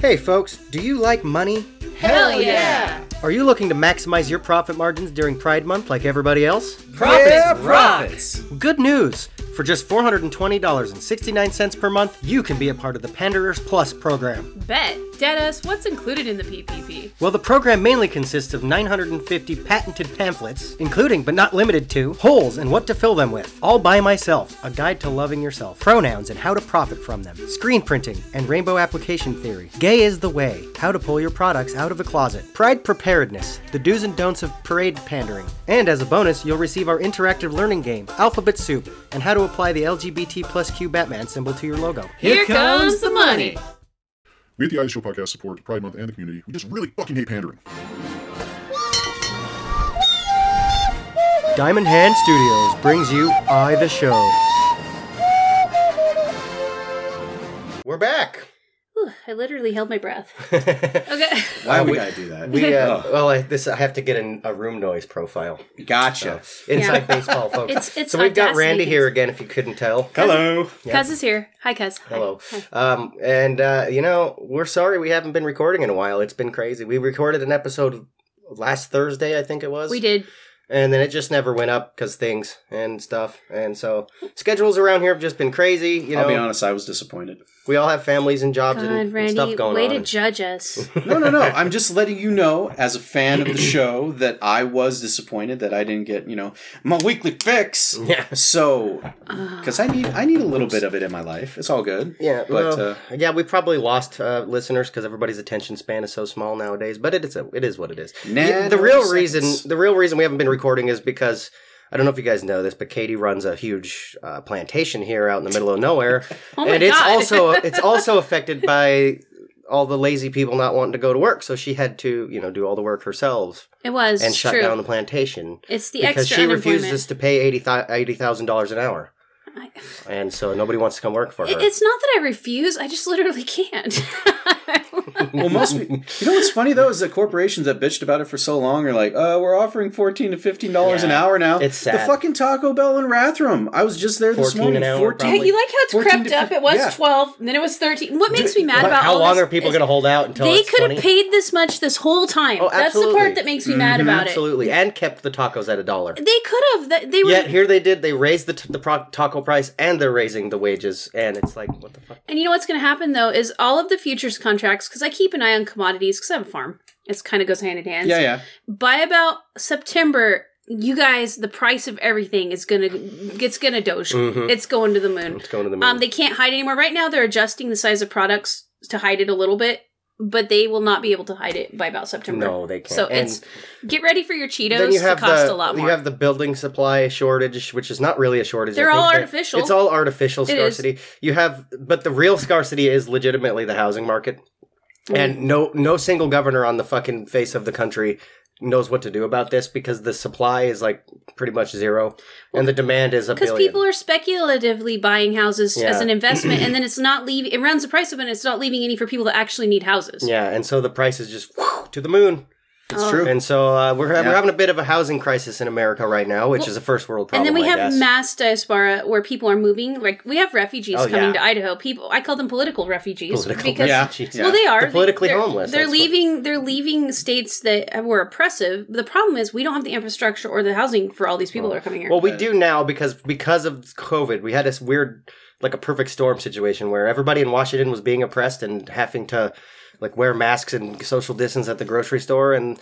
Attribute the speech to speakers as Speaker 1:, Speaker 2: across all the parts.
Speaker 1: Hey folks, do you like money?
Speaker 2: Hell yeah!
Speaker 1: Are you looking to maximize your profit margins during Pride Month like everybody else?
Speaker 2: Profits
Speaker 3: Yeah,
Speaker 2: rock!
Speaker 3: profits.
Speaker 1: Good news! For just $420.69 per month, you can be a part of the Panderers Plus program.
Speaker 2: Bet. Dad asks, what's included in the PPP?
Speaker 1: Well, the program mainly consists of 950 patented pamphlets, including but not limited to holes and what to fill them with, all by myself, a guide to loving yourself, pronouns and how to profit from them, screen printing and rainbow application theory, gay is the way, how to pull your products out of a closet, pride preparedness, the do's and don'ts of parade pandering, and as a bonus, you'll receive our interactive learning game, Alphabet Soup, and how to apply the LGBT plus Q Batman symbol to your logo.
Speaker 2: Here, comes the money!
Speaker 4: We at the Ice Show Podcast support Pride Month and the community. We just really fucking hate pandering.
Speaker 1: Diamond Hand Studios brings you I the Show. We're back.
Speaker 2: Whew, I literally held my breath. okay.
Speaker 3: Why we
Speaker 1: we-
Speaker 3: gotta do that?
Speaker 1: We uh, well, I, this I have to get an, a room noise profile.
Speaker 3: Oh. gotcha.
Speaker 1: Inside
Speaker 2: Yeah.
Speaker 1: baseball, folks.
Speaker 2: It's- it's
Speaker 1: so we've got
Speaker 2: audacity.
Speaker 1: Randy here again. If you couldn't tell,
Speaker 3: Hello.
Speaker 2: Cuz is here. Hi, Cuz. Hi.
Speaker 1: hello.
Speaker 2: Hi.
Speaker 1: Um, and uh, you know, we're sorry we haven't been recording in a while. It's been crazy. We recorded an episode last Thursday, I think it was.
Speaker 2: We did.
Speaker 1: and then it just never went up because things and stuff. And so schedules around here have just been crazy. You know,
Speaker 3: I'll be honest, I was disappointed.
Speaker 1: we all have families and jobs
Speaker 2: God,
Speaker 1: and, and
Speaker 2: Randy,
Speaker 1: stuff going
Speaker 2: way
Speaker 1: on.
Speaker 2: to judge us.
Speaker 3: No, no, no. I'm just letting you know, as a fan of the show, that I was disappointed that I didn't get, you know, my weekly fix.
Speaker 1: yeah.
Speaker 3: So,
Speaker 2: Uh,
Speaker 3: because I need, I need a little bit of it in my life. It's all good.
Speaker 1: Yeah,
Speaker 3: but
Speaker 1: well,
Speaker 3: uh,
Speaker 1: yeah, we probably lost uh, listeners because everybody's attention span is so small nowadays. But it is a, it is what it is. Yeah, the real reason the real reason we haven't been recording is because I don't know if you guys know this, but Katie runs a huge uh, plantation here out in the middle of nowhere,
Speaker 2: Oh my
Speaker 1: and it's
Speaker 2: God.
Speaker 1: also it's also affected by all the lazy people not wanting to go to work. So she had to you know do all the work herself
Speaker 2: It was
Speaker 1: and shut
Speaker 2: true.
Speaker 1: down the plantation
Speaker 2: it's the
Speaker 1: because
Speaker 2: extra
Speaker 1: she
Speaker 2: unemployment.
Speaker 1: refuses to pay $80,000 dollars an hour.
Speaker 2: I-
Speaker 1: And so nobody wants to come work for her.
Speaker 2: It- it's not that I refuse, I just literally can't.
Speaker 3: Well, most pe- you know what's funny though is that corporations that bitched about it for so long are like, uh, we're offering fourteen to fifteen dollars an
Speaker 1: Yeah.
Speaker 3: hour now.
Speaker 1: It's
Speaker 3: the
Speaker 1: sad.
Speaker 3: fucking Taco Bell in Rathrum. I was just there this
Speaker 1: 14
Speaker 3: morning.
Speaker 1: an hour,
Speaker 2: Yeah,
Speaker 1: probably.
Speaker 2: you like how it's
Speaker 3: 14
Speaker 2: crept
Speaker 3: to
Speaker 2: up. It
Speaker 3: 15
Speaker 2: was
Speaker 3: yeah.
Speaker 2: 12, then it was 13. What makes me mad
Speaker 1: But
Speaker 2: about
Speaker 1: how
Speaker 2: all
Speaker 1: long
Speaker 2: this
Speaker 1: are people
Speaker 2: is
Speaker 1: going to hold out until
Speaker 2: They
Speaker 1: it's
Speaker 2: could
Speaker 1: 20?
Speaker 2: have paid this much this whole time.
Speaker 1: Oh,
Speaker 2: That's the
Speaker 1: absolutely. Mm-hmm,
Speaker 2: part that makes me mad about it.
Speaker 1: Absolutely, and kept the tacos at a dollar.
Speaker 2: They could have. They, they were.
Speaker 1: Yet here they did. They raised the, t- the pro- taco price, and they're raising the wages, and it's like, what the fuck?
Speaker 2: And you know what's going to happen though is all of the futures contracts because I keep an eye on commodities because I have a farm. It's kind of goes hand in hand.
Speaker 3: Yeah, yeah.
Speaker 2: By about September, you guys, the price of everything is going to it's going to doge.
Speaker 1: Mm-hmm.
Speaker 2: It's going to the moon.
Speaker 1: It's going to the moon.
Speaker 2: Um, they can't hide anymore. Right now, they're adjusting the size of products to hide it a little bit, but they will not be able to hide it by about September.
Speaker 1: no, they can't.
Speaker 2: So
Speaker 1: And
Speaker 2: it's get ready for your
Speaker 1: then
Speaker 2: Cheetos
Speaker 1: you have
Speaker 2: to cost
Speaker 1: the
Speaker 2: a lot
Speaker 1: you
Speaker 2: more.
Speaker 1: have the building supply shortage, which is not really a shortage. I
Speaker 2: They're
Speaker 1: think
Speaker 2: all
Speaker 1: that-
Speaker 2: artificial.
Speaker 1: It's all artificial
Speaker 2: is.
Speaker 1: scarcity. You have, but the real scarcity is legitimately the housing market,
Speaker 2: Mm.
Speaker 1: and no no single governor on the fucking face of the country knows what to do about this because the supply is like pretty much zero, and the demand is a
Speaker 2: because
Speaker 1: billion.
Speaker 2: people are speculatively buying houses as
Speaker 1: Yeah.
Speaker 2: an investment, and then it's not leaving. It runs the price up, and it's not leaving any for people that actually need houses.
Speaker 1: Yeah, and so the price is just whew, to the moon.
Speaker 3: It's
Speaker 2: Oh.
Speaker 3: true.
Speaker 1: And so uh, we're,
Speaker 3: Yeah.
Speaker 1: we're having a bit of a housing crisis in America right now, which
Speaker 2: Well,
Speaker 1: is a first world problem.
Speaker 2: and then we
Speaker 1: I
Speaker 2: have
Speaker 1: guess.
Speaker 2: mass diaspora where people are moving. Like we have refugees
Speaker 1: Oh, yeah.
Speaker 2: coming to Idaho. People, I call them political refugees
Speaker 1: Political
Speaker 2: because
Speaker 3: Yeah,
Speaker 1: refugees.
Speaker 3: yeah.
Speaker 2: well, they are
Speaker 1: They're politically
Speaker 2: they're,
Speaker 1: homeless,
Speaker 2: They're
Speaker 1: that's what-
Speaker 2: leaving. They're leaving states that were oppressive. The problem is we don't have the infrastructure or the housing for all these people that are coming here.
Speaker 1: Oh. Well, we do now because because of COVID, we had this weird, like a perfect storm situation where everybody in Washington was being oppressed and having to like wear masks and social distance at the grocery store. And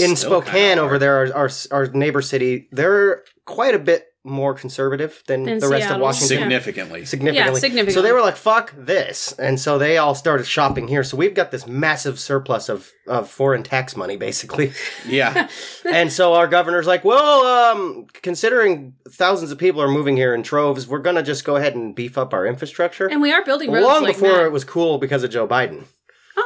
Speaker 1: in
Speaker 3: still
Speaker 1: Spokane
Speaker 3: kinda
Speaker 1: over
Speaker 3: are.
Speaker 1: there, our, our our neighbor city, they're quite a bit more conservative than
Speaker 2: Than
Speaker 1: the rest of
Speaker 2: Seattle.
Speaker 1: Washington.
Speaker 3: significantly.
Speaker 1: significantly.
Speaker 2: Yeah, significantly.
Speaker 1: So they were like, "Fuck this," and so they all started shopping here. So we've got this massive surplus of of foreign tax money, basically.
Speaker 3: Yeah,
Speaker 1: and so our governor's like, "Well, um, considering thousands of people are moving here in troves, we're gonna just go ahead and beef up our infrastructure."
Speaker 2: and we are building roads
Speaker 1: Long
Speaker 2: like
Speaker 1: before
Speaker 2: that.
Speaker 1: it was cool because of Joe Biden.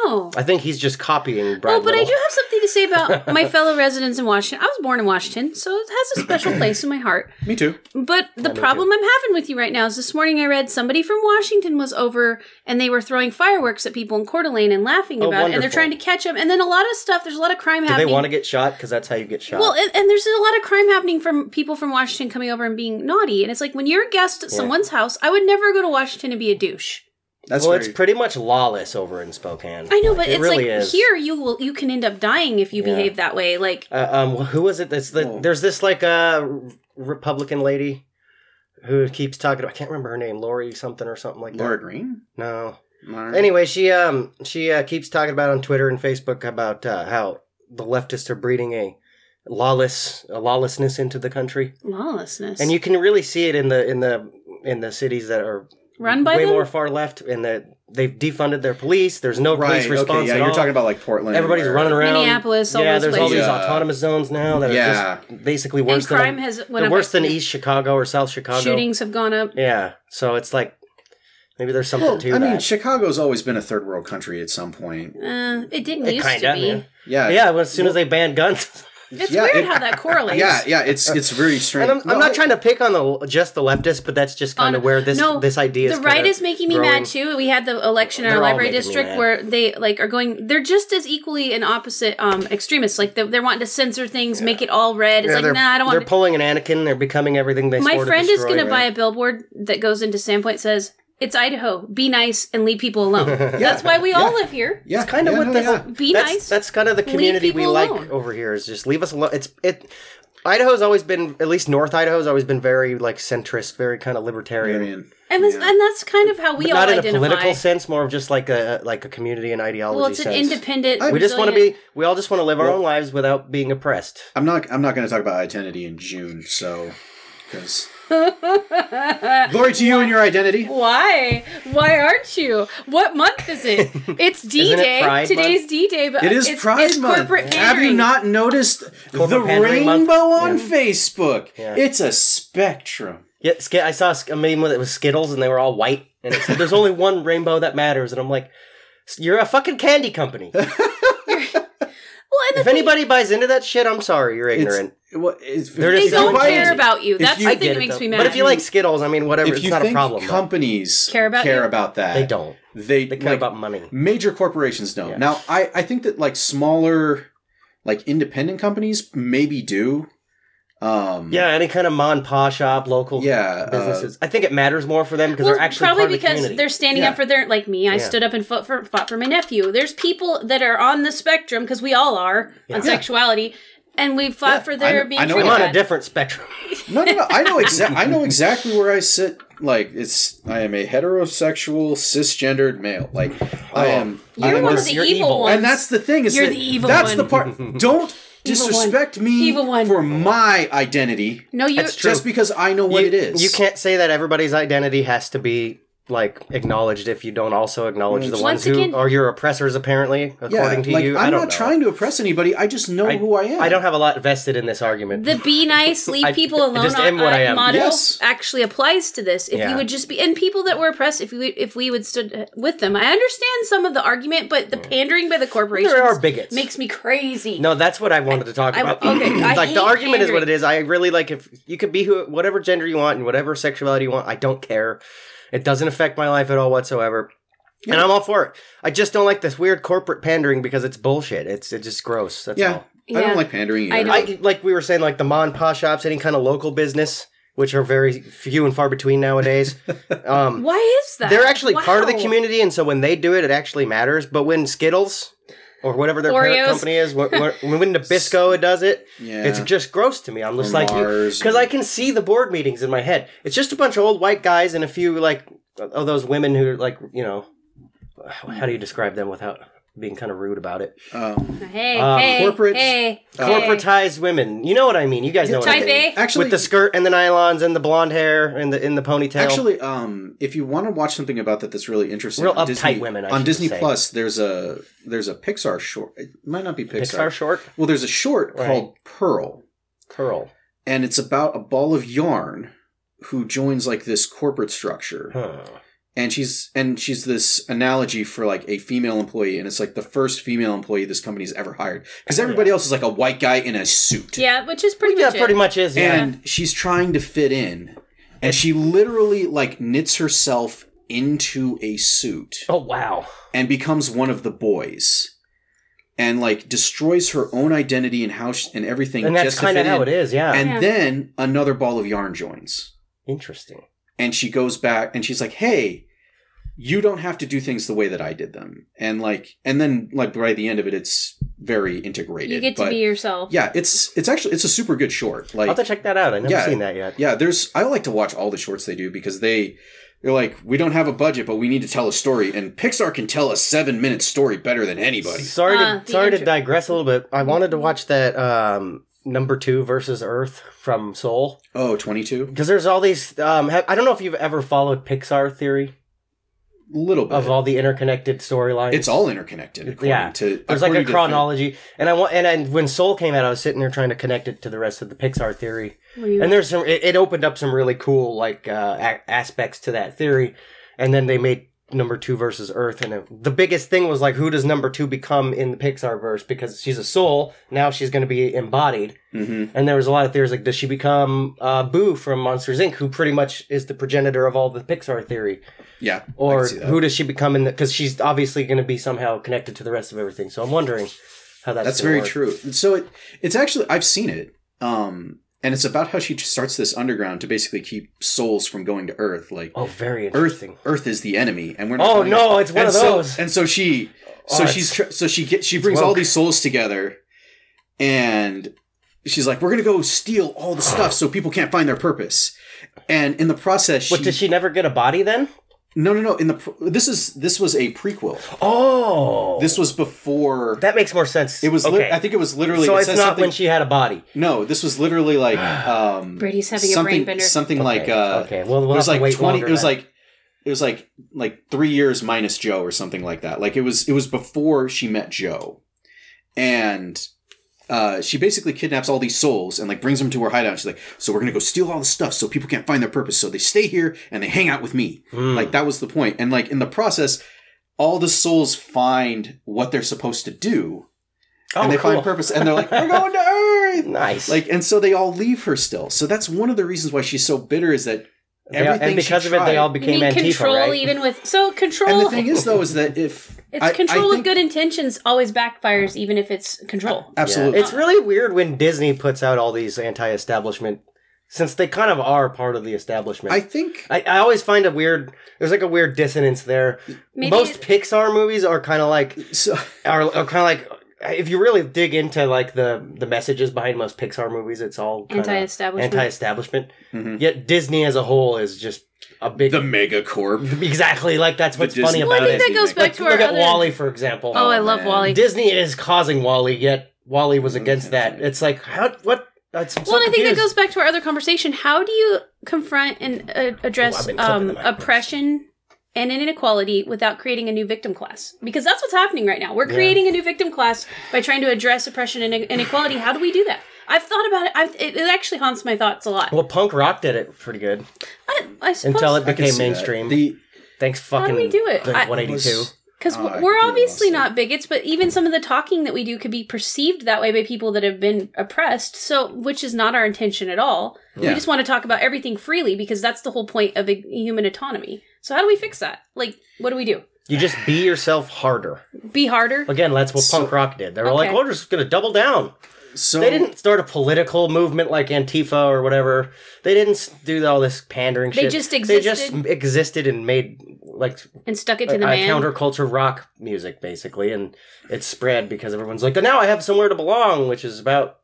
Speaker 2: oh.
Speaker 1: I think he's just copying Brad.
Speaker 2: Oh, but I
Speaker 1: Little.
Speaker 2: do have something to say about my fellow residents in Washington. I was born in Washington, so it has a special place in my heart.
Speaker 3: me too.
Speaker 2: But the problem I'm having with you right now is this morning I read somebody from Washington was over and they were throwing fireworks at people in Coeur d'Alene and laughing
Speaker 1: Oh,
Speaker 2: about it. And they're
Speaker 1: wonderful.
Speaker 2: trying to catch them. And then a lot of stuff, there's a lot of crime
Speaker 1: Do
Speaker 2: happening.
Speaker 1: they want to get shot? Because that's how you get shot.
Speaker 2: well, and, and there's a lot of crime happening from people from Washington coming over and being naughty. And it's like when you're a guest at someone's house, I would never go to Washington and be a douche.
Speaker 3: That's
Speaker 1: well,
Speaker 3: very,
Speaker 1: it's pretty much lawless over in Spokane.
Speaker 2: I know,
Speaker 1: Like,
Speaker 2: but
Speaker 1: it
Speaker 2: it's
Speaker 1: really
Speaker 2: like
Speaker 1: is.
Speaker 2: here you will you can end up dying if you
Speaker 1: Yeah.
Speaker 2: behave that way. Like
Speaker 1: Uh, um, who was it? That's the
Speaker 3: Whoa.
Speaker 1: there's this like uh, r- Republican lady who keeps talking. About, I can't remember her name, Lori something or something like
Speaker 3: Laura
Speaker 1: that.
Speaker 3: Green.
Speaker 1: No.
Speaker 2: Mm-hmm.
Speaker 3: Laura-
Speaker 1: Anyway, she um she uh, keeps talking about on Twitter and Facebook about uh, how the leftists are breeding a lawless a lawlessness into the country,
Speaker 2: lawlessness.
Speaker 1: and you can really see it in the in the in the cities that are
Speaker 2: run by
Speaker 1: way
Speaker 2: them.
Speaker 1: more far left, and that they've defunded their police. There's no
Speaker 3: right.
Speaker 1: police response
Speaker 3: Okay. Yeah,
Speaker 1: at
Speaker 3: you're
Speaker 1: all.
Speaker 3: talking about like Portland.
Speaker 1: Everybody's
Speaker 3: where-
Speaker 1: running around.
Speaker 2: Minneapolis, all
Speaker 1: yeah,
Speaker 2: those
Speaker 1: there's all these
Speaker 2: places.
Speaker 3: Yeah.
Speaker 1: autonomous zones now that
Speaker 3: Yeah.
Speaker 1: are just basically
Speaker 2: and
Speaker 1: worse
Speaker 2: crime
Speaker 1: than
Speaker 2: has went
Speaker 1: they're
Speaker 2: up
Speaker 1: worse than
Speaker 2: exponentially.
Speaker 1: East Chicago or South Chicago.
Speaker 2: Shootings have gone up.
Speaker 1: Yeah, so it's like maybe there's something
Speaker 3: Well,
Speaker 1: to
Speaker 3: I
Speaker 1: that.
Speaker 3: mean, Chicago's always been a third world country at some point.
Speaker 2: Uh, it didn't
Speaker 1: It
Speaker 2: used
Speaker 1: kinda,
Speaker 2: to be.
Speaker 1: yeah.
Speaker 3: Yeah.
Speaker 1: yeah, well, as soon as they banned guns,
Speaker 2: It's
Speaker 3: Yeah,
Speaker 2: weird
Speaker 3: it-
Speaker 2: how that correlates.
Speaker 3: Yeah, yeah, it's it's very strange.
Speaker 1: and I'm, I'm not trying to pick on the just the leftists, but that's just kind
Speaker 2: On-
Speaker 1: of where this
Speaker 2: no,
Speaker 1: this idea is.
Speaker 2: the right
Speaker 1: kinda
Speaker 2: is making me
Speaker 1: growing.
Speaker 2: mad too. We had the election in our
Speaker 1: They're all
Speaker 2: library
Speaker 1: making me
Speaker 2: district
Speaker 1: mad.
Speaker 2: where they like are going. They're just as equally and opposite um, extremists. Like they're, they're wanting to censor things, make it all red. It's
Speaker 1: Yeah, they're,
Speaker 2: like nah, I don't
Speaker 1: they're
Speaker 2: want. to
Speaker 1: pulling an Anakin. They're becoming everything they.
Speaker 2: My
Speaker 1: swore
Speaker 2: friend
Speaker 1: to
Speaker 2: is
Speaker 1: destroy,
Speaker 2: going to
Speaker 1: right?
Speaker 2: buy a billboard that goes into Sandpoint says it's Idaho. Be nice and leave people alone. That's why we all live here.
Speaker 3: Yeah,
Speaker 1: It's kind of
Speaker 3: yeah,
Speaker 1: what
Speaker 3: no,
Speaker 1: the
Speaker 3: yeah.
Speaker 2: Be
Speaker 1: that's,
Speaker 2: nice.
Speaker 1: That's kind of the community we
Speaker 2: people
Speaker 1: like
Speaker 2: alone.
Speaker 1: over here. Is just leave us alone. It's it. Idaho's always been, at least North Idaho's always been very like centrist, very kind of
Speaker 3: I
Speaker 1: libertarian.
Speaker 3: mean,
Speaker 2: and that's,
Speaker 3: yeah.
Speaker 2: and that's kind of how we
Speaker 1: But
Speaker 2: all
Speaker 1: not in
Speaker 2: identify.
Speaker 1: a political sense, more of just like a like a community and ideology
Speaker 2: well, it's an
Speaker 1: sense.
Speaker 2: independent.
Speaker 1: we just want to
Speaker 2: resilient-
Speaker 1: be. We all just want to live our
Speaker 3: Well-
Speaker 1: own lives without being oppressed.
Speaker 3: I'm not I'm not going to talk about identity in June. So, because glory to you and your identity.
Speaker 2: Why? Why aren't you? What month is it? It's D Day.
Speaker 1: Pride
Speaker 2: Today's D Day, but
Speaker 3: It is
Speaker 2: it's,
Speaker 3: Pride
Speaker 2: it's
Speaker 3: Month.
Speaker 2: Corporate
Speaker 3: Have you
Speaker 2: pandering.
Speaker 3: not noticed the
Speaker 1: pandering
Speaker 3: rainbow
Speaker 1: month?
Speaker 3: on
Speaker 1: Yeah.
Speaker 3: Facebook?
Speaker 1: Yeah.
Speaker 3: It's a spectrum.
Speaker 1: Yeah, Sk- I saw a meme that was Skittles and they were all white, and it said, "There's only one rainbow that matters." And I'm like, "You're a fucking candy company.
Speaker 2: Well, and the
Speaker 1: if
Speaker 2: thing-
Speaker 1: anybody buys into that shit, I'm sorry, you're ignorant."
Speaker 3: Well, it's,
Speaker 1: They're
Speaker 2: they
Speaker 1: just-
Speaker 2: don't
Speaker 1: you buy
Speaker 2: care
Speaker 1: it.
Speaker 2: about you.
Speaker 3: If
Speaker 2: That's
Speaker 3: you
Speaker 2: the
Speaker 1: get
Speaker 2: thing that
Speaker 1: it,
Speaker 2: makes
Speaker 1: though.
Speaker 2: me mad.
Speaker 1: But if you like Skittles, I mean, whatever,
Speaker 3: if
Speaker 1: it's
Speaker 3: you
Speaker 1: not a
Speaker 3: think
Speaker 1: problem. though.
Speaker 3: companies
Speaker 2: Care about you?
Speaker 3: that,
Speaker 1: They don't.
Speaker 3: They,
Speaker 1: They care
Speaker 3: like,
Speaker 1: about money.
Speaker 3: major corporations don't.
Speaker 1: Yeah.
Speaker 3: Now, I I think that like smaller, like independent companies maybe do. Um,
Speaker 1: Yeah, any kind of ma and pa shop, local
Speaker 3: Yeah, uh,
Speaker 1: businesses. I think it matters more for them because
Speaker 2: well,
Speaker 1: they're actually
Speaker 2: probably
Speaker 1: part
Speaker 2: because
Speaker 1: of the community.
Speaker 2: they're standing
Speaker 3: Yeah.
Speaker 2: up for their like me. I
Speaker 1: Yeah.
Speaker 2: stood up and fought for fought for my nephew. There's people that are on the spectrum because we all are on sexuality, and we
Speaker 3: Yeah,
Speaker 2: fought for their
Speaker 3: I kn-
Speaker 2: being
Speaker 3: I know
Speaker 2: treated
Speaker 1: I'm on a
Speaker 2: bad.
Speaker 1: different spectrum.
Speaker 3: No, no, no. I know exactly. I know exactly where I sit. Like it's, I am a heterosexual cisgendered male. Like
Speaker 1: Oh.
Speaker 3: I am. I
Speaker 2: You're
Speaker 3: am
Speaker 2: one
Speaker 3: this-
Speaker 2: of the
Speaker 1: you're
Speaker 2: evil,
Speaker 1: evil.
Speaker 2: ones.
Speaker 3: and that's the thing is
Speaker 2: You're
Speaker 3: that
Speaker 2: the evil
Speaker 3: that's the
Speaker 2: one.
Speaker 3: part. Don't disrespect me
Speaker 2: Evil one.
Speaker 3: for my identity.
Speaker 2: no, you.
Speaker 1: That's true.
Speaker 3: Just because I know what
Speaker 1: you,
Speaker 3: it is.
Speaker 1: You can't say that everybody's identity has to be like acknowledged if you don't also acknowledge the
Speaker 2: Once
Speaker 1: ones who
Speaker 2: again-
Speaker 1: are your oppressors. Apparently,
Speaker 3: Yeah,
Speaker 1: according to
Speaker 3: like,
Speaker 1: you,
Speaker 3: I'm
Speaker 1: I don't
Speaker 3: not
Speaker 1: know.
Speaker 3: trying to oppress anybody. I just know who I am.
Speaker 1: I don't have a lot vested in this argument.
Speaker 2: the be nice, leave
Speaker 1: I-
Speaker 2: people
Speaker 1: I
Speaker 2: alone
Speaker 1: just am
Speaker 2: on,
Speaker 1: what I am.
Speaker 2: motto
Speaker 3: Yes.
Speaker 2: actually applies to this. If
Speaker 1: Yeah.
Speaker 2: you would just be and people that were oppressed, if we if we would stood uh, with them, I understand some of the argument, but the pandering by the corporations
Speaker 1: Mm. there are bigots.
Speaker 2: makes me crazy.
Speaker 1: No, that's what I wanted to talk
Speaker 2: I-
Speaker 1: about.
Speaker 2: okay, I
Speaker 1: like
Speaker 2: hate
Speaker 1: the argument is what
Speaker 2: pandering.
Speaker 1: it is. I really like if you could be who, whatever gender you want and whatever sexuality you want. I don't care. It doesn't affect my life at all whatsoever. And I'm all for it. I just don't like this weird corporate pandering because it's bullshit. It's it's just gross. That's
Speaker 3: Yeah,
Speaker 1: all.
Speaker 3: I
Speaker 2: Yeah.
Speaker 3: don't like pandering. Either.
Speaker 2: I
Speaker 1: I
Speaker 2: don't.
Speaker 1: like we were saying, like the ma and pa shops, any kind of local business, which are very few and far between nowadays. Um,
Speaker 2: Why is that?
Speaker 1: they're actually part of the
Speaker 2: Wow.
Speaker 1: community, and so when they do it, it actually matters. But when Skittles or whatever their
Speaker 2: Oreos.
Speaker 1: parent company is, wh- wh- when Nabisco does it,
Speaker 3: Yeah.
Speaker 1: it's just gross to me. I'm just
Speaker 3: Or
Speaker 1: like,
Speaker 3: Mars.
Speaker 1: because I can see the board meetings in my head. It's just a bunch of old white guys and a few like of those women who are like you know, how do you describe them without being kind of rude about it?
Speaker 3: Um,
Speaker 2: Hey,
Speaker 1: Um,
Speaker 2: hey,
Speaker 3: corporate-
Speaker 2: hey,
Speaker 3: uh,
Speaker 2: hey.
Speaker 1: Corporatized women. You know what I mean. You guys know what I
Speaker 2: Type
Speaker 1: mean.
Speaker 2: A.
Speaker 3: actually,
Speaker 1: with the skirt and the nylons and the blonde hair and the in the ponytail.
Speaker 3: Actually, um, if you want to watch something about that that's really interesting,
Speaker 1: Real
Speaker 3: on
Speaker 1: uptight women, I
Speaker 3: on
Speaker 1: should
Speaker 3: Disney
Speaker 1: say.
Speaker 3: Plus, there's a there's a Pixar short. It might not be Pixar.
Speaker 1: Pixar short
Speaker 3: well, there's a short
Speaker 1: Right.
Speaker 3: called Pearl,
Speaker 1: curl.
Speaker 3: and it's about a ball of yarn who joins like this corporate structure,
Speaker 1: Huh.
Speaker 3: and she's and she's this analogy for like a female employee, and it's like the first female employee this company's ever hired because
Speaker 1: Oh,
Speaker 3: everybody else is like a white guy in a suit.
Speaker 2: Yeah, which is pretty
Speaker 1: Yeah,
Speaker 2: much
Speaker 1: pretty
Speaker 2: it.
Speaker 1: much is. Yeah.
Speaker 3: and she's trying to fit in and she literally like knits herself into a suit
Speaker 1: oh wow.
Speaker 3: and becomes one of the boys and like destroys her own identity and how she, and everything
Speaker 1: And that's
Speaker 3: just to
Speaker 1: kind of
Speaker 3: fit
Speaker 1: how
Speaker 3: in.
Speaker 1: it is. Yeah.
Speaker 3: and
Speaker 2: Yeah.
Speaker 3: then another ball of yarn joins
Speaker 1: Interesting.
Speaker 3: and she goes back and she's like hey you don't have to do things the way that I did them. And like and then like by the end of it it's very integrated.
Speaker 2: You get to
Speaker 3: but
Speaker 2: be yourself.
Speaker 3: yeah, it's it's actually it's a super good short.
Speaker 1: I'll
Speaker 3: Like
Speaker 1: have to check that out. I've never
Speaker 3: Yeah.
Speaker 1: seen that yet.
Speaker 3: yeah, there's I like to watch all the shorts they do because they they're like we don't have a budget but we need to tell a story and Pixar can tell a 7 minute story better than anybody.
Speaker 1: Sorry, to,
Speaker 2: Uh, the
Speaker 1: sorry to
Speaker 2: intro-
Speaker 1: digress a little bit. I wanted to watch that um, number two versus Earth from Soul
Speaker 3: Oh, 22?
Speaker 1: because there's all these. Um, ha- I don't know if you've ever followed Pixar theory
Speaker 3: Little bit.
Speaker 1: of all the interconnected storylines.
Speaker 3: it's all interconnected according
Speaker 1: Yeah.
Speaker 3: to
Speaker 1: there's like a
Speaker 3: according to-
Speaker 1: chronology, and I want and, and when Soul came out, I was sitting there trying to connect it to the rest of the Pixar theory. And there's some. It, it opened up some really cool like uh, a- aspects to that theory, and then they made number two versus Earth, and it, the biggest thing was like who does number two become in the Pixar verse because she's a soul now she's going to be embodied,
Speaker 3: Mhm.
Speaker 1: and there was a lot of theories like does she become uh, Boo from Monsters Inc, who pretty much is the progenitor of all the Pixar theory,
Speaker 3: Yeah.
Speaker 1: or
Speaker 3: see that.
Speaker 1: who does she become in because she's obviously going to be somehow connected to the rest of everything. So I'm wondering how that's
Speaker 3: That's
Speaker 1: gonna
Speaker 3: very
Speaker 1: work.
Speaker 3: true. So it it's actually I've seen it, um, and it's about how she starts this underground to basically keep souls from going to Earth. Like
Speaker 1: Oh, very
Speaker 3: Earth,
Speaker 1: interesting.
Speaker 3: Earth is the enemy, and we're not
Speaker 1: Oh
Speaker 3: going
Speaker 1: no, it's one
Speaker 3: and
Speaker 1: of
Speaker 3: so-
Speaker 1: those.
Speaker 3: and so she, so
Speaker 1: Oh,
Speaker 3: she's tr- so she gets she brings
Speaker 1: woke.
Speaker 3: all these souls together, and she's like, "We're gonna go steal all the stuff so people can't find their purpose." And in the process, she,
Speaker 1: What does she never get a body then?
Speaker 3: no no no in the pr- this is this was a prequel.
Speaker 1: Oh,
Speaker 3: This was before
Speaker 1: that makes more sense.
Speaker 3: it was.
Speaker 1: okay.
Speaker 3: Li- I think it was literally.
Speaker 1: so
Speaker 3: it
Speaker 1: it's
Speaker 3: says
Speaker 1: not
Speaker 3: something-
Speaker 1: when she had a body.
Speaker 3: No, this was literally like um
Speaker 2: Brady's having a
Speaker 3: something,
Speaker 2: brain bender.
Speaker 3: Something like
Speaker 1: Okay,
Speaker 3: uh
Speaker 1: okay, well, we'll
Speaker 3: it
Speaker 1: have
Speaker 3: was
Speaker 1: to
Speaker 3: like
Speaker 1: wait
Speaker 3: twenty
Speaker 1: longer
Speaker 3: it was
Speaker 1: then.
Speaker 3: like it was like like three years minus Joe or something like that. Like it was it was before she met Joe. And uh, she basically kidnaps all these souls and like brings them to her hideout. She's like, "So we're gonna go steal all the stuff, so people can't find their purpose. So they stay here and they hang out with me."
Speaker 1: Hmm.
Speaker 3: Like that was the point. And like in the process, all the souls find what they're supposed to do,
Speaker 1: oh,
Speaker 3: and they
Speaker 1: cool.
Speaker 3: find purpose, and they're like, "We're going to Earth."
Speaker 1: nice.
Speaker 3: Like, and so they all leave her still. So that's one of the reasons why she's so bitter is that
Speaker 1: They all-
Speaker 3: everything
Speaker 1: and because
Speaker 3: she
Speaker 1: of it, they
Speaker 3: tried-
Speaker 1: all
Speaker 2: you
Speaker 1: became
Speaker 2: need
Speaker 1: Antifa,
Speaker 2: control
Speaker 1: right?
Speaker 2: even with so
Speaker 3: And
Speaker 2: control.
Speaker 3: the thing is, though, is that if
Speaker 2: it's
Speaker 3: I- I
Speaker 2: control with
Speaker 3: think-
Speaker 2: good intentions always backfires, even if it's
Speaker 1: Uh,
Speaker 2: control.
Speaker 3: absolutely,
Speaker 1: It's really weird when Disney puts out all these anti-establishment, since they kind of are part of the establishment.
Speaker 3: I think
Speaker 1: I, I always find a weird. There's like a weird dissonance there.
Speaker 2: Maybe
Speaker 1: Most
Speaker 2: it-
Speaker 1: Pixar movies are kind of like
Speaker 3: so.
Speaker 1: are, are kind of like if you really dig into like the the messages behind most Pixar movies, it's all kinda
Speaker 2: Anti-establishment.
Speaker 1: Anti-establishment.
Speaker 3: Mhm.
Speaker 1: Yet Disney as a whole is just a big
Speaker 3: The megacorp.
Speaker 1: exactly like that's what's funny
Speaker 3: Disney- Well,
Speaker 2: Well,
Speaker 1: about
Speaker 2: I think
Speaker 1: it.
Speaker 2: that goes back
Speaker 1: Like,
Speaker 2: to
Speaker 1: look
Speaker 2: our
Speaker 1: at
Speaker 2: other.
Speaker 1: Wally for example.
Speaker 2: Oh, I love
Speaker 3: man.
Speaker 2: Wally.
Speaker 1: Disney is causing Wally, yet Wally was
Speaker 3: Mm-hmm.
Speaker 1: against
Speaker 3: Okay.
Speaker 1: that. It's like how what? That's, I'm so
Speaker 2: Well, and I think that
Speaker 1: confused.
Speaker 2: goes back to our other conversation. How do you confront and uh,
Speaker 1: Ooh, I've
Speaker 2: address
Speaker 1: been clipping the
Speaker 2: um,
Speaker 1: mic, Chris.
Speaker 2: oppression and inequality without creating a new victim class? Because that's what's happening right now. We're creating a new victim class by trying to address oppression and inequality. How do we do that? I've thought about it. I've, it, it actually haunts my thoughts a lot.
Speaker 1: Well, punk rock did it pretty good
Speaker 2: I, I suppose
Speaker 1: until it
Speaker 3: I can
Speaker 1: became
Speaker 3: see that.
Speaker 1: mainstream.
Speaker 3: The
Speaker 1: Thanks fucking.
Speaker 2: do we do it?
Speaker 1: the
Speaker 2: I-
Speaker 1: 182.
Speaker 2: Because
Speaker 3: Oh, I
Speaker 2: we're
Speaker 3: completely
Speaker 2: obviously
Speaker 3: lost it.
Speaker 2: not bigots, but even some of the talking that we do could be perceived that way by people that have been oppressed. So, which is not our intention at all.
Speaker 3: Yeah.
Speaker 2: We just want to talk about everything freely because that's the whole point of a human autonomy. So, how do we fix that? Like, what do we do?
Speaker 1: You just be yourself harder.
Speaker 2: Be harder.
Speaker 1: Again, that's what
Speaker 3: So-
Speaker 1: punk rock did. They were like,
Speaker 2: Okay.
Speaker 1: "We're just gonna double down."
Speaker 3: so
Speaker 1: They didn't start a political movement like Antifa or whatever. They didn't s- do all this pandering
Speaker 2: They
Speaker 1: shit.
Speaker 2: just
Speaker 1: They just
Speaker 2: existed.
Speaker 1: existed and made like
Speaker 2: and stuck it
Speaker 1: uh,
Speaker 2: to the man.
Speaker 1: counterculture rock music, basically, and it spread because everyone's like, "Now I have somewhere to belong," which is about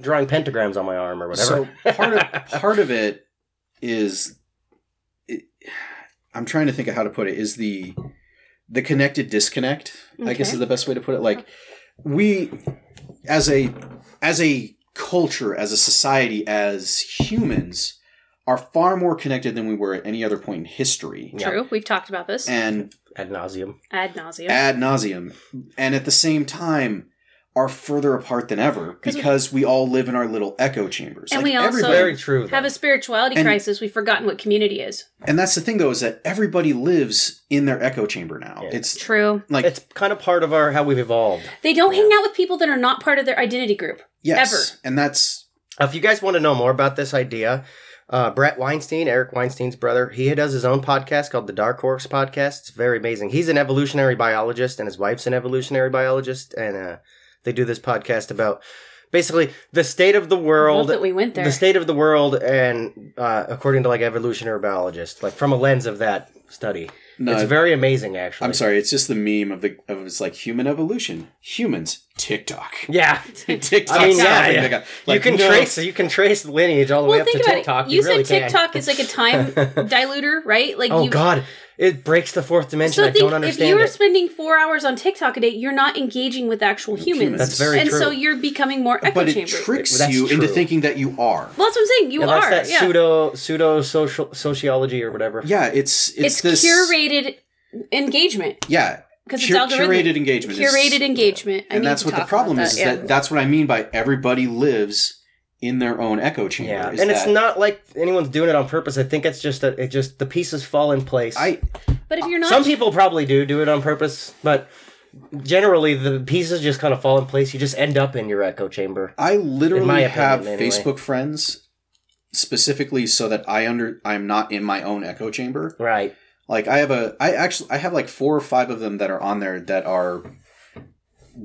Speaker 1: drawing pentagrams on my arm or whatever.
Speaker 3: So part of part of it is, it, I'm trying to think of how to put it. Is the the connected disconnect? I guess
Speaker 2: Okay.
Speaker 3: is the best way to put it. Like we, as a as a culture, as a society, as humans, are far more connected than we were at any other point in history.
Speaker 1: Yeah.
Speaker 2: True. We've talked about this
Speaker 3: And
Speaker 1: Ad nauseum.
Speaker 2: ad nauseum.
Speaker 3: ad nauseum, and at the same time are further apart than ever
Speaker 2: 'Cause we-
Speaker 3: because we all live in our little echo chambers.
Speaker 2: And we also-
Speaker 3: everybody-
Speaker 1: Very true.
Speaker 2: have
Speaker 1: though.
Speaker 2: a spirituality
Speaker 3: And-
Speaker 2: crisis. We've forgotten what community is.
Speaker 3: and that's the thing though is that everybody lives in their echo chamber now.
Speaker 1: Yeah.
Speaker 3: It's
Speaker 2: True.
Speaker 3: like
Speaker 1: it's kind of part of our how we've evolved.
Speaker 2: They don't hang out with people that are not part of their identity group.
Speaker 3: yes, and that's
Speaker 1: Uh, If you guys want to know more about this idea, uh, Brett Weinstein, Eric Weinstein's brother, he does his own podcast called the Dark Horse Podcast. It's very amazing. He's an evolutionary biologist, and his wife's an evolutionary biologist, and uh, they do this podcast about basically the state of the
Speaker 2: Love
Speaker 1: world.
Speaker 2: that we went there.
Speaker 1: the state of the world and uh, according to like evolutionary biologists like from a lens of that study
Speaker 3: No,
Speaker 1: it's
Speaker 3: I-
Speaker 1: very amazing, actually.
Speaker 3: I'm sorry. It's just the meme of the of it's like human evolution. Humans TikTok.
Speaker 1: Yeah.
Speaker 3: TikTok.
Speaker 1: I mean, yeah,
Speaker 3: something
Speaker 1: yeah.
Speaker 3: they got-
Speaker 1: you
Speaker 3: like,
Speaker 1: can
Speaker 3: no.
Speaker 1: trace you can trace the lineage all the way up
Speaker 2: Well,
Speaker 1: to
Speaker 2: think about
Speaker 1: TikTok.
Speaker 2: it. You,
Speaker 1: really
Speaker 2: said
Speaker 1: can.
Speaker 2: TikTok is like a time diluter, right? Like
Speaker 1: Oh
Speaker 2: you,
Speaker 1: God, it breaks the fourth dimension.
Speaker 2: So
Speaker 1: I don't
Speaker 2: think if you
Speaker 1: understand
Speaker 2: are
Speaker 1: it.
Speaker 2: spending four hours on TikTok a day, you're not engaging with actual humans.
Speaker 3: That's
Speaker 1: very
Speaker 2: and
Speaker 1: true.
Speaker 2: so you're becoming more echo
Speaker 3: But it
Speaker 2: chamber.
Speaker 3: tricks
Speaker 1: That's
Speaker 3: you into
Speaker 1: true.
Speaker 3: thinking that you are.
Speaker 2: well, that's what I'm saying. You
Speaker 1: Yeah,
Speaker 2: are.
Speaker 1: that's that
Speaker 2: yeah.
Speaker 1: pseudo pseudo social sociology or whatever.
Speaker 3: Yeah, it's it's,
Speaker 2: it's
Speaker 3: this
Speaker 2: curated engagement
Speaker 3: Yeah,
Speaker 2: because
Speaker 3: Cur-
Speaker 2: it's algorithmic.
Speaker 3: curated engagement. is-
Speaker 2: Curated engagement. I
Speaker 3: and
Speaker 2: need
Speaker 3: that's
Speaker 2: to
Speaker 3: what the
Speaker 2: talk
Speaker 3: problem
Speaker 2: about
Speaker 3: is.
Speaker 2: yeah.
Speaker 3: Is that that's what I mean by everybody lives in their own echo chamber.
Speaker 1: Yeah,
Speaker 3: is
Speaker 1: and it's
Speaker 3: that-
Speaker 1: not like anyone's doing it on purpose. I think it's just that it just the pieces fall in place.
Speaker 3: I
Speaker 2: but if you're not,
Speaker 1: Some people probably do do it on purpose, but generally the pieces just kind of fall in place. You just end up in your echo chamber.
Speaker 3: I literally
Speaker 1: In my opinion,
Speaker 3: have
Speaker 1: anyway.
Speaker 3: Facebook friends specifically so that I under I'm not in my own echo chamber.
Speaker 1: Right.
Speaker 3: Like I have a I actually I have like four or five of them that are on there that are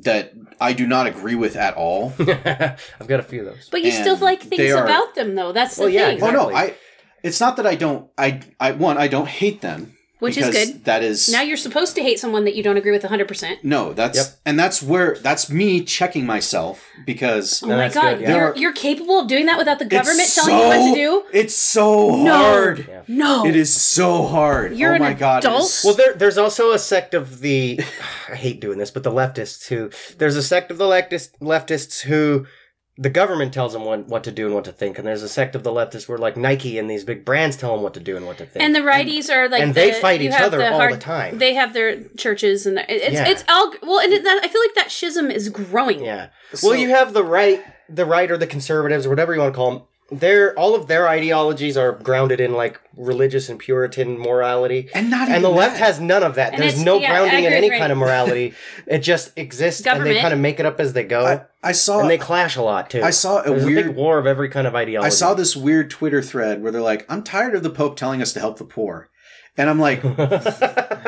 Speaker 3: that I do not agree with at all.
Speaker 1: I've got a few of those.
Speaker 2: but you still
Speaker 3: and
Speaker 2: like things
Speaker 3: they are-
Speaker 2: about them, though. That's the
Speaker 1: Well, yeah,
Speaker 2: thing,
Speaker 1: exactly.
Speaker 3: Oh no, I it's not that I don't I I one I don't hate them.
Speaker 2: which is
Speaker 3: because
Speaker 2: good.
Speaker 3: That is
Speaker 2: Now you're supposed to hate someone that you don't agree with 100. percent
Speaker 3: No, that's
Speaker 1: Yep.
Speaker 3: and that's where that's me checking myself because
Speaker 2: Oh
Speaker 1: No,
Speaker 2: my
Speaker 1: that's
Speaker 2: god,
Speaker 1: good, yeah.
Speaker 2: you're you're capable of doing that without the
Speaker 3: it's
Speaker 2: government telling you what to do?
Speaker 3: so- It's so
Speaker 2: No.
Speaker 3: hard.
Speaker 1: Yeah.
Speaker 2: No,
Speaker 3: It is so hard.
Speaker 2: You're
Speaker 3: oh
Speaker 2: an
Speaker 3: my god. it
Speaker 2: adult?
Speaker 3: is-
Speaker 1: Well, there, there's also a sect of the, I hate doing this, but the leftists who, there's a sect of the leftist, leftists who, the government tells them what, what to do and what to think, and there's a sect of the leftists where like Nike and these big brands tell them what to do and what to think.
Speaker 2: And the righties are like
Speaker 1: and they
Speaker 2: the-
Speaker 1: fight
Speaker 2: you
Speaker 1: each
Speaker 2: have
Speaker 1: other all
Speaker 2: hard-
Speaker 1: the time.
Speaker 2: They have their churches and their, it's
Speaker 1: Yeah.
Speaker 2: it's all well, and it, that, I feel like that schism is growing.
Speaker 1: yeah.
Speaker 3: So-
Speaker 1: well, you have the right, the right or the conservatives or whatever you want to call them. Their all of their ideologies are grounded in like religious and Puritan morality.
Speaker 3: and not
Speaker 1: and the
Speaker 3: even
Speaker 1: left
Speaker 3: that.
Speaker 1: has none of that.
Speaker 2: And
Speaker 1: There's
Speaker 2: it's-
Speaker 1: no
Speaker 2: yeah, I
Speaker 1: grounding in
Speaker 2: agree
Speaker 1: any
Speaker 2: with
Speaker 1: kind of
Speaker 2: Randy.
Speaker 1: morality. it just exists, and they
Speaker 2: Government.
Speaker 1: kind of make it up as they go.
Speaker 3: I, I saw
Speaker 1: and they clash a lot too.
Speaker 3: I saw a
Speaker 1: There's a
Speaker 3: weird
Speaker 1: big war of every kind of ideology.
Speaker 3: I saw this weird Twitter thread where they're like, "I'm tired of the Pope telling us to help the poor," and I'm like,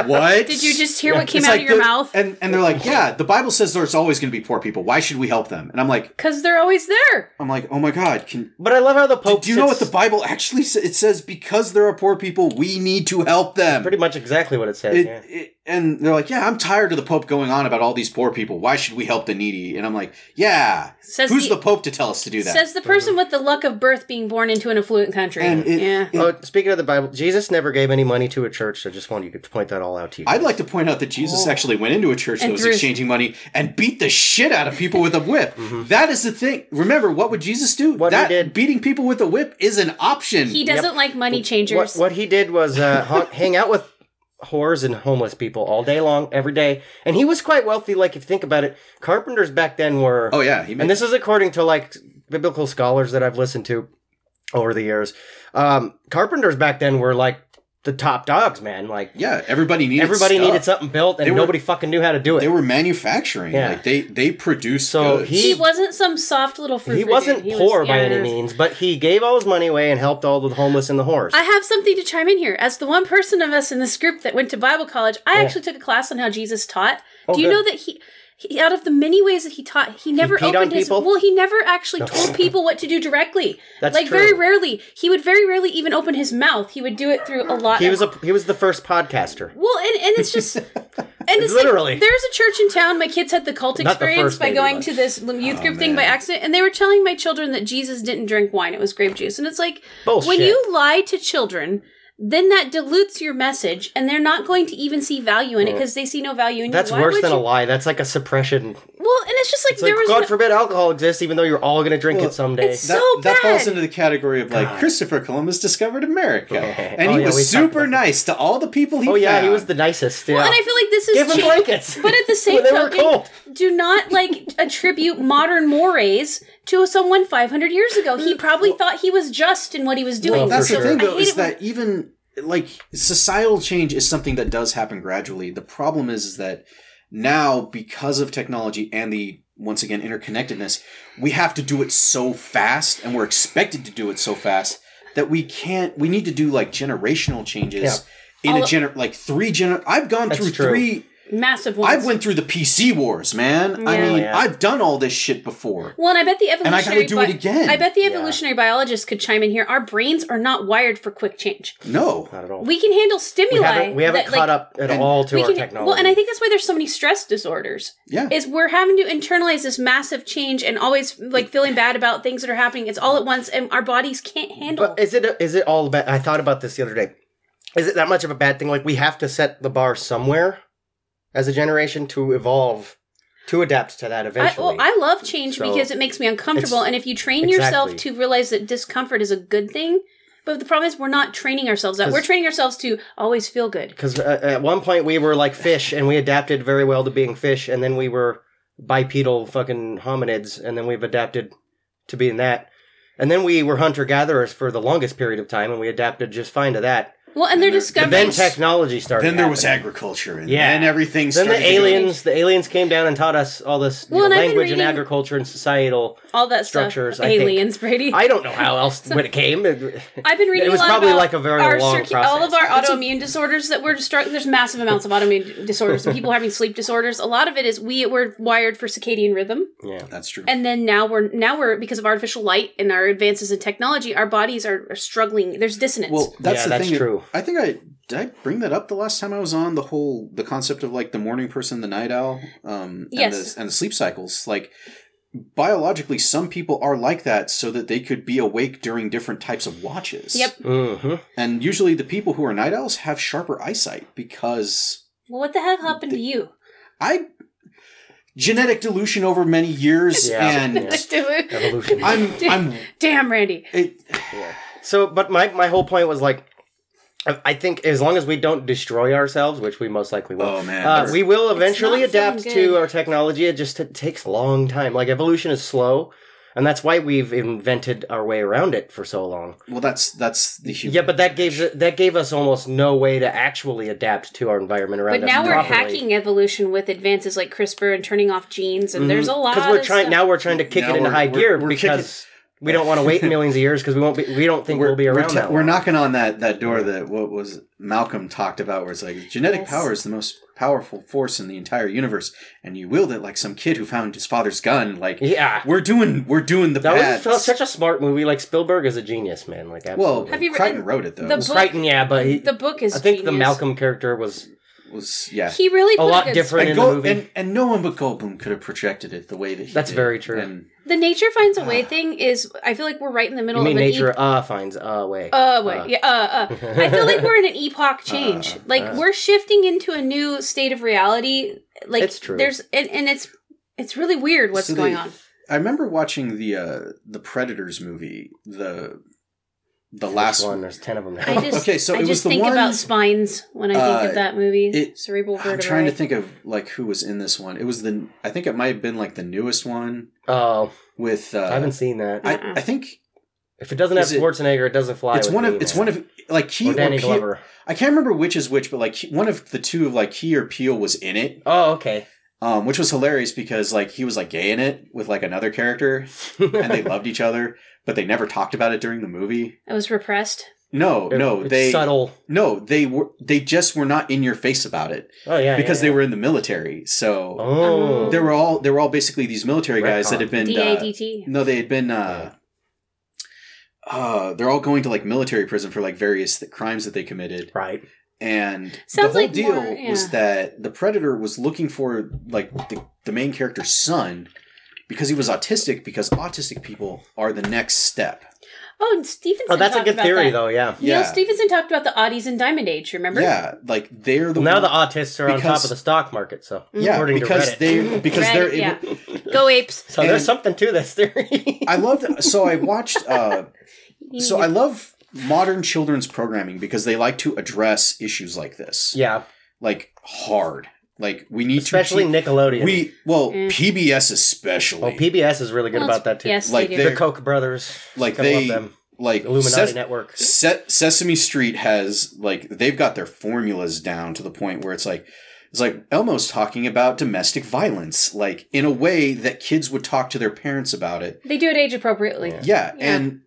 Speaker 3: "What?
Speaker 2: Did you just hear what came
Speaker 3: It's
Speaker 2: out
Speaker 3: like
Speaker 2: of your
Speaker 3: the-
Speaker 2: mouth?
Speaker 3: And and they're like, "Yeah, the Bible says there's always going to be poor people. Why should we help them?" And I'm like,
Speaker 2: Because they're always there.
Speaker 3: I'm like, "Oh my God, can."
Speaker 1: but I love how the Pope.
Speaker 3: Do you know what the
Speaker 1: sits-
Speaker 3: Bible actually says? It says because there are poor people, we need to help them.
Speaker 1: pretty much exactly what it says?
Speaker 3: It-
Speaker 1: yeah.
Speaker 3: it- and they're like, yeah, I'm tired of the Pope going on about all these poor people. Why should we help the needy? And I'm like, yeah,
Speaker 2: Says
Speaker 3: who's
Speaker 2: the-
Speaker 3: the, Pope to tell us to do that?
Speaker 2: Says the person with the luck of birth being born into an affluent country.
Speaker 3: and it-
Speaker 2: yeah.
Speaker 3: it-
Speaker 1: Oh, speaking of the Bible, Jesus never gave any money to a church. I just wanted you to point that all out to you.
Speaker 3: I'd like to point out that Jesus
Speaker 1: Oh.
Speaker 3: actually went into a church that
Speaker 2: And
Speaker 3: was
Speaker 2: threw-
Speaker 3: exchanging money and beat the shit out of people with a whip. That is the thing. Remember, what would Jesus do?
Speaker 1: What he
Speaker 3: that
Speaker 1: did.
Speaker 3: beating people with a whip is an option.
Speaker 2: he doesn't like money
Speaker 1: What,
Speaker 2: changers.
Speaker 1: what he did was uh, hung- hang out with whores and homeless people all day long, every day, and he was quite wealthy. Like if you think about it, carpenters back then were.
Speaker 3: oh yeah, he
Speaker 1: and this is according to like biblical scholars that I've listened to over the years. Um, carpenters back then were like the top dogs, man. Like
Speaker 3: yeah. Everybody needed.
Speaker 1: everybody
Speaker 3: stuff.
Speaker 1: needed something built, and
Speaker 3: They were-
Speaker 1: nobody fucking knew how to do it.
Speaker 3: They were manufacturing.
Speaker 1: Yeah.
Speaker 3: Like they they produced.
Speaker 1: So
Speaker 3: goods.
Speaker 1: he-
Speaker 2: he wasn't some soft little fruit.
Speaker 1: he wasn't poor by any means, but he gave all his money away and helped all the homeless and the whores.
Speaker 2: I have something to chime in here. As the one person of us in this group that went to Bible college, I actually took a class on how Jesus taught. Do you
Speaker 1: Oh, good.
Speaker 2: know that he, he, out of the many ways that he taught, he never
Speaker 1: peed on
Speaker 2: opened his.
Speaker 1: people?
Speaker 2: Well, he never actually told people what to do directly.
Speaker 1: That's
Speaker 2: like
Speaker 1: true.
Speaker 2: very rarely, he would very rarely even open his mouth. He would do it through a lot.
Speaker 1: he
Speaker 2: of-
Speaker 1: was a he was the first podcaster.
Speaker 2: well, and, and it's just, and it's
Speaker 1: Literally.
Speaker 2: Like, there's a church in town. My kids had the cult
Speaker 1: Not the
Speaker 2: experience
Speaker 1: first
Speaker 2: by
Speaker 1: baby, Oh,
Speaker 2: going
Speaker 1: but-
Speaker 2: to this youth group thing by accident, and they were telling my children that Jesus didn't drink wine; it was grape juice. And it's like
Speaker 1: Bullshit.
Speaker 2: when you lie to children. Then that dilutes your message, and they're not going to even see value in it because they see no value in
Speaker 1: That's
Speaker 2: you. Why
Speaker 1: worse
Speaker 2: would
Speaker 1: than a
Speaker 2: you-
Speaker 1: lie. That's like a suppression.
Speaker 2: Well, and it's just like
Speaker 1: It's
Speaker 2: there
Speaker 1: like
Speaker 2: was
Speaker 1: God
Speaker 2: no-
Speaker 1: forbid alcohol exists, even though you're all gonna drink
Speaker 3: Well,
Speaker 1: it someday.
Speaker 2: it's-
Speaker 3: that,
Speaker 2: so
Speaker 3: that falls
Speaker 2: bad.
Speaker 3: into the category of like Christopher Columbus discovered America, and
Speaker 1: Oh,
Speaker 3: he
Speaker 1: yeah, we
Speaker 3: was
Speaker 1: talked
Speaker 3: super
Speaker 1: about
Speaker 3: nice to all the people he.
Speaker 1: oh yeah, he
Speaker 3: found.
Speaker 1: was the nicest. Yeah.
Speaker 2: Well, and I feel like this is
Speaker 1: Give 'em
Speaker 2: cha-
Speaker 1: blankets.
Speaker 2: But at the same
Speaker 1: When they were
Speaker 2: token,
Speaker 1: cold.
Speaker 2: do not like attribute modern mores to someone 500 years ago. He probably thought he was just in what he was doing.
Speaker 1: Well,
Speaker 3: That's
Speaker 1: For
Speaker 3: the thing
Speaker 2: sure.
Speaker 3: though
Speaker 2: I hate
Speaker 3: is
Speaker 2: it when-
Speaker 3: that even like societal change is something that does happen gradually. The problem is, is that now because of technology and the once again interconnectedness, we have to do it so fast, and we're expected to do it so fast that we can't. We need to do like generational changes in a gener like three gener. I've gone
Speaker 1: That's
Speaker 3: through
Speaker 1: true.
Speaker 3: three
Speaker 2: massive ones.
Speaker 3: I've went through the PC wars, man. I
Speaker 2: Yeah.
Speaker 3: mean,
Speaker 1: Yeah.
Speaker 3: I've done all this shit before.
Speaker 2: Well, and I bet the
Speaker 3: And I
Speaker 2: evolutionary
Speaker 3: gotta do it again.
Speaker 2: I bet the
Speaker 1: Yeah.
Speaker 2: evolutionary biologists could chime in here. Our brains are not wired for quick change.
Speaker 3: No.
Speaker 1: Not at all.
Speaker 2: We can handle
Speaker 1: We
Speaker 2: stimuli.
Speaker 1: haven't, we haven't
Speaker 2: that,
Speaker 1: caught
Speaker 2: like,
Speaker 1: up at
Speaker 3: and
Speaker 1: all to
Speaker 2: we
Speaker 1: our
Speaker 2: can-
Speaker 1: technology.
Speaker 2: Well, and I think that's why there's so many stress disorders.
Speaker 3: Yeah.
Speaker 2: Is we're having to internalize this massive change and always like feeling bad about things that are happening. It's all at once, and our bodies can't handle.
Speaker 1: But is it is it all about? I thought about this the other day. Is it that much of a bad thing? Like we have to set the bar somewhere as a generation to evolve, to adapt to that
Speaker 2: I,
Speaker 1: eventually.
Speaker 2: well, I love change
Speaker 1: So-
Speaker 2: because it makes me uncomfortable,
Speaker 1: It's-
Speaker 2: and if you train yourself
Speaker 1: exactly.
Speaker 2: to realize that discomfort is a good thing, but the problem is we're not training ourselves that. We're
Speaker 1: 'Cause-
Speaker 2: training ourselves to always feel good.
Speaker 1: because uh, at one point we were like fish and we adapted very well to being fish and then we were bipedal fucking hominids and then we've adapted to being that and then we were hunter gatherers for the longest period of time and we adapted just fine to that
Speaker 2: Well, and they're
Speaker 3: And they're-
Speaker 1: but
Speaker 2: discovering
Speaker 1: then technology started
Speaker 3: Then there was
Speaker 1: happening.
Speaker 3: agriculture, and
Speaker 1: Yeah.
Speaker 3: then everything
Speaker 1: then
Speaker 3: started.
Speaker 1: the
Speaker 3: to go-
Speaker 1: aliens the aliens came down and taught us all this you
Speaker 2: Well,
Speaker 1: know,
Speaker 2: and I've been
Speaker 1: language and
Speaker 2: reading-
Speaker 1: agriculture and societal
Speaker 2: all that
Speaker 1: structures,
Speaker 2: stuff.
Speaker 1: I think.
Speaker 2: Aliens, Brady.
Speaker 1: i don't know how else when it came
Speaker 2: I've been reading
Speaker 1: It was
Speaker 2: a lot
Speaker 1: probably
Speaker 2: about
Speaker 1: like a very
Speaker 2: our
Speaker 1: long process.
Speaker 2: all of our
Speaker 3: It's a-
Speaker 2: autoimmune disorders that we're starting. There's massive amounts of autoimmune disorders and people having sleep disorders. A lot of it is we were wired for circadian rhythm,
Speaker 1: yeah
Speaker 3: That's true.
Speaker 2: and then now we're now we're because of artificial light and our advances in technology, our bodies are, are struggling. There's dissonance.
Speaker 3: Well, that's
Speaker 1: Yeah,
Speaker 3: the
Speaker 1: that's
Speaker 3: thing.
Speaker 1: true.
Speaker 3: I think I did I bring that up the last time I was on the whole the concept of like the morning person, the night owl, um, and
Speaker 2: Yes.
Speaker 3: the, and the sleep cycles. Like biologically, some people are like that, so that they could be awake during different types of watches.
Speaker 2: Yep.
Speaker 1: hmm
Speaker 3: And usually, the people who are night owls have sharper eyesight because
Speaker 2: Well, what the hell happened to you?
Speaker 3: I genetic dilution over many years,
Speaker 1: Yeah.
Speaker 3: and
Speaker 1: Yeah. evolution
Speaker 3: I'm I'm
Speaker 2: Damn, Randy.
Speaker 3: it,
Speaker 1: Yeah. So, but my my whole point was like, I I think as long as we don't destroy ourselves, which we most likely will,
Speaker 3: oh man,
Speaker 1: uh, we will eventually
Speaker 2: not feeling
Speaker 1: adapt
Speaker 2: good.
Speaker 1: to our technology. It just it takes a long time. Like evolution is slow, and that's why we've invented our way around it for so long.
Speaker 3: well that's that's the human.
Speaker 1: Yeah, but that gave that gave us almost no way to actually adapt to our environment around
Speaker 2: But
Speaker 1: us.
Speaker 2: now we're
Speaker 1: properly.
Speaker 2: hacking evolution with advances like CRISPR and turning off genes, and there's a lot.
Speaker 1: because Mm-hmm. we're
Speaker 2: of
Speaker 1: trying
Speaker 2: stuff.
Speaker 1: now. We're trying to kick
Speaker 3: Now
Speaker 1: it into
Speaker 3: we're-
Speaker 1: high
Speaker 3: we're-
Speaker 1: gear
Speaker 3: we're kicking-
Speaker 1: because we don't want to wait millions of years because we won't be. We don't think
Speaker 3: we're,
Speaker 1: we'll be
Speaker 3: we're
Speaker 1: around
Speaker 3: ta-
Speaker 1: that.
Speaker 3: we're
Speaker 1: long.
Speaker 3: knocking on that that door that what was Malcolm talked about, where it's like genetic
Speaker 2: Yes.
Speaker 3: power is the most powerful force in the entire universe, and you wield it like some kid who found his father's gun. Like
Speaker 1: Yeah.
Speaker 3: we're doing, we're doing the
Speaker 1: That
Speaker 3: bad.
Speaker 1: was felt such a smart movie. Like Spielberg is a genius, man. Like
Speaker 3: well,
Speaker 1: absolutely.
Speaker 2: Have you
Speaker 3: Crichton
Speaker 2: written-
Speaker 3: wrote it though.
Speaker 2: the
Speaker 3: It
Speaker 2: book-
Speaker 1: Crichton, yeah, but he,
Speaker 2: the book is.
Speaker 1: I think the
Speaker 2: genius.
Speaker 1: Malcolm character was
Speaker 3: was yeah.
Speaker 2: He really
Speaker 1: a
Speaker 2: put
Speaker 1: lot
Speaker 2: good
Speaker 1: different
Speaker 3: And,
Speaker 1: in
Speaker 3: Go-
Speaker 1: the movie.
Speaker 3: and and no one but Goldblum could have projected it the way that he
Speaker 1: That's
Speaker 3: did.
Speaker 1: very true.
Speaker 3: And
Speaker 2: The nature finds a way
Speaker 3: Ah.
Speaker 2: thing is I feel like we're right in the middle
Speaker 1: you mean
Speaker 2: of an
Speaker 1: nature
Speaker 2: epoch.
Speaker 1: uh finds a way.
Speaker 2: Uh, wait,
Speaker 3: Ah.
Speaker 1: Uh.
Speaker 2: yeah, uh, uh. I feel like we're in an epoch change.
Speaker 3: Uh,
Speaker 2: like
Speaker 1: uh.
Speaker 2: we're shifting into a new state of reality. Like
Speaker 1: It's true.
Speaker 2: There's and, and it's it's really weird what's
Speaker 3: So
Speaker 2: going
Speaker 3: they-
Speaker 2: on.
Speaker 3: I remember watching the uh the Predators movie, the the last
Speaker 1: Which one.
Speaker 3: one.
Speaker 1: There's ten of them. Now.
Speaker 2: I just
Speaker 3: okay, so
Speaker 2: I
Speaker 3: it was
Speaker 2: just
Speaker 3: the
Speaker 2: think
Speaker 3: one-
Speaker 2: about spines when I think
Speaker 3: uh,
Speaker 2: of that movie.
Speaker 3: it-
Speaker 2: Cerebral vertebrae.
Speaker 3: I'm trying to think of like who was in this one. It was the I think it might have been like the newest one
Speaker 1: oh,
Speaker 3: with uh
Speaker 1: I haven't seen that.
Speaker 3: I,
Speaker 2: Uh-uh.
Speaker 3: I think
Speaker 1: if it doesn't have
Speaker 3: Is it-
Speaker 1: Schwarzenegger, it doesn't fly.
Speaker 3: it's
Speaker 1: with
Speaker 3: one of
Speaker 1: me,
Speaker 3: it's
Speaker 1: man.
Speaker 3: one of like he
Speaker 1: or
Speaker 3: or,
Speaker 1: Danny
Speaker 3: Peel-
Speaker 1: Glover.
Speaker 3: I can't remember which is which, but like he- one of the two of like he or Peel was in it,
Speaker 1: Oh, okay.
Speaker 3: um, which was hilarious because like he was like gay in it with like another character, and they loved each other, but they never talked about it during the movie.
Speaker 2: I was repressed.
Speaker 3: No, no,
Speaker 1: It's
Speaker 3: they
Speaker 1: subtle.
Speaker 3: no they were they just were not in your face about it
Speaker 1: Oh yeah,
Speaker 3: because
Speaker 1: yeah,
Speaker 3: they
Speaker 1: yeah.
Speaker 3: were in the military, so
Speaker 1: Oh,
Speaker 3: they were all they were all basically these military guys that
Speaker 1: Retcon.
Speaker 3: had been
Speaker 2: D
Speaker 3: uh,
Speaker 2: A D T.
Speaker 3: No, they had been. Uh, uh, they're all going to like military prison for like various th- crimes that they committed,
Speaker 1: right.
Speaker 3: and the whole
Speaker 2: Sounds like
Speaker 3: deal
Speaker 2: more- yeah.
Speaker 3: was that the predator was looking for like the, the main character's son because he was autistic. Because autistic people are the next step.
Speaker 2: Oh, and Stevenson.
Speaker 1: Oh, that's a
Speaker 2: talked
Speaker 1: good
Speaker 2: about
Speaker 1: theory
Speaker 2: that.
Speaker 1: though. Yeah.
Speaker 2: Neil
Speaker 3: Yeah.
Speaker 2: Stevenson talked about the oddies and diamond age. Remember?
Speaker 3: Yeah, like they're the
Speaker 1: Well, now
Speaker 3: one-
Speaker 1: the autists are on
Speaker 3: because-
Speaker 1: top of the stock market. So
Speaker 3: yeah
Speaker 1: according
Speaker 3: because
Speaker 1: to Reddit.
Speaker 3: they because
Speaker 2: Reddit,
Speaker 3: they're able,
Speaker 2: Mm-hmm. yeah. Go apes.
Speaker 1: so there's
Speaker 3: and-
Speaker 1: something to this theory.
Speaker 3: I loved so I watched. Uh, so I love modern children's programming because they like to address issues like this.
Speaker 1: yeah,
Speaker 3: like hard. Like we need
Speaker 1: especially
Speaker 3: to
Speaker 1: Nickelodeon.
Speaker 3: keep, we well
Speaker 2: Mm.
Speaker 3: PBS especially
Speaker 1: Oh, PBS is really good
Speaker 2: Well,
Speaker 1: about that too.
Speaker 2: Yes,
Speaker 3: Like
Speaker 2: they do.
Speaker 3: they're-
Speaker 1: the Koch brothers,
Speaker 3: like
Speaker 1: Gotta love
Speaker 3: they
Speaker 1: them.
Speaker 3: like
Speaker 1: Illuminati
Speaker 3: Ses-
Speaker 1: Network.
Speaker 3: Se- Sesame Street has like they've got their formulas down to the point where it's like it's like Elmo's talking about domestic violence like in a way that kids would talk to their parents about it.
Speaker 2: They do it age appropriately.
Speaker 1: Yeah.
Speaker 3: Yeah,
Speaker 2: Yeah.
Speaker 3: and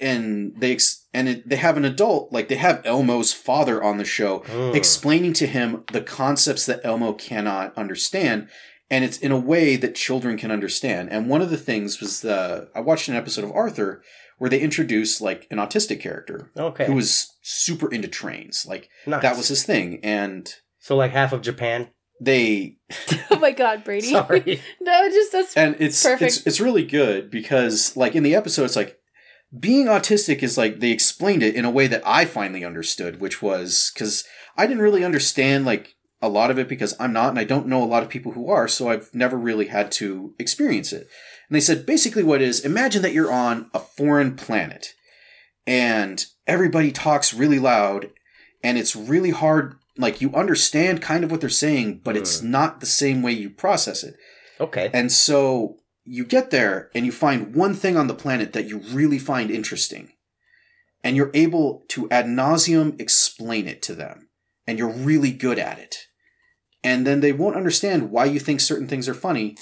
Speaker 3: and they ex- and it, they have an adult like they have Elmo's father on the show
Speaker 1: Mm.
Speaker 5: Ugh.
Speaker 3: explaining to him the concepts that Elmo cannot understand and it's in a way that children can understand. And one of the things was the I watched an episode of Arthur where they introduced like an autistic character
Speaker 5: okay.
Speaker 3: who was super into trains. Like
Speaker 5: Nice.
Speaker 3: that was his thing and
Speaker 5: so like half of Japan.
Speaker 3: they
Speaker 6: Oh my god, Brady.
Speaker 5: Sorry.
Speaker 6: no, just that's
Speaker 3: and it's
Speaker 6: Perfect.
Speaker 3: it's it's really good because like in the episode it's like being autistic is like they explained it in a way that I finally understood, which was because I didn't really understand like a lot of it because I'm not and I don't know a lot of people who are, so I've never really had to experience it. And they said basically what it is imagine that you're on a foreign planet and everybody talks really loud and it's really hard like you understand kind of what they're saying, but it's
Speaker 5: Hmm.
Speaker 3: not the same way you process it.
Speaker 5: okay.
Speaker 3: And so you get there and you find one thing on the planet that you really find interesting. And you're able to ad nauseum explain it to them. And you're really good at it. And then they won't understand why you think certain things are funny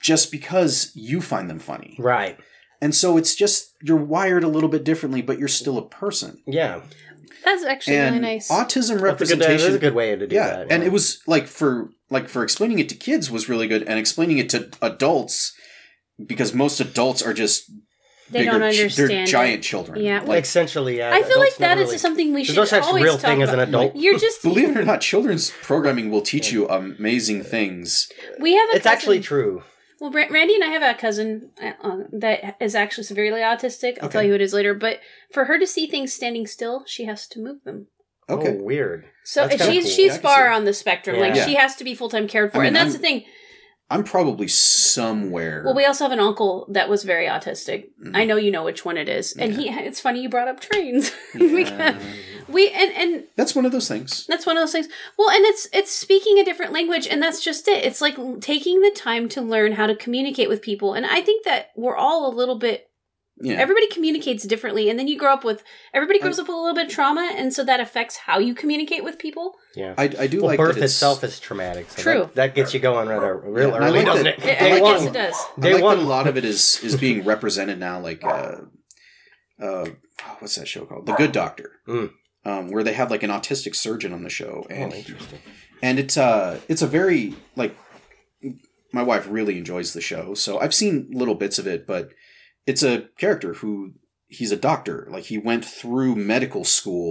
Speaker 3: just because you find them funny.
Speaker 5: Right.
Speaker 3: And so it's just you're wired a little bit differently, but you're still a person.
Speaker 5: Yeah.
Speaker 6: that's actually
Speaker 3: and
Speaker 6: really nice.
Speaker 3: autism
Speaker 5: That's a good. That's
Speaker 3: representation
Speaker 5: a good way to do that.
Speaker 3: and it was like for like for explaining it to kids was really good, and explaining it to adults because most adults are just
Speaker 2: They
Speaker 3: bigger,
Speaker 2: don't
Speaker 3: ch-
Speaker 2: understand.
Speaker 3: They're
Speaker 2: it.
Speaker 3: giant children.
Speaker 2: Yeah.
Speaker 3: like
Speaker 5: essentially. Yeah.
Speaker 2: I feel
Speaker 5: adults
Speaker 2: like that
Speaker 5: never
Speaker 2: is
Speaker 5: really-
Speaker 2: something we
Speaker 5: There's
Speaker 2: should
Speaker 5: no such
Speaker 2: always
Speaker 5: real
Speaker 2: talk
Speaker 5: thing as
Speaker 2: about.
Speaker 5: an adult.
Speaker 2: You're just
Speaker 3: believe it or not, children's programming will teach you amazing things.
Speaker 2: We have a
Speaker 5: It's actually
Speaker 2: cousin-
Speaker 5: true.
Speaker 2: Well, Bra- Randy and I have a cousin uh, um, that is actually severely autistic. I'll
Speaker 3: Okay.
Speaker 2: tell you who it is later. But for her to see things standing still, she has to move them.
Speaker 3: Okay,
Speaker 5: Oh, weird.
Speaker 2: So
Speaker 5: That's
Speaker 2: and
Speaker 5: kinda cool.
Speaker 3: Yeah,
Speaker 2: she's
Speaker 3: I
Speaker 2: she's
Speaker 3: can
Speaker 2: far
Speaker 3: see.
Speaker 2: on the spectrum. Like
Speaker 5: Yeah.
Speaker 2: she has to be full time cared for,
Speaker 3: I mean,
Speaker 2: and that's
Speaker 3: I'm-
Speaker 2: the thing.
Speaker 3: I'm probably somewhere.
Speaker 2: Well, we also have an uncle that was very autistic.
Speaker 3: Mm.
Speaker 2: I know you know which one it is, and he. It's funny you brought up trains because we and and
Speaker 3: That's one of those things.
Speaker 2: that's one of those things. Well, and it's it's speaking a different language, and that's just it. It's like taking the time to learn how to communicate with people, and I think that we're all a little bit
Speaker 3: Yeah,
Speaker 2: Everybody communicates differently, and then you grow up with everybody grows up with a little bit of trauma, and so that affects how you communicate with people.
Speaker 5: Yeah.
Speaker 3: I, I do
Speaker 5: well,
Speaker 3: like that
Speaker 5: birth
Speaker 3: it's-
Speaker 5: itself is traumatic. So
Speaker 2: True.
Speaker 5: That, that gets you going rather real
Speaker 3: Yeah, and I
Speaker 5: early,
Speaker 3: like
Speaker 5: doesn't
Speaker 3: that-
Speaker 5: it?
Speaker 2: I, I
Speaker 5: Day
Speaker 2: guess
Speaker 5: one.
Speaker 2: it does.
Speaker 3: I
Speaker 5: Day
Speaker 3: like
Speaker 5: one.
Speaker 3: that a lot of it is is being represented now, like uh, uh, oh, what's that show called? The Good Doctor,
Speaker 5: Uh, Mm.
Speaker 3: um, where they have like an autistic surgeon on the show, and
Speaker 5: Oh, interesting.
Speaker 3: and it's uh it's a very like my wife really enjoys the show so i've seen little bits of it but it's a character who he's a doctor like he went through medical school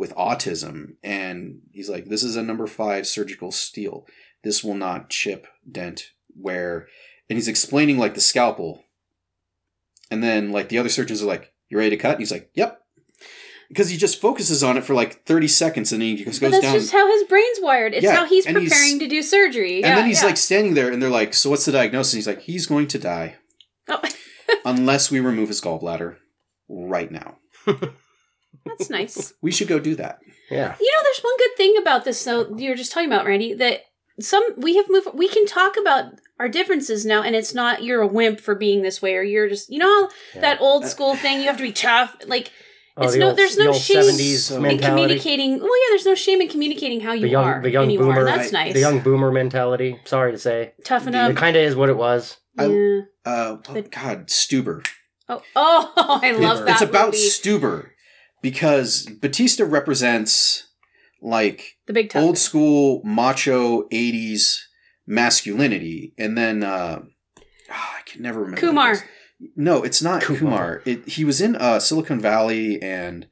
Speaker 3: with autism and he's like this is a number five surgical steel this will not chip dent wear and he's explaining like the scalpel and then like the other surgeons are like you ready to cut and he's like yep because he just focuses on it for like 30 seconds and then he just
Speaker 2: But
Speaker 3: goes
Speaker 2: that's
Speaker 3: down
Speaker 2: just how his brain's wired. It's
Speaker 3: Yeah,
Speaker 2: how he's
Speaker 3: and he's-
Speaker 2: preparing to do surgery.
Speaker 3: and then he's like standing there, and they're like, "So what's the diagnosis?" And he's like, "He's going to die
Speaker 2: oh,
Speaker 3: unless we remove his gallbladder right now.
Speaker 2: that's nice.
Speaker 3: We should go do that."
Speaker 5: Yeah.
Speaker 2: You know, there's one good thing about this though. You're just talking about Randy that some we have moved. We can talk about our differences now, and it's not you're a wimp for being this way, or you're just you know that old school thing. You have to be tough, like.
Speaker 5: Oh,
Speaker 2: It's
Speaker 5: the
Speaker 2: no-
Speaker 5: old,
Speaker 2: there's
Speaker 5: the
Speaker 2: no
Speaker 5: old
Speaker 2: shame
Speaker 5: 70s
Speaker 3: in
Speaker 2: and
Speaker 5: mentality.
Speaker 2: communicating. Well, yeah, there's no shame in communicating how you
Speaker 5: the young,
Speaker 2: are
Speaker 5: the young
Speaker 2: anymore.
Speaker 5: boomer,
Speaker 2: That's nice.
Speaker 5: the young boomer mentality. Sorry to say,
Speaker 2: Toughen
Speaker 5: it
Speaker 2: up.
Speaker 5: kind of is what it was.
Speaker 3: I-
Speaker 2: yeah.
Speaker 3: Uh, oh,
Speaker 2: But-
Speaker 3: God, Stuber.
Speaker 2: Oh, oh, I love
Speaker 5: It's
Speaker 3: it's
Speaker 2: that.
Speaker 3: about
Speaker 2: movie.
Speaker 3: Stuber because Batista represents like
Speaker 2: the big tough.
Speaker 3: old school macho '80s masculinity, and then uh, ah, I can never remember the
Speaker 2: Kumar.
Speaker 3: guy's- No, it's not
Speaker 5: Kumar.
Speaker 3: Kumar. It, he was in uh, Silicon Valley and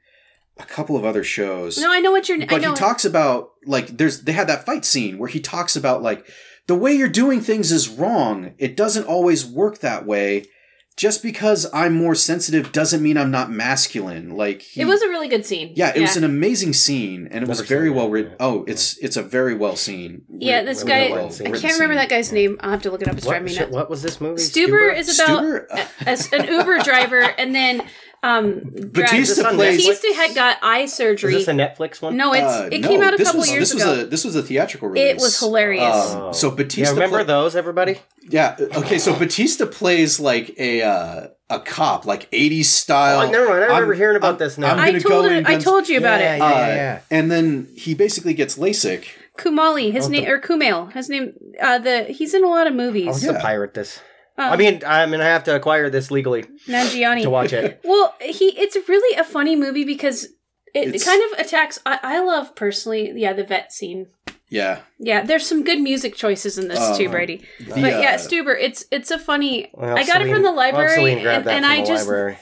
Speaker 3: a couple of other shows.
Speaker 2: No, I know what you're. I
Speaker 3: but
Speaker 2: know.
Speaker 3: he talks about like there's they had that fight scene where he talks about like the way you're doing things is wrong it doesn't always work that way just because i'm more sensitive doesn't mean i'm not masculine like he,
Speaker 2: it was a really good scene.
Speaker 3: yeah it was an amazing scene and it was
Speaker 5: Never
Speaker 3: very
Speaker 5: seen
Speaker 3: well
Speaker 5: that,
Speaker 3: written
Speaker 5: yeah.
Speaker 3: oh it's it's a very well seen
Speaker 2: Yeah, this
Speaker 5: Well,
Speaker 2: guy.
Speaker 5: well, well,
Speaker 2: I can't
Speaker 5: well,
Speaker 2: remember that guy's name. I'll have to look it up. It's driving
Speaker 5: What,
Speaker 2: me
Speaker 5: shit,
Speaker 2: nuts.
Speaker 5: what was this movie?
Speaker 2: Stuber is about uh,
Speaker 3: Stuber?
Speaker 2: a- a- an Uber driver, and then um,
Speaker 5: Is this
Speaker 3: batista
Speaker 5: on
Speaker 3: plays
Speaker 2: Batista had got eye surgery.
Speaker 5: Is this a Netflix one?
Speaker 2: no, oh, it's
Speaker 3: uh,
Speaker 2: it
Speaker 3: no,
Speaker 2: came out a
Speaker 3: this
Speaker 2: couple
Speaker 3: was,
Speaker 2: years
Speaker 3: this
Speaker 2: ago.
Speaker 3: was a this was a theatrical release
Speaker 2: it was hilarious. Oh,
Speaker 3: Um, so
Speaker 5: Oh. yeah,
Speaker 3: Batista
Speaker 5: remember
Speaker 3: pla-
Speaker 5: those, everybody?
Speaker 3: Yeah. Okay. So Batista plays like a uh, a cop, like '80s style.
Speaker 5: Oh, never mind. I remember
Speaker 3: I'm-
Speaker 5: hearing about
Speaker 3: I'm-
Speaker 5: this now.
Speaker 3: I'm
Speaker 2: I
Speaker 3: gonna
Speaker 2: told
Speaker 3: go
Speaker 2: it.
Speaker 3: in
Speaker 2: I
Speaker 3: guns-
Speaker 2: told you about it.
Speaker 5: Yeah,
Speaker 3: Uh,
Speaker 5: yeah, yeah.
Speaker 3: And then he basically gets LASIK. Oh,
Speaker 2: Kumali, his name or Kumail, his name. Uh, the he's in a lot of movies. Um,
Speaker 5: I'll
Speaker 3: Oh, yeah.
Speaker 5: pirate this.
Speaker 1: I mean, I'm gonna have to acquire this legally
Speaker 2: Nanjiani.
Speaker 1: to watch it.
Speaker 2: Well, he it's really a funny movie because it
Speaker 3: It's-
Speaker 2: kind of attacks. I, I love personally, yeah, the vet scene.
Speaker 3: Yeah.
Speaker 2: Yeah, there's some good music choices in this too,
Speaker 3: Um,
Speaker 2: Brady.
Speaker 3: The,
Speaker 2: But yeah,
Speaker 3: uh,
Speaker 2: Stuber, it's it's a funny.
Speaker 1: Well,
Speaker 2: I got it
Speaker 1: Celine-
Speaker 2: from the library,
Speaker 1: well, Celine grabbed
Speaker 2: and,
Speaker 1: that
Speaker 2: and
Speaker 1: from
Speaker 2: I
Speaker 1: the
Speaker 2: just
Speaker 1: library.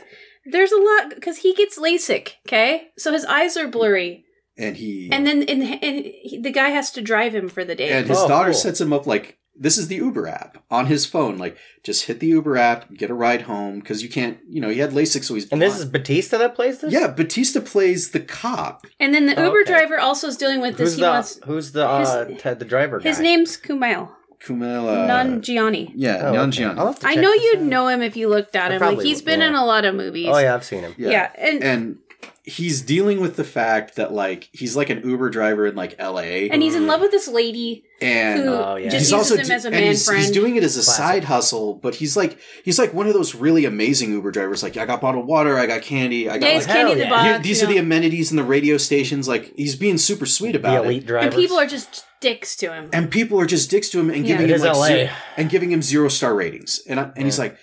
Speaker 2: there's a lot because he gets LASIK. Okay, so his eyes are blurry,
Speaker 3: and he
Speaker 2: and
Speaker 3: and,
Speaker 2: then and, and he, the guy has to drive him for the day.
Speaker 3: his
Speaker 1: Oh,
Speaker 3: daughter
Speaker 1: cool.
Speaker 3: sets him up like this is the Uber app on his phone. Like just hit the Uber app, get a ride home because you can't. You know he had LASIK, so he's
Speaker 1: And this is
Speaker 3: blind.
Speaker 1: Batista that plays this.
Speaker 3: yeah. Batista plays the cop.
Speaker 2: and then the
Speaker 1: Oh,
Speaker 2: Uber
Speaker 1: okay.
Speaker 2: driver also is dealing with this.
Speaker 1: Who's
Speaker 2: he
Speaker 1: the
Speaker 2: wants
Speaker 1: Who's the uh, t- the driver
Speaker 2: his
Speaker 1: guy?
Speaker 2: name's Kumail
Speaker 3: Kumail. uh,
Speaker 2: Nanjiani.
Speaker 3: Yeah,
Speaker 1: Oh, okay.
Speaker 3: Nanjiani.
Speaker 1: I'll have to
Speaker 2: I
Speaker 1: check
Speaker 2: know
Speaker 1: this
Speaker 2: you'd
Speaker 1: out.
Speaker 2: know him if you looked at
Speaker 1: I
Speaker 2: him. Like
Speaker 1: probably
Speaker 2: he's
Speaker 1: would,
Speaker 2: been
Speaker 1: yeah.
Speaker 2: in a lot of movies.
Speaker 1: Oh yeah, I've seen him.
Speaker 2: yeah, and and,
Speaker 3: and he's dealing with the fact that like he's like an Uber driver in like L.A.
Speaker 2: he's in love with this lady
Speaker 3: and
Speaker 2: who
Speaker 1: Oh, yeah.
Speaker 2: just
Speaker 1: He's
Speaker 2: uses
Speaker 1: also
Speaker 2: him
Speaker 3: do-
Speaker 2: as a
Speaker 3: and
Speaker 2: man
Speaker 3: he's,
Speaker 2: friend.
Speaker 3: he's doing it as a
Speaker 1: Classic.
Speaker 3: side hustle, but he's like he's like one of those really amazing Uber drivers. Like I got bottled water, I got candy, I got
Speaker 2: yeah, he's
Speaker 1: like,
Speaker 2: candy
Speaker 1: hell
Speaker 2: the
Speaker 1: yeah.
Speaker 2: box.
Speaker 3: like,
Speaker 2: you
Speaker 3: here- these are
Speaker 2: know.
Speaker 3: the amenities and the radio stations. Like he's being super sweet
Speaker 1: The
Speaker 3: about
Speaker 1: elite
Speaker 3: it,
Speaker 1: driver.
Speaker 2: and people are just dicks to him.
Speaker 3: and people are just dicks to him and
Speaker 2: Yeah.
Speaker 3: giving
Speaker 1: It
Speaker 3: him
Speaker 1: is
Speaker 3: like
Speaker 1: LA.
Speaker 3: zero, and giving him zero star ratings. And I, and he's
Speaker 1: Yeah.
Speaker 3: like,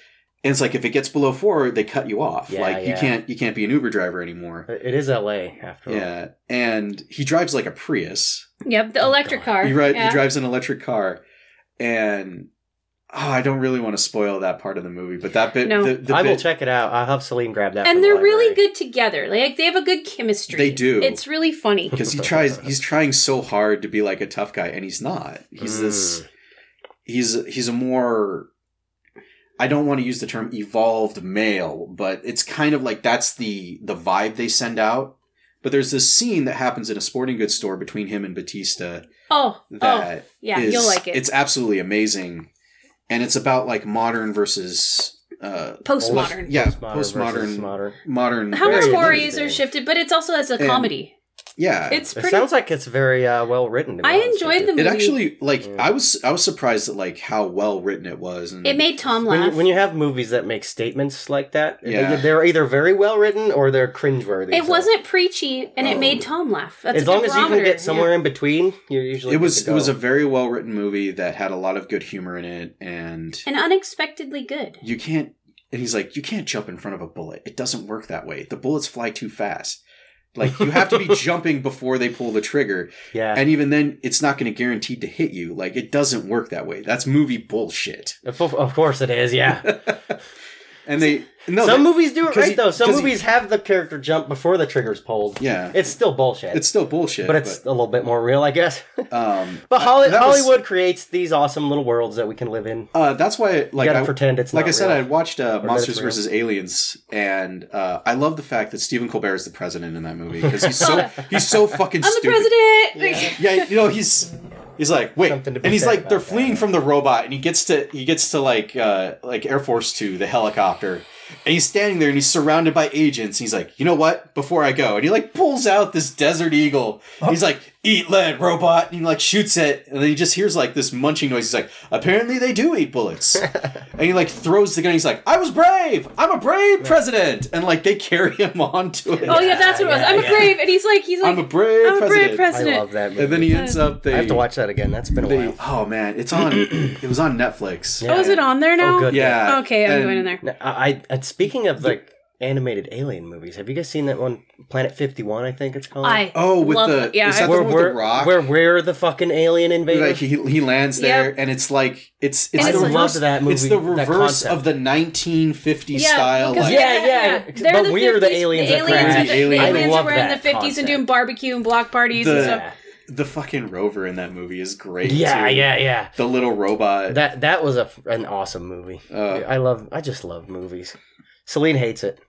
Speaker 3: and it's like if it gets below four, they cut you off.
Speaker 1: Yeah,
Speaker 3: like you
Speaker 1: yeah.
Speaker 3: can't you can't be an Uber driver anymore.
Speaker 1: It is L.A. After all.
Speaker 3: Yeah, and he drives like a Prius.
Speaker 2: Yep, the electric
Speaker 1: Oh, God.
Speaker 2: car.
Speaker 3: He, ri-
Speaker 2: yeah.
Speaker 3: he drives an electric car, and oh, I don't really want to spoil that part of the movie, but that bit,
Speaker 2: No.
Speaker 3: the, the
Speaker 1: I will
Speaker 3: bit,
Speaker 1: check it out. I'll have Celine grab that. from
Speaker 2: and
Speaker 1: the
Speaker 2: they're really
Speaker 1: library.
Speaker 2: good together. Like they have a good chemistry.
Speaker 3: They do.
Speaker 2: It's really funny.
Speaker 3: because he tries, he's trying so hard to be like a tough guy, and he's not.
Speaker 1: Mm.
Speaker 3: He's this, he's he's a more. I don't want to use the term evolved male, but it's kind of like that's the the vibe they send out. But there's this scene that happens in a sporting goods store between him and Batista
Speaker 2: Oh, oh,
Speaker 3: that
Speaker 2: yeah,
Speaker 3: is-
Speaker 2: you'll like it.
Speaker 3: It's absolutely amazing, and it's about like modern versus uh,
Speaker 2: postmodern.
Speaker 3: yeah,
Speaker 1: versus
Speaker 3: postmodern, modern,
Speaker 1: modern.
Speaker 2: How
Speaker 1: Very
Speaker 2: much
Speaker 3: versus-
Speaker 2: more
Speaker 1: limited.
Speaker 2: is are shifted, but it's also as a
Speaker 3: And-
Speaker 2: comedy.
Speaker 3: Yeah,
Speaker 2: It's
Speaker 1: It
Speaker 2: pretty.
Speaker 1: sounds like it's very uh, well written. to be
Speaker 2: I
Speaker 1: honest with
Speaker 2: enjoyed
Speaker 1: you.
Speaker 2: the movie.
Speaker 3: it actually like
Speaker 1: Yeah.
Speaker 3: I was I was surprised at like how well written it was. And
Speaker 2: It made Tom
Speaker 1: When
Speaker 2: laugh.
Speaker 1: you, when you have movies that make statements like that,
Speaker 3: Yeah.
Speaker 1: they, they're either very well written or they're cringeworthy.
Speaker 2: it
Speaker 1: so-
Speaker 2: wasn't preachy, and it
Speaker 3: Oh.
Speaker 2: made Tom laugh. That's
Speaker 1: uh, As
Speaker 2: a
Speaker 1: long as you can
Speaker 2: barometer, yeah.
Speaker 1: get somewhere in between, you're usually. good
Speaker 3: it
Speaker 1: to
Speaker 3: was it
Speaker 1: go.
Speaker 3: was a very well written movie that had a lot of good humor in it, and
Speaker 2: and unexpectedly good.
Speaker 3: you can't. And he's like, you can't jump in front of a bullet. It doesn't work that way. The bullets fly too fast. Like you have to be jumping before they pull the trigger.
Speaker 1: yeah.
Speaker 3: And even then, it's not going to guaranteed to hit you. Like it doesn't work that way. That's movie bullshit.
Speaker 1: of, of course it is. Yeah.
Speaker 3: And they no,
Speaker 1: Some
Speaker 3: they-
Speaker 1: movies do it
Speaker 3: 'cause
Speaker 1: right
Speaker 3: he-
Speaker 1: though. Some
Speaker 3: 'cause he-
Speaker 1: movies have the character jump before the trigger's pulled.
Speaker 3: yeah,
Speaker 1: It's still bullshit.
Speaker 3: it's still bullshit.
Speaker 1: but it's a little bit more real, I guess.
Speaker 3: um,
Speaker 1: but Holly,
Speaker 3: that was-
Speaker 1: Hollywood creates these awesome little worlds that we can live in.
Speaker 3: uh, that's why
Speaker 1: You
Speaker 3: like
Speaker 1: gotta
Speaker 3: I,
Speaker 1: pretend it's
Speaker 3: like
Speaker 1: not
Speaker 3: I said,
Speaker 1: real.
Speaker 3: I watched uh,
Speaker 1: it's
Speaker 3: Monsters
Speaker 1: real.
Speaker 3: vs Aliens, and uh, I love the fact that Stephen Colbert is the president in that movie because he's so he's so fucking
Speaker 2: I'm
Speaker 3: stupid.
Speaker 2: the president.
Speaker 3: Yeah, you know he's. He's like, wait,
Speaker 1: Something to be
Speaker 3: and he's
Speaker 1: said
Speaker 3: like,
Speaker 1: about
Speaker 3: they're
Speaker 1: that.
Speaker 3: fleeing from the robot, and he gets to he gets to like uh, like Air Force Two, the helicopter, and he's standing there, and he's surrounded by agents. He's like, you know what? Before I go, and he like pulls out this Desert Eagle. He's like, eat lead, robot, and he like shoots it, and then he just hears like this munching noise. He's like, apparently they do eat bullets, and he like throws the gun. He's like, I was brave. I'm a brave president, and like they carry him on to it.
Speaker 2: Oh yeah, that's what it was.
Speaker 1: Yeah,
Speaker 2: I'm a
Speaker 1: yeah.
Speaker 2: brave, and he's like, he's like,
Speaker 3: I'm a brave
Speaker 2: I'm a
Speaker 3: president.
Speaker 2: brave
Speaker 1: I
Speaker 2: president.
Speaker 1: love that movie.
Speaker 3: And then he ends up. They
Speaker 1: I have to watch that again. That's been a
Speaker 3: they,
Speaker 1: while.
Speaker 3: oh man, it's on. it was on Netflix.
Speaker 1: Yeah.
Speaker 2: Oh, is it on there now?
Speaker 1: Oh, good.
Speaker 3: Yeah.
Speaker 2: Okay, I'm
Speaker 3: And-
Speaker 2: going in there.
Speaker 1: Now, I, I and speaking of like animated alien movies, have you guys seen that one, Planet Fifty One? I think it's called.
Speaker 2: I
Speaker 3: Oh, with
Speaker 2: love
Speaker 3: the
Speaker 2: that. yeah,
Speaker 3: is
Speaker 2: I-
Speaker 3: that the
Speaker 1: where
Speaker 3: one with
Speaker 1: we're,
Speaker 3: the rock?
Speaker 1: where we're the fucking alien invader.
Speaker 3: like he he lands there, and it's like it's it's
Speaker 2: And
Speaker 1: I
Speaker 3: the
Speaker 2: it's like-
Speaker 1: loved
Speaker 3: reverse.
Speaker 1: that movie.
Speaker 3: It's the
Speaker 1: that
Speaker 3: reverse
Speaker 1: concept.
Speaker 3: of the 1950 style.
Speaker 2: because
Speaker 3: Like,
Speaker 1: Yeah,
Speaker 2: they're-
Speaker 1: yeah,
Speaker 2: They're
Speaker 1: but
Speaker 2: the
Speaker 1: we are the
Speaker 2: 50s.
Speaker 1: aliens
Speaker 2: The
Speaker 1: that
Speaker 3: crash.
Speaker 2: aliens, are the,
Speaker 3: We're the
Speaker 2: the
Speaker 3: aliens.
Speaker 2: aliens
Speaker 1: I
Speaker 2: that
Speaker 1: love
Speaker 2: were in the
Speaker 1: that
Speaker 2: 50s
Speaker 1: concept.
Speaker 2: and doing barbecue and block parties
Speaker 3: The-
Speaker 2: and
Speaker 1: Yeah,
Speaker 2: stuff.
Speaker 3: the fucking rover in that movie is great.
Speaker 1: yeah,
Speaker 3: too.
Speaker 1: yeah, yeah.
Speaker 3: The little robot.
Speaker 1: That that was a, f- an awesome movie.
Speaker 3: Uh,
Speaker 1: I love. I just love movies. Celine hates it.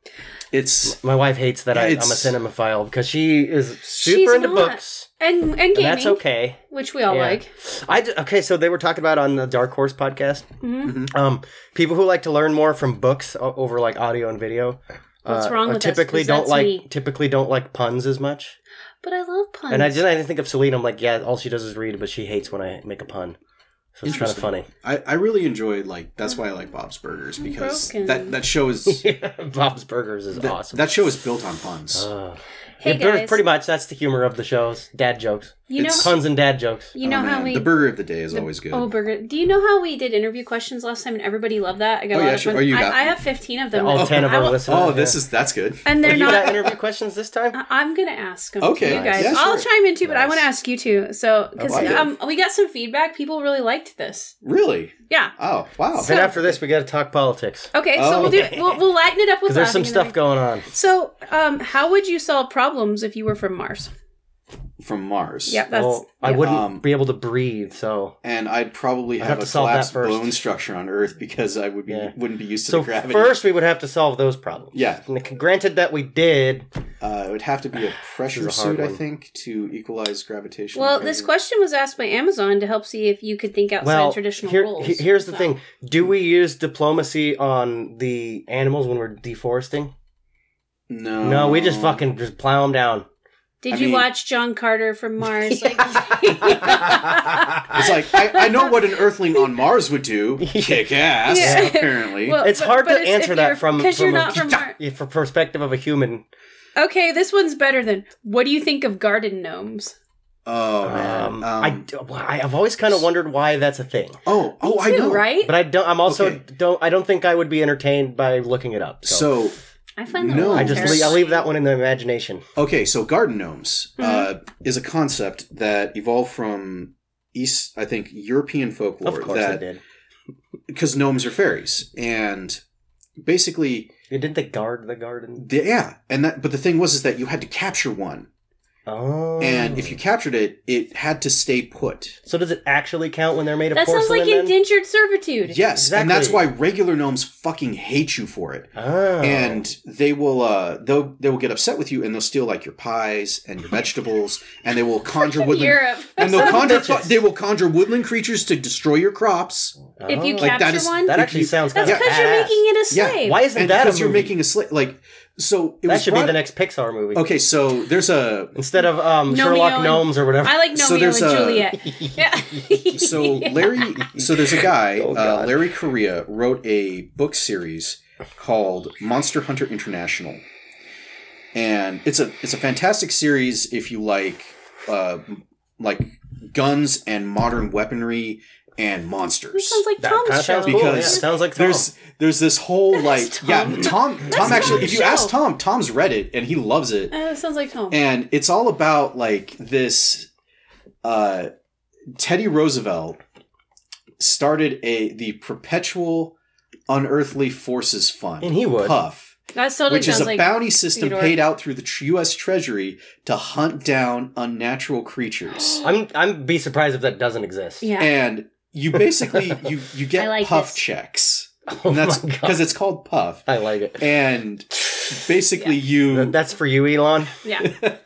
Speaker 3: it's
Speaker 1: My wife hates that
Speaker 3: Yeah,
Speaker 1: I, I'm a
Speaker 3: it's-
Speaker 1: cinephile because she is super
Speaker 2: She's
Speaker 1: into
Speaker 2: not.
Speaker 1: books,
Speaker 2: And and gaming,
Speaker 1: and that's okay.
Speaker 2: which we all
Speaker 1: Yeah.
Speaker 2: like.
Speaker 1: I d- okay, so they were talking about on the Dark Horse podcast.
Speaker 2: Mm-hmm.
Speaker 3: Mm-hmm.
Speaker 1: Um, people who like to learn more from books o- over like audio and video.
Speaker 2: What's
Speaker 1: uh,
Speaker 2: wrong with us?
Speaker 1: typically
Speaker 2: 'Cause
Speaker 1: don't
Speaker 2: that's
Speaker 1: like
Speaker 2: me.
Speaker 1: typically don't like puns as much.
Speaker 2: But I love puns.
Speaker 1: And I didn't I didn't think of Celine. I'm like, yeah, all she does is read, but she hates when I make a pun. So it's kind of
Speaker 3: Interesting.
Speaker 1: funny.
Speaker 3: I, I really enjoyed like that's why I like Bob's Burgers because
Speaker 2: broken.
Speaker 3: that that show is
Speaker 1: Bob's Burgers is
Speaker 3: that,
Speaker 1: awesome.
Speaker 3: that show is built on puns.
Speaker 1: Uh,
Speaker 2: Hey,
Speaker 1: Yeah, pretty-
Speaker 2: guys.
Speaker 1: Pretty much that's the humor of the shows. Dad jokes.
Speaker 2: You know,
Speaker 3: It's-
Speaker 1: Tons and dad jokes.
Speaker 2: you know
Speaker 3: Oh,
Speaker 2: how
Speaker 3: man.
Speaker 2: we
Speaker 3: the burger of the day is always good.
Speaker 2: Oh, burger. Do you know how we did interview questions last time and everybody loved that? I got
Speaker 3: Oh,
Speaker 2: a lot
Speaker 3: yeah,
Speaker 2: of
Speaker 3: sure.
Speaker 2: fun-
Speaker 3: Oh, you got-
Speaker 2: I, I have 15 of them.
Speaker 1: All
Speaker 2: I-
Speaker 1: 10 of
Speaker 2: I
Speaker 1: our
Speaker 2: will-
Speaker 1: listeners.
Speaker 3: oh, this
Speaker 1: yeah.
Speaker 3: is that's good.
Speaker 2: And they're
Speaker 1: you
Speaker 2: not. Uh,
Speaker 1: got interview questions this time?
Speaker 2: I- I'm gonna ask. 'em
Speaker 3: Okay.
Speaker 2: to you guys.
Speaker 3: Yeah,
Speaker 2: I'll
Speaker 3: sure.
Speaker 2: chime in too, but I
Speaker 1: Nice.
Speaker 2: want to ask you too. So, because
Speaker 3: Okay.
Speaker 2: um, we got some feedback, people really liked this.
Speaker 3: Really?
Speaker 2: Yeah.
Speaker 3: Oh, wow.
Speaker 2: So-
Speaker 1: Then after this, we got to talk politics
Speaker 2: Okay, so
Speaker 3: Oh.
Speaker 2: we'll do. We'll, we'll lighten it up with
Speaker 1: because there's some
Speaker 2: laughing and
Speaker 1: stuff going on.
Speaker 2: everything. So, um, how would you solve problems if you were from Mars?
Speaker 3: From Mars.
Speaker 2: Yep, that's.
Speaker 1: well, I wouldn't
Speaker 3: Um,
Speaker 1: be able to breathe, so
Speaker 3: And I'd probably
Speaker 1: I'd
Speaker 3: have,
Speaker 1: have
Speaker 3: a
Speaker 1: to solve that
Speaker 3: collapsed
Speaker 1: first.
Speaker 3: bone structure on Earth because I would be
Speaker 1: Yeah.
Speaker 3: wouldn't be used to
Speaker 1: so
Speaker 3: the gravity.
Speaker 1: first we would have to solve those problems.
Speaker 3: Yeah.
Speaker 1: And granted that we did,
Speaker 3: uh, it would have to be a pressure
Speaker 1: This is a hard
Speaker 3: suit, I
Speaker 1: one.
Speaker 3: think, to equalize gravitational.
Speaker 2: well, this
Speaker 3: pressure.
Speaker 2: question was asked by Amazon to help see if you could think outside
Speaker 1: well,
Speaker 2: traditional
Speaker 1: here-
Speaker 2: rules.
Speaker 1: he- here's the
Speaker 2: So-
Speaker 1: thing: Do we use diplomacy on the animals when we're deforesting?
Speaker 3: No,
Speaker 1: no, we just fucking just plow them down.
Speaker 2: Did
Speaker 3: I
Speaker 2: you
Speaker 3: mean-
Speaker 2: watch John Carter from Mars? Like,
Speaker 3: It's like I, I know what an Earthling on Mars would do. Kick ass,
Speaker 2: Yeah.
Speaker 3: apparently.
Speaker 2: Well,
Speaker 1: It's
Speaker 2: Oh, but-
Speaker 1: hard
Speaker 2: but
Speaker 1: to
Speaker 2: it's-
Speaker 1: answer
Speaker 2: if
Speaker 1: that
Speaker 2: you're-
Speaker 1: from
Speaker 2: 'cause you're
Speaker 1: from a-
Speaker 2: not from Mar-
Speaker 1: yeah, from perspective of a human.
Speaker 2: Okay, this one's better than. What do you think of garden gnomes?
Speaker 3: oh man.
Speaker 1: Um,
Speaker 3: Um,
Speaker 1: I d- I, have always kind of wondered why that's a thing,
Speaker 3: oh oh, I
Speaker 2: Too,
Speaker 3: know.
Speaker 2: right?
Speaker 1: but I don't. I'm also
Speaker 3: Okay.
Speaker 1: don't. I don't think I would be entertained by looking it up. So,
Speaker 3: So
Speaker 2: I find that
Speaker 3: No.
Speaker 2: one
Speaker 1: I just leave, I
Speaker 2: terrifying.
Speaker 1: leave that one in the imagination.
Speaker 3: Okay, so garden gnomes uh,
Speaker 2: Mm-hmm.
Speaker 3: is a concept that evolved from East, I think, European folklore.
Speaker 1: of course, I
Speaker 3: that
Speaker 1: did.
Speaker 3: because gnomes are fairies, and basically,
Speaker 1: You did the guard the garden.
Speaker 3: the, yeah, and that. But the thing was, is that you had to capture one,
Speaker 1: Oh,
Speaker 3: and if you captured it, it had to stay put.
Speaker 1: so does it actually count when they're made of
Speaker 2: That sounds
Speaker 1: porcelain?
Speaker 2: like
Speaker 1: then?
Speaker 2: indentured servitude.
Speaker 3: Yes, and that's why
Speaker 1: Exactly.
Speaker 3: regular gnomes fucking hate you for it.
Speaker 1: Oh.
Speaker 3: and they will uh they'll they will get upset with you and they'll steal like your pies and your vegetables and they will conjure woodland
Speaker 2: Europe.
Speaker 3: and they'll
Speaker 1: Son of
Speaker 3: conjure
Speaker 1: bitches.
Speaker 3: they will conjure woodland creatures to destroy your crops
Speaker 2: If you
Speaker 1: Oh.
Speaker 2: capture
Speaker 3: Like, that is-
Speaker 2: one,
Speaker 1: that
Speaker 3: if
Speaker 1: actually
Speaker 3: you-
Speaker 1: sounds
Speaker 2: that's
Speaker 1: kind of
Speaker 2: because you're making it a
Speaker 3: Yeah,
Speaker 2: slave.
Speaker 1: Why isn't
Speaker 3: and
Speaker 1: that a
Speaker 3: because
Speaker 1: movie?
Speaker 3: you're making a slit like so it
Speaker 1: that
Speaker 3: was
Speaker 1: should
Speaker 3: brought-
Speaker 1: be the next Pixar movie.
Speaker 3: okay so there's a
Speaker 1: Instead of um,
Speaker 2: Gnomeo
Speaker 1: Sherlock
Speaker 2: and-
Speaker 1: Gnomes or whatever.
Speaker 2: I like Romeo
Speaker 3: So there's
Speaker 2: and
Speaker 3: a-
Speaker 2: Juliet.
Speaker 1: uh,
Speaker 2: yeah.
Speaker 3: so larry so there's a guy
Speaker 1: Oh,
Speaker 3: uh,
Speaker 1: God.
Speaker 3: larry korea wrote a book series called monster hunter international and it's a it's a fantastic series if you like uh like guns and modern weaponry and monsters
Speaker 2: This sounds like
Speaker 1: that
Speaker 2: Tom's
Speaker 1: kinda
Speaker 2: show. Oh,
Speaker 1: sounds cool. yeah.
Speaker 3: Because
Speaker 1: sounds like Tom.
Speaker 3: there's there's this whole like
Speaker 2: Tom.
Speaker 3: yeah tom tom actually if you
Speaker 2: Tom's
Speaker 3: ask
Speaker 2: show.
Speaker 3: tom tom's read it and he loves it
Speaker 2: Uh, it sounds like Tom.
Speaker 3: and it's all about like this uh teddy roosevelt started a the perpetual unearthly forces fund
Speaker 1: And he would.
Speaker 3: puff
Speaker 2: that totally
Speaker 3: which is
Speaker 2: sounds
Speaker 3: a
Speaker 2: like.
Speaker 3: bounty system
Speaker 2: Theodore.
Speaker 3: paid out through the tr- U.S. Treasury to hunt down unnatural creatures,
Speaker 1: I'm I'm be surprised if that doesn't exist.
Speaker 2: yeah.
Speaker 3: and you basically you you get
Speaker 2: I like
Speaker 3: puff
Speaker 2: this.
Speaker 3: checks,
Speaker 1: Oh
Speaker 3: and that's
Speaker 1: my God.
Speaker 3: because it's called puff,
Speaker 1: I like it.
Speaker 3: and basically you
Speaker 1: Th- That's for you, Elon.
Speaker 2: yeah.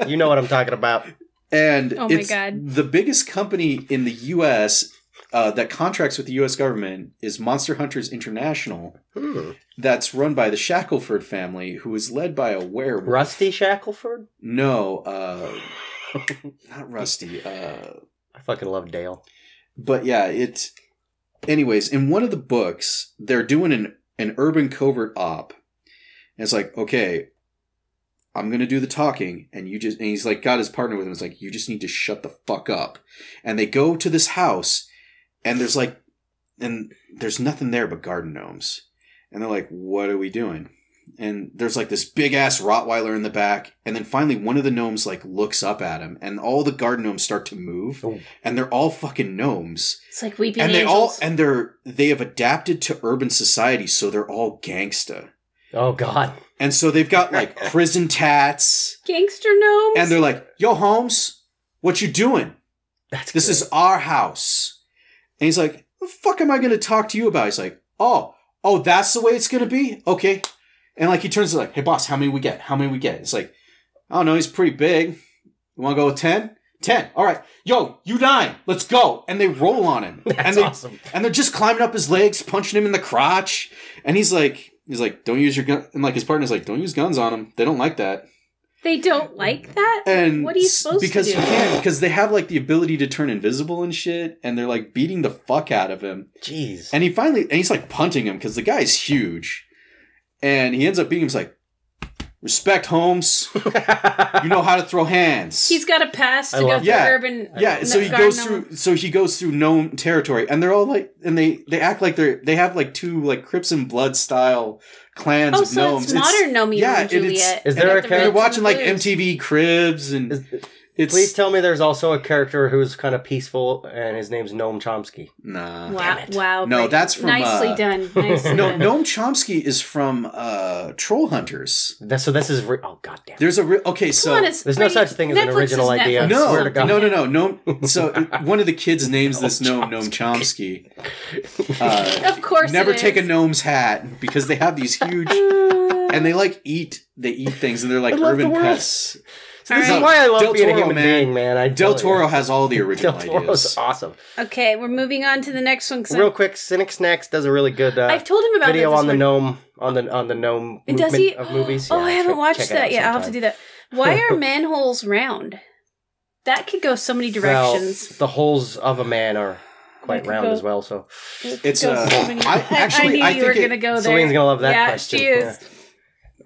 Speaker 1: You know what I'm talking about.
Speaker 3: And
Speaker 2: Oh my
Speaker 3: it's
Speaker 2: God.
Speaker 3: the biggest company in the U.S. Uh, that contracts with the U.S. government is Monster Hunters International.
Speaker 4: Huh.
Speaker 3: That's run by the Shackelford family, who is led by a werewolf.
Speaker 1: Rusty Shackleford.
Speaker 3: No, uh, not Rusty. Uh,
Speaker 1: I fucking love Dale.
Speaker 3: but yeah, it. Anyways, in one of the books, they're doing an an urban covert op, and it's like, okay, I'm gonna do the talking, and you just and he's like got his partner with him. It's like you just need to shut the fuck up. And they go to this house, and there's like, and there's nothing there but garden gnomes, and they're like, what are we doing? And there's like this big ass Rottweiler in the back, and then finally one of the gnomes like looks up at him, and all the garden gnomes start to move,
Speaker 1: Oh.
Speaker 3: and they're all fucking gnomes
Speaker 2: It's like weeping
Speaker 3: and they all
Speaker 2: angels.
Speaker 3: and they're they have adapted to urban society so they're all gangsta
Speaker 1: Oh God.
Speaker 3: and so they've got like prison tats
Speaker 2: Gangster gnomes.
Speaker 3: and they're like yo holmes what you doing
Speaker 1: That's
Speaker 3: this
Speaker 1: good.
Speaker 3: is our house and he's like the fuck am i going to talk to you about he's like oh oh that's the way it's going to be okay and like he turns to like hey boss how many we get how many we get it's like i don't know he's pretty big you want to go with 10 10 all right yo you nine let's go and they roll on him and
Speaker 1: That's
Speaker 3: they
Speaker 1: awesome.
Speaker 3: and they're just climbing up his legs, punching him in the crotch, and he's like, he's like, "Don't use your gun," and like his partner's like, "Don't use guns on him. They don't like that."
Speaker 2: They don't like that.
Speaker 3: And
Speaker 2: what are you
Speaker 3: s-
Speaker 2: supposed
Speaker 3: because
Speaker 2: to do?
Speaker 3: you can because they have like the ability to turn invisible and shit, and they're like beating the fuck out of him,
Speaker 1: Jeez.
Speaker 3: and he finally and he's like punting him because the guy's huge, and he ends up beating him. He's like, Respect, Holmes. you know how to throw hands.
Speaker 2: He's got a pass to
Speaker 1: I
Speaker 2: go
Speaker 1: love
Speaker 2: through
Speaker 3: that.
Speaker 2: urban.
Speaker 3: yeah,
Speaker 2: no,
Speaker 3: so he
Speaker 2: garden
Speaker 3: goes
Speaker 2: gnome.
Speaker 3: through. So he goes through known territory, and they're all like, and they they act like they're they have like two like Crips and Blood style clans
Speaker 2: Oh,
Speaker 3: of
Speaker 2: so
Speaker 3: gnomes.
Speaker 2: it's modern Romeo
Speaker 3: yeah,
Speaker 2: and
Speaker 3: it- it's-
Speaker 2: Juliet.
Speaker 1: Is there
Speaker 2: and
Speaker 1: a
Speaker 2: the
Speaker 1: character-
Speaker 3: You're
Speaker 2: Reds
Speaker 3: watching
Speaker 2: and
Speaker 3: like
Speaker 2: Blues.
Speaker 3: MTV Cribs, and
Speaker 1: Is-
Speaker 3: it's
Speaker 1: Please tell me there's also a character who's kind of peaceful and his name's Noam Chomsky.
Speaker 3: nah.
Speaker 2: Wow! Wow!
Speaker 3: No,
Speaker 2: Brady.
Speaker 3: that's from,
Speaker 2: nicely
Speaker 3: uh,
Speaker 2: done. Nicely
Speaker 3: No,
Speaker 2: done.
Speaker 3: Noam Chomsky is from uh, Troll Hunters.
Speaker 1: That, so this is re- oh goddamn.
Speaker 3: There's a re- okay, so
Speaker 2: Come on, it's
Speaker 1: There's no
Speaker 2: Brady.
Speaker 1: such thing as an
Speaker 2: Netflix
Speaker 1: original
Speaker 2: is
Speaker 1: idea.
Speaker 2: Netflix
Speaker 3: no,
Speaker 2: or
Speaker 1: Swear to God.
Speaker 2: something.
Speaker 3: no, no, no, no. So it- one of the kids names this gnome Noam Chomsky. Uh,
Speaker 2: Of course,
Speaker 3: never
Speaker 2: it
Speaker 3: take a
Speaker 2: is.
Speaker 3: gnome's hat because they have these huge and they like eat. They eat things and they're like
Speaker 1: I love
Speaker 3: urban
Speaker 1: the world.
Speaker 3: pests.
Speaker 1: So this
Speaker 3: Alright.
Speaker 1: is why I love
Speaker 3: Del
Speaker 1: being
Speaker 3: Toro,
Speaker 1: a human
Speaker 3: man.
Speaker 1: being, man. I
Speaker 3: Del
Speaker 1: tell ya.
Speaker 3: Toro has all the original
Speaker 1: Del Toro's
Speaker 3: ideas.
Speaker 1: awesome.
Speaker 2: Okay, we're moving on to the next one. 'cause
Speaker 1: Real
Speaker 2: I'm-
Speaker 1: quick, Cynic Snacks does a really good uh,
Speaker 2: I've told him about
Speaker 1: video
Speaker 2: that this
Speaker 1: on the
Speaker 2: morning.
Speaker 1: gnome on the on the gnome
Speaker 2: And Does
Speaker 1: movement
Speaker 2: he?
Speaker 1: of movies.
Speaker 2: Oh,
Speaker 1: Yeah,
Speaker 2: I haven't
Speaker 1: check- check
Speaker 2: watched
Speaker 1: it
Speaker 2: that
Speaker 1: out
Speaker 2: yet. I'll have to
Speaker 1: sometime.
Speaker 2: do that. Why are manholes round? That could go so many
Speaker 1: Well,
Speaker 2: directions.
Speaker 1: the holes of a man are
Speaker 6: I
Speaker 1: quite
Speaker 6: could
Speaker 1: round
Speaker 6: go-
Speaker 1: as well. So
Speaker 3: It's
Speaker 6: Go
Speaker 3: uh,
Speaker 6: swimming.
Speaker 3: I actually
Speaker 2: I,
Speaker 3: I,
Speaker 2: knew
Speaker 3: think
Speaker 2: you were
Speaker 3: it-
Speaker 2: going to go Oh, there.
Speaker 1: Celine's gonna love that
Speaker 2: yeah,
Speaker 1: question.
Speaker 2: She is.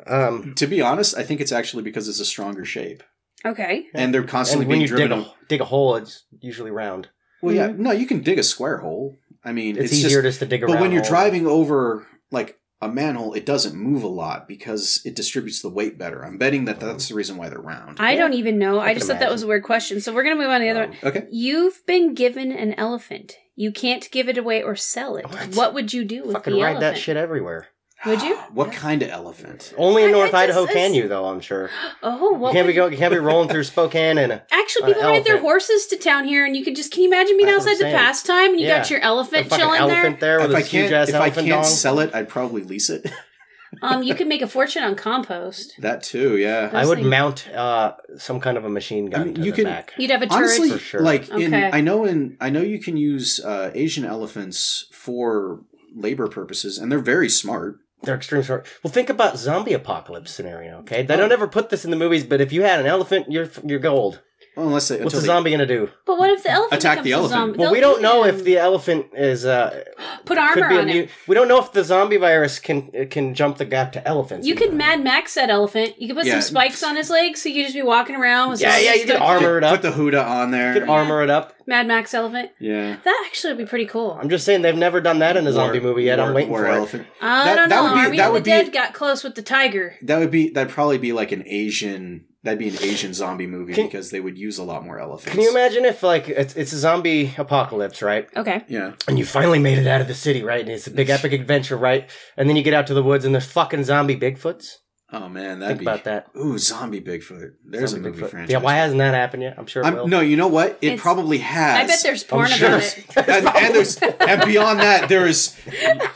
Speaker 1: um,
Speaker 3: to be honest, I think it's actually because it's a stronger shape,
Speaker 2: Okay.
Speaker 3: and they're constantly
Speaker 1: and when
Speaker 3: being
Speaker 1: you dig
Speaker 3: driven.
Speaker 1: a, dig a hole, it's usually round.
Speaker 3: Well,
Speaker 1: Mm-hmm.
Speaker 3: yeah, no, you can dig a square hole. I mean,
Speaker 1: It's,
Speaker 3: it's,
Speaker 1: easier just
Speaker 3: just,
Speaker 1: to dig a
Speaker 3: but
Speaker 1: round
Speaker 3: when you're
Speaker 1: hole.
Speaker 3: driving over like a manhole, it doesn't move a lot because it distributes the weight better. I'm betting that that's the reason why they're round.
Speaker 2: I don't even know. I,
Speaker 1: I
Speaker 2: just
Speaker 1: can Oh.
Speaker 2: thought that was a weird question. So we're going to move on to the other one.
Speaker 3: okay,
Speaker 2: You've been given an elephant. You can't give it away or sell it.
Speaker 1: What?
Speaker 2: What, would you do with
Speaker 1: fucking
Speaker 2: the
Speaker 1: ride
Speaker 2: elephant?
Speaker 1: that shit everywhere.
Speaker 2: Would you?
Speaker 3: What kind of elephant?
Speaker 1: Only in
Speaker 2: I- I
Speaker 1: North
Speaker 2: just-
Speaker 1: Idaho can
Speaker 2: it's-
Speaker 1: you, though. I'm sure.
Speaker 2: Oh,
Speaker 1: You
Speaker 2: what?
Speaker 1: can't
Speaker 2: would-
Speaker 1: be going. You can't be rolling through Spokane and a
Speaker 2: Actually,
Speaker 1: an
Speaker 2: people ride their
Speaker 1: elephant.
Speaker 2: horses to town here, and you could just can you imagine being
Speaker 1: That's what I'm
Speaker 2: outside the
Speaker 1: saying.
Speaker 2: pastime and you got
Speaker 1: Yeah.
Speaker 2: your
Speaker 1: a
Speaker 2: elephant
Speaker 1: fucking
Speaker 2: chilling
Speaker 1: elephant
Speaker 2: there?
Speaker 1: there
Speaker 3: If
Speaker 1: with
Speaker 3: I
Speaker 1: a huge
Speaker 3: can't,
Speaker 1: ass
Speaker 3: if I
Speaker 1: elephant
Speaker 3: can't
Speaker 1: dong.
Speaker 3: sell it, I'd probably lease it.
Speaker 2: Um, you could make a fortune on compost.
Speaker 3: that too, yeah.
Speaker 1: I would
Speaker 2: Honestly.
Speaker 1: mount uh, some kind of a machine gun
Speaker 3: I mean,
Speaker 1: to
Speaker 3: you
Speaker 1: the
Speaker 3: can-
Speaker 1: back.
Speaker 2: You'd have a turret.
Speaker 3: Honestly,
Speaker 1: For sure.
Speaker 3: like in
Speaker 2: Okay.
Speaker 3: I know in I know you can use uh, Asian elephants for labor purposes, and they're very smart.
Speaker 1: They're extreme short. Well, think about zombie apocalypse scenario. Okay, they
Speaker 2: Oh.
Speaker 1: don't ever put this in the movies, but if you had an elephant, you're you're gold.
Speaker 3: Well, unless they,
Speaker 1: What's
Speaker 3: until
Speaker 1: a
Speaker 3: they-
Speaker 1: zombie gonna do?
Speaker 2: But what if the elephant
Speaker 3: Attack the
Speaker 2: becomes a
Speaker 3: elephant.
Speaker 2: zombie?
Speaker 1: Well,
Speaker 2: They'll
Speaker 1: we don't know
Speaker 2: eat
Speaker 1: if
Speaker 2: him.
Speaker 1: the elephant is uh,
Speaker 2: put um, armor
Speaker 1: could be
Speaker 2: on
Speaker 1: immune.
Speaker 2: it.
Speaker 1: We don't know if the zombie virus can uh, can jump the gap to elephants.
Speaker 2: You
Speaker 1: either.
Speaker 2: could Mad Max that elephant. You could put
Speaker 3: Yeah.
Speaker 2: some spikes on his legs, so you could just be walking around. With
Speaker 1: Yeah,
Speaker 2: some
Speaker 1: yeah, you could
Speaker 2: stuff.
Speaker 1: armor it
Speaker 3: Put
Speaker 1: up.
Speaker 3: the Huda on
Speaker 1: You could
Speaker 3: there.
Speaker 1: armor it up.
Speaker 2: Mad Max elephant.
Speaker 3: Yeah.
Speaker 2: That actually would be pretty cool.
Speaker 1: I'm just saying they've never done that in a zombie
Speaker 3: War-
Speaker 1: movie yet. I'm
Speaker 3: war-
Speaker 1: waiting
Speaker 3: war
Speaker 1: for it.
Speaker 3: elephant.
Speaker 2: I
Speaker 3: That-
Speaker 2: don't
Speaker 3: that
Speaker 2: know.
Speaker 3: would be-
Speaker 2: Army
Speaker 3: that
Speaker 2: of
Speaker 3: would be-
Speaker 2: the Dead got close with the tiger.
Speaker 3: That would be that'd probably be like an Asian that'd be an Asian zombie movie
Speaker 1: Can-
Speaker 3: because they would use a lot more elephants.
Speaker 1: Can you imagine if like it's, it's a zombie apocalypse, right?
Speaker 2: Okay.
Speaker 3: Yeah.
Speaker 1: And you finally made it out of the city, right? And it's a big epic adventure, right? And then you get out to the woods and there's fucking zombie Bigfoots.
Speaker 3: Oh man, that'd
Speaker 1: Think
Speaker 3: be
Speaker 1: about that.
Speaker 3: Ooh, zombie Bigfoot. There's
Speaker 1: Zombie
Speaker 3: a movie
Speaker 1: Bigfoot.
Speaker 3: franchise.
Speaker 1: Yeah, why hasn't that happened yet? I'm sure it will.
Speaker 3: I'm, no, you know what? It
Speaker 2: It's-
Speaker 3: probably has.
Speaker 2: I bet there's porn
Speaker 1: sure.
Speaker 2: about it.
Speaker 3: and, and there's and beyond that there is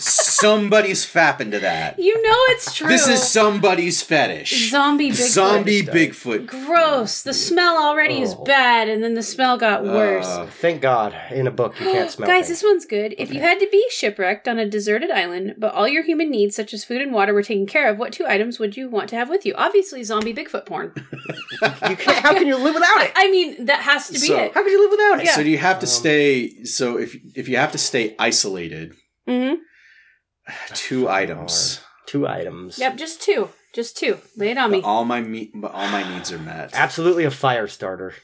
Speaker 3: somebody's fap into that.
Speaker 2: You know it's true.
Speaker 3: This is somebody's fetish.
Speaker 2: zombie big
Speaker 3: Zombie Bigfoot.
Speaker 2: Gross. The smell already is
Speaker 1: Oh.
Speaker 2: bad, and then the smell got worse.
Speaker 3: Uh,
Speaker 1: Thank God, in a book you can't smell.
Speaker 2: Guys,
Speaker 1: things.
Speaker 2: this one's good. If you had to be shipwrecked on a deserted island, but all your human needs, such as food and water, were taken care of, what two items would you want to have with you? Obviously, zombie Bigfoot porn.
Speaker 1: you can't, how can you live without it?
Speaker 2: I mean, that has to be
Speaker 3: So-
Speaker 2: it.
Speaker 1: How could you live without it?
Speaker 3: So do you have to
Speaker 1: Um,
Speaker 3: stay? So if if you have to stay isolated,
Speaker 2: hmm
Speaker 3: two items.
Speaker 1: Two items.
Speaker 2: Yep, just two. Just two. Lay it on me.
Speaker 3: But all my me- but all my needs are met.
Speaker 1: Absolutely a fire starter.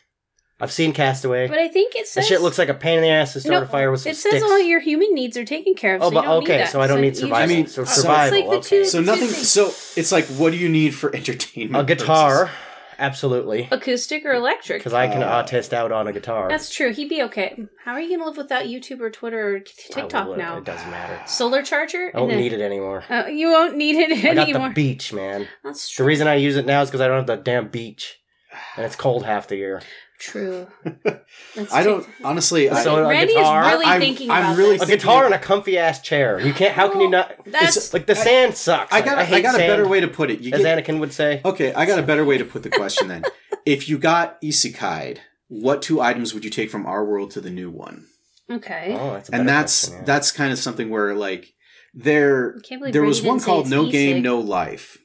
Speaker 1: I've seen Castaway.
Speaker 2: But I think it
Speaker 1: That
Speaker 2: says
Speaker 1: shit looks like a pain in the ass to start
Speaker 2: No,
Speaker 1: a fire with some
Speaker 2: it says
Speaker 1: sticks.
Speaker 2: all your human needs are taken care of.
Speaker 1: oh,
Speaker 2: so
Speaker 1: but
Speaker 2: you don't
Speaker 1: okay,
Speaker 2: need that.
Speaker 1: so I don't
Speaker 2: you
Speaker 1: need
Speaker 2: just-
Speaker 1: survival.
Speaker 3: I mean,
Speaker 1: so
Speaker 3: it's
Speaker 1: survival.
Speaker 2: like the
Speaker 1: okay.
Speaker 2: two-
Speaker 3: So nothing.
Speaker 2: things.
Speaker 3: So it's like, what do you need for entertainment?
Speaker 1: a guitar,
Speaker 3: purposes?
Speaker 1: absolutely,
Speaker 2: acoustic or electric.
Speaker 1: because I can
Speaker 3: Uh,
Speaker 1: autist out on a guitar.
Speaker 2: That's true. He'd be okay. How are you going to live without YouTube or Twitter or t-
Speaker 1: I will-
Speaker 2: TikTok now?
Speaker 1: It doesn't matter.
Speaker 2: Solar charger?
Speaker 1: I don't
Speaker 2: and a-
Speaker 1: need it anymore.
Speaker 2: Uh, you won't need it
Speaker 1: I got
Speaker 2: anymore.
Speaker 1: the beach, man.
Speaker 2: That's
Speaker 1: The
Speaker 2: true.
Speaker 1: reason I use it now is because I don't have the damn beach, and it's cold half the year.
Speaker 2: True. That's
Speaker 3: I don't
Speaker 2: true.
Speaker 3: honestly. I,
Speaker 1: So- a
Speaker 2: Randy is
Speaker 1: guitar-
Speaker 2: really
Speaker 3: I'm-
Speaker 2: thinking
Speaker 3: I'm
Speaker 2: about
Speaker 3: really
Speaker 1: A
Speaker 2: this.
Speaker 3: thinking-
Speaker 1: guitar and a comfy ass chair. You can't. How can you not?
Speaker 2: That's
Speaker 1: Like the sand sucks.
Speaker 3: I got.
Speaker 1: Like,
Speaker 3: I,
Speaker 1: hate
Speaker 3: got a
Speaker 1: sand,
Speaker 3: better way to put it. You
Speaker 1: as
Speaker 3: get, Oh,
Speaker 1: Anakin would say.
Speaker 3: okay, I got a better way to put the question then. if you got isekai'd, what two items would you take from our world to the new one?
Speaker 2: okay.
Speaker 1: Oh, that's a better
Speaker 3: and that's
Speaker 1: question, yeah.
Speaker 3: that's kind of something where like there
Speaker 2: I can't believe
Speaker 3: there
Speaker 2: Brady
Speaker 3: was
Speaker 2: didn't
Speaker 3: one
Speaker 2: say
Speaker 3: called
Speaker 2: it's
Speaker 3: No
Speaker 2: East
Speaker 3: Game
Speaker 2: Lake.
Speaker 3: No Life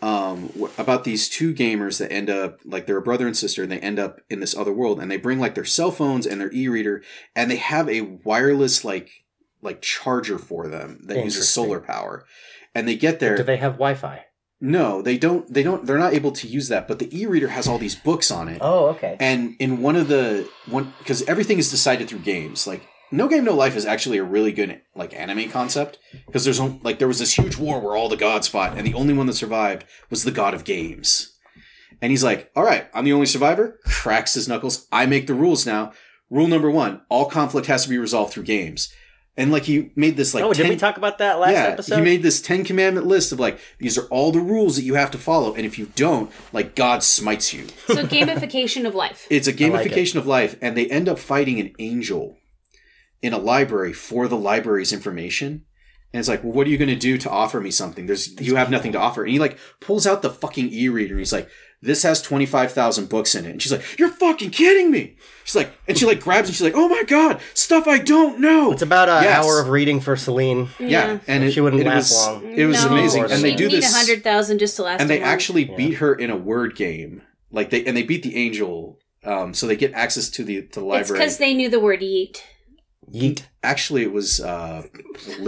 Speaker 3: um wh- about these two gamers that end up like they're a brother and sister and they end up in this other world and they bring like their cell phones and their e-reader and they have a wireless like like charger for them that uses
Speaker 1: Interesting.
Speaker 3: solar power and they get there
Speaker 1: Do they have Wi-Fi?
Speaker 3: No, they don't. They don't. They're not able to use that. But the e-reader has all these books on it,
Speaker 1: Oh, okay.
Speaker 3: and in one of the one because everything is decided through games. Like No Game No Life is actually a really good like anime concept because there's on- like there was this huge war where all the gods fought, and the only one that survived was the god of games. And he's like, "All right, I'm the only survivor." Cracks his knuckles. I make the rules now. Rule number one: all conflict has to be resolved through games. And like he made this like
Speaker 1: oh, did
Speaker 3: 10
Speaker 1: we talk about that last episode?
Speaker 3: he made this Ten Commandment list of like these are all the rules that you have to follow, and if you don't, like God smites you.
Speaker 2: So gamification of life.
Speaker 3: It's a
Speaker 1: like it.
Speaker 3: gamification of life, and they end up fighting an angel in a library for the library's information. And it's like, well, what are you going to do to offer me something? There's you have nothing to offer. And he like pulls out the fucking e-reader. And he's like, this has twenty five thousand books in it. And she's like, you're fucking kidding me. She's like, and she like grabs and she's like, oh my god, stuff I don't know.
Speaker 1: it's about an
Speaker 3: Yes.
Speaker 1: hour of reading for Celine.
Speaker 3: yeah, and it,
Speaker 1: She wouldn't
Speaker 3: it
Speaker 1: last
Speaker 3: was,
Speaker 1: long.
Speaker 3: It was
Speaker 2: Mm, No,
Speaker 3: amazing, and they
Speaker 2: she'd
Speaker 3: do
Speaker 2: need
Speaker 3: this.
Speaker 2: a hundred thousand just to last.
Speaker 3: and they
Speaker 2: a month.
Speaker 3: actually
Speaker 1: Yeah.
Speaker 3: beat her in a word game. Like they and they beat the angel, um, so they get access to the to the
Speaker 2: It's
Speaker 3: library.
Speaker 2: because they knew the word yeet.
Speaker 1: Yeet.
Speaker 3: actually, it was uh,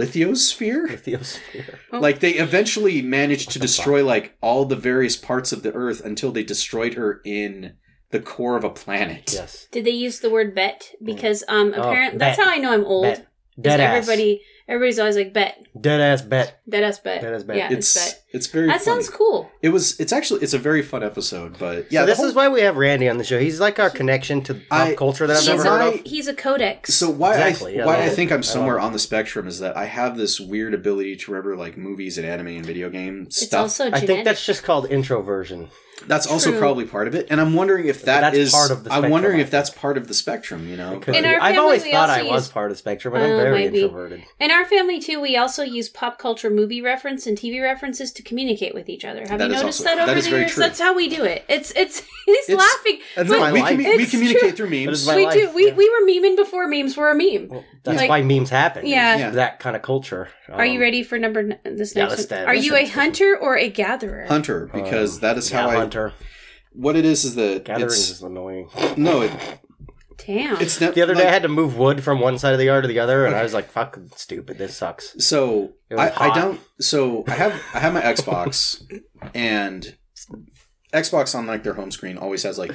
Speaker 3: lithosphere.
Speaker 1: Theosphere.
Speaker 3: Like they eventually managed to destroy like all the various parts of the Earth until they destroyed her in the core of a planet.
Speaker 1: Yes.
Speaker 2: Did they use the word bet?
Speaker 3: Mm.
Speaker 2: Because um,
Speaker 1: Oh,
Speaker 2: apparently that's
Speaker 1: bet.
Speaker 2: how I know I'm old.
Speaker 1: Bet.
Speaker 2: is
Speaker 1: Dead ass.
Speaker 2: everybody, everybody's always like bet.
Speaker 1: Dead ass bet.
Speaker 2: Dead ass bet.
Speaker 1: Dead ass bet.
Speaker 2: Yeah, it's,
Speaker 3: it's
Speaker 2: bet.
Speaker 3: it's very
Speaker 2: That
Speaker 3: funny.
Speaker 2: sounds cool.
Speaker 3: It was it's actually it's a very fun episode, but
Speaker 1: Yeah,
Speaker 3: yeah. the
Speaker 1: this
Speaker 3: whole-
Speaker 1: is why we have Randy on the show. He's like our connection to pop
Speaker 3: I-
Speaker 1: culture that I've
Speaker 2: He's
Speaker 1: never heard
Speaker 2: a,
Speaker 1: of.
Speaker 2: he's a codex.
Speaker 3: So why
Speaker 1: Exactly,
Speaker 3: I
Speaker 1: yeah,
Speaker 3: why
Speaker 1: that-
Speaker 3: I think I'm somewhere
Speaker 1: love
Speaker 3: on the spectrum is that I have this weird ability to remember like movies and anime and video game
Speaker 2: it's
Speaker 3: stuff.
Speaker 2: also
Speaker 1: I
Speaker 2: genetic.
Speaker 1: think that's just called introversion.
Speaker 3: that's also
Speaker 2: true.
Speaker 3: probably part of it, and I'm wondering if
Speaker 1: That's
Speaker 3: that's
Speaker 1: part of the
Speaker 3: I'm
Speaker 1: spectrum,
Speaker 3: wondering
Speaker 1: I
Speaker 3: if that's part of the spectrum. You know,
Speaker 1: Could
Speaker 2: In
Speaker 1: be.
Speaker 2: our
Speaker 1: I've
Speaker 2: family,
Speaker 1: always
Speaker 2: we
Speaker 1: thought
Speaker 2: also
Speaker 1: I was
Speaker 2: use-
Speaker 1: part of Spectrum, but
Speaker 2: Well,
Speaker 1: I'm very
Speaker 2: maybe.
Speaker 1: introverted.
Speaker 2: In our family too, we also use pop culture movie reference and TV references to communicate with each other. Have
Speaker 3: That
Speaker 2: you
Speaker 3: is
Speaker 2: noticed
Speaker 3: also-
Speaker 2: that over
Speaker 3: that is
Speaker 2: the
Speaker 3: very
Speaker 2: years?
Speaker 3: true.
Speaker 2: That's how we do it. It's it's he's
Speaker 3: It's-
Speaker 2: laughing.
Speaker 1: that's
Speaker 2: but
Speaker 1: my
Speaker 3: we,
Speaker 1: life.
Speaker 3: commu- we
Speaker 2: It's
Speaker 3: communicate
Speaker 2: true.
Speaker 3: through
Speaker 1: That is
Speaker 3: memes.
Speaker 1: my
Speaker 2: we
Speaker 1: life,
Speaker 2: do. We
Speaker 1: yeah.
Speaker 2: we were memeing before memes were a meme.
Speaker 3: Oh,
Speaker 1: Well, that's
Speaker 2: Like-
Speaker 1: why memes happen.
Speaker 2: Yeah.
Speaker 1: It's That kind of culture.
Speaker 2: Are you
Speaker 1: Um,
Speaker 2: ready for number n- this
Speaker 1: Yeah,
Speaker 2: next
Speaker 1: let's-
Speaker 2: one?
Speaker 1: uh,
Speaker 2: Are
Speaker 1: let's
Speaker 2: you
Speaker 1: do
Speaker 2: a
Speaker 1: this.
Speaker 2: hunter or a gatherer?
Speaker 3: Hunter, because that is
Speaker 1: uh, yeah,
Speaker 3: how I.
Speaker 1: Hunter.
Speaker 3: What it is is that
Speaker 1: Gatherings
Speaker 3: it's
Speaker 1: is annoying.
Speaker 3: no, it,
Speaker 2: Damn.
Speaker 3: it's not,
Speaker 1: The other day I
Speaker 3: like-
Speaker 1: had to move wood from one side of the yard to the other, and I was like, fuck, stupid, this sucks.
Speaker 3: So
Speaker 1: It was
Speaker 3: I, I
Speaker 1: hot.
Speaker 3: don't. So I have I have my Xbox, and Xbox on like their home screen always has like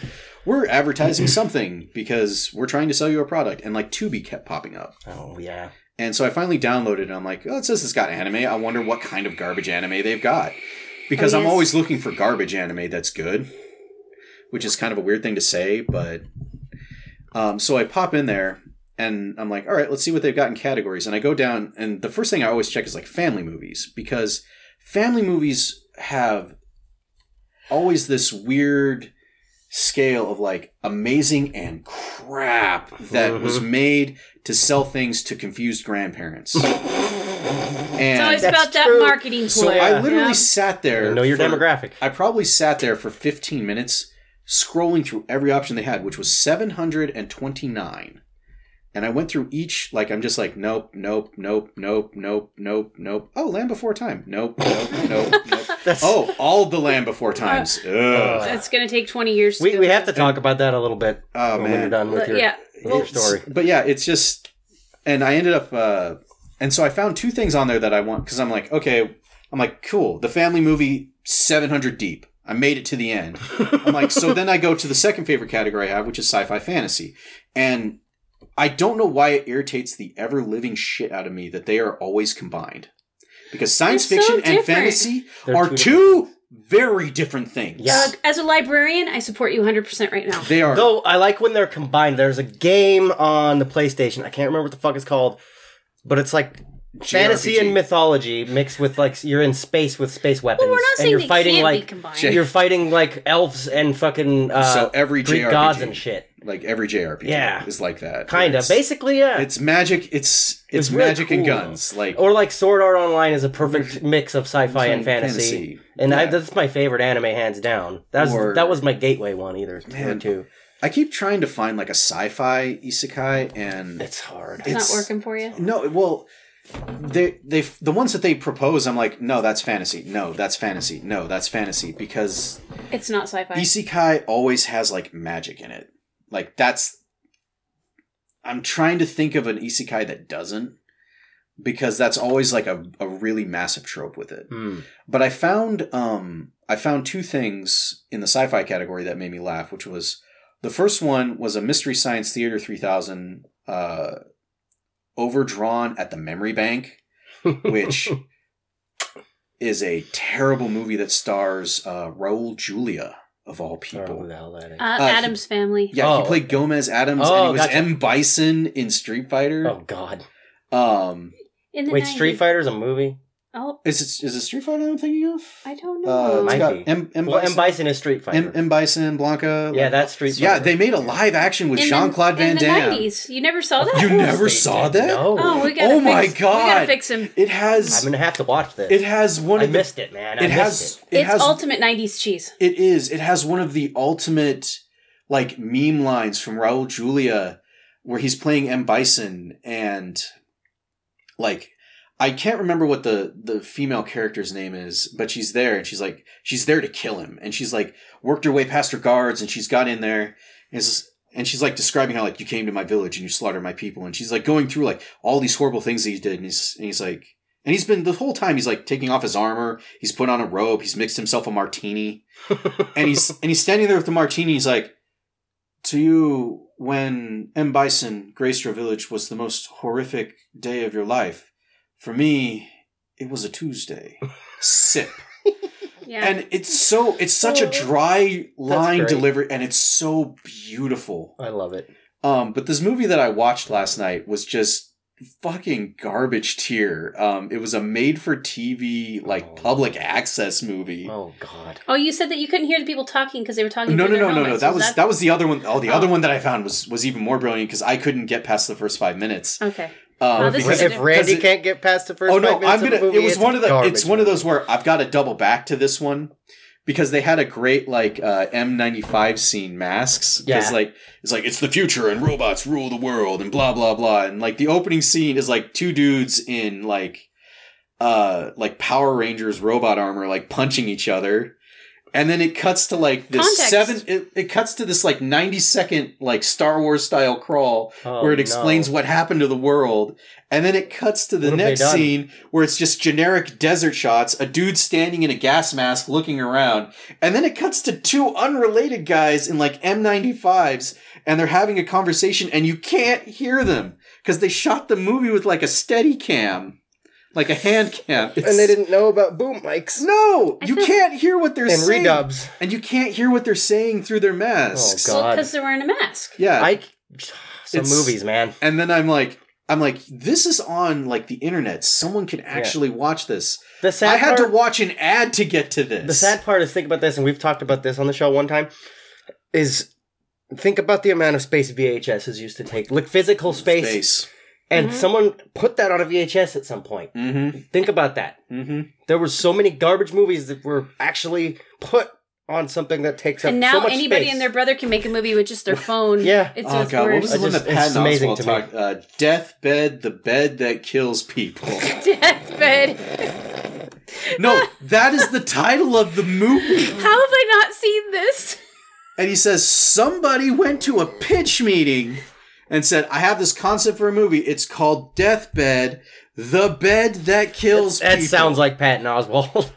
Speaker 3: we're advertising something because we're trying to sell you a product, and like Tubi kept popping up,
Speaker 1: Oh, yeah.
Speaker 3: and so I finally downloaded, it, and I'm like, oh, it says it's got anime. I wonder what kind of garbage anime they've got because
Speaker 2: Oh,
Speaker 3: I'm
Speaker 2: yes.
Speaker 3: always looking for garbage anime that's good, which is kind of a weird thing to say, but um, so I pop in there and I'm like, all right, let's see what they've got in categories. And I go down, and the first thing I always check is like family movies because family movies have always this weird scale of like amazing and crap that was made to sell things to confused grandparents.
Speaker 2: it's
Speaker 3: and
Speaker 2: always
Speaker 3: so,
Speaker 1: That's
Speaker 2: about that
Speaker 1: true.
Speaker 2: marketing ploy.
Speaker 3: I literally
Speaker 2: Yeah.
Speaker 3: sat there.
Speaker 1: Know your
Speaker 3: for-
Speaker 1: demographic.
Speaker 3: I probably sat there for 15 minutes scrolling through every option they had, which was 729. And I went through each, like, I'm just like, nope, nope, nope, nope, nope, nope, nope. Oh, Land Before Time. Nope, nope, nope, nope.
Speaker 1: That's-
Speaker 3: Oh, all the Land Before Times. Ugh.
Speaker 2: It's gonna take twenty years. To
Speaker 1: We,
Speaker 2: go
Speaker 1: we
Speaker 2: through.
Speaker 1: have to talk about that a little bit
Speaker 3: Oh,
Speaker 1: when you're
Speaker 3: man.
Speaker 1: done with
Speaker 2: But,
Speaker 1: your,
Speaker 2: yeah.
Speaker 1: your story.
Speaker 3: But yeah, it's just, and I ended up, uh, and so I found two things on there that I want because I'm like, okay, I'm like, cool, the family movie 700 deep. I made it to the end. I'm like, so then I go to the second favorite category I have, which is sci-fi fantasy, and I don't know why it irritates the ever living shit out of me that they are always combined because science
Speaker 2: They're so
Speaker 3: fiction and
Speaker 2: different.
Speaker 3: fantasy
Speaker 1: They're
Speaker 3: are
Speaker 1: two
Speaker 3: two very different things.
Speaker 1: Yeah.
Speaker 2: As a librarian, I support you 100 percent right now.
Speaker 3: They are.
Speaker 1: Though I like when they're combined. There's a game on the PlayStation. I can't remember what the fuck it's called, but it's like fantasy and
Speaker 3: JRPG.
Speaker 1: mythology mixed with like you're in space with space weapons.
Speaker 2: Well, we're not
Speaker 1: and
Speaker 2: saying
Speaker 1: you're
Speaker 2: they
Speaker 1: fighting
Speaker 2: can't
Speaker 1: like
Speaker 2: be combined.
Speaker 3: Jay-
Speaker 1: you're fighting like elves and fucking uh,
Speaker 3: So every
Speaker 1: Greek
Speaker 3: JRPG
Speaker 1: gods and shit.
Speaker 3: like every JRPG
Speaker 1: Yeah.
Speaker 3: is like that.
Speaker 1: Kind of,
Speaker 3: It's-
Speaker 1: basically, yeah.
Speaker 3: It's magic. It's it's,
Speaker 1: It's really
Speaker 3: magic and
Speaker 1: cool.
Speaker 3: guns. Like
Speaker 1: or like Sword Art Online is a perfect mix of sci-fi and fantasy,
Speaker 3: Fantasy.
Speaker 1: and I,
Speaker 3: Yeah.
Speaker 1: that's my favorite anime, hands down. That's
Speaker 3: Or-
Speaker 1: that was my gateway one either. Man,
Speaker 3: Man.
Speaker 1: too.
Speaker 3: I keep trying to find like a sci-fi isekai, and
Speaker 1: It's hard.
Speaker 2: it's,
Speaker 3: it's-
Speaker 2: not working for you.
Speaker 3: no, well, they they the ones that they propose, I'm like, no, that's fantasy. No, that's fantasy. No, that's fantasy because
Speaker 2: It's not sci-fi.
Speaker 3: isekai always has like magic in it. Like that's. I'm trying to think of an isekai that doesn't, because that's always like a, a really massive trope with it.
Speaker 1: Mm.
Speaker 3: But I found um I found two things in the sci-fi category that made me laugh, which was the first one was a Mystery Science Theater 3000 uh overdrawn at the memory bank, which is a terrible movie that stars uh Raul Julia of all
Speaker 1: I don't know who
Speaker 3: people.
Speaker 1: the hell that is.
Speaker 2: Uh,
Speaker 3: he-
Speaker 2: Adam's family.
Speaker 3: Yeah,
Speaker 1: Oh.
Speaker 3: he played Gomez Adams and
Speaker 1: Oh,
Speaker 3: he was
Speaker 1: gotcha.
Speaker 3: M Bison in Street
Speaker 1: oh
Speaker 3: Fighter.
Speaker 1: God! Oh.
Speaker 3: Um
Speaker 2: In the
Speaker 1: Wait, Street
Speaker 2: 90s.
Speaker 1: Fighter's a movie.
Speaker 2: Oh,
Speaker 3: is it is it Street Fighter I'm thinking of?
Speaker 2: I don't
Speaker 3: Uh,
Speaker 2: know.
Speaker 3: it's
Speaker 1: Might
Speaker 3: got
Speaker 1: be.
Speaker 3: M, M,
Speaker 1: well,
Speaker 3: Bison,
Speaker 1: M Bison is Street
Speaker 3: M,
Speaker 1: Fighter.
Speaker 3: M. Bison, Blanca.
Speaker 1: yeah,
Speaker 3: like-
Speaker 1: that's Street.
Speaker 3: yeah.
Speaker 1: Fighter.
Speaker 3: They made a live action with
Speaker 2: In the-
Speaker 3: Jean Claude Van
Speaker 2: in the
Speaker 3: Damme.
Speaker 2: 90s. You never saw Oh, that?
Speaker 3: You
Speaker 1: Of course
Speaker 3: never
Speaker 1: they
Speaker 3: saw
Speaker 1: did.
Speaker 3: that?
Speaker 1: No.
Speaker 2: Oh, we gotta
Speaker 3: Oh
Speaker 2: fix,
Speaker 3: my
Speaker 2: We gotta
Speaker 3: God.
Speaker 2: fix him.
Speaker 3: It
Speaker 1: I'm
Speaker 3: has
Speaker 1: gonna have to watch this.
Speaker 3: it has one
Speaker 1: I
Speaker 3: of the,
Speaker 1: missed it, man. I
Speaker 3: it
Speaker 1: missed
Speaker 3: has
Speaker 1: it.
Speaker 3: it
Speaker 2: it's
Speaker 3: has
Speaker 2: ultimate 90s cheese.
Speaker 3: it is it has one of the ultimate like meme lines from Raul Julia where he's playing M Bison and like I can't remember what the the female character's name is, but she's there and she's like she's there to kill him and she's like worked her way past her guards and she's got in there and it's just- and she's like describing how like you came to my village and you slaughtered my people and she's like going through like all these horrible things that he did and he's and he's like and he's been the whole time he's like taking off his armor he's put on a robe he's mixed himself a martini and he's and he's standing there with the martini he's like to you when M Bison graced your village was the most horrific day of your life for me it was a Tuesday sip
Speaker 2: Yeah.
Speaker 3: and it's so it's such a dry line
Speaker 1: great.
Speaker 3: delivery and it's so beautiful
Speaker 1: I love it.
Speaker 3: um but this movie that i watched last night was just fucking garbage tier um it was a made for tv like
Speaker 1: Oh.
Speaker 3: public access movie
Speaker 1: Oh God.
Speaker 2: oh, you said that you couldn't hear the people talking because they were talking.
Speaker 3: no no
Speaker 2: through
Speaker 3: no
Speaker 2: their
Speaker 3: no no
Speaker 2: helmets.
Speaker 3: that was that was the other one oh the other
Speaker 2: Oh.
Speaker 3: one that i found was was even more brilliant because i couldn't get past the first five minutes
Speaker 2: Okay.
Speaker 3: um
Speaker 2: Oh, this is
Speaker 1: if
Speaker 2: a-
Speaker 1: Randy
Speaker 3: because it-
Speaker 1: can't get past the first,
Speaker 3: oh
Speaker 1: five
Speaker 3: no
Speaker 1: minutes
Speaker 3: i'm
Speaker 1: of the
Speaker 3: gonna
Speaker 1: movie,
Speaker 3: it was
Speaker 1: it's
Speaker 3: one of the
Speaker 1: garbage
Speaker 3: it's one of those
Speaker 1: movie.
Speaker 3: where i've got to double back to this one because they had a great like uh, m95 scene masks because
Speaker 1: Yeah.
Speaker 3: like it's like it's the future and robots rule the world and blah blah blah and like the opening scene is like two dudes in like uh like power rangers robot armor like punching each other and then it cuts to like this
Speaker 2: Context.
Speaker 3: seven it, it cuts to this like 90 second like star wars style crawl
Speaker 1: Oh,
Speaker 3: where it
Speaker 1: no.
Speaker 3: explains what happened to the world, and then it cuts to the
Speaker 1: What have they
Speaker 3: next
Speaker 1: done?
Speaker 3: scene where it's just generic desert shots, a dude standing in a gas mask looking around, and then it cuts to two unrelated guys in like M95s, and they're having a conversation, and you can't hear them because they shot the movie with like a steady cam, like a hand cam.
Speaker 1: and they didn't know about boom mics
Speaker 3: No, you
Speaker 2: feel-
Speaker 3: can't hear what they're
Speaker 1: and
Speaker 3: saying,
Speaker 1: redubs.
Speaker 3: and you can't hear what they're saying through their masks.
Speaker 1: Oh, God.
Speaker 2: Well, because they're wearing a mask.
Speaker 3: Yeah,
Speaker 1: I some
Speaker 3: It's-
Speaker 1: movies, man.
Speaker 3: and then I'm like, I'm like, this is on like the internet. Someone can actually watch this.
Speaker 1: The sad
Speaker 3: I had
Speaker 1: part,
Speaker 3: to watch an ad to get to this.
Speaker 1: The sad part is think about this, and we've talked about this on the show one time. Is think about the amount of space VHSs used to take, like physical space, and
Speaker 2: Mhm.
Speaker 1: someone put that on a VHS at some point.
Speaker 3: Mm-hmm.
Speaker 1: Think about that.
Speaker 3: Mm-hmm.
Speaker 1: There were so many garbage movies that were actually put on something that takes up
Speaker 2: And now
Speaker 1: so much
Speaker 2: anybody
Speaker 1: space.
Speaker 2: and their brother can make a movie with just their phone.
Speaker 1: Yeah.
Speaker 2: It's,
Speaker 3: oh
Speaker 2: it's
Speaker 3: god, what was
Speaker 2: worse.
Speaker 1: I
Speaker 3: the one
Speaker 1: just-
Speaker 3: that Patton
Speaker 1: it's amazing
Speaker 3: Oswalt
Speaker 1: to me.
Speaker 3: talked? Uh, Deathbed, the bed that kills people.
Speaker 2: Deathbed.
Speaker 3: no, that is the title of the movie.
Speaker 2: How have I not seen this?
Speaker 3: And he says somebody went to a pitch meeting and said, "I have this concept for a movie. It's called Deathbed, the bed that kills."
Speaker 1: that
Speaker 3: people.
Speaker 1: sounds like Patton Oswald.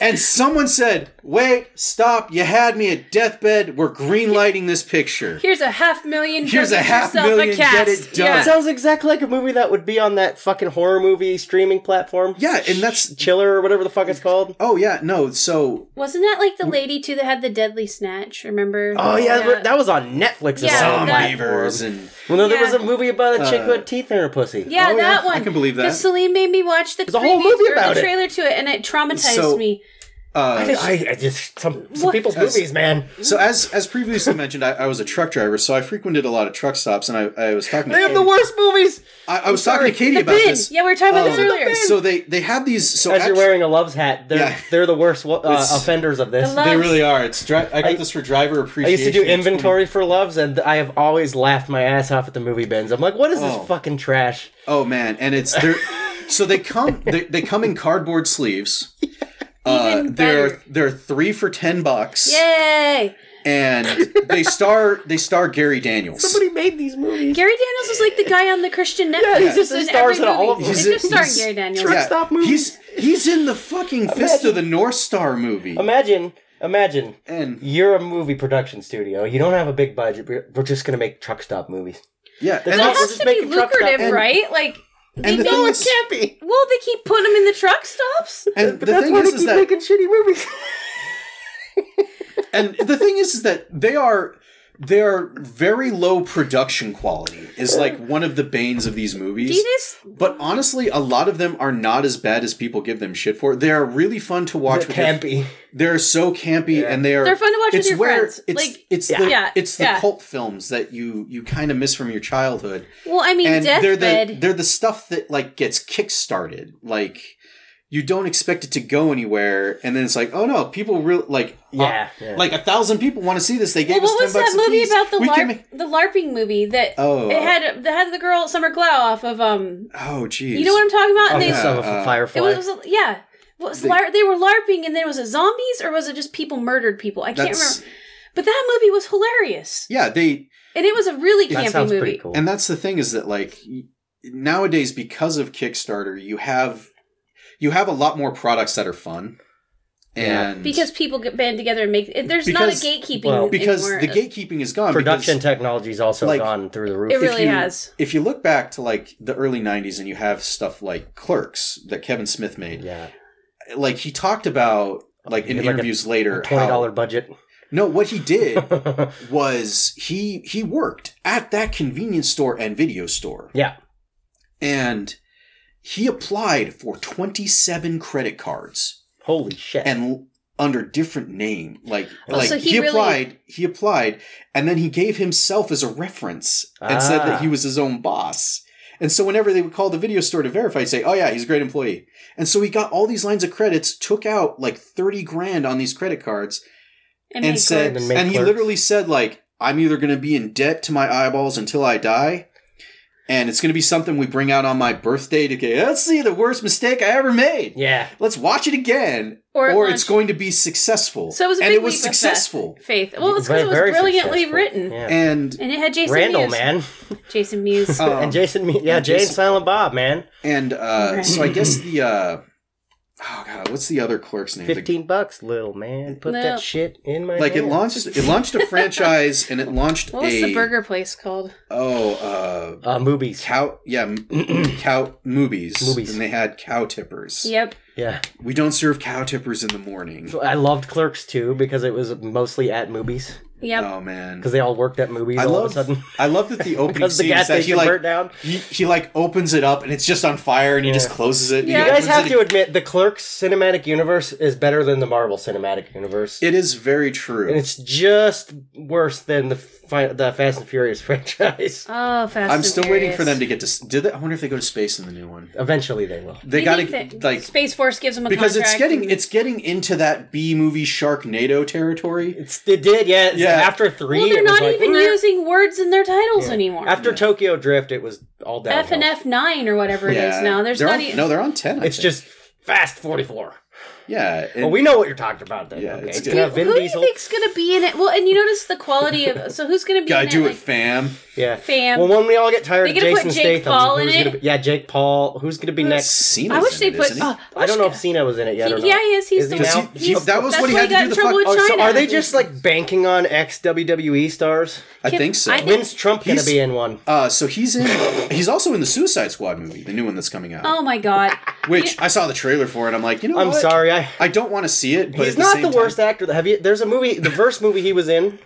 Speaker 3: And someone said, "Wait, stop! You had me at deathbed. We're greenlighting this picture."
Speaker 2: Here's a half million.
Speaker 3: Here's
Speaker 2: go
Speaker 3: a
Speaker 2: get
Speaker 3: half
Speaker 2: yourself
Speaker 3: million, get it done.
Speaker 2: cast.
Speaker 1: It
Speaker 2: Yeah.
Speaker 1: sounds exactly like a movie that would be on that fucking horror movie streaming platform.
Speaker 3: Yeah, and that's
Speaker 1: Chiller or whatever the fuck it's called.
Speaker 3: oh yeah no. So
Speaker 2: Wasn't that like the lady too that had the deadly snatch? Remember?
Speaker 1: Oh yeah, that was on Netflix.
Speaker 2: Yeah,
Speaker 1: Zombie.
Speaker 2: that-
Speaker 3: zombievers and
Speaker 1: Well, no, there
Speaker 2: Yeah.
Speaker 1: was a movie about a chick who
Speaker 3: Uh,
Speaker 1: had teeth in her pussy.
Speaker 2: Yeah,
Speaker 3: Oh, yeah,
Speaker 2: that one.
Speaker 3: I can believe that.
Speaker 2: Because Celine made me watch the,
Speaker 1: a whole
Speaker 2: previews
Speaker 1: movie
Speaker 2: or
Speaker 1: about
Speaker 2: the
Speaker 1: it.
Speaker 2: traumatized to it, and it traumatized
Speaker 3: So-
Speaker 2: me.
Speaker 3: uh,
Speaker 1: I, I just some, some
Speaker 2: What?
Speaker 1: people's movies, man.
Speaker 3: so as as previously mentioned, I, I was a truck driver, so I frequented a lot of truck stops, and I, I was talking. To
Speaker 1: They have the worst movies.
Speaker 3: I, I was talking to Katie
Speaker 2: The
Speaker 3: about
Speaker 2: bin.
Speaker 3: this.
Speaker 2: Yeah, we were talking about
Speaker 3: Um,
Speaker 2: this earlier.
Speaker 3: So they they have these. So
Speaker 1: As you're
Speaker 3: actu-
Speaker 1: wearing a loves hat, they're
Speaker 3: Yeah.
Speaker 1: they're the worst wo- uh,
Speaker 3: It's-
Speaker 1: offenders of this.
Speaker 2: The love-
Speaker 3: they really are. It's dri- I got
Speaker 1: I-
Speaker 3: this for driver
Speaker 1: I
Speaker 3: appreciation.
Speaker 1: used to do inventory for loves, and I have always laughed my ass off at the movie bins. I'm like, what is
Speaker 3: Oh.
Speaker 1: this fucking trash?
Speaker 3: Oh man, and it's they're so they come they, they come in cardboard sleeves. Uh,
Speaker 2: Even
Speaker 3: they're
Speaker 2: better.
Speaker 3: they're three for ten bucks,
Speaker 2: Yay!
Speaker 3: and they star they star Gary Daniels.
Speaker 1: Somebody made these movies.
Speaker 2: Gary Daniels was like the guy on the Christian Netflix.
Speaker 1: Yeah, he's just
Speaker 2: in
Speaker 1: the stars
Speaker 2: every
Speaker 1: in all
Speaker 2: movie.
Speaker 1: of them.
Speaker 2: It's
Speaker 3: He's-
Speaker 2: just starring
Speaker 3: he's-
Speaker 2: Gary Daniels.
Speaker 1: Shrek. Stop movies.
Speaker 3: He's he's in the fucking Fist of the North Star movie.
Speaker 1: Imagine, imagine.
Speaker 3: And
Speaker 1: You're a movie production studio. You don't have a big budget. We're we're just gonna make truck stop movies.
Speaker 3: yeah, and
Speaker 2: That
Speaker 1: We're
Speaker 2: has
Speaker 3: that's,
Speaker 1: just
Speaker 2: to be
Speaker 1: making truck
Speaker 2: lucrative,
Speaker 1: stop-
Speaker 2: right? Like, they
Speaker 3: and the
Speaker 2: don't.
Speaker 3: thing is,
Speaker 1: be.
Speaker 2: well, they keep putting him in the truck stops.
Speaker 3: and the thing is, is that
Speaker 1: shitty movies.
Speaker 3: and the thing is, is that they are they are very low production quality. Is like one of the banes of these movies.
Speaker 2: Do you guys
Speaker 3: But honestly, a lot of them are not as bad as people give them shit for. They are really fun to watch. with your-
Speaker 1: campy.
Speaker 3: They're so campy,
Speaker 1: Yeah.
Speaker 3: and they are.
Speaker 2: They're fun to watch with
Speaker 3: it's
Speaker 2: your
Speaker 3: where-
Speaker 2: friends.
Speaker 3: It's,
Speaker 2: Like,
Speaker 3: it's
Speaker 2: yeah.
Speaker 3: the
Speaker 2: Yeah,
Speaker 3: it's the
Speaker 2: yeah.
Speaker 3: cult films that you you kind of miss from your childhood,
Speaker 2: Well, I mean,
Speaker 3: and they're the
Speaker 2: deathbed.
Speaker 3: they're the stuff that like gets kickstarted. Like you don't expect it to go anywhere, and then it's like, oh no, people real like
Speaker 1: Yeah,
Speaker 3: uh,
Speaker 1: yeah.
Speaker 3: like a thousand people want to see this. They
Speaker 2: well,
Speaker 3: gave
Speaker 2: what was
Speaker 3: us ten bucks
Speaker 2: that
Speaker 3: a
Speaker 2: movie
Speaker 3: piece.
Speaker 2: about the
Speaker 3: We can
Speaker 2: LARP,
Speaker 3: make-
Speaker 2: the LARPing movie that
Speaker 3: Oh.
Speaker 2: it had that had the girl Summer Glau off of um
Speaker 3: Oh jeez,
Speaker 2: you know what I'm talking about?
Speaker 1: Oh,
Speaker 2: And they,
Speaker 1: the son of a
Speaker 3: uh,
Speaker 1: firefly.
Speaker 2: It was, it was yeah. What was
Speaker 3: They-
Speaker 2: lar- they were LARPing and then was it zombies or was it just people murdered people? I can't
Speaker 3: That's-
Speaker 2: remember. But that movie was hilarious.
Speaker 3: Yeah, they
Speaker 2: And it was a really
Speaker 1: that
Speaker 2: campy
Speaker 1: sounds
Speaker 2: movie.
Speaker 1: pretty cool.
Speaker 3: And that's the thing is that like y- nowadays because of Kickstarter, you have you have a lot more products that are fun.
Speaker 1: Yeah.
Speaker 3: And
Speaker 2: Because people get band together and make it- there's
Speaker 3: Because-
Speaker 2: not a gatekeeping
Speaker 1: well,
Speaker 3: because
Speaker 2: anymore.
Speaker 3: the gatekeeping is gone
Speaker 1: Production
Speaker 3: because
Speaker 1: technology's also
Speaker 3: like,
Speaker 1: gone through the roof.
Speaker 2: it really
Speaker 3: you-
Speaker 2: has.
Speaker 3: if you look back to like the early 90s and you have stuff like Clerks that Kevin Smith made,
Speaker 1: yeah,
Speaker 3: like he talked about like in
Speaker 1: Like a-
Speaker 3: interviews later
Speaker 1: twenty dollar
Speaker 3: how-
Speaker 1: budget.
Speaker 3: No, what he did
Speaker 1: yeah,
Speaker 3: was he he worked at that convenience store and video store. and he applied for 27 credit cards
Speaker 1: holy shit.
Speaker 3: and l- under different name like
Speaker 2: Oh,
Speaker 3: like
Speaker 2: so
Speaker 3: he,
Speaker 2: he really-
Speaker 3: applied he applied and then he gave himself as a reference and said
Speaker 1: Ah.
Speaker 3: that he was his own boss and so whenever they would call the video store to verify he'd say oh yeah he's a great employee and so he got all these lines of credits took out like 30 grand on these credit cards
Speaker 2: And,
Speaker 3: and,
Speaker 2: made
Speaker 3: said
Speaker 2: clerks.
Speaker 1: And
Speaker 3: and,
Speaker 1: make
Speaker 3: he
Speaker 1: clerks.
Speaker 3: literally said like i'm either going to be in debt to my eyeballs until i die and it's going to be something we bring out on my birthday to get let's see the worst mistake i ever made
Speaker 1: yeah,
Speaker 3: let's watch it again
Speaker 2: Or
Speaker 3: or,
Speaker 2: at
Speaker 3: it's
Speaker 2: lunch.
Speaker 3: going to be successful
Speaker 2: So it was a
Speaker 3: and
Speaker 2: big
Speaker 3: it was
Speaker 2: leap of faith.
Speaker 3: successful
Speaker 2: Faith. Well, it's because it was
Speaker 1: Very
Speaker 2: brilliantly
Speaker 1: successful.
Speaker 2: written.
Speaker 1: Yeah.
Speaker 3: and
Speaker 2: And it had Jason
Speaker 1: Randall,
Speaker 2: Mewes.
Speaker 1: man,
Speaker 2: Jason Mewes.
Speaker 3: um,
Speaker 1: and Jason, Me- yeah,
Speaker 3: and
Speaker 1: Jay and
Speaker 3: Jason-
Speaker 1: Silent Bob, man,
Speaker 3: and uh
Speaker 2: Right.
Speaker 3: so i guess the uh oh god what's the other clerk's name The-
Speaker 1: fifteen bucks, little man, put
Speaker 2: Little-
Speaker 1: that shit in my
Speaker 3: like it
Speaker 1: hand.
Speaker 3: launched it launched a franchise and it launched
Speaker 2: what was
Speaker 3: a
Speaker 2: the burger place called?
Speaker 3: oh uh
Speaker 1: uh, movies.
Speaker 3: cow yeah m- cow movies
Speaker 1: Movies.
Speaker 3: and they had cow tippers
Speaker 2: Yep.
Speaker 1: Yeah,
Speaker 3: We don't serve cow tippers in the morning.
Speaker 1: I loved Clerks too because it was mostly at movies
Speaker 2: Yep.
Speaker 3: Oh man.
Speaker 1: because they all worked at movies
Speaker 3: I
Speaker 1: all
Speaker 3: love,
Speaker 1: of a sudden.
Speaker 3: I love that the opening
Speaker 1: Because the
Speaker 3: scene
Speaker 1: gas
Speaker 3: is that he
Speaker 1: station
Speaker 3: like
Speaker 1: burnt down.
Speaker 3: he, he like opens it up and it's just on fire and he just closes it. and he
Speaker 2: You
Speaker 1: You guys
Speaker 3: opens
Speaker 1: have
Speaker 3: it
Speaker 1: to admit the Clerks cinematic universe is better than the Marvel cinematic universe,
Speaker 3: It is very true.
Speaker 1: and it's just worse than the fi- the Fast and Furious franchise.
Speaker 2: Oh, fast.
Speaker 3: I'm
Speaker 2: and
Speaker 3: still waiting for
Speaker 2: Furious.
Speaker 3: them to get to. s- Did they, I wonder if they go to space in the new one?
Speaker 1: Eventually, they will.
Speaker 3: They
Speaker 2: You
Speaker 3: gotta
Speaker 2: think that
Speaker 3: like
Speaker 2: Space Force gives them a
Speaker 3: because it's
Speaker 2: contract
Speaker 3: getting
Speaker 2: and-
Speaker 3: it's getting into that B movie Sharknado territory.
Speaker 1: It's, it did, yeah. it's
Speaker 3: Yeah.
Speaker 1: After three,
Speaker 2: well,
Speaker 1: it
Speaker 2: they're
Speaker 1: was
Speaker 2: not
Speaker 1: like,
Speaker 2: even
Speaker 1: "Meh."
Speaker 2: using words in their titles anymore.
Speaker 1: After Tokyo Drift, it was all down.
Speaker 2: F and F nine or whatever it is now. There's
Speaker 3: they're
Speaker 2: not e-,
Speaker 3: on,
Speaker 2: even.
Speaker 3: no, they're on ten. I
Speaker 1: It's
Speaker 3: think.
Speaker 1: just Fast Forty Four.
Speaker 3: yeah. and-
Speaker 1: Well, we know what you're talking about. Then,
Speaker 3: Yeah,
Speaker 1: okay.
Speaker 3: it's
Speaker 1: It's,
Speaker 3: good.
Speaker 1: gonna have Vin
Speaker 2: Who do you
Speaker 1: Diesel.
Speaker 2: think's gonna be in it? Well, and you notice the quality of. So who's gonna be?
Speaker 3: gotta
Speaker 2: in
Speaker 3: do
Speaker 2: it?
Speaker 3: it,
Speaker 2: Like,
Speaker 3: fam.
Speaker 1: Yeah.
Speaker 2: Fam.
Speaker 1: Well, when we all get tired
Speaker 2: They
Speaker 1: of
Speaker 2: gonna put
Speaker 1: Jason
Speaker 2: Jake
Speaker 1: Statham,
Speaker 2: Paul in
Speaker 1: who's gonna
Speaker 2: it?
Speaker 1: be- yeah, Jake Paul. Who's gonna be next?
Speaker 3: Cena's
Speaker 2: I wish
Speaker 3: in
Speaker 2: they
Speaker 3: it,
Speaker 2: put.
Speaker 3: isn't he?
Speaker 2: Oh,
Speaker 1: I don't know if Cena was in it yet or
Speaker 2: He,
Speaker 1: not.
Speaker 2: yeah, he is. He's
Speaker 1: Is
Speaker 2: the
Speaker 1: he now?
Speaker 2: one.
Speaker 3: Because he- he- that was
Speaker 2: That's
Speaker 3: what he
Speaker 2: why
Speaker 3: had to do.
Speaker 2: he got
Speaker 3: The
Speaker 2: in trouble
Speaker 3: fuck.
Speaker 2: with
Speaker 1: Oh, so
Speaker 2: China.
Speaker 1: are they just like banking on ex
Speaker 2: E
Speaker 1: WWE stars?
Speaker 3: I
Speaker 2: Can-
Speaker 3: think so.
Speaker 2: I think-
Speaker 1: When's Trump gonna
Speaker 3: He's-
Speaker 1: be in one?
Speaker 3: Uh, so he's in. he's also in the Suicide Squad movie, the new one that's coming out.
Speaker 2: Oh my god.
Speaker 3: which I saw the trailer for, and I'm like, you know,
Speaker 1: I'm
Speaker 3: what?
Speaker 1: sorry, I.
Speaker 3: I don't want to see it. But
Speaker 1: he's
Speaker 3: at the
Speaker 1: not
Speaker 3: same
Speaker 1: the
Speaker 3: time-
Speaker 1: worst actor. That have you? There's a movie, the first movie he was in,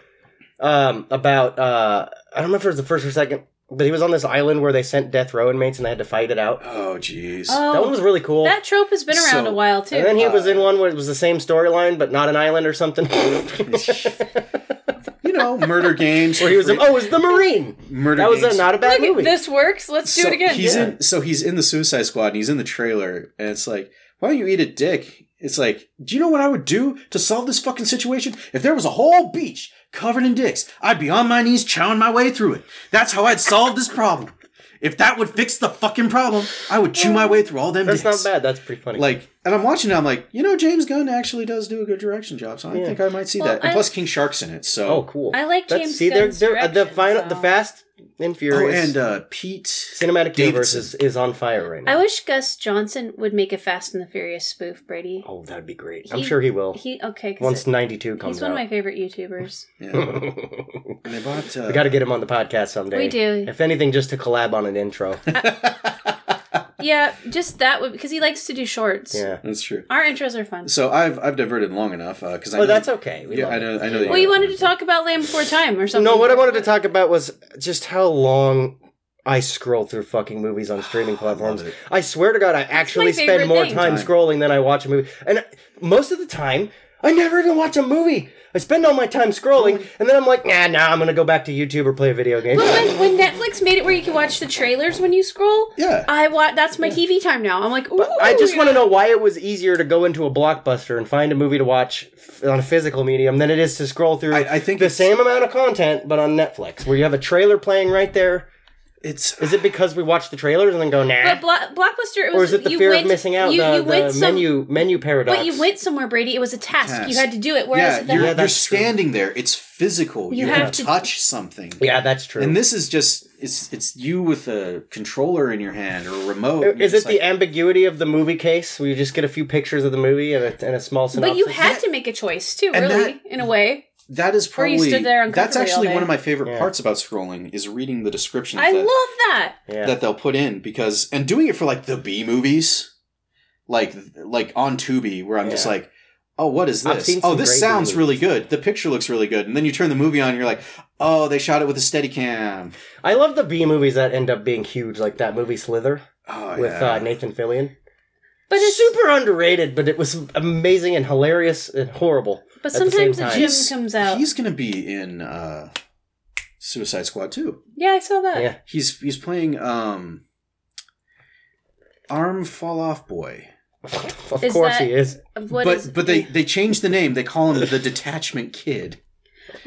Speaker 1: um, about uh, I don't remember if it was the first or second, but he was on this island where they sent death row inmates and they had to fight it out.
Speaker 3: Oh jeez.
Speaker 2: Oh,
Speaker 1: that one was really cool.
Speaker 2: That trope has been around
Speaker 3: So-
Speaker 2: a while too.
Speaker 1: and then he was in
Speaker 3: Uh,
Speaker 1: one where it was the same storyline, but not an island or something.
Speaker 3: you know, murder games.
Speaker 1: where he was, in,
Speaker 3: Free-
Speaker 1: oh, it was the Marine.
Speaker 3: murder.
Speaker 1: That was a,
Speaker 3: games.
Speaker 1: not a bad
Speaker 2: Look,
Speaker 1: movie.
Speaker 2: this works. Let's do
Speaker 3: so
Speaker 2: it again.
Speaker 3: He's
Speaker 1: yeah.
Speaker 3: in. So he's in the Suicide Squad, and he's in the trailer, and it's like, why don't you eat a dick? It's like, do you know what I would do to solve this fucking situation? If there was a whole beach covered in dicks, I'd be on my knees chowing my way through it. That's how I'd solve this problem. If that would fix the fucking problem, I would chew my way through all them.
Speaker 1: That's not
Speaker 3: dicks.
Speaker 1: bad. That's pretty funny.
Speaker 3: Like, and I'm watching it. I'm like, you know, James Gunn actually does do a good direction job, so I
Speaker 1: Yeah.
Speaker 3: think I might see
Speaker 2: Well,
Speaker 3: that. And
Speaker 2: I-
Speaker 3: plus, King Shark's in it, so
Speaker 1: oh, cool.
Speaker 2: I like
Speaker 1: That's-
Speaker 2: James
Speaker 1: See, they're,
Speaker 2: Gunn's
Speaker 1: they're uh, the
Speaker 2: direction,
Speaker 1: final, the
Speaker 2: so-
Speaker 1: Fast and
Speaker 3: Oh,
Speaker 1: Furious
Speaker 3: and uh, Pete.
Speaker 1: cinematic universe
Speaker 3: Davidson.
Speaker 1: is, is on fire right now.
Speaker 2: I wish Gus Johnson would make a Fast and the Furious spoof, Brady.
Speaker 1: oh, that'd be great. I'm sure he will.
Speaker 2: He okay. 'cause
Speaker 1: Once
Speaker 2: it-
Speaker 1: 92 comes
Speaker 2: he's one of
Speaker 1: out.
Speaker 2: my favorite YouTubers.
Speaker 3: Yeah. And they bought. Uh,
Speaker 1: we got to get him on the podcast someday.
Speaker 2: We do.
Speaker 1: If anything, just to collab on an intro.
Speaker 2: yeah, just that would because he likes to do shorts.
Speaker 1: yeah.
Speaker 3: That's true.
Speaker 2: Our intros are fun.
Speaker 3: So I've I've diverted long enough because I.
Speaker 1: Well,
Speaker 3: know-
Speaker 1: Oh, that's okay. We
Speaker 3: Yeah,
Speaker 1: love
Speaker 3: I
Speaker 1: it.
Speaker 3: know. I know. that
Speaker 2: well, you wanted to talk about Land Before Time or something.
Speaker 1: No, what I wanted to talk about was just how long I scroll through fucking movies on streaming platforms.
Speaker 3: it.
Speaker 1: I swear to God, I actually spend
Speaker 2: favorite
Speaker 1: more
Speaker 2: thing.
Speaker 1: time
Speaker 3: Time.
Speaker 1: scrolling than I watch a movie. And most of the time, I never even watch a movie. I spend all my time scrolling, and then I'm like, nah, nah, I'm gonna go back to YouTube or play a video game.
Speaker 2: Well, when, when Netflix made it where you could watch the trailers when you scroll,
Speaker 3: Yeah.
Speaker 2: I wa- that's my TV time now. I'm like, ooh,
Speaker 1: I just want to know why it was easier to go into a blockbuster and find a movie to watch f- on a physical medium than it is to scroll through
Speaker 3: I- I think
Speaker 1: the
Speaker 3: it's-
Speaker 1: same amount of content but on Netflix, where you have a trailer playing right there.
Speaker 3: It's
Speaker 1: Is it because we watch the trailers and then go, nah?
Speaker 2: But Blo- Blockbuster, it was,
Speaker 1: or is it the
Speaker 2: you
Speaker 1: fear
Speaker 2: went,
Speaker 1: of missing out?
Speaker 2: You,
Speaker 1: the
Speaker 2: you
Speaker 1: the
Speaker 2: went some-
Speaker 1: menu menu paradox.
Speaker 2: But you went somewhere, Brady. It was a task. You
Speaker 3: Task.
Speaker 2: had to do it. Whereas
Speaker 3: yeah. You're,
Speaker 2: at
Speaker 1: Yeah,
Speaker 2: that,
Speaker 3: you're
Speaker 1: that's true.
Speaker 3: standing there. It's physical.
Speaker 2: You
Speaker 3: You,
Speaker 2: have
Speaker 3: can
Speaker 2: to-
Speaker 3: touch something.
Speaker 1: Yeah, that's true.
Speaker 3: And this is just it's it's you with a controller in your hand or a remote. and
Speaker 1: is
Speaker 3: it's
Speaker 1: it the
Speaker 3: like-
Speaker 1: ambiguity of the movie case where you just get a few pictures of the movie and a, and a small synopsis?
Speaker 2: but you had to make a choice too,
Speaker 3: And
Speaker 2: really,
Speaker 3: that-
Speaker 2: in a way.
Speaker 3: that is
Speaker 2: Or
Speaker 3: probably
Speaker 2: you stood there uncomfortably
Speaker 3: that's actually
Speaker 2: all day.
Speaker 3: one of my favorite
Speaker 1: Yeah.
Speaker 3: parts about scrolling is reading the descriptions
Speaker 2: I
Speaker 3: that,
Speaker 2: love that.
Speaker 1: yeah.
Speaker 3: that they'll put in because and doing it for like the B movies, like like on Tubi where I'm just
Speaker 1: Yeah.
Speaker 3: like, oh, what is
Speaker 1: I've
Speaker 3: this?
Speaker 1: seen
Speaker 3: Oh,
Speaker 1: some
Speaker 3: this
Speaker 1: great
Speaker 3: sounds
Speaker 1: B-movies.
Speaker 3: really good. The picture looks really good, and then you turn the movie on, and you're like, oh, they shot it with a Steadicam.
Speaker 1: I love the B movies that end up being huge, like that movie Slither
Speaker 3: Oh,
Speaker 1: with
Speaker 3: yeah.
Speaker 1: uh, Nathan Fillion.
Speaker 2: But it's
Speaker 1: super underrated, but it was amazing and hilarious and horrible. at
Speaker 2: but
Speaker 1: the same
Speaker 2: sometimes
Speaker 1: time.
Speaker 2: Jim comes out.
Speaker 3: He's gonna be in uh, Suicide Squad too.
Speaker 2: yeah, I saw that.
Speaker 1: Yeah,
Speaker 3: He's he's playing um, Arm Fall Off Boy.
Speaker 1: of
Speaker 2: Is
Speaker 1: course
Speaker 2: that-
Speaker 1: he is.
Speaker 2: What
Speaker 3: but
Speaker 2: is-
Speaker 3: but they they changed the name. They call him the Detachment Kid.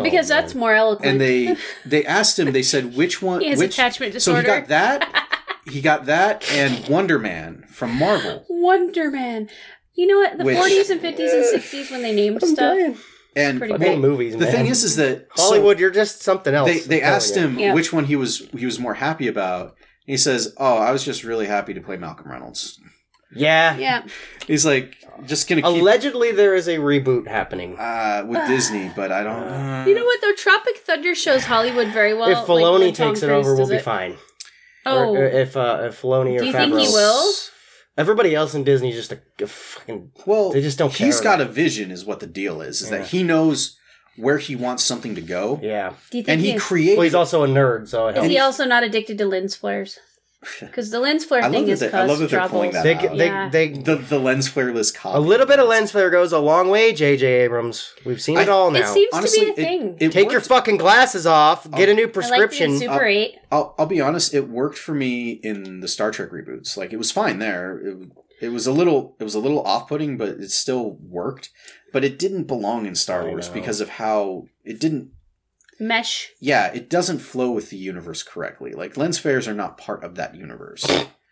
Speaker 2: because
Speaker 1: Oh, man.
Speaker 2: that's more eloquent.
Speaker 3: And they they asked him. They said which one?
Speaker 2: He has
Speaker 3: which,
Speaker 2: attachment
Speaker 3: So he
Speaker 2: disorder.
Speaker 3: got that. He got that and Wonder Man from Marvel.
Speaker 2: Wonder Man. You know what? The
Speaker 3: Which-
Speaker 2: 40s and 50s and 60s when they named
Speaker 1: I'm
Speaker 2: stuff.
Speaker 1: dying.
Speaker 3: And
Speaker 2: Pretty
Speaker 1: Fucking
Speaker 2: Well,
Speaker 1: movies,
Speaker 3: the
Speaker 1: man.
Speaker 3: thing is, is that so
Speaker 1: Hollywood, you're just something else.
Speaker 3: they they
Speaker 1: I'm telling
Speaker 3: asked
Speaker 1: you.
Speaker 3: him
Speaker 2: Yeah.
Speaker 3: which one he was he was more happy about. And he says, "Oh, I was just really happy to play Malcolm Reynolds."
Speaker 1: Yeah.
Speaker 2: Yeah.
Speaker 3: He's like, just gonna keep
Speaker 1: Allegedly, there is a reboot happening.
Speaker 3: uh, with Disney, but I don't.
Speaker 2: You know what though? Tropic Thunder shows Hollywood very well.
Speaker 1: if
Speaker 2: like,
Speaker 1: Filoni
Speaker 2: when Tom
Speaker 1: takes it
Speaker 2: Cruise
Speaker 1: over, we'll
Speaker 2: does
Speaker 1: be
Speaker 2: it.
Speaker 1: fine.
Speaker 2: Oh,
Speaker 1: Or, or if uh, if Filoni or
Speaker 2: Do you think he
Speaker 1: Favreau-
Speaker 2: will?
Speaker 1: Everybody else in Disney is just a, a fucking.
Speaker 3: Well,
Speaker 1: They just don't
Speaker 3: He's
Speaker 1: care.
Speaker 3: got a vision, is what the deal is. Is
Speaker 1: Yeah.
Speaker 3: that he knows where he wants something to go,
Speaker 1: Yeah.
Speaker 2: do you think
Speaker 3: and
Speaker 2: he,
Speaker 3: he
Speaker 2: is,
Speaker 3: created.
Speaker 1: Well, he's also a nerd, so it
Speaker 2: is
Speaker 1: helps.
Speaker 2: he also not addicted to lens flares? Because the lens flare
Speaker 3: I love
Speaker 2: thing
Speaker 3: that
Speaker 2: is
Speaker 3: they- I
Speaker 2: caused
Speaker 3: love that they're
Speaker 2: troubles.
Speaker 3: pulling that
Speaker 1: They,
Speaker 3: out.
Speaker 1: they,
Speaker 2: Yeah.
Speaker 1: they,
Speaker 3: the the lens flareless cop.
Speaker 1: a little bit of lens flare goes a long way, J.J. Abrams. We've seen
Speaker 3: I-
Speaker 1: it all
Speaker 2: It
Speaker 1: now.
Speaker 2: seems
Speaker 3: Honestly,
Speaker 2: to be a
Speaker 3: it-
Speaker 2: thing.
Speaker 3: It
Speaker 1: Take your
Speaker 3: worked-
Speaker 1: fucking glasses off. Get
Speaker 3: Oh.
Speaker 1: a new
Speaker 2: I like it in
Speaker 1: prescription. uh,
Speaker 2: Super Eight.
Speaker 3: I'll, I'll be honest. It worked for me in the Star Trek reboots. Like it was fine there. It, it was a little it was a little off putting, but it still worked. But it didn't belong in Star
Speaker 1: I
Speaker 3: Wars
Speaker 1: know.
Speaker 3: because of how it didn't.
Speaker 2: Mesh.
Speaker 3: Yeah, it doesn't flow with the universe correctly. Like lens flares are not part of that universe.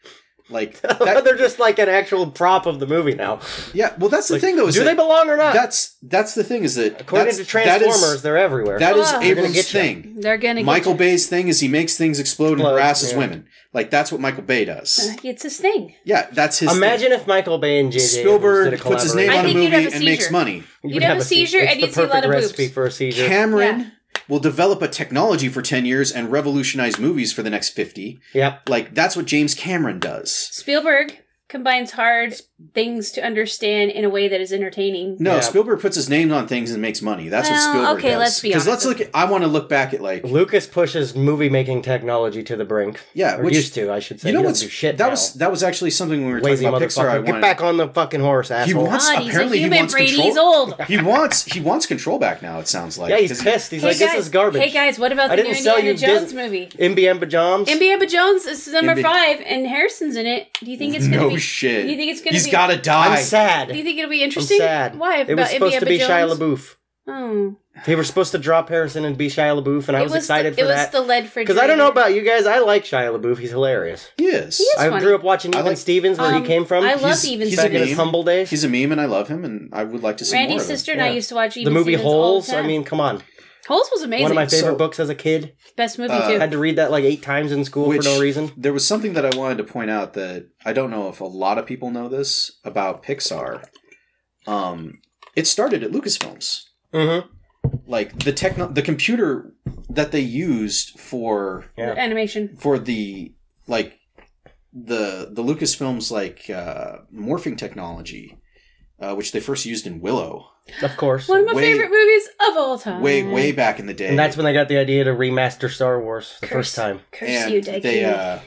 Speaker 3: like that,
Speaker 1: They're just like an actual prop of the movie now.
Speaker 3: yeah. Well, that's the
Speaker 1: Like,
Speaker 3: thing though. Is
Speaker 1: Do
Speaker 3: that-
Speaker 1: they belong or not?
Speaker 3: That's that's the thing. Is that
Speaker 1: According
Speaker 3: that's-
Speaker 1: to Transformers, they're everywhere.
Speaker 3: That is,
Speaker 2: Ah.
Speaker 3: that is
Speaker 2: They're
Speaker 1: gonna
Speaker 3: Abrams'
Speaker 1: get you.
Speaker 3: thing.
Speaker 2: They're gonna
Speaker 3: Michael
Speaker 2: get
Speaker 3: Bay's thing is he makes things explode, and
Speaker 1: Explode,
Speaker 3: harasses
Speaker 1: yeah.
Speaker 3: women. Like that's what Michael Bay does.
Speaker 2: you. Uh, It's his thing.
Speaker 3: Yeah, that's his.
Speaker 1: Imagine if Michael Bay and
Speaker 3: thing.
Speaker 1: J.J. Abrams
Speaker 3: Spielberg
Speaker 1: did a
Speaker 3: puts his name
Speaker 2: I
Speaker 3: on a
Speaker 2: think you'd
Speaker 3: movie
Speaker 2: have a
Speaker 3: and makes
Speaker 2: seizure.
Speaker 3: money.
Speaker 1: You'd
Speaker 2: You'd have a seizure
Speaker 1: It's
Speaker 2: and
Speaker 1: the
Speaker 2: you'd see a lot
Speaker 1: perfect
Speaker 2: of
Speaker 1: recipe
Speaker 2: boobs.
Speaker 1: for a seizure.
Speaker 3: Cameron
Speaker 2: Yeah.
Speaker 3: will develop a technology for ten years and revolutionize movies for the next fifty.
Speaker 1: yep.
Speaker 3: Like that's what James Cameron does.
Speaker 2: Spielberg combines hard things to understand in a way that is entertaining.
Speaker 3: No,
Speaker 1: Yeah.
Speaker 3: Spielberg puts his name on things and makes money. That's what
Speaker 2: Well,
Speaker 3: Spielberg
Speaker 2: okay,
Speaker 3: does.
Speaker 2: let's be
Speaker 3: Because let's
Speaker 2: honest.
Speaker 3: look. At, I want to look back at like
Speaker 1: Lucas pushes movie making technology to the brink.
Speaker 3: Yeah,
Speaker 1: or
Speaker 3: which-
Speaker 1: used to, I should say.
Speaker 3: you know
Speaker 1: He doesn't
Speaker 3: what's
Speaker 1: do shit
Speaker 3: that
Speaker 1: now.
Speaker 3: was that was actually something when we were
Speaker 1: lazy
Speaker 3: talking about Pixar. I
Speaker 1: motherfucker. Get
Speaker 3: wanted-
Speaker 1: back on the fucking horse,
Speaker 3: He
Speaker 1: asshole.
Speaker 3: wants
Speaker 2: God, he's a
Speaker 3: apparently
Speaker 2: human,
Speaker 3: he wants
Speaker 2: Brady,
Speaker 3: control.
Speaker 2: he's old.
Speaker 3: He wants he wants control back now. It sounds like
Speaker 1: yeah, he's
Speaker 3: 'Cause-
Speaker 1: pissed. He's like, this is garbage.
Speaker 2: Hey guys, what about
Speaker 1: I
Speaker 2: the new
Speaker 1: didn't sell
Speaker 2: Indiana
Speaker 1: you
Speaker 2: Jones
Speaker 1: Dis-
Speaker 2: movie?
Speaker 1: MBM pajamas.
Speaker 2: Indiana Jones is number
Speaker 3: Imbi-
Speaker 2: five, and Harrison's in it. Do you think it's gonna
Speaker 3: No
Speaker 2: be?
Speaker 3: shit.
Speaker 2: Do you think it's gonna
Speaker 3: He's
Speaker 2: be?
Speaker 3: got to die.
Speaker 1: I'm sad.
Speaker 2: Do you think it'll be
Speaker 1: I'm
Speaker 2: interesting?
Speaker 1: sad.
Speaker 2: Why?
Speaker 1: It was supposed to be
Speaker 2: Jones?
Speaker 1: Shia LaBeouf.
Speaker 2: Oh.
Speaker 1: They were supposed to drop Harrison and be Shia LaBeouf, and I was, excited
Speaker 2: the,
Speaker 1: for
Speaker 2: It
Speaker 1: that.
Speaker 2: was the lead
Speaker 1: Because I don't know about you guys, I like Shia LaBeouf. He's hilarious.
Speaker 3: He is.
Speaker 2: He is
Speaker 1: I
Speaker 2: funny.
Speaker 1: grew up watching
Speaker 3: I
Speaker 1: Even
Speaker 3: like-
Speaker 1: Stevens, where
Speaker 2: Um,
Speaker 1: he came from.
Speaker 2: I love
Speaker 3: He's-
Speaker 2: Even
Speaker 3: he's
Speaker 1: back in
Speaker 2: Stevens.
Speaker 1: his humble days.
Speaker 3: He's a meme, and I love him, and I would like to see more
Speaker 2: Randy's
Speaker 3: of him.
Speaker 2: sister and I
Speaker 1: Yeah.
Speaker 2: used to watch
Speaker 1: the
Speaker 2: Even
Speaker 1: movie
Speaker 2: Stevens all the
Speaker 1: Holes. I
Speaker 2: time.
Speaker 1: mean, come on.
Speaker 2: Holes was amazing.
Speaker 1: One of my favorite
Speaker 3: So-
Speaker 1: books as a kid.
Speaker 2: Best movie
Speaker 3: Uh,
Speaker 2: too.
Speaker 1: had to read that like eight times in school
Speaker 3: Which-
Speaker 1: for no reason.
Speaker 3: There was something that I wanted to point out that I don't know if a lot of people know this about Pixar. Um, it started at Lucasfilms.
Speaker 1: Mm-hmm.
Speaker 3: Like the techno, the computer that they used for
Speaker 1: Yeah.
Speaker 2: Animation.
Speaker 3: for the like the the Lucasfilms like uh, morphing technology, uh, which they first used in Willow,
Speaker 1: Of course.
Speaker 2: One of my
Speaker 3: Way-
Speaker 2: favorite movies of all time.
Speaker 3: way
Speaker 1: Ah.
Speaker 3: way back in the day.
Speaker 1: and that's when they got the idea to remaster Star Wars the
Speaker 2: Curse.
Speaker 1: first time.
Speaker 2: Curse you, Daiku.
Speaker 3: they uh,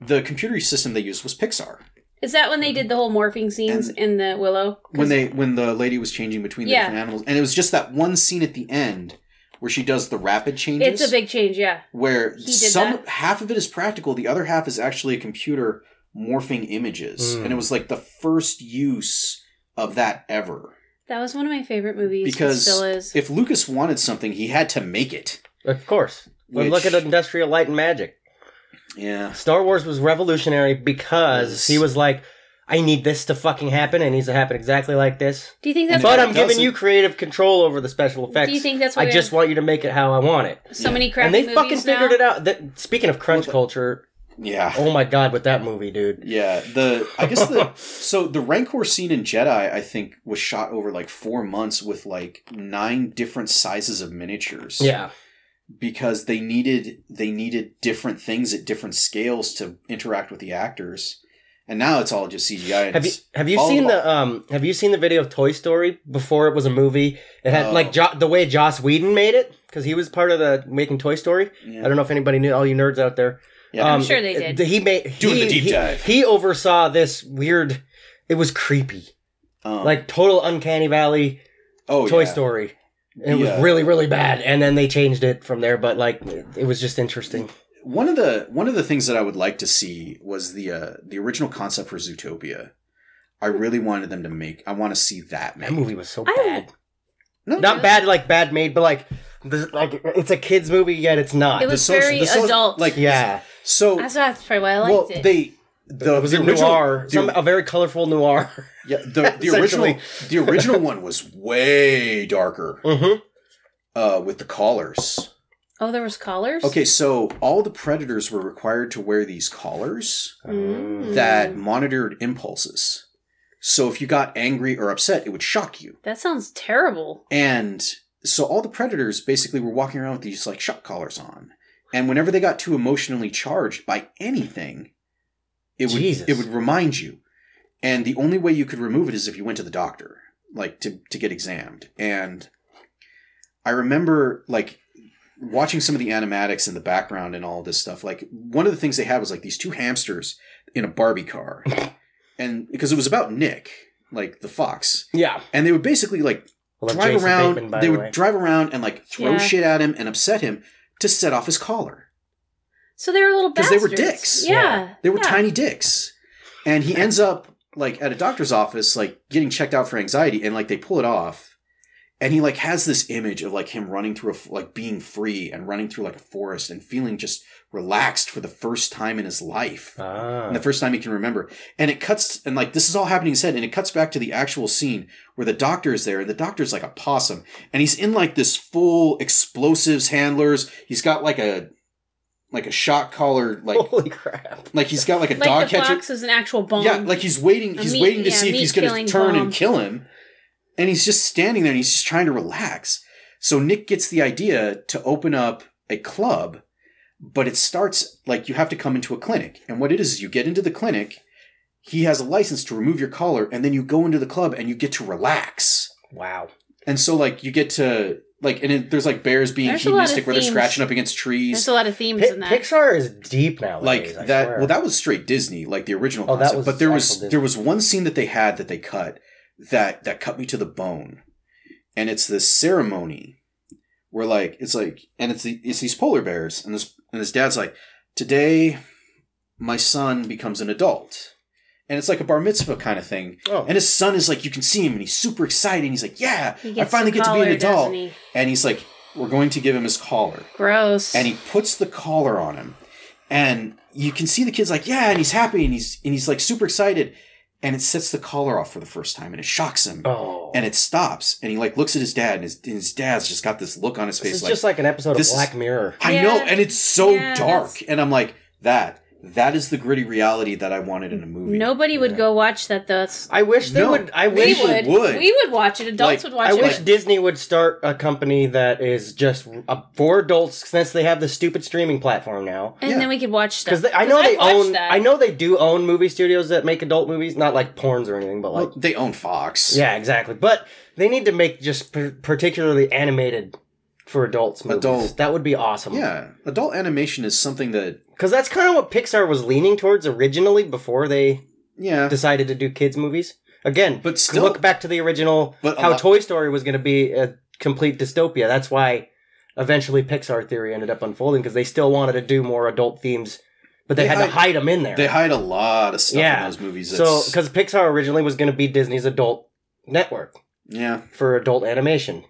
Speaker 3: the computer system they used was Pixar.
Speaker 2: Is that when they did the whole morphing scenes
Speaker 3: Mm-hmm. And-
Speaker 2: in the Willow?
Speaker 3: when they when the lady was changing between the
Speaker 2: Yeah.
Speaker 3: different animals and it was just that one scene at the end where she does the rapid changes
Speaker 2: It's a big change, yeah.
Speaker 3: where
Speaker 2: He did
Speaker 3: some
Speaker 2: that.
Speaker 3: half of it is practical the other half is actually a computer morphing images
Speaker 1: Mm.
Speaker 3: and it was like the first use of that ever
Speaker 2: That was one of my favorite movies. it
Speaker 3: Because
Speaker 2: still is.
Speaker 3: if lucas wanted something he had to make it
Speaker 1: Of course. Well,
Speaker 3: Which-
Speaker 1: look at Industrial Light and Magic.
Speaker 3: yeah
Speaker 1: Star Wars was revolutionary because
Speaker 3: Yes.
Speaker 1: he was like, I need this to fucking happen. It needs to happen exactly like this.
Speaker 2: do you think
Speaker 3: And
Speaker 2: that's
Speaker 1: But
Speaker 3: it
Speaker 1: I'm giving
Speaker 3: doesn't-
Speaker 1: you creative control over the special effects.
Speaker 2: do you think that's why
Speaker 1: I just want you to make it how I want it.
Speaker 2: so
Speaker 3: Yeah.
Speaker 2: many crappy
Speaker 1: and they
Speaker 2: movies
Speaker 1: fucking figured
Speaker 2: now?
Speaker 1: it out. That, speaking of crunch
Speaker 3: Well,
Speaker 1: culture,
Speaker 3: yeah
Speaker 1: oh my god, with that movie, dude.
Speaker 3: yeah the i guess the so the rancor scene in jedi i think was shot over like four months with like nine different sizes of miniatures
Speaker 1: Yeah.
Speaker 3: because they needed they needed different things at different scales to interact with the actors, and now it's all just CGI. And
Speaker 1: Have you
Speaker 3: it's-
Speaker 1: have you
Speaker 3: all
Speaker 1: seen
Speaker 3: of-
Speaker 1: the um have you seen the video of Toy Story before it was a movie? It had
Speaker 3: Oh.
Speaker 1: like jo- the way Joss Whedon made it because he was part of the making Toy Story.
Speaker 3: yeah.
Speaker 1: I don't know if anybody knew all you nerds out there. Um,
Speaker 3: Yeah.
Speaker 2: I'm sure they did.
Speaker 1: He made he,
Speaker 3: Doing the deep
Speaker 1: he-
Speaker 3: dive.
Speaker 1: He oversaw this weird. It was creepy,
Speaker 3: Um,
Speaker 1: like total uncanny valley
Speaker 3: oh,
Speaker 1: Toy
Speaker 3: yeah.
Speaker 1: Story. And it
Speaker 3: Yeah.
Speaker 1: was really really bad, and then they changed it from there. But like, it was just interesting.
Speaker 3: One of the one of the things that I would like to see was the uh, the original concept for Zootopia. I really wanted them to make. I want to see
Speaker 1: That
Speaker 3: that man.
Speaker 1: movie was so
Speaker 2: I don't-
Speaker 1: bad.
Speaker 3: No,
Speaker 1: Not bad like bad made, but like, the, like it's a kids movie, yet it's not.
Speaker 2: It was
Speaker 3: social-
Speaker 2: very
Speaker 3: the social-
Speaker 2: adult.
Speaker 3: like-
Speaker 1: yeah,
Speaker 3: So
Speaker 2: That's, that's probably why I liked
Speaker 3: well,
Speaker 2: it.
Speaker 3: they the
Speaker 1: it was
Speaker 3: the
Speaker 1: a
Speaker 3: original
Speaker 1: noir,
Speaker 3: the-
Speaker 1: some, a very colorful noir.
Speaker 3: yeah, the, the
Speaker 1: Essentially.
Speaker 3: original the original one was way darker
Speaker 1: mm-hmm.
Speaker 3: uh, with the collars.
Speaker 2: oh, there was collars.
Speaker 3: Okay, so all the predators were required to wear these collars
Speaker 2: Mm.
Speaker 3: that monitored impulses. So if you got angry or upset, it would shock you.
Speaker 2: that sounds terrible.
Speaker 3: And so all the predators basically were walking around with these like shock collars on. And whenever they got too emotionally charged by anything, it would
Speaker 1: Jesus.
Speaker 3: it would remind you. And the only way you could remove it is if you went to the doctor, like to to get examined. And I remember like watching some of the animatics in the background and all this stuff. Like one of the things they had was like these two hamsters in a Barbie car. and because it was about Nick, like the fox.
Speaker 1: Yeah,
Speaker 3: And they would basically like
Speaker 1: Well,
Speaker 3: drive
Speaker 1: Jason
Speaker 3: around.
Speaker 1: Bateman, by
Speaker 3: they
Speaker 1: the
Speaker 3: would
Speaker 1: way.
Speaker 3: drive around and like throw
Speaker 2: Yeah.
Speaker 3: shit at him and upset him to set off his collar.
Speaker 2: So they were little
Speaker 3: 'Cause
Speaker 2: bastards.
Speaker 3: they were dicks.
Speaker 2: Yeah,
Speaker 3: They were
Speaker 2: yeah.
Speaker 3: tiny dicks, and he ends up like at a doctor's office, like getting checked out for anxiety, and like they pull it off, and he like has this image of like him running through a f- like being free and running through like a forest and feeling just relaxed for the first time in his life.
Speaker 1: Ah.
Speaker 3: And the first time he can remember. And it cuts, and like this is all happening in his head, and it cuts back to the actual scene where the doctor is there, and the doctor's like a possum, and he's in like this full explosives handlers. He's got like a like a shot collar, like
Speaker 1: Holy crap!
Speaker 3: like he's got like a
Speaker 2: Like
Speaker 3: dog
Speaker 2: the
Speaker 3: catcher.
Speaker 2: fox is an actual bomb.
Speaker 3: Yeah, like he's waiting.
Speaker 2: A
Speaker 3: He's
Speaker 2: meat-
Speaker 3: waiting to
Speaker 2: yeah,
Speaker 3: see if he's going
Speaker 2: meat-killing
Speaker 3: to turn
Speaker 2: bomb.
Speaker 3: and kill him. And he's just standing there and he's just trying to relax. So Nick gets the idea to open up a club, but it starts like you have to come into a clinic. And what it is, is you get into the clinic, he has a license to remove your collar, and then you go into the club and you get to relax.
Speaker 1: Wow.
Speaker 3: And so, like, you get to, like, and it, there's like bears being
Speaker 2: There's a lot of
Speaker 3: hedonistic where they're
Speaker 2: themes.
Speaker 3: scratching up against trees.
Speaker 2: there's a lot of themes
Speaker 1: Pi
Speaker 2: in that.
Speaker 1: Pixar is deep now.
Speaker 3: like that well that was straight disney like the original
Speaker 1: Oh, that
Speaker 3: concept
Speaker 1: was
Speaker 3: but there was
Speaker 1: actual Disney.
Speaker 3: there was one scene that they had that they cut that that cut me to the bone and it's this ceremony where like it's like and it's the, it's these polar bears and this and his dad's like today my son becomes an adult and it's like a bar mitzvah kind of thing.
Speaker 1: Oh.
Speaker 3: And his son is like, you can see him, and he's super excited. And he's like, yeah,
Speaker 2: He
Speaker 3: I
Speaker 2: gets
Speaker 3: finally
Speaker 2: the
Speaker 3: get to be
Speaker 2: collar,
Speaker 3: an adult.
Speaker 2: doesn't he?
Speaker 3: And he's like, we're going to give him his collar,
Speaker 2: Gross.
Speaker 3: and he puts the collar on him, and you can see the kid's like, yeah, and he's happy, and he's and he's like super excited, and it sets the collar off for the first time, and it shocks him.
Speaker 1: Oh.
Speaker 3: And it stops, and he like looks at his dad, and his, and his dad's just got this look on his face,
Speaker 1: This is
Speaker 3: like,
Speaker 1: just like an episode of
Speaker 3: this is-
Speaker 1: Black Mirror.
Speaker 3: I
Speaker 2: Yeah.
Speaker 3: know, and it's so
Speaker 2: Yeah,
Speaker 3: dark.
Speaker 2: that's-
Speaker 3: And I'm like, that that is the gritty reality that I wanted in a movie.
Speaker 2: Nobody would go watch that though. It's-
Speaker 1: I wish they
Speaker 3: No.
Speaker 1: would. I
Speaker 2: we
Speaker 1: wish.
Speaker 2: would.
Speaker 3: would.
Speaker 2: We would watch it.
Speaker 3: Like,
Speaker 2: Adults would watch
Speaker 1: I
Speaker 2: it.
Speaker 1: wish Disney would start a company that is just uh, for adults since they have the stupid streaming platform now.
Speaker 2: and
Speaker 3: yeah.
Speaker 2: then we could watch stuff.
Speaker 1: Because I know they
Speaker 2: watched
Speaker 1: own.
Speaker 2: that.
Speaker 1: I know they do own movie studios that make adult movies, not like porns or anything, but like
Speaker 3: Well, they own Fox.
Speaker 1: yeah, exactly. But they need to make just par- particularly animated for adults movies.
Speaker 3: Adult.
Speaker 1: That would be awesome.
Speaker 3: yeah. Adult animation is something that
Speaker 1: because that's kind of what Pixar was leaning towards originally before they
Speaker 3: yeah.
Speaker 1: decided to do kids movies again.
Speaker 3: But still-
Speaker 1: look back to the original.
Speaker 3: But a
Speaker 1: how
Speaker 3: lot-
Speaker 1: Toy Story was going to be a complete dystopia. That's why eventually Pixar theory ended up unfolding because they still wanted to do more adult themes, but they,
Speaker 3: They
Speaker 1: had to
Speaker 3: hide-
Speaker 1: hide them in there.
Speaker 3: They hide a lot of stuff
Speaker 1: Yeah.
Speaker 3: in those movies.
Speaker 1: So,
Speaker 3: that's-
Speaker 1: because Pixar originally was going to be Disney's adult network
Speaker 3: yeah,
Speaker 1: for adult animation,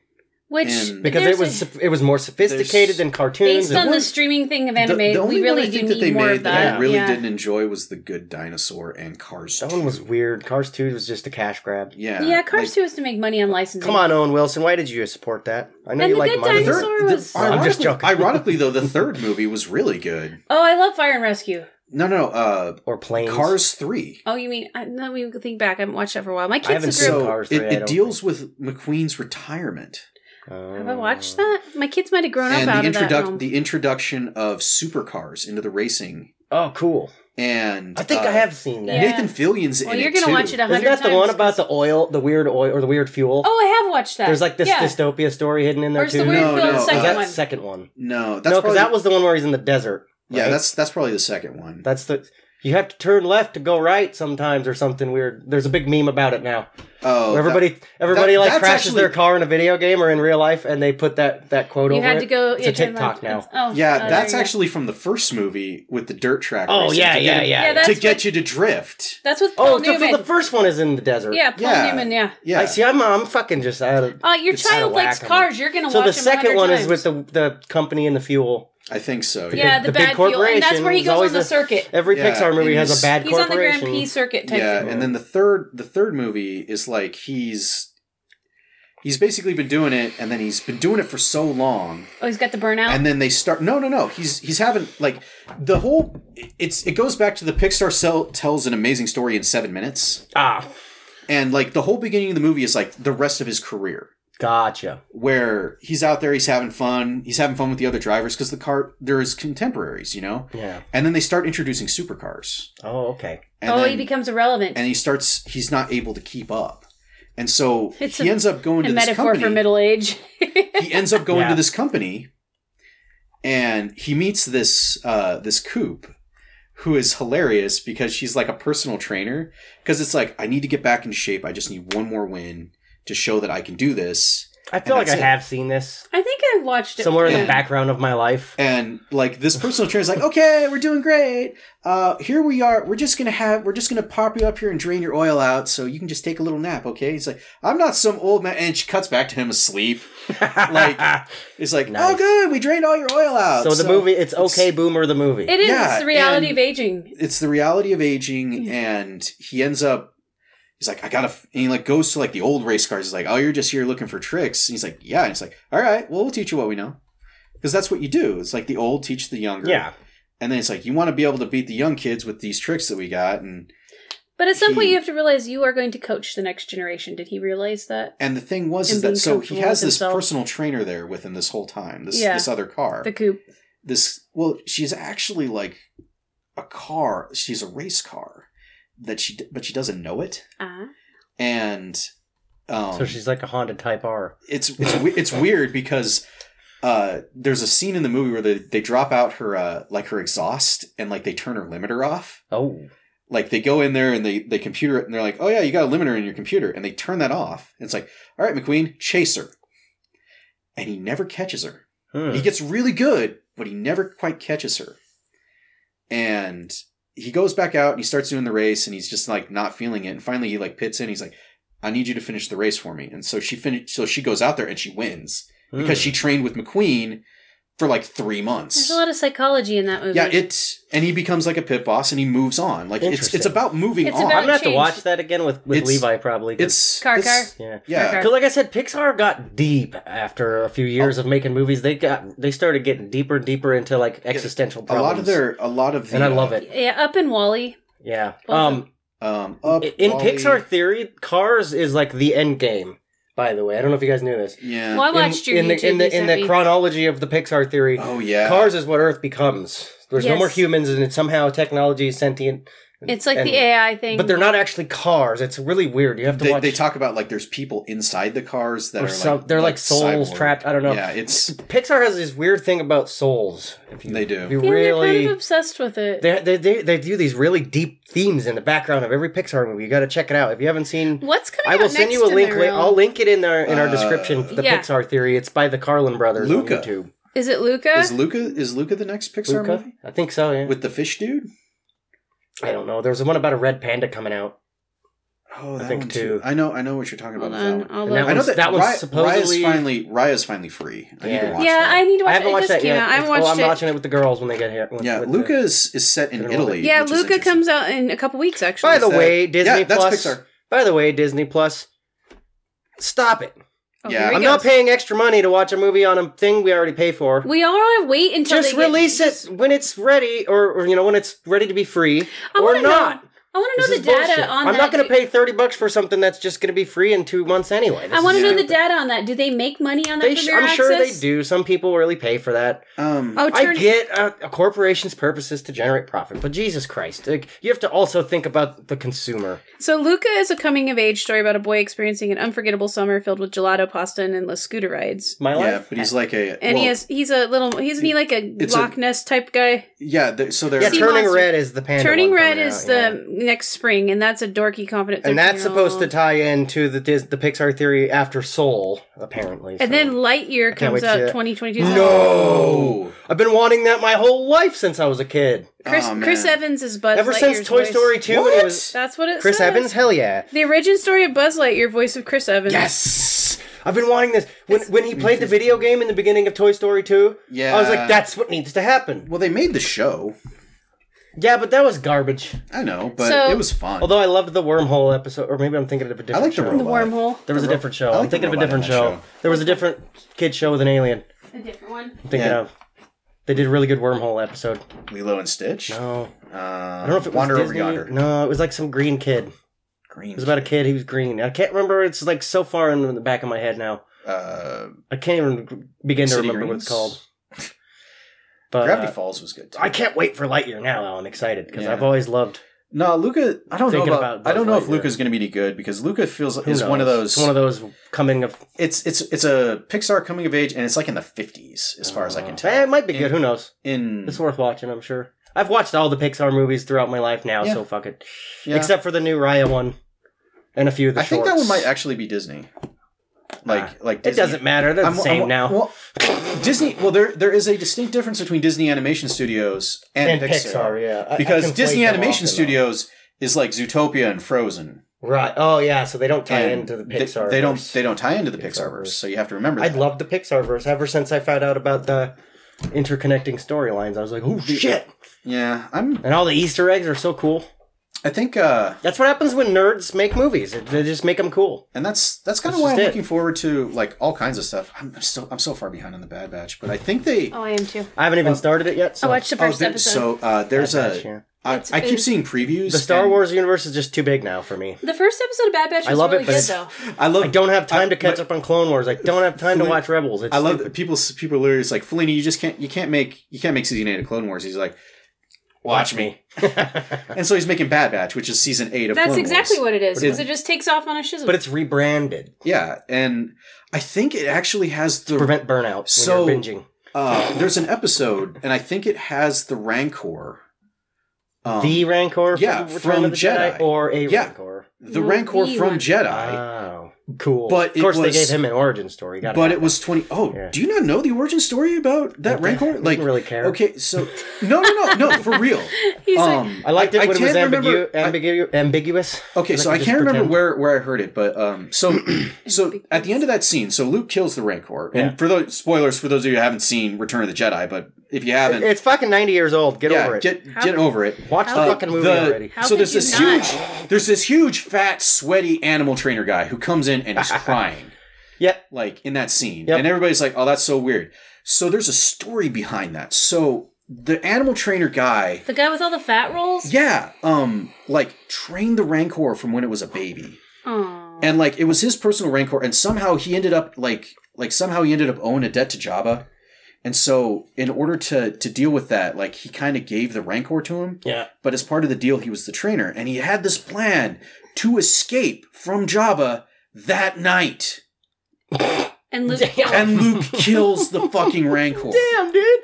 Speaker 2: Which
Speaker 3: and-
Speaker 1: because
Speaker 2: there's
Speaker 1: it was
Speaker 2: a-
Speaker 1: soph- it was more sophisticated
Speaker 3: there's-
Speaker 1: than cartoons.
Speaker 2: based
Speaker 1: and-
Speaker 2: on the streaming thing of
Speaker 3: the,
Speaker 2: anime.
Speaker 3: the only
Speaker 2: we really
Speaker 3: one I
Speaker 2: do
Speaker 3: think
Speaker 2: need
Speaker 3: that they
Speaker 2: more
Speaker 3: made
Speaker 2: of
Speaker 3: that,
Speaker 2: that.
Speaker 3: I really
Speaker 2: yeah.
Speaker 3: didn't enjoy was the Good Dinosaur and Cars.
Speaker 1: that one
Speaker 3: 2.
Speaker 1: was weird. Cars Two was just a cash grab.
Speaker 3: yeah,
Speaker 2: Yeah, Cars
Speaker 3: like,
Speaker 2: Two has to make money on licensing.
Speaker 1: Come on, Owen Wilson, why did you support that? I know
Speaker 2: And
Speaker 1: you
Speaker 2: The
Speaker 1: like
Speaker 2: Good
Speaker 1: money.
Speaker 3: the third-
Speaker 2: Dinosaur
Speaker 3: the-
Speaker 2: was-
Speaker 1: I'm just
Speaker 3: ironically-
Speaker 1: joking.
Speaker 3: Ironically, though, the third movie was really good.
Speaker 2: Oh, I love Fire and Rescue.
Speaker 3: No, no, no, uh,
Speaker 1: or planes.
Speaker 3: Cars Three.
Speaker 2: Oh, you mean? I, no, we can think back. I haven't watched that for a while. My
Speaker 1: I
Speaker 2: kids
Speaker 1: haven't
Speaker 2: are
Speaker 1: seen
Speaker 2: through.
Speaker 3: So
Speaker 1: Cars
Speaker 3: it,
Speaker 1: Three, I
Speaker 3: it
Speaker 1: don't
Speaker 3: deals with McQueen's retirement.
Speaker 1: Oh.
Speaker 2: Have I watched that? My kids might have grown up
Speaker 3: and
Speaker 2: out
Speaker 3: the,
Speaker 2: of that.
Speaker 3: introduc-
Speaker 2: realm.
Speaker 3: the introduction of supercars into the racing
Speaker 1: Oh, cool.
Speaker 3: and
Speaker 1: I think
Speaker 3: uh,
Speaker 1: I have seen that.
Speaker 2: Yeah.
Speaker 3: nathan fillion's
Speaker 2: well,
Speaker 3: in
Speaker 2: you're
Speaker 3: it
Speaker 2: gonna
Speaker 3: too.
Speaker 2: watch it a
Speaker 1: Isn't
Speaker 2: hundred
Speaker 1: that
Speaker 2: times.
Speaker 1: the one about the oil, the weird oil or the weird fuel?
Speaker 2: Oh, I have watched that.
Speaker 1: There's like this
Speaker 2: yeah.
Speaker 1: dystopia story hidden in there
Speaker 2: Where's
Speaker 1: too.
Speaker 2: the weird
Speaker 3: No,
Speaker 2: film?
Speaker 3: no,
Speaker 2: the
Speaker 3: uh,
Speaker 2: second
Speaker 1: that's
Speaker 2: one.
Speaker 1: second one.
Speaker 3: no that's
Speaker 1: No, because
Speaker 3: probably,
Speaker 1: that was the one where he's in the desert.
Speaker 3: yeah
Speaker 1: right?
Speaker 3: that's that's probably the second one
Speaker 1: That's the you have to turn left to go right sometimes or something weird. There's a big meme about it now.
Speaker 3: oh
Speaker 1: Where
Speaker 3: that-
Speaker 1: everybody everybody
Speaker 3: that-
Speaker 1: like
Speaker 3: that's
Speaker 1: crashes
Speaker 3: actually-
Speaker 1: their car in a video game or in real life and they put that that quote
Speaker 2: you
Speaker 1: over
Speaker 2: had
Speaker 1: it.
Speaker 2: to go.
Speaker 1: It's
Speaker 2: yeah,
Speaker 1: a
Speaker 2: turn
Speaker 1: TikTok
Speaker 2: left.
Speaker 1: now.
Speaker 2: It's- Oh,
Speaker 3: yeah
Speaker 2: oh,
Speaker 3: that's
Speaker 2: there you go.
Speaker 3: actually from the first movie with the dirt track
Speaker 1: Oh
Speaker 3: racing
Speaker 1: yeah,
Speaker 3: to get
Speaker 1: yeah,
Speaker 3: him-
Speaker 1: yeah.
Speaker 2: Yeah, that's
Speaker 3: to get
Speaker 2: what-
Speaker 3: you to drift
Speaker 2: That's with Paul
Speaker 1: oh, so
Speaker 2: Newman.
Speaker 1: the first one is in the desert.
Speaker 2: yeah, Paul
Speaker 3: Yeah.
Speaker 2: Newman. Yeah.
Speaker 3: yeah
Speaker 1: I see. I'm I'm fucking just out of.
Speaker 2: Uh, your
Speaker 1: It's out
Speaker 2: child
Speaker 1: of
Speaker 2: likes
Speaker 1: whack, I'm
Speaker 2: cars. You're gonna
Speaker 1: so
Speaker 2: watch
Speaker 1: the
Speaker 2: them a
Speaker 1: second
Speaker 2: hundred
Speaker 1: one
Speaker 2: times.
Speaker 1: is with the the company and the fuel.
Speaker 3: i think so
Speaker 1: The
Speaker 2: yeah
Speaker 1: big-
Speaker 2: the,
Speaker 1: the big
Speaker 2: bad fuel, and that's where
Speaker 1: corporation
Speaker 2: he goes
Speaker 1: is
Speaker 2: on the
Speaker 1: always a-
Speaker 2: circuit.
Speaker 1: Every
Speaker 3: Yeah,
Speaker 1: Pixar movie
Speaker 3: and
Speaker 1: has a
Speaker 3: he's-
Speaker 1: bad
Speaker 2: He's on the Grand
Speaker 1: corporation.
Speaker 2: Prix circuit type
Speaker 3: yeah
Speaker 2: thing.
Speaker 3: and then the third the third movie is like he's he's basically been doing it and then he's been doing it for so long
Speaker 2: Oh, he's got the burnout.
Speaker 3: and then they start no no no he's he's having like the whole it's it goes back to the pixar cell tells an amazing story in seven minutes
Speaker 1: ah,
Speaker 3: and like the whole beginning of the movie is like the rest of his career
Speaker 1: gotcha.
Speaker 3: where he's out there he's having fun he's having fun with the other drivers because the car there's contemporaries you know
Speaker 1: Yeah.
Speaker 3: and then they start introducing supercars
Speaker 1: Oh, okay.
Speaker 3: and
Speaker 2: oh,
Speaker 3: then,
Speaker 2: he becomes irrelevant.
Speaker 3: and he starts he's not able to keep up and so
Speaker 2: It's
Speaker 3: he
Speaker 2: a-
Speaker 3: ends up going
Speaker 2: a
Speaker 3: to this
Speaker 2: metaphor
Speaker 3: company
Speaker 2: for middle age.
Speaker 3: he ends up going
Speaker 1: Yeah.
Speaker 3: to this company and he meets this uh this coop who is hilarious because she's like a personal trainer because it's like i need to get back in shape i just need one more win to show that i can do this
Speaker 1: I feel
Speaker 3: And
Speaker 1: like I
Speaker 3: that's it.
Speaker 1: have seen this
Speaker 2: I think I've watched it
Speaker 1: somewhere in
Speaker 2: Yeah.
Speaker 1: the background of my life.
Speaker 3: and like this personal trainer's like okay we're doing great uh here we are we're just gonna have we're just gonna pop you up here and drain your oil out so you can just take a little nap okay he's like i'm not some old man and she cuts back to him asleep like oh, it's like oh
Speaker 1: Nice.
Speaker 3: good we drained all your oil out
Speaker 1: so the movie, it's okay, Boomer the movie.
Speaker 2: It is.
Speaker 3: Yeah,
Speaker 2: it's the reality
Speaker 3: and-
Speaker 2: of aging.
Speaker 3: it's the reality of aging and he ends up he's like i gotta f-" and he like goes to like the old race cars he's like oh you're just here looking for tricks and he's like yeah and it's like all right well we'll teach you what we know because that's what you do it's like the old teach the younger
Speaker 1: yeah.
Speaker 3: and then it's like you want to be able to beat the young kids with these tricks that we got and
Speaker 2: But at some point,
Speaker 3: He-
Speaker 2: you have to realize you are going to coach the next generation. Did he realize that?
Speaker 3: and the thing was
Speaker 2: And
Speaker 3: is that
Speaker 2: being
Speaker 3: so he
Speaker 2: comfortable
Speaker 3: has
Speaker 2: with
Speaker 3: this
Speaker 2: himself.
Speaker 3: personal trainer there with him this whole time this
Speaker 2: Yeah.
Speaker 3: this other car
Speaker 2: The coop.
Speaker 3: this well she's actually like a car she's a race car that she but she doesn't know it
Speaker 2: Ah.
Speaker 3: and um,
Speaker 1: So she's like a Honda Type R.
Speaker 3: it's it's we- it's weird because uh, there's a scene in the movie where they, they drop out her uh, like her exhaust and like they turn her limiter off.
Speaker 1: Oh,
Speaker 3: Like they go in there and they they computer it and they're like, oh yeah, you got a limiter in your computer, and they turn that off. And it's like, all right, McQueen, chase her, and he never catches her.
Speaker 1: Hmm.
Speaker 3: He gets really good, but he never quite catches her, and he goes back out and he starts doing the race and he's just like not feeling it. And finally he like pits in. He's like, I need you to finish the race for me. And so she finished. So she goes out there and she wins
Speaker 1: Hmm.
Speaker 3: because she trained with McQueen for like three months.
Speaker 2: There's a lot of psychology in that movie.
Speaker 3: Yeah, it's and he becomes like a pit boss and he moves on. Like it's it's
Speaker 1: Interesting.
Speaker 3: about moving
Speaker 2: It's
Speaker 3: on.
Speaker 1: Oh, I'm gonna have to
Speaker 2: changed.
Speaker 1: watch that again with, with
Speaker 3: It's-
Speaker 1: Levi probably. 'cause-
Speaker 3: it's
Speaker 2: Car,
Speaker 3: it's-
Speaker 1: yeah.
Speaker 3: Yeah,
Speaker 2: Car,
Speaker 1: Because, like I said, Pixar got deep after a few
Speaker 3: Oh.
Speaker 1: years of making movies. They got they started getting deeper and deeper into like existential
Speaker 3: a
Speaker 1: problems.
Speaker 3: lot of their a lot of the,
Speaker 1: and I love it.
Speaker 2: yeah, Up and Wally.
Speaker 1: Yeah.
Speaker 2: Both of
Speaker 1: Um,
Speaker 3: Um, up
Speaker 1: in
Speaker 3: Wall-E.
Speaker 1: Pixar theory, Cars is like the end game. By the way, I don't know if you guys knew this.
Speaker 3: Yeah.
Speaker 2: Well, I watched your
Speaker 1: in
Speaker 2: YouTube.
Speaker 1: the in
Speaker 2: you
Speaker 1: the in
Speaker 2: sent
Speaker 1: the
Speaker 2: me.
Speaker 1: chronology of the Pixar theory.
Speaker 3: Oh yeah.
Speaker 1: Cars is what Earth becomes. There's no
Speaker 2: Yes.
Speaker 1: more humans, and it's somehow technology is sentient.
Speaker 2: it's like
Speaker 1: and-
Speaker 2: the AI thing.
Speaker 1: But they're not actually cars. It's really weird. You have to
Speaker 3: They,
Speaker 1: watch.
Speaker 3: they talk about like there's people inside the cars that
Speaker 1: or
Speaker 3: are
Speaker 1: some,
Speaker 3: like
Speaker 1: they're like souls
Speaker 3: cyborg.
Speaker 1: trapped. I don't know.
Speaker 3: Yeah, it's
Speaker 1: Pixar has this weird thing about souls. If you,
Speaker 3: They do.
Speaker 1: If you
Speaker 2: yeah,
Speaker 1: really
Speaker 2: they're kind of obsessed with it.
Speaker 1: They, they, they, they do these really deep themes in the background of every Pixar movie. You got to check it out. If you haven't seen,
Speaker 2: What's coming
Speaker 1: I will
Speaker 2: out
Speaker 1: send
Speaker 2: next
Speaker 1: you a
Speaker 2: in
Speaker 1: link.
Speaker 2: their
Speaker 1: la-
Speaker 2: realm?
Speaker 1: I'll link it in our in our
Speaker 3: Uh,
Speaker 1: description. The
Speaker 2: Yeah.
Speaker 1: Pixar theory. It's by the Carlin brothers
Speaker 3: Luca.
Speaker 1: on YouTube.
Speaker 2: Is it Luca?
Speaker 3: is Luca is Luca the next Pixar
Speaker 1: Luca,
Speaker 3: movie
Speaker 1: I think so. Yeah.
Speaker 3: with the fish dude?
Speaker 1: I don't know. There was one about a red panda coming out.
Speaker 3: Oh,
Speaker 1: I
Speaker 3: that
Speaker 1: think
Speaker 3: one
Speaker 1: too.
Speaker 3: I know I know what you're talking about.
Speaker 2: Hold
Speaker 3: with that
Speaker 2: on.
Speaker 3: one.
Speaker 1: And
Speaker 2: I'll look.
Speaker 1: that
Speaker 3: I know
Speaker 1: one's-
Speaker 3: that,
Speaker 1: that
Speaker 3: that
Speaker 1: one's
Speaker 3: Raya,
Speaker 1: supposedly-
Speaker 3: Raya's finally Raya's finally free. I need
Speaker 1: Yeah.
Speaker 3: to watch
Speaker 2: yeah,
Speaker 3: that.
Speaker 2: I need to
Speaker 1: I
Speaker 2: watch it.
Speaker 1: haven't
Speaker 2: It
Speaker 1: watched
Speaker 2: just
Speaker 1: that
Speaker 2: came
Speaker 1: yet.
Speaker 2: out. I
Speaker 1: It's-
Speaker 2: watched
Speaker 1: oh, I'm
Speaker 2: it.
Speaker 1: watching it with the girls when they get here. with-
Speaker 3: Yeah,
Speaker 1: with
Speaker 3: Luca
Speaker 1: the-
Speaker 3: is, is set in
Speaker 1: They're
Speaker 3: Italy.
Speaker 1: all-
Speaker 2: Yeah,
Speaker 3: which is
Speaker 2: Luca
Speaker 3: interesting.
Speaker 2: comes out in a couple weeks actually.
Speaker 1: By the
Speaker 3: Is that-
Speaker 1: way, Disney
Speaker 3: Yeah, that's
Speaker 1: Plus.
Speaker 3: Pixar.
Speaker 1: By the way, Disney Plus. Stop it!
Speaker 2: Oh,
Speaker 3: yeah.
Speaker 2: here he
Speaker 1: I'm not
Speaker 2: goes.
Speaker 1: paying extra money to watch a movie on a thing we already pay for.
Speaker 2: We all want to wait until
Speaker 1: just
Speaker 2: they get-
Speaker 1: release it when it's ready, or, or you know when it's ready to be free,
Speaker 2: I
Speaker 1: or
Speaker 2: wanna know-
Speaker 1: not.
Speaker 2: I want
Speaker 1: This
Speaker 2: to know
Speaker 1: is
Speaker 2: the data
Speaker 1: bullshit. I'm
Speaker 2: on. that.
Speaker 1: not going
Speaker 2: Do-
Speaker 1: to pay thirty bucks for something that's just going to be free in two months anyway. This
Speaker 2: I want
Speaker 1: is
Speaker 2: to know the
Speaker 1: stupid.
Speaker 2: data on that. Do they make money on that?
Speaker 1: They sh-
Speaker 2: Premier
Speaker 1: I'm sure they
Speaker 2: access?
Speaker 1: do. Some people really pay for that.
Speaker 3: Um,
Speaker 2: Oh,
Speaker 1: I
Speaker 2: turn
Speaker 1: get uh, a corporation's purpose is to generate profit, but Jesus Christ, like, you have to also think about the consumer.
Speaker 2: So Luca is a coming of age story about a boy experiencing an unforgettable summer filled with gelato, pasta, and endless scooter rides.
Speaker 1: My
Speaker 3: yeah,
Speaker 1: life,
Speaker 3: but he's like a
Speaker 2: And he
Speaker 3: well,
Speaker 2: is he's a little isn't he like a
Speaker 3: It's a-
Speaker 2: Loch Ness type guy?
Speaker 3: yeah. Th- so they're
Speaker 1: yeah.
Speaker 2: sea
Speaker 1: Turning
Speaker 2: monster.
Speaker 1: red is the panda.
Speaker 2: Turning
Speaker 1: one
Speaker 2: red
Speaker 1: coming out,
Speaker 2: is
Speaker 1: yeah.
Speaker 2: the next spring, and that's a dorky confident.
Speaker 1: and that's
Speaker 2: 13-year-old.
Speaker 1: supposed to tie into the Dis- the Pixar theory after Soul, apparently. so-
Speaker 2: And then Lightyear
Speaker 1: can't wait
Speaker 2: comes
Speaker 1: to see
Speaker 2: out
Speaker 1: it.
Speaker 2: twenty twenty two.
Speaker 1: no,
Speaker 3: oh
Speaker 1: I've been wanting that my whole life since I was a kid.
Speaker 2: Chris
Speaker 3: Oh,
Speaker 2: Chris
Speaker 3: man.
Speaker 2: Evans is Buzz.
Speaker 1: Ever since
Speaker 2: Lightyear's
Speaker 1: Toy
Speaker 2: voice.
Speaker 1: Story two, when he was
Speaker 2: That's what it.
Speaker 1: Chris
Speaker 2: says.
Speaker 1: Evans. Hell yeah.
Speaker 2: The origin story of Buzz Lightyear, voice of Chris Evans.
Speaker 1: Yes. I've been wanting this. When when he played the video game in the beginning of Toy Story 2, I was
Speaker 3: Yeah.
Speaker 1: like, that's what needs to happen.
Speaker 3: well, they made the show.
Speaker 1: Yeah, but that was garbage.
Speaker 3: I know, but
Speaker 2: So-
Speaker 3: it was fun.
Speaker 1: Although I loved the wormhole episode, or maybe I'm thinking of a
Speaker 3: I
Speaker 1: different
Speaker 3: like the
Speaker 1: show.
Speaker 2: The
Speaker 3: robot.
Speaker 2: wormhole.
Speaker 1: There was a different show.
Speaker 3: I like
Speaker 1: I'm
Speaker 3: the
Speaker 1: thinking of a
Speaker 3: robot in
Speaker 1: different
Speaker 3: that
Speaker 1: show.
Speaker 3: show.
Speaker 1: There was a different kid show with an alien.
Speaker 2: A different one.
Speaker 1: I'm thinking
Speaker 3: Yeah.
Speaker 1: of. They did a really good wormhole episode.
Speaker 3: Lilo and Stitch.
Speaker 1: No,
Speaker 3: Uh,
Speaker 1: I don't know if it was
Speaker 3: Wander
Speaker 1: Disney.
Speaker 3: over yonder.
Speaker 1: No, it was like some green kid. It
Speaker 3: Green.
Speaker 1: was about a kid. He was green. I can't remember. It's like so far in the back of my head now.
Speaker 3: Uh,
Speaker 1: I can't even begin to
Speaker 3: City
Speaker 1: remember what it's
Speaker 3: Greens?
Speaker 1: called. But
Speaker 3: Gravity
Speaker 1: uh,
Speaker 3: Falls was good. Too.
Speaker 1: I can't wait for Lightyear now. though. I'm excited because
Speaker 3: Yeah.
Speaker 1: I've always loved.
Speaker 3: No, Luca. I don't know
Speaker 1: Thinking
Speaker 3: about.
Speaker 1: about Buzz
Speaker 3: I don't know if
Speaker 1: Lightyear.
Speaker 3: Luca's going to be any good because Luca feels
Speaker 1: who
Speaker 3: is one of
Speaker 1: knows?
Speaker 3: those.
Speaker 1: It's one of those coming of.
Speaker 3: It's it's it's a Pixar coming of age, and it's like in the fifties, as far as I can tell.
Speaker 1: Eh, it might be good. Who knows?
Speaker 3: In
Speaker 1: It's worth watching. I'm sure. I've watched all the Pixar movies throughout my life now,
Speaker 3: Yeah.
Speaker 1: so fuck it.
Speaker 3: Yeah.
Speaker 1: Except for the new Raya one, and a few of the
Speaker 3: I think
Speaker 1: shorts. Ah,
Speaker 3: that one might actually be Disney. Like like
Speaker 1: It
Speaker 3: Disney.
Speaker 1: doesn't matter. They're
Speaker 3: I'm-
Speaker 1: the same
Speaker 3: I'm-
Speaker 1: now.
Speaker 3: Well, Disney. Well, there there is a distinct difference between Disney Animation Studios and,
Speaker 1: and Pixar, yeah, I- I
Speaker 3: because
Speaker 1: conflate
Speaker 3: Disney
Speaker 1: them often,
Speaker 3: Animation
Speaker 1: though.
Speaker 3: Studios is like Zootopia and Frozen.
Speaker 1: right? Oh yeah, so they don't tie
Speaker 3: and
Speaker 1: into the
Speaker 3: they-
Speaker 1: Pixar.
Speaker 3: They, don't they don't tie into the Pixar
Speaker 1: Pixarverse.
Speaker 3: verse, so you have to remember
Speaker 1: I
Speaker 3: that.
Speaker 1: loved the Pixar verse ever since I found out about the interconnecting storylines. I was like, oh shit!
Speaker 3: yeah, I'm.
Speaker 1: And all the Easter eggs are so cool.
Speaker 3: I think, uh,
Speaker 1: That's what happens when nerds make movies. It- They just make them cool.
Speaker 3: and that's that's kind of
Speaker 1: That's
Speaker 3: why I'm
Speaker 1: just it.
Speaker 3: looking forward to like all kinds of stuff. I'm, I'm so I'm so far behind on the Bad Batch, but I think they.
Speaker 2: Oh, I am too.
Speaker 1: I haven't even started it yet. So.
Speaker 2: I watched the
Speaker 3: Oh,
Speaker 2: first
Speaker 3: there-
Speaker 2: episode.
Speaker 3: so uh, there's
Speaker 1: Bad
Speaker 3: a.
Speaker 1: Batch, yeah.
Speaker 3: I, I keep seeing previews.
Speaker 1: the Star
Speaker 3: and
Speaker 1: Wars universe is just too big now for me.
Speaker 2: the first episode of Bad Batch was
Speaker 1: I love it,
Speaker 2: really
Speaker 1: but
Speaker 2: good
Speaker 1: it's-
Speaker 2: though.
Speaker 3: I love.
Speaker 1: I don't have time
Speaker 3: I-
Speaker 1: to catch
Speaker 3: but-
Speaker 1: up on Clone Wars. I don't have time to watch Rebels. It's
Speaker 3: I love
Speaker 1: stupid.
Speaker 3: that people. People literally just like Fellini. You just can't. You can't make. You can't make season eight of Clone Wars. He's like, watch, me. and so he's making Bad Batch, which is season eight of.
Speaker 2: That's
Speaker 3: Clone
Speaker 2: exactly
Speaker 3: Wars.
Speaker 2: what it is because
Speaker 3: But
Speaker 2: it just takes off on a shizzle.
Speaker 1: but it's rebranded
Speaker 3: Yeah, and I think it actually has the
Speaker 1: to prevent burnout when
Speaker 3: So-
Speaker 1: you're binging.
Speaker 3: Uh, there's an episode, and I think it has the Rancor. Um,
Speaker 1: the Rancor,
Speaker 3: yeah,
Speaker 1: Return
Speaker 3: from
Speaker 1: of the Jedi,
Speaker 3: Jedi.
Speaker 1: or a
Speaker 3: Yeah.
Speaker 1: Rancor.
Speaker 3: the
Speaker 2: No,
Speaker 3: Rancor
Speaker 2: the
Speaker 3: from
Speaker 2: one.
Speaker 3: Jedi.
Speaker 1: Wow. cool.
Speaker 3: But
Speaker 1: of course,
Speaker 3: it
Speaker 1: they
Speaker 3: was-
Speaker 1: gave him an origin story. Uh, Gotta
Speaker 3: But
Speaker 1: have
Speaker 3: it was twenty. Oh,
Speaker 1: Yeah.
Speaker 3: do you not know the origin story about that rancor?
Speaker 1: didn't
Speaker 3: Like,
Speaker 1: really care.
Speaker 3: Okay, so no, no, no, no, for real.
Speaker 2: He's like,
Speaker 3: Um,
Speaker 1: I liked it when it was
Speaker 3: can't remember-
Speaker 1: ambigu-
Speaker 3: I-
Speaker 1: ambigu- ambiguous.
Speaker 3: Okay,
Speaker 1: Like
Speaker 3: so
Speaker 1: I
Speaker 3: I
Speaker 1: just
Speaker 3: can't remember
Speaker 1: pretend.
Speaker 3: where, where I heard it, but um, so so at the end of that scene, so Luke kills the Rancor, and
Speaker 1: Yeah.
Speaker 3: for those spoilers for those of you who haven't seen Return of the Jedi, but if you haven't,
Speaker 1: It's fucking ninety years old. Get
Speaker 3: yeah,
Speaker 1: over it.
Speaker 3: get get over it. Uh,
Speaker 1: Watch the
Speaker 2: How-
Speaker 1: fucking movie
Speaker 3: The-
Speaker 1: already.
Speaker 2: How
Speaker 3: so
Speaker 2: could
Speaker 3: there's
Speaker 2: you
Speaker 3: this
Speaker 2: not?
Speaker 3: huge, there's this huge, fat, sweaty animal trainer guy who comes in and is crying,
Speaker 1: Yeah,
Speaker 3: like in that scene,
Speaker 1: Yep.
Speaker 3: and everybody's like, "Oh, that's so weird." So there's a story behind that. So the animal trainer guy,
Speaker 2: the guy with all the fat rolls.
Speaker 3: yeah, um, like trained the Rancor from when it was a baby.
Speaker 2: Aw.
Speaker 3: and like it was his personal rancor and somehow he ended up like like somehow he ended up owing a debt to jabba and so in order to to deal with that like he kind of gave the rancor to him
Speaker 1: yeah.
Speaker 3: but as part of the deal he was the trainer and he had this plan to escape from jabba that night
Speaker 2: And Luke.
Speaker 3: and luke kills the fucking rancor
Speaker 1: Damn, dude.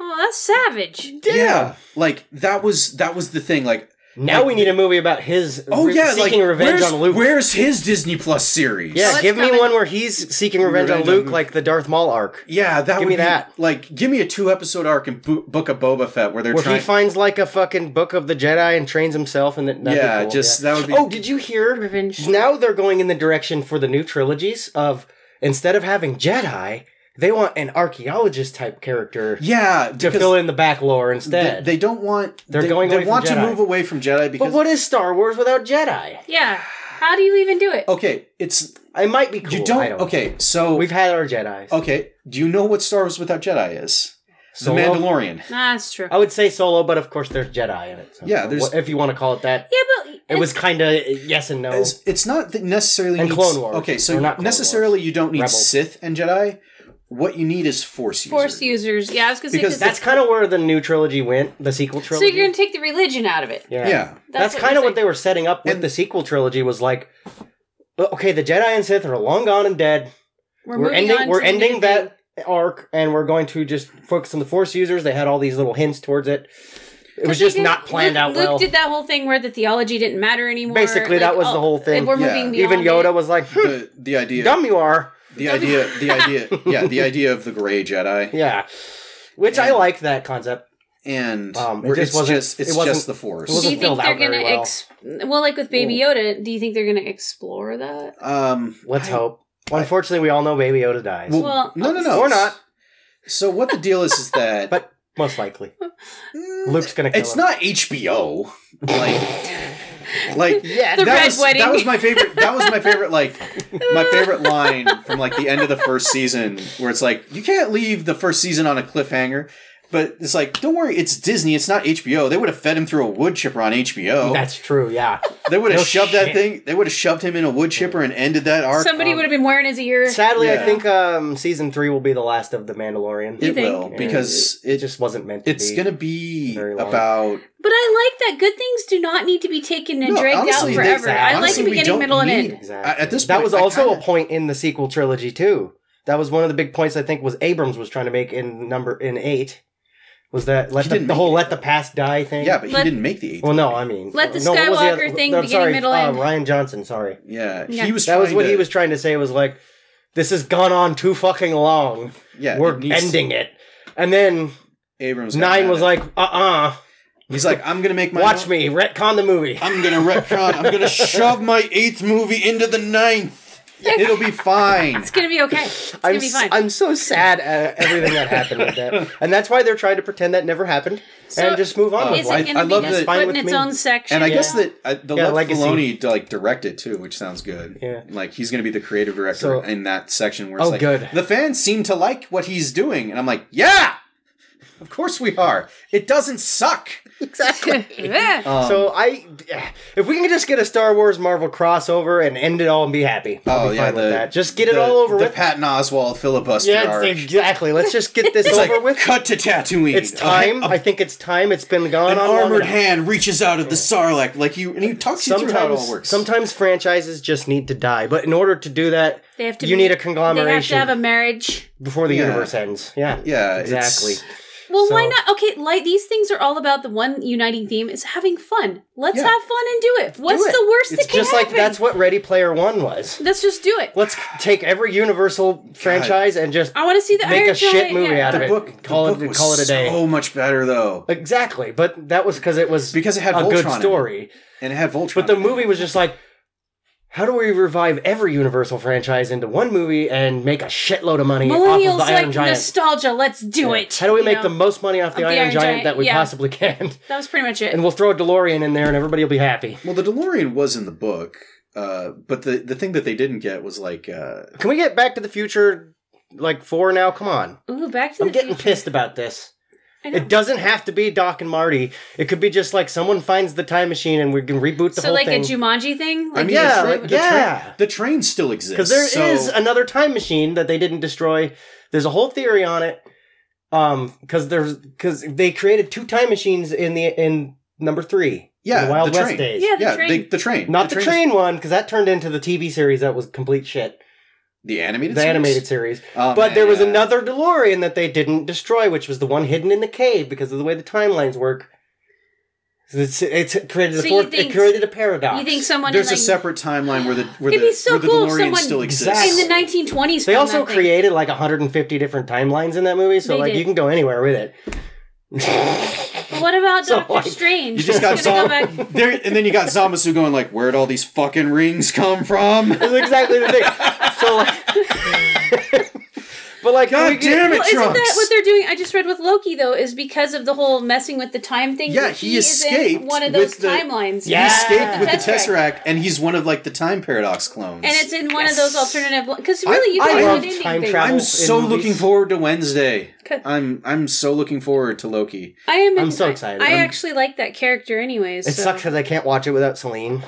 Speaker 2: Oh, that's savage.
Speaker 3: yeah like that was that was the thing like
Speaker 1: Now we need a movie about his
Speaker 3: oh
Speaker 1: re-
Speaker 3: yeah
Speaker 1: seeking
Speaker 3: like
Speaker 1: revenge
Speaker 3: where's,
Speaker 1: on Luke.
Speaker 3: where's his disney plus series
Speaker 1: yeah,
Speaker 2: Oh, it's
Speaker 1: give me
Speaker 2: coming.
Speaker 1: one where he's seeking revenge,
Speaker 3: Revenge
Speaker 1: on
Speaker 3: on
Speaker 1: Luke,
Speaker 3: Luke.
Speaker 1: like the Darth Maul arc,
Speaker 3: Yeah, that
Speaker 1: Give
Speaker 3: would
Speaker 1: me
Speaker 3: be
Speaker 1: that.
Speaker 3: Like, give me a two episode arc and bo- book a Boba Fett where they're
Speaker 1: where
Speaker 3: trying.
Speaker 1: he finds like a fucking book of the Jedi and trains himself, and then
Speaker 3: yeah, just that would be.
Speaker 1: Oh, did you hear?
Speaker 2: Revenge.
Speaker 1: Now they're going in the direction for the new trilogies of instead of having Jedi, they want an archaeologist type character
Speaker 3: yeah,
Speaker 1: to
Speaker 3: because
Speaker 1: fill in the back lore
Speaker 3: they,
Speaker 1: instead.
Speaker 3: they don't want.
Speaker 1: They're
Speaker 3: they,
Speaker 1: going
Speaker 3: They
Speaker 1: away from
Speaker 3: want to
Speaker 1: Jedi.
Speaker 3: move away from Jedi
Speaker 1: but
Speaker 3: because.
Speaker 1: what is Star Wars without Jedi?
Speaker 2: Yeah. How do you even do
Speaker 1: Oh.
Speaker 2: it?
Speaker 3: Okay, it's
Speaker 1: I might be cool.
Speaker 3: you
Speaker 1: I
Speaker 3: don't.
Speaker 1: don't
Speaker 3: Okay, Oh, so
Speaker 1: know. We've had our Jedi.
Speaker 3: okay. Do you know what Star Wars without Jedi is? The Mandalorian.
Speaker 2: Nah, that's true.
Speaker 1: I would say solo, but of course there's Jedi in it. So
Speaker 3: Yeah, there's-
Speaker 1: if you want to call it that.
Speaker 2: yeah, but
Speaker 1: It was kind of yes and no.
Speaker 3: It's, it's not that necessarily
Speaker 1: And
Speaker 3: needs-
Speaker 1: Clone Wars.
Speaker 3: Okay,
Speaker 1: Or
Speaker 3: so
Speaker 1: not Clone
Speaker 3: necessarily you don't need
Speaker 1: Rebels.
Speaker 3: Sith and Jedi. What you need is Force users.
Speaker 2: force users. Yeah, I was gonna say
Speaker 3: Because
Speaker 2: because
Speaker 1: That's kind of where the new trilogy went, the sequel
Speaker 2: so
Speaker 1: trilogy.
Speaker 2: you're gonna take the religion out of it.
Speaker 1: yeah.
Speaker 3: Yeah.
Speaker 1: That's,
Speaker 2: That's what
Speaker 1: kind
Speaker 2: you're
Speaker 1: of what
Speaker 2: saying.
Speaker 1: they were setting up with
Speaker 3: And-
Speaker 1: the sequel trilogy was like okay, the Jedi and Sith are long gone and dead.
Speaker 2: We're,
Speaker 1: We're,
Speaker 2: moving
Speaker 1: ending
Speaker 2: on
Speaker 1: we're
Speaker 2: to the new
Speaker 1: ending
Speaker 2: thing.
Speaker 1: that arc and we're going to just focus on the force users. They had all these little hints towards it. It was
Speaker 2: They
Speaker 1: just
Speaker 2: did-
Speaker 1: not planned
Speaker 2: Luke,
Speaker 1: out
Speaker 2: Luke
Speaker 1: well.
Speaker 2: did that whole thing where the theology didn't matter anymore. oh,
Speaker 1: Basically, that was the whole thing.
Speaker 2: We're
Speaker 3: Yeah.
Speaker 2: moving beyond
Speaker 1: Even Yoda
Speaker 2: it.
Speaker 1: was like, "Hmm,
Speaker 3: The the idea
Speaker 1: dumb you are.
Speaker 3: the idea the idea yeah the idea of the gray Jedi.
Speaker 1: Yeah. Which I
Speaker 3: And-
Speaker 1: like that concept.
Speaker 3: and
Speaker 1: Um, it
Speaker 3: where
Speaker 1: just
Speaker 3: it's
Speaker 1: wasn't-
Speaker 3: just
Speaker 1: it
Speaker 3: it's
Speaker 1: wasn't-
Speaker 3: just the
Speaker 1: it
Speaker 3: force.
Speaker 2: Do
Speaker 1: wasn't
Speaker 2: you think
Speaker 1: filled
Speaker 2: they're
Speaker 1: out very
Speaker 2: gonna
Speaker 1: well.
Speaker 2: ex- well, like with Baby Yoda? Do you think they're gonna explore that?
Speaker 3: Um,
Speaker 1: Let's
Speaker 3: I-
Speaker 1: hope. Unfortunately, we all know Baby Yoda dies.
Speaker 3: Well,
Speaker 2: Well,
Speaker 3: no, no, no,
Speaker 1: Or not.
Speaker 3: So what the deal is is that
Speaker 1: But- Most likely.
Speaker 3: Mm,
Speaker 1: Luke's gonna kill
Speaker 3: it's
Speaker 1: him.
Speaker 3: not HBO. Like, like
Speaker 1: Yeah,
Speaker 2: The
Speaker 3: that
Speaker 2: Red
Speaker 3: was,
Speaker 2: Wedding.
Speaker 3: That was my favorite. That was my favorite. Like my favorite line from like the end of the first season, where it's like you can't leave the first season on a cliffhanger. But it's like, don't worry, it's Disney. It's not HBO. They would have fed him through a wood chipper on HBO.
Speaker 1: That's true, yeah.
Speaker 3: they would have
Speaker 1: no
Speaker 3: shoved that
Speaker 1: shit.
Speaker 3: thing. They would have shoved him in a wood chipper and ended that arc.
Speaker 2: Somebody
Speaker 1: um,
Speaker 2: would have been wearing his ear.
Speaker 1: Sadly, I
Speaker 3: Yeah.
Speaker 1: think um, season three will be the last of the Mandalorian.
Speaker 2: You
Speaker 3: it
Speaker 2: think?
Speaker 3: will
Speaker 1: And
Speaker 3: because
Speaker 1: it
Speaker 3: it
Speaker 1: just wasn't meant to
Speaker 3: It's
Speaker 1: be.
Speaker 3: gonna be
Speaker 1: very long.
Speaker 3: about
Speaker 2: But I like that good things do not need to be taken and
Speaker 3: No,
Speaker 2: dragged
Speaker 3: honestly,
Speaker 2: out
Speaker 3: they-
Speaker 2: forever. I like
Speaker 3: honestly,
Speaker 2: the
Speaker 3: we
Speaker 2: beginning,
Speaker 3: don't
Speaker 2: middle, and
Speaker 3: need-
Speaker 2: end.
Speaker 1: Exactly.
Speaker 3: I- at this
Speaker 1: that
Speaker 3: point,
Speaker 1: was
Speaker 3: I
Speaker 1: also
Speaker 3: kinda-
Speaker 1: a point in the sequel trilogy too. That was one of the big points I think was Abrams was trying to make in number in eight. Was that let
Speaker 3: He
Speaker 1: the,
Speaker 3: didn't
Speaker 1: the
Speaker 3: make
Speaker 1: whole
Speaker 3: it.
Speaker 1: let the past die thing?
Speaker 3: yeah, but
Speaker 2: Let-
Speaker 3: he didn't make the eighth.
Speaker 1: Well, no, I mean
Speaker 2: Let the
Speaker 1: no, what was the
Speaker 2: Skywalker
Speaker 1: other-
Speaker 2: thing
Speaker 1: no, I'm
Speaker 2: beginning,
Speaker 1: sorry,
Speaker 2: middle,
Speaker 1: uh,
Speaker 2: end.
Speaker 1: Ryan Johnson, sorry,
Speaker 3: Yeah,
Speaker 2: Yeah.
Speaker 3: he was.
Speaker 1: that was
Speaker 3: trying
Speaker 1: what
Speaker 3: to-
Speaker 1: he was trying to say was like, this has gone on too fucking long.
Speaker 3: Yeah,
Speaker 1: We're
Speaker 3: it needs-
Speaker 1: ending it, and then
Speaker 3: Abrams got
Speaker 1: nine
Speaker 3: mad
Speaker 1: was
Speaker 3: at
Speaker 1: like, uh uh
Speaker 3: him. he's like, I'm gonna make my
Speaker 1: watch me retcon the movie.
Speaker 3: I'm gonna retcon. I'm gonna shove my eighth movie into the ninth. It'll be fine.
Speaker 2: It's gonna be okay. It's gonna
Speaker 1: I'm,
Speaker 2: be
Speaker 1: s-
Speaker 2: fine.
Speaker 1: I'm so sad at everything that happened with that. And that's why they're trying to pretend that never happened
Speaker 2: So,
Speaker 1: and just move on.
Speaker 2: Is
Speaker 1: with life.
Speaker 2: it
Speaker 3: I-
Speaker 2: gonna
Speaker 3: I
Speaker 2: be
Speaker 3: love
Speaker 2: just
Speaker 3: that-
Speaker 2: put
Speaker 1: Fine
Speaker 2: in
Speaker 1: with
Speaker 2: its
Speaker 1: me.
Speaker 2: own section?
Speaker 3: And I guess
Speaker 2: Yeah.
Speaker 3: that uh, the
Speaker 1: Yeah,
Speaker 3: left
Speaker 1: legacy.
Speaker 3: Filoni like directed too, which sounds good.
Speaker 1: Yeah.
Speaker 3: like he's gonna be the creative director
Speaker 1: So-
Speaker 3: in that section where it's
Speaker 1: Oh,
Speaker 3: like
Speaker 1: good.
Speaker 3: the fans seem to like what he's doing, and I'm like, yeah, of course we are. It doesn't suck.
Speaker 1: exactly.
Speaker 2: Yeah.
Speaker 3: Um,
Speaker 1: so I, if we can just get a Star Wars Marvel crossover and end it all and be happy, I'll
Speaker 3: Oh,
Speaker 1: be
Speaker 3: yeah,
Speaker 1: fine with
Speaker 3: the-
Speaker 1: that. Just get it
Speaker 3: the-
Speaker 1: all over
Speaker 3: the
Speaker 1: with.
Speaker 3: Patton Oswald filibuster
Speaker 1: yeah,
Speaker 3: arc.
Speaker 1: exactly. Let's just get this
Speaker 3: It's
Speaker 1: over
Speaker 3: like
Speaker 1: with.
Speaker 3: cut to Tatooine.
Speaker 1: It's time.
Speaker 3: A-
Speaker 1: I think it's time. It's been
Speaker 3: a-
Speaker 1: gone
Speaker 3: an
Speaker 1: on long
Speaker 3: armored
Speaker 1: enough.
Speaker 3: hand reaches out of the Sarlacc, like you, and he talks you through how it all
Speaker 1: Sometimes,
Speaker 3: works.
Speaker 1: sometimes franchises just need to die, but in order to do that,
Speaker 2: They have to
Speaker 1: you
Speaker 2: be-
Speaker 1: need a
Speaker 2: They have to
Speaker 1: conglomeration
Speaker 2: have a marriage.
Speaker 1: before the
Speaker 3: Yeah.
Speaker 1: universe ends. Yeah,
Speaker 3: yeah, it's-
Speaker 1: exactly.
Speaker 2: Well, why
Speaker 1: So-
Speaker 2: not? Okay, like these things are all about the one uniting theme is having fun. Let's
Speaker 3: Yeah.
Speaker 2: have fun and do it. What's
Speaker 1: it.
Speaker 2: the worst
Speaker 1: It's
Speaker 2: that can
Speaker 1: just
Speaker 2: happen?
Speaker 1: like that's what Ready Player One was.
Speaker 2: Let's just do it.
Speaker 1: Let's take every Universal franchise and just
Speaker 2: I want to see the
Speaker 1: make
Speaker 2: Iron
Speaker 1: a shit
Speaker 2: Giant,
Speaker 1: movie
Speaker 2: yeah.
Speaker 1: out of
Speaker 3: The
Speaker 1: it.
Speaker 3: book,
Speaker 1: call
Speaker 3: the
Speaker 1: it
Speaker 3: book was
Speaker 1: call it a day.
Speaker 3: so much better though,
Speaker 1: Exactly, but that was because it was
Speaker 3: Because it had
Speaker 1: a good
Speaker 3: Voltron in it.
Speaker 1: story.
Speaker 3: and it had Voltron.
Speaker 1: But the movie was just like, how do we revive every Universal franchise into one movie and make a shitload of money off
Speaker 2: Millennials
Speaker 1: of the
Speaker 2: like
Speaker 1: Iron Giant?
Speaker 2: nostalgia. Let's do it.
Speaker 1: How do we
Speaker 2: you
Speaker 1: make
Speaker 2: know?
Speaker 1: the most money off the, Iron, Giant, that we
Speaker 2: yeah.
Speaker 1: possibly can?
Speaker 2: That was pretty much it.
Speaker 1: And we'll throw a DeLorean in there, and everybody will be happy.
Speaker 3: well, the DeLorean was in the book, uh, but the the thing that they didn't get was like uh,
Speaker 1: Can we get Back to the Future like four now? Come on,
Speaker 2: Ooh, back to
Speaker 1: I'm
Speaker 2: the
Speaker 1: getting
Speaker 2: future.
Speaker 1: pissed about this.
Speaker 2: I know.
Speaker 1: It doesn't have to be Doc and Marty. It could be just like someone finds the time machine and we can reboot the
Speaker 2: so
Speaker 1: whole
Speaker 2: like
Speaker 1: thing.
Speaker 2: a Jumanji thing. Like,
Speaker 3: I mean,
Speaker 1: yeah,
Speaker 3: the,
Speaker 1: like-
Speaker 3: train, the,
Speaker 1: yeah.
Speaker 3: train, the train still exists
Speaker 1: because there is
Speaker 3: so-
Speaker 1: another time machine that they didn't destroy. There's a whole theory on it. Um, because there's because they created two time machines in the in number three.
Speaker 3: Yeah,
Speaker 1: in the Wild
Speaker 3: the
Speaker 1: West
Speaker 3: train.
Speaker 1: days.
Speaker 2: yeah, the
Speaker 3: yeah,
Speaker 2: train.
Speaker 3: they- the train,
Speaker 1: Not the,
Speaker 3: is-
Speaker 1: train one, because that turned into the TV series that was complete shit.
Speaker 3: the animated,
Speaker 1: the
Speaker 3: series?
Speaker 1: animated series.
Speaker 3: Oh,
Speaker 1: but there was
Speaker 3: man.
Speaker 1: another DeLorean that they didn't destroy, which was the one hidden in the cave because of the way the timelines work. So It's, it's created a
Speaker 2: So you
Speaker 1: fourth,
Speaker 2: think-
Speaker 1: it created a paradox.
Speaker 2: you think someone
Speaker 3: There's
Speaker 2: in, like,
Speaker 3: a separate timeline where the where
Speaker 2: It'd
Speaker 3: the,
Speaker 2: be so
Speaker 3: where the
Speaker 2: cool if
Speaker 3: DeLorean
Speaker 2: someone-
Speaker 3: still exists.
Speaker 1: Exactly.
Speaker 2: in the 1920s.
Speaker 1: They
Speaker 2: filmed
Speaker 1: also
Speaker 2: that thing.
Speaker 1: created like 150 different timelines in that movie, so
Speaker 2: They
Speaker 1: like
Speaker 2: did.
Speaker 1: you can go anywhere with it.
Speaker 2: But what about
Speaker 1: So,
Speaker 2: Doctor
Speaker 1: like,
Speaker 2: Strange?
Speaker 3: You just got
Speaker 2: He's gonna go
Speaker 3: Zom- there, and then you got Zamasu going like, "Where'd all these fucking rings come from?"
Speaker 2: Uh,
Speaker 1: That's exactly the thing. So like, but like, we can-
Speaker 3: God damn it,
Speaker 2: Well, isn't
Speaker 3: Trunks!
Speaker 2: that what they're doing? I just read with Loki though is because of the whole messing with the time thing.
Speaker 3: Yeah,
Speaker 2: that
Speaker 3: he
Speaker 2: is in
Speaker 3: escaped
Speaker 2: one of
Speaker 3: with
Speaker 2: those
Speaker 3: the-
Speaker 2: timelines.
Speaker 1: Yeah.
Speaker 3: He escaped with the
Speaker 2: Tesseract.
Speaker 3: Tesseract, and he's one of like the time paradox clones.
Speaker 2: and it's in one of those alternative because
Speaker 3: I-
Speaker 2: really you
Speaker 3: I
Speaker 2: can do
Speaker 3: love
Speaker 2: it in
Speaker 1: time
Speaker 2: anything.
Speaker 1: travel.
Speaker 3: I'm so
Speaker 1: in movies.
Speaker 3: looking forward to Wednesday.
Speaker 2: 'Kay.
Speaker 3: I'm I'm so looking forward to Loki.
Speaker 2: I am.
Speaker 1: I'm
Speaker 2: in-
Speaker 1: so excited.
Speaker 2: I
Speaker 1: I'm-
Speaker 2: actually like that character, anyways.
Speaker 1: It
Speaker 2: so.
Speaker 1: sucks because I can't watch it without Celine,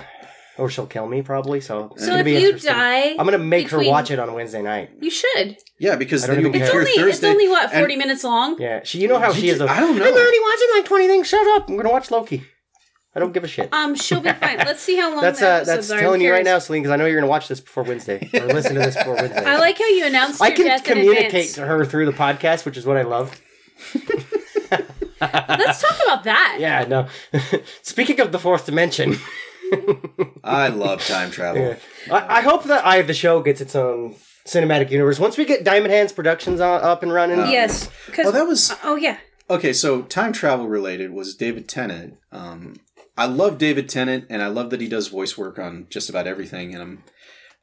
Speaker 1: or she'll kill me probably. So, it's
Speaker 2: So
Speaker 1: gonna
Speaker 2: if
Speaker 1: be
Speaker 2: you
Speaker 1: interesting.
Speaker 2: die
Speaker 1: I'm gonna make her
Speaker 2: between-
Speaker 1: watch it on Wednesday night.
Speaker 2: You should.
Speaker 3: Yeah, because
Speaker 1: I don't
Speaker 3: then you'll
Speaker 1: even
Speaker 3: be
Speaker 2: It's
Speaker 1: care.
Speaker 3: here
Speaker 2: only
Speaker 3: Thursday.
Speaker 2: it's only what
Speaker 3: and-
Speaker 2: forty minutes long.
Speaker 1: Yeah, she. You know how she is. A,
Speaker 3: I don't
Speaker 1: I'm
Speaker 3: know.
Speaker 1: already watching like 20 things. Shut up! I'm gonna watch Loki. I don't give a shit.
Speaker 2: Um, she'll be fine. Let's see how long
Speaker 1: that's
Speaker 2: the
Speaker 1: uh,
Speaker 2: episodes
Speaker 1: that's
Speaker 2: are. I'm
Speaker 1: telling you right now,
Speaker 2: curious.
Speaker 1: Celine, because I know you're gonna watch this before Wednesday or listen to this before Wednesday.
Speaker 2: I like how you announced your
Speaker 1: I can
Speaker 2: death in
Speaker 1: communicate
Speaker 2: advance.
Speaker 1: to her through the podcast, which is what I love.
Speaker 2: Let's talk about that.
Speaker 1: Yeah, no. Speaking of the fourth dimension,
Speaker 3: I love time travel.
Speaker 1: I, I hope that Eye of the Show gets its own cinematic universe. Once we get Diamond Hands Productions on, up and running,
Speaker 2: Yes. 'cause-
Speaker 3: Oh, that was
Speaker 2: oh yeah.
Speaker 3: okay. So time travel related was David Tennant. Um, I love David Tennant, and I love that he does voice work on just about everything. And I'm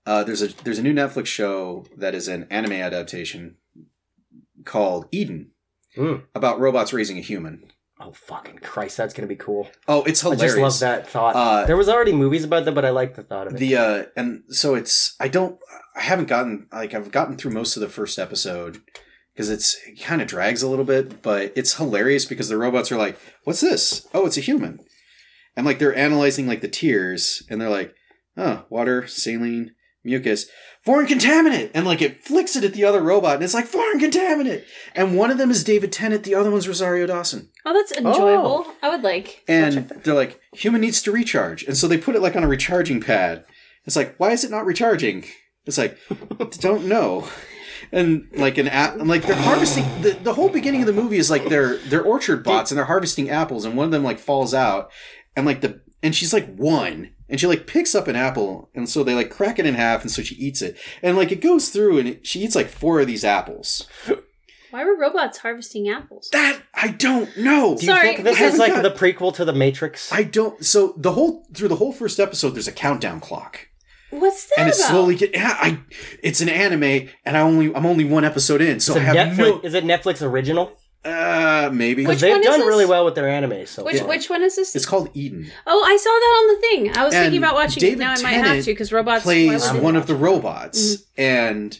Speaker 3: uh, there's a there's a new Netflix show that is an anime adaptation called Eden
Speaker 1: Hmm.
Speaker 3: about robots raising a human.
Speaker 1: oh fucking Christ, that's gonna be cool.
Speaker 3: Oh, it's hilarious.
Speaker 1: I just love that thought.
Speaker 3: Uh,
Speaker 1: there was already movies about that, but I like the thought of it.
Speaker 3: the uh and so it's i don't i haven't gotten like i've gotten through most of the first episode because it's it kind of drags a little bit but it's hilarious because the robots are like what's this oh it's a human and like they're analyzing like the tears and they're like oh water saline mucus foreign contaminant and like it flicks it at the other robot and it's like foreign contaminant and one of them is david tennant the other one's rosario dawson
Speaker 2: Oh, that's enjoyable. I would like.
Speaker 3: and they're like human needs to recharge and so they put it like on a recharging pad it's like why is it not recharging it's like don't know and like an app and like they're harvesting the, the whole beginning of the movie is like they're they're orchard bots and they're harvesting apples and one of them like falls out and like the and she's like one and she like picks up an apple and so they like crack it in half and so she eats it and like it goes through and it, she eats like four of these apples
Speaker 2: Why were robots harvesting apples?
Speaker 3: that i don't know
Speaker 1: Do you
Speaker 2: Sorry,
Speaker 1: think this
Speaker 3: I
Speaker 1: is
Speaker 3: haven't
Speaker 1: like
Speaker 3: got-
Speaker 1: the prequel to The Matrix?
Speaker 3: I don't. So the whole through the whole first episode, there's a countdown clock,
Speaker 2: What's that
Speaker 3: and it
Speaker 2: about?
Speaker 3: slowly get. Yeah, I. It's an anime, and I only I'm only one episode in, so
Speaker 1: It's a
Speaker 3: I have
Speaker 1: Netflix, is it Netflix original?
Speaker 3: no. Uh, maybe
Speaker 2: Which-
Speaker 1: They've
Speaker 2: one is
Speaker 1: done
Speaker 2: this?
Speaker 1: really well with their anime so
Speaker 2: which
Speaker 1: far.
Speaker 2: which one is this?
Speaker 3: it's called Eden.
Speaker 2: oh, I saw that on the thing. I was
Speaker 3: And
Speaker 2: thinking about watching
Speaker 3: David
Speaker 2: it. Now I might have
Speaker 3: Tennant
Speaker 2: to because robots why
Speaker 3: plays
Speaker 2: would it-
Speaker 3: one of the robots, and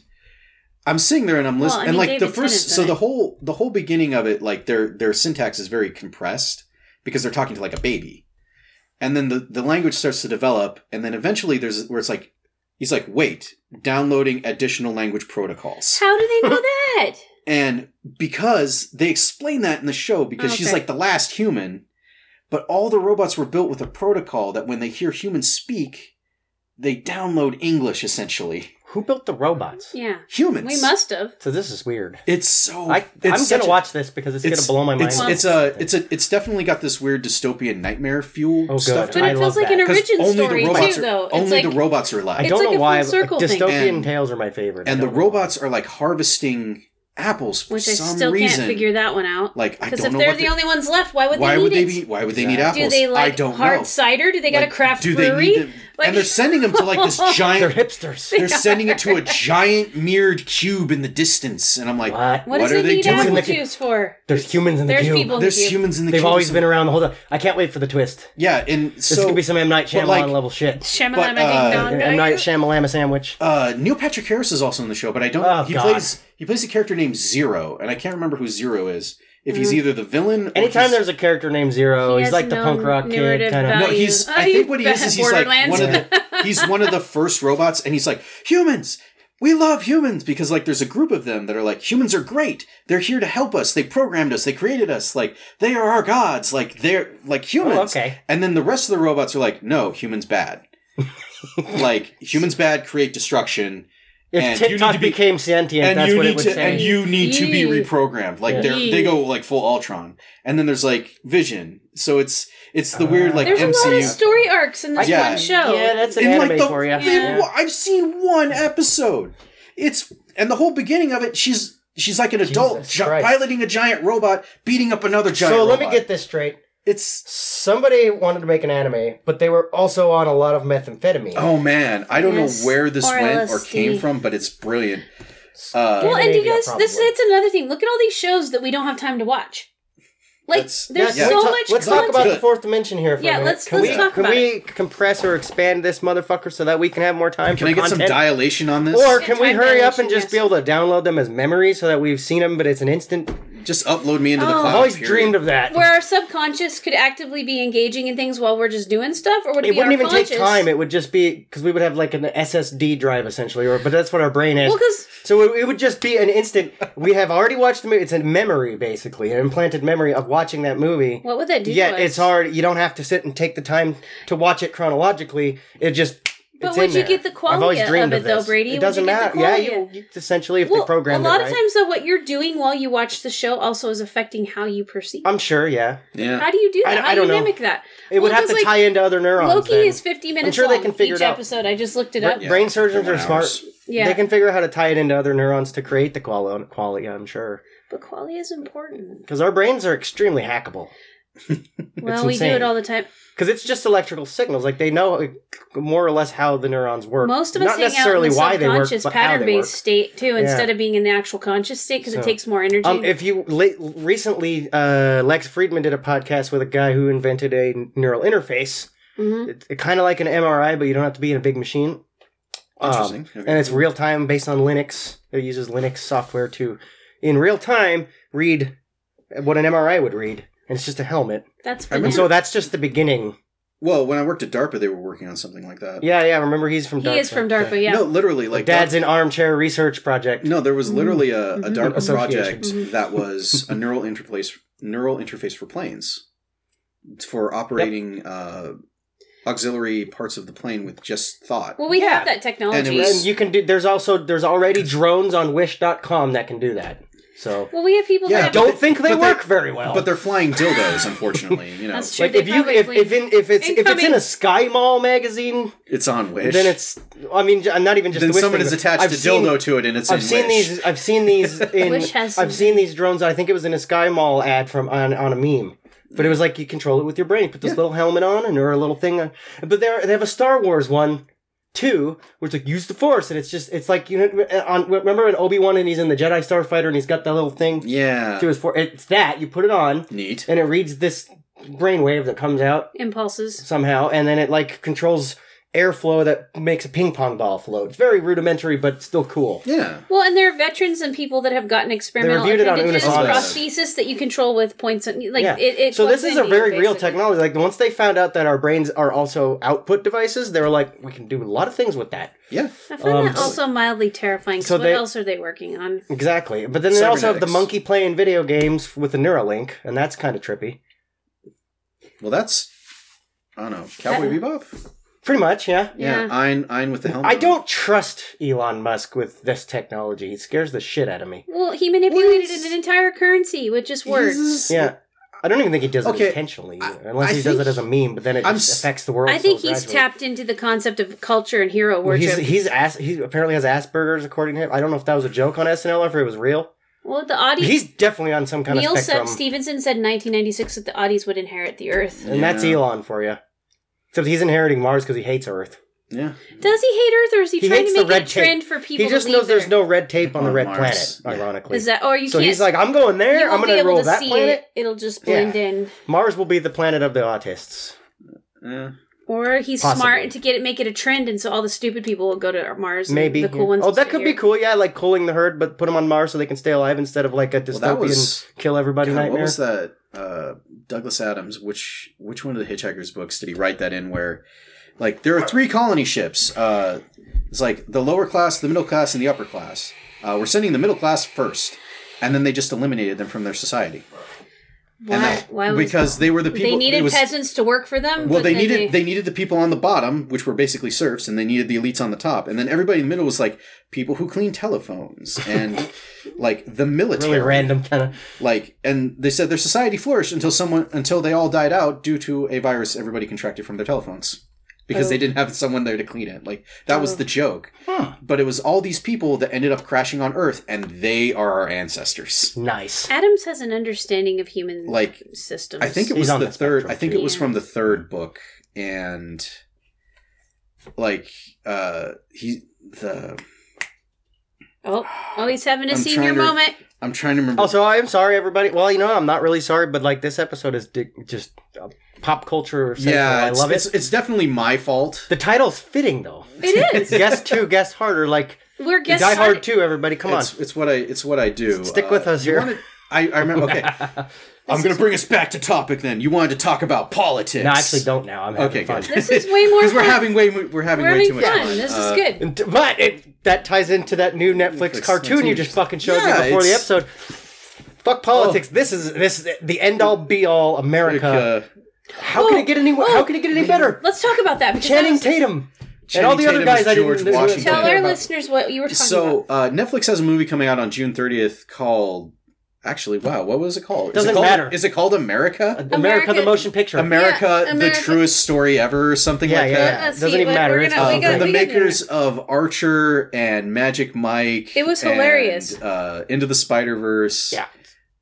Speaker 3: I'm sitting there and I'm
Speaker 2: Well,
Speaker 3: listening,
Speaker 2: I
Speaker 3: and
Speaker 2: mean,
Speaker 3: like the first,
Speaker 2: David Tennant's
Speaker 3: so
Speaker 2: in
Speaker 3: the
Speaker 2: it.
Speaker 3: whole the whole beginning of it, like their their syntax is very compressed because they're talking to like a baby, and then the the language starts to develop, and then eventually there's where it's like he's like wait downloading additional language protocols.
Speaker 2: How do they know that?
Speaker 3: And because they explain that in the show, because she's
Speaker 2: Oh, Okay.
Speaker 3: like the last human, but all the robots were built with a protocol that when they hear humans speak, they download English essentially.
Speaker 1: Who built the robots?
Speaker 2: Yeah.
Speaker 3: Humans.
Speaker 2: We must have.
Speaker 1: So this is weird.
Speaker 3: It's so.
Speaker 1: I,
Speaker 3: Oh, it's
Speaker 1: I'm
Speaker 3: such
Speaker 1: gonna
Speaker 3: a-
Speaker 1: watch this because it's, gonna blow my mind.
Speaker 3: It's, it's a. It's a. It's definitely got this weird dystopian nightmare fuel
Speaker 1: Oh,
Speaker 3: stuff.
Speaker 1: good.
Speaker 3: to
Speaker 2: But
Speaker 1: I
Speaker 2: it
Speaker 1: love
Speaker 2: feels like an
Speaker 1: that.
Speaker 3: 'Cause
Speaker 2: origin
Speaker 3: only
Speaker 2: story
Speaker 3: the robots
Speaker 2: too,
Speaker 3: are,
Speaker 2: though.
Speaker 3: Only
Speaker 2: it's like
Speaker 3: the robots are
Speaker 1: I
Speaker 3: alive,
Speaker 2: it's
Speaker 1: don't
Speaker 2: like
Speaker 1: know
Speaker 2: a
Speaker 1: why
Speaker 2: full circle
Speaker 1: like,
Speaker 2: thing.
Speaker 1: dystopian
Speaker 3: And-
Speaker 1: tales are my favorite. I
Speaker 3: and the
Speaker 1: don't know why.
Speaker 3: robots are like harvesting apples for
Speaker 2: which I
Speaker 3: some
Speaker 2: still
Speaker 3: reason.
Speaker 2: can't figure that one out.
Speaker 3: Like I
Speaker 2: Because
Speaker 3: don't
Speaker 2: if
Speaker 3: know
Speaker 2: they're
Speaker 3: what
Speaker 2: the only ones left, why would
Speaker 3: why
Speaker 2: they need
Speaker 3: would they
Speaker 2: it?
Speaker 3: be? Why would they need
Speaker 2: do
Speaker 3: apples?
Speaker 2: they like
Speaker 3: I don't
Speaker 2: hard
Speaker 3: know.
Speaker 2: cider? Do they got
Speaker 3: Like,
Speaker 2: a craft
Speaker 3: do they
Speaker 2: brewery?
Speaker 3: need to-
Speaker 2: Like-
Speaker 3: and they're sending them to like this
Speaker 1: They're
Speaker 3: giant.
Speaker 1: hipsters.
Speaker 3: They're sending it to a giant mirrored cube in the distance, and I'm like,
Speaker 1: What?
Speaker 2: what
Speaker 3: What
Speaker 2: does
Speaker 3: are
Speaker 2: it
Speaker 3: they
Speaker 2: need
Speaker 3: doing?
Speaker 2: apple
Speaker 1: Like a-
Speaker 2: juice for?
Speaker 1: There's humans in the
Speaker 2: There's
Speaker 1: queue.
Speaker 2: people.
Speaker 3: There's
Speaker 2: Thank you.
Speaker 3: humans in the.
Speaker 1: They've
Speaker 3: cube
Speaker 1: always been
Speaker 3: somewhere.
Speaker 1: around the whole time. I can't wait for the twist.
Speaker 3: Yeah, and so
Speaker 1: This is gonna be some M Night
Speaker 3: but,
Speaker 1: Shyamalan
Speaker 3: like,
Speaker 1: level shit.
Speaker 2: Shamalama
Speaker 3: But, uh,
Speaker 2: ding dong.
Speaker 1: M Night Shyamalama sandwich.
Speaker 3: Uh, Neil Patrick Harris is also in the show, but I don't.
Speaker 1: Oh,
Speaker 3: he
Speaker 1: God.
Speaker 3: plays he plays a character named Zero, and I can't remember who Zero is. If
Speaker 2: Mm.
Speaker 3: he's either the villain, or
Speaker 1: Anytime
Speaker 3: Oh, he's-
Speaker 1: there's a character named Zero,
Speaker 2: He
Speaker 1: he's
Speaker 2: has
Speaker 1: like the
Speaker 2: no
Speaker 1: punk rock
Speaker 2: narrative
Speaker 1: kid kind of.
Speaker 3: no,
Speaker 2: value.
Speaker 3: he's.
Speaker 2: Oh,
Speaker 3: I
Speaker 2: you
Speaker 3: think what he is is he's like
Speaker 2: Borderlands.
Speaker 3: one of the he's one of the first robots, and he's like humans. We love humans because like there's a group of them that are like humans are great. They're here to help us. They programmed us. They created us. Like they are our gods. Like they're like humans.
Speaker 1: Oh, okay.
Speaker 3: And then the rest of the robots are like, no, humans bad. like humans bad create destruction.
Speaker 1: If
Speaker 3: and you need
Speaker 1: TikTok
Speaker 3: to be-
Speaker 1: became sentient,
Speaker 3: and
Speaker 1: that's
Speaker 3: you
Speaker 1: what
Speaker 3: need
Speaker 1: it would
Speaker 3: to
Speaker 1: say.
Speaker 3: and you need to be
Speaker 2: Yee.
Speaker 3: reprogrammed. Like
Speaker 1: Yeah.
Speaker 3: they they go like full Ultron, and then there's like Vision. So it's it's the weird like
Speaker 2: There's a lot of
Speaker 3: MCU.
Speaker 2: story arcs in this
Speaker 3: Yeah.
Speaker 2: one show.
Speaker 1: Yeah, that's an
Speaker 3: And,
Speaker 1: anime
Speaker 3: like, the-
Speaker 1: for you.
Speaker 3: they- I've seen one episode. It's and the whole beginning of it, she's she's like an adult
Speaker 1: Jesus
Speaker 3: gi-
Speaker 1: Christ.
Speaker 3: piloting a giant robot, beating up another giant.
Speaker 1: So let me
Speaker 3: robot.
Speaker 1: get this straight.
Speaker 3: it's.
Speaker 1: Somebody wanted to make an anime, but they were also on a lot of methamphetamine.
Speaker 3: Oh man, I don't
Speaker 2: Yes.
Speaker 3: know where this
Speaker 2: Or
Speaker 3: went or
Speaker 2: LSD.
Speaker 3: came from, but it's brilliant. Uh,
Speaker 2: Well, and you
Speaker 1: Scandinavia,
Speaker 2: guys, this
Speaker 1: probably.
Speaker 2: that's another thing. Look at all these shows that we don't have time to watch. Like,
Speaker 3: That's-
Speaker 2: there's
Speaker 3: yeah.
Speaker 2: so
Speaker 1: let's,
Speaker 2: much.
Speaker 1: Let's
Speaker 2: content.
Speaker 1: talk about the
Speaker 3: Good.
Speaker 1: fourth dimension here for
Speaker 2: Yeah,
Speaker 1: a minute.
Speaker 2: let's-
Speaker 1: can
Speaker 2: let's
Speaker 1: we,
Speaker 2: talk
Speaker 1: can
Speaker 2: about
Speaker 1: we compress or expand this motherfucker so that we can have more time
Speaker 3: Can
Speaker 1: for
Speaker 3: I get some
Speaker 1: content?
Speaker 3: dilation on this?
Speaker 1: Or
Speaker 2: Yeah,
Speaker 1: can we
Speaker 2: time
Speaker 1: hurry up and
Speaker 2: dilation,
Speaker 1: just be
Speaker 2: yes.
Speaker 1: able to download them as memories so that we've seen them, but it's an instant?
Speaker 3: just upload me into the
Speaker 2: Oh.
Speaker 3: cloud.
Speaker 1: I've always
Speaker 3: period.
Speaker 1: dreamed of that.
Speaker 2: where our subconscious could actively be engaging in things while we're just doing stuff, or would it,
Speaker 1: it
Speaker 2: be
Speaker 1: wouldn't
Speaker 2: our
Speaker 1: even
Speaker 2: conscious?
Speaker 1: take time. It would just be because we would have like an SSD drive essentially, or but that's what our brain is.
Speaker 2: well, because
Speaker 1: so it, it would just be an instant. We have already watched the movie. It's a memory basically, an implanted memory of watching that movie.
Speaker 2: what would that do?
Speaker 1: Yet
Speaker 2: to us?
Speaker 1: it's hard. You don't have to sit and take the time to watch it chronologically. It just.
Speaker 2: But
Speaker 1: it's
Speaker 2: would
Speaker 1: in
Speaker 2: you
Speaker 1: there.
Speaker 2: get the
Speaker 1: I've always
Speaker 2: quality of
Speaker 1: dreamed
Speaker 2: it, though,
Speaker 1: this.
Speaker 2: Brady?
Speaker 1: It
Speaker 2: Would
Speaker 1: doesn't
Speaker 2: you get
Speaker 1: matter.
Speaker 2: the
Speaker 1: Yeah, you,
Speaker 2: quality?
Speaker 1: you essentially if
Speaker 2: Well,
Speaker 1: they program
Speaker 2: a lot
Speaker 1: it right.
Speaker 2: of times though, what you're doing while you watch the show also is affecting how you perceive.
Speaker 1: I'm sure. Yeah,
Speaker 3: Yeah.
Speaker 2: how do you do
Speaker 1: I
Speaker 2: that?
Speaker 1: don't-
Speaker 2: how
Speaker 1: I
Speaker 2: do you
Speaker 1: don't know.
Speaker 2: mimic that?
Speaker 1: it would
Speaker 2: Well,
Speaker 1: have
Speaker 2: 'cause,
Speaker 1: to
Speaker 2: like,
Speaker 1: tie into other neurons.
Speaker 2: Loki
Speaker 1: then.
Speaker 2: is 50 minutes
Speaker 1: sure
Speaker 2: long
Speaker 1: they can figure it
Speaker 2: each
Speaker 1: out.
Speaker 2: episode. I just looked it
Speaker 1: Bra-
Speaker 2: up.
Speaker 1: Brain surgeons
Speaker 3: Everyone
Speaker 1: are smart.
Speaker 3: hours.
Speaker 2: Yeah.
Speaker 1: They can figure out how to tie it into other neurons to create the quali- quality. I'm sure
Speaker 2: But quality is important.
Speaker 1: because our brains are extremely hackable.
Speaker 2: Well, we do
Speaker 1: insane.
Speaker 2: it all the time.
Speaker 1: Because it's just electrical signals. Like they know uh, more or less how the neurons work.
Speaker 2: Most of us
Speaker 1: not
Speaker 2: hang out in
Speaker 1: necessarily
Speaker 2: the
Speaker 1: why they work,
Speaker 2: subconscious
Speaker 1: but how they work.
Speaker 2: pattern-based state too, instead of being in the actual conscious state because it
Speaker 1: So,
Speaker 2: takes more energy.
Speaker 1: Um, if you late, recently, uh, Lex Friedman did a podcast with a guy who invented a neural interface.
Speaker 2: Mhm.
Speaker 1: It's kind of like an MRI, but you don't have to be in a big machine. Um,
Speaker 3: Interesting. Okay.
Speaker 1: And it's real time based on Linux. It uses Linux software to, in real time, read what an MRI would read. And it's just a helmet.
Speaker 3: I
Speaker 2: That's
Speaker 1: And
Speaker 3: remember-
Speaker 2: bananas.
Speaker 1: so that's just the beginning.
Speaker 3: Well, when I worked at DARPA, they were working on something like that.
Speaker 1: Yeah, yeah. Remember, he's from
Speaker 2: he
Speaker 1: DARPA.
Speaker 2: is from DARPA. Yeah.
Speaker 3: No, literally, like
Speaker 1: Dad's
Speaker 3: DARPA-
Speaker 1: an armchair research project.
Speaker 3: No, there was literally a, a
Speaker 2: Mhm.
Speaker 3: DARPA
Speaker 1: Association.
Speaker 3: project
Speaker 2: Mm-hmm.
Speaker 3: that was a neural interface neural interface for planes It's for operating uh, auxiliary parts of the plane with just thought.
Speaker 2: Well, we
Speaker 1: Yeah.
Speaker 2: have that
Speaker 3: And
Speaker 2: technology.
Speaker 3: it was-
Speaker 1: And you can do. There's also there's already drones on Wish.com that can do that. So
Speaker 2: well, we have people
Speaker 3: Yeah,
Speaker 2: that have
Speaker 3: don't-
Speaker 1: don't think they
Speaker 3: but they-
Speaker 1: work very well.
Speaker 3: but they're flying dildos, unfortunately. You know,
Speaker 2: That's true.
Speaker 1: like
Speaker 2: they
Speaker 1: if you if,
Speaker 2: probably-
Speaker 1: if in if it's if it's in
Speaker 2: Incoming.
Speaker 1: a Sky Mall magazine,
Speaker 3: it's on Wish.
Speaker 1: then it's I mean I'm not even just
Speaker 3: then
Speaker 1: the Wish
Speaker 3: someone
Speaker 1: thing,
Speaker 3: is
Speaker 1: but
Speaker 3: attached
Speaker 1: I've
Speaker 3: to
Speaker 1: seen-
Speaker 3: dildo to it, and it's
Speaker 1: I've
Speaker 3: in
Speaker 1: seen
Speaker 3: Wish.
Speaker 1: these. I've seen these in.
Speaker 2: Wish has some-
Speaker 1: I've seen these drones. I think it was in a Sky Mall ad from on, on a meme. But it was like you control it with your brain. Put this little helmet on, and or a little thing. On. But they they have a Star Wars one, too, where it's like use the Force, and it's just it's like you know uh, on remember in Obi Wan and he's in the Jedi Starfighter and he's got that little thing
Speaker 3: Yeah,
Speaker 1: to his for it's that you put it on
Speaker 3: neat.
Speaker 1: and it reads this brainwave that comes out
Speaker 2: impulses.
Speaker 1: somehow, and then it like controls airflow that makes a ping pong ball float. It's very rudimentary, but still cool.
Speaker 3: Yeah,
Speaker 2: Well, and there are veterans and people that have gotten experimental
Speaker 1: reviewed it on
Speaker 2: appendages,
Speaker 3: Unisonics.
Speaker 2: prosthesis that you control with points. And, like
Speaker 1: yeah.
Speaker 2: it, it
Speaker 1: so this
Speaker 2: plugs
Speaker 1: is a
Speaker 2: into
Speaker 1: very
Speaker 2: you,
Speaker 1: real
Speaker 2: basically.
Speaker 1: technology. Like once they found out that our brains are also output devices, they were like, we can do a lot of things with that.
Speaker 3: yeah.
Speaker 2: I find
Speaker 1: Um,
Speaker 2: that also mildly terrifying. 'cause
Speaker 1: so
Speaker 2: what
Speaker 1: they-
Speaker 2: else are they working on?
Speaker 1: Exactly. But then they also have the
Speaker 3: Cybernetics.
Speaker 1: monkey playing video games with the Neuralink, and that's kind of trippy.
Speaker 3: Well, that's I don't know. Cowboy Bebop.
Speaker 1: Pretty much, yeah.
Speaker 3: Yeah, Ein Ein with the helmet.
Speaker 1: I
Speaker 3: on.
Speaker 1: don't trust Elon Musk with this technology. He scares the shit out of me.
Speaker 2: Well, he manipulated
Speaker 3: Well, it's-
Speaker 2: an entire currency with just words.
Speaker 3: He's-
Speaker 1: Yeah. I don't even think he does
Speaker 3: Okay,
Speaker 1: it intentionally,
Speaker 3: I-
Speaker 1: either, unless
Speaker 3: I
Speaker 1: he does
Speaker 3: think-
Speaker 1: it as a meme. But then it
Speaker 3: I'm
Speaker 1: just
Speaker 3: s-
Speaker 1: affects the world.
Speaker 2: I think
Speaker 1: so
Speaker 2: he's
Speaker 1: gradually.
Speaker 2: tapped into the concept of culture and hero
Speaker 1: Well,
Speaker 2: worship.
Speaker 1: He's he's as, he apparently has Asperger's, according to him. I don't know if that was a joke on SNL or if it was real.
Speaker 2: well, the audience.
Speaker 1: He's definitely on some kind
Speaker 2: Neil
Speaker 1: of
Speaker 2: said
Speaker 1: spectrum,
Speaker 2: Stevenson said in 1996 that the Audis would inherit the Earth.
Speaker 1: and that's
Speaker 3: Yeah.
Speaker 1: Elon for you. Except he's inheriting Mars because he hates Earth.
Speaker 3: Yeah.
Speaker 2: Does he hate Earth, or is he,
Speaker 1: He
Speaker 2: trying
Speaker 1: hates
Speaker 2: to
Speaker 1: the
Speaker 2: make
Speaker 1: red
Speaker 2: a trend for people?
Speaker 1: he just
Speaker 2: to
Speaker 1: knows
Speaker 2: leave their-
Speaker 1: there's no red tape on the
Speaker 3: On
Speaker 1: red
Speaker 3: Mars.
Speaker 1: planet,
Speaker 3: Yeah.
Speaker 1: ironically.
Speaker 2: Is that or you
Speaker 1: so
Speaker 2: can't?
Speaker 1: he's like, I'm going
Speaker 2: you
Speaker 1: there.
Speaker 2: won't
Speaker 1: I'm
Speaker 2: be
Speaker 1: going to
Speaker 2: able
Speaker 1: roll
Speaker 2: to
Speaker 1: that
Speaker 2: see
Speaker 1: planet.
Speaker 2: it. It'll just blend
Speaker 1: Yeah.
Speaker 2: in.
Speaker 1: Mars will be the planet of the autists.
Speaker 3: Yeah.
Speaker 2: Or he's
Speaker 1: Possibly.
Speaker 2: smart to get it, make it a trend, and so all the stupid people will go to Mars. and
Speaker 1: Maybe
Speaker 2: the cool ones.
Speaker 1: Oh,
Speaker 2: will
Speaker 1: that
Speaker 2: stay
Speaker 1: could
Speaker 2: here.
Speaker 1: be cool. Yeah, like culling the herd, but put them on Mars so they can stay alive instead of like a
Speaker 3: Well,
Speaker 1: dystopian
Speaker 3: that was
Speaker 1: kill everybody
Speaker 3: God,
Speaker 1: nightmare.
Speaker 3: what was that? Uh, Douglas Adams. Which which one of the Hitchhiker's books did he write that in? Where like there are three colony ships. Uh, it's like the lower class, the middle class, and the upper class. Uh, we're sending the middle class first, and then they just eliminated them from their society.
Speaker 2: Why?
Speaker 3: and that-
Speaker 2: why was
Speaker 3: because they were the people
Speaker 2: they
Speaker 3: it
Speaker 2: needed
Speaker 3: was-
Speaker 2: peasants to work for them?
Speaker 3: Well,
Speaker 2: but
Speaker 3: they
Speaker 2: then
Speaker 3: needed they needed the people on the bottom, which were basically serfs, and they needed the elites on the top, and then everybody in the middle was like people who clean telephones and like the military,
Speaker 1: really random kind of.
Speaker 3: like, and they said their society flourished until someone until they all died out due to a virus everybody contracted from their telephones because they didn't have someone there to clean it. Like that was the joke, but it was all these people that ended up crashing on Earth, and they are our ancestors.
Speaker 1: Nice.
Speaker 2: Adams has an understanding of human
Speaker 3: Like
Speaker 2: systems.
Speaker 3: I think it
Speaker 1: He's
Speaker 3: was
Speaker 1: on
Speaker 3: the
Speaker 1: the
Speaker 3: third.
Speaker 1: spectrum,
Speaker 3: I think
Speaker 2: too.
Speaker 3: it was
Speaker 2: Yeah.
Speaker 3: from the third book, and like uh he the
Speaker 2: Oh, oh, he's having a
Speaker 3: I'm
Speaker 2: senior
Speaker 3: trying to-
Speaker 2: moment.
Speaker 3: I'm trying to remember.
Speaker 1: Also, I am sorry, everybody. Well, you know, I'm not really sorry, but like this episode is di- just uh, pop culture. Central.
Speaker 3: yeah,
Speaker 1: I
Speaker 3: it's,
Speaker 1: love
Speaker 3: it's,
Speaker 1: it.
Speaker 3: it's definitely my fault.
Speaker 1: The title's fitting though.
Speaker 2: It is.
Speaker 1: guess two, guess harder. Like
Speaker 2: We're guess
Speaker 1: Die Hard
Speaker 2: hard-
Speaker 1: two. Everybody, come
Speaker 3: it's, it's what I it's what I do. Uh,
Speaker 1: Stick with us
Speaker 3: you
Speaker 1: here.
Speaker 3: wanted- I, I remember. Okay, I'm gonna bring us back to topic. Then you wanted to talk about politics.
Speaker 1: on. No, I actually, don't now. I'm having
Speaker 3: Okay,
Speaker 1: fun.
Speaker 3: good.
Speaker 2: This is way more.
Speaker 3: Because we're
Speaker 2: fun.
Speaker 3: having way mo- we're having
Speaker 2: We're
Speaker 3: way
Speaker 2: having
Speaker 3: too much
Speaker 2: fun.
Speaker 3: fun.
Speaker 2: This is
Speaker 3: Uh,
Speaker 2: good.
Speaker 1: And- But it, that ties into that new Netflix,
Speaker 3: Netflix
Speaker 1: cartoon you
Speaker 3: cartoon.
Speaker 1: just fucking showed
Speaker 3: Yeah,
Speaker 1: me before the
Speaker 3: it's- Oh.
Speaker 1: episode. Fuck politics. This is this is the end all be all America.
Speaker 3: America. Oh.
Speaker 1: How can it get any how can it get any better?
Speaker 2: Let's talk about that. because that
Speaker 1: Channing
Speaker 2: was-
Speaker 1: Tatum and all the
Speaker 3: Channing
Speaker 1: other
Speaker 3: Tatum is
Speaker 1: guys I
Speaker 3: George
Speaker 1: didn't listen
Speaker 3: Washington.
Speaker 2: Tell
Speaker 3: Yeah.
Speaker 2: our
Speaker 3: About-
Speaker 2: listeners what you were talking
Speaker 3: So
Speaker 2: about.
Speaker 3: uh, Netflix has a movie coming out on June 30th called. Actually, wow, what was it called? Is it
Speaker 1: Doesn't
Speaker 3: called-
Speaker 1: matter.
Speaker 3: Is it called America?
Speaker 1: America, the
Speaker 2: America-
Speaker 1: motion picture.
Speaker 3: America,
Speaker 2: Yeah,
Speaker 3: the
Speaker 2: America-
Speaker 3: truest story ever, or something
Speaker 1: yeah, yeah,
Speaker 3: like
Speaker 1: yeah.
Speaker 3: that.
Speaker 2: Let's
Speaker 1: Doesn't
Speaker 2: see,
Speaker 1: even
Speaker 2: but
Speaker 1: matter.
Speaker 2: we're
Speaker 1: It's
Speaker 2: gonna-
Speaker 3: Uh,
Speaker 2: Oh, we got-
Speaker 3: from the
Speaker 2: we got-
Speaker 3: makers of Archer and Magic Mike.
Speaker 2: It was
Speaker 3: and,
Speaker 2: hilarious.
Speaker 3: uh, Into the Spider Verse.
Speaker 1: Yeah.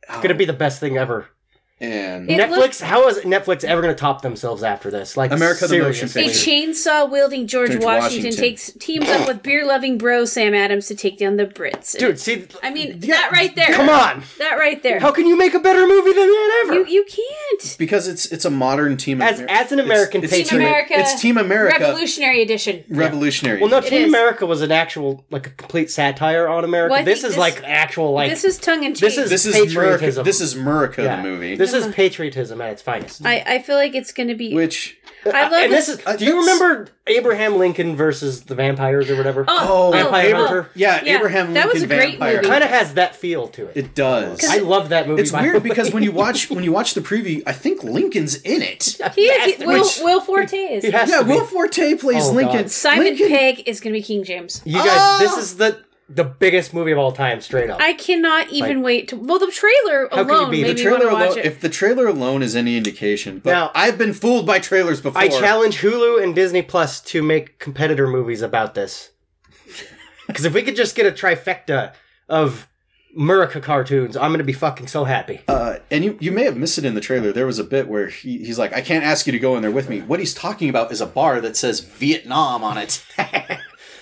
Speaker 1: It's gonna be the best thing ever.
Speaker 3: Oh, And
Speaker 2: It
Speaker 1: Netflix.
Speaker 2: looks-
Speaker 1: how is Netflix ever gonna top themselves after this? Like
Speaker 3: America the motion
Speaker 1: seriously.
Speaker 2: a
Speaker 3: picture.
Speaker 2: chainsaw wielding George,
Speaker 3: George
Speaker 2: Washington,
Speaker 3: Washington.
Speaker 2: takes teams up with beer loving bro Sam Adams to take down the Brits.
Speaker 1: Dude, see,
Speaker 2: I mean
Speaker 1: yeah,
Speaker 2: that right there.
Speaker 1: Come on,
Speaker 2: that right there.
Speaker 1: how can you make a better movie than that ever?
Speaker 2: you you can't.
Speaker 3: because it's it's a modern team
Speaker 1: As- as an American
Speaker 3: it's,
Speaker 1: Team
Speaker 3: it's team
Speaker 2: America
Speaker 3: It's Team America
Speaker 2: Revolutionary edition.
Speaker 3: revolutionary.
Speaker 1: Well, no,
Speaker 2: It
Speaker 1: Team
Speaker 2: is.
Speaker 1: America was an actual, like a complete satire on America.
Speaker 2: Well, I
Speaker 1: this
Speaker 2: think
Speaker 1: is
Speaker 2: this-
Speaker 1: like actual, like
Speaker 2: this is tongue in cheek.
Speaker 1: This is-
Speaker 3: this is America.
Speaker 1: patriotism.
Speaker 3: This is America
Speaker 1: yeah.
Speaker 3: the movie.
Speaker 1: This is patriotism at its finest.
Speaker 2: I, I feel like it's gonna be
Speaker 3: which
Speaker 2: I love
Speaker 1: and this is.
Speaker 3: Uh,
Speaker 1: do you
Speaker 3: that's-
Speaker 1: remember Abraham Lincoln versus the vampires or whatever?
Speaker 2: Oh,
Speaker 1: Vampire
Speaker 2: oh,
Speaker 1: Hunter.
Speaker 3: Yeah,
Speaker 2: Yeah,
Speaker 3: Abraham
Speaker 2: that
Speaker 3: Lincoln
Speaker 2: was a great
Speaker 3: Vampire.
Speaker 2: movie.
Speaker 1: Kind of has that feel to it.
Speaker 3: It does.
Speaker 1: I love that movie.
Speaker 3: It's
Speaker 1: by
Speaker 3: weird
Speaker 1: the
Speaker 3: because
Speaker 1: way.
Speaker 3: when you watch when you watch the preview, I think Lincoln's in it.
Speaker 2: oh. He is
Speaker 1: Yes,
Speaker 2: he, Will
Speaker 1: which-
Speaker 2: Will Forte is.
Speaker 1: He has
Speaker 3: Yeah,
Speaker 1: to be.
Speaker 3: Will Forte plays
Speaker 1: Oh,
Speaker 3: Lincoln.
Speaker 1: God.
Speaker 2: Simon
Speaker 3: Lincoln-
Speaker 2: Pegg is gonna be King James.
Speaker 1: You guys,
Speaker 2: Oh.
Speaker 1: this is the the biggest movie of all time, straight up.
Speaker 2: I cannot even wait to. Well, the trailer
Speaker 1: How could you
Speaker 2: alone
Speaker 1: be-
Speaker 2: made
Speaker 1: the
Speaker 2: me
Speaker 3: The trailer
Speaker 2: want to watch
Speaker 3: alone,
Speaker 2: it.
Speaker 3: if the trailer alone is any indication, but
Speaker 1: Now-
Speaker 3: I've been fooled by trailers before.
Speaker 1: I challenge Hulu and Disney Plus to make competitor movies about this. Because if we could just get a trifecta of Murica cartoons, I'm gonna be fucking so happy.
Speaker 3: Uh, and you, you may have missed it in the trailer. There was a bit where he, he's like, "I can't ask you to go in there with me." What he's talking about is a bar that says Vietnam on it.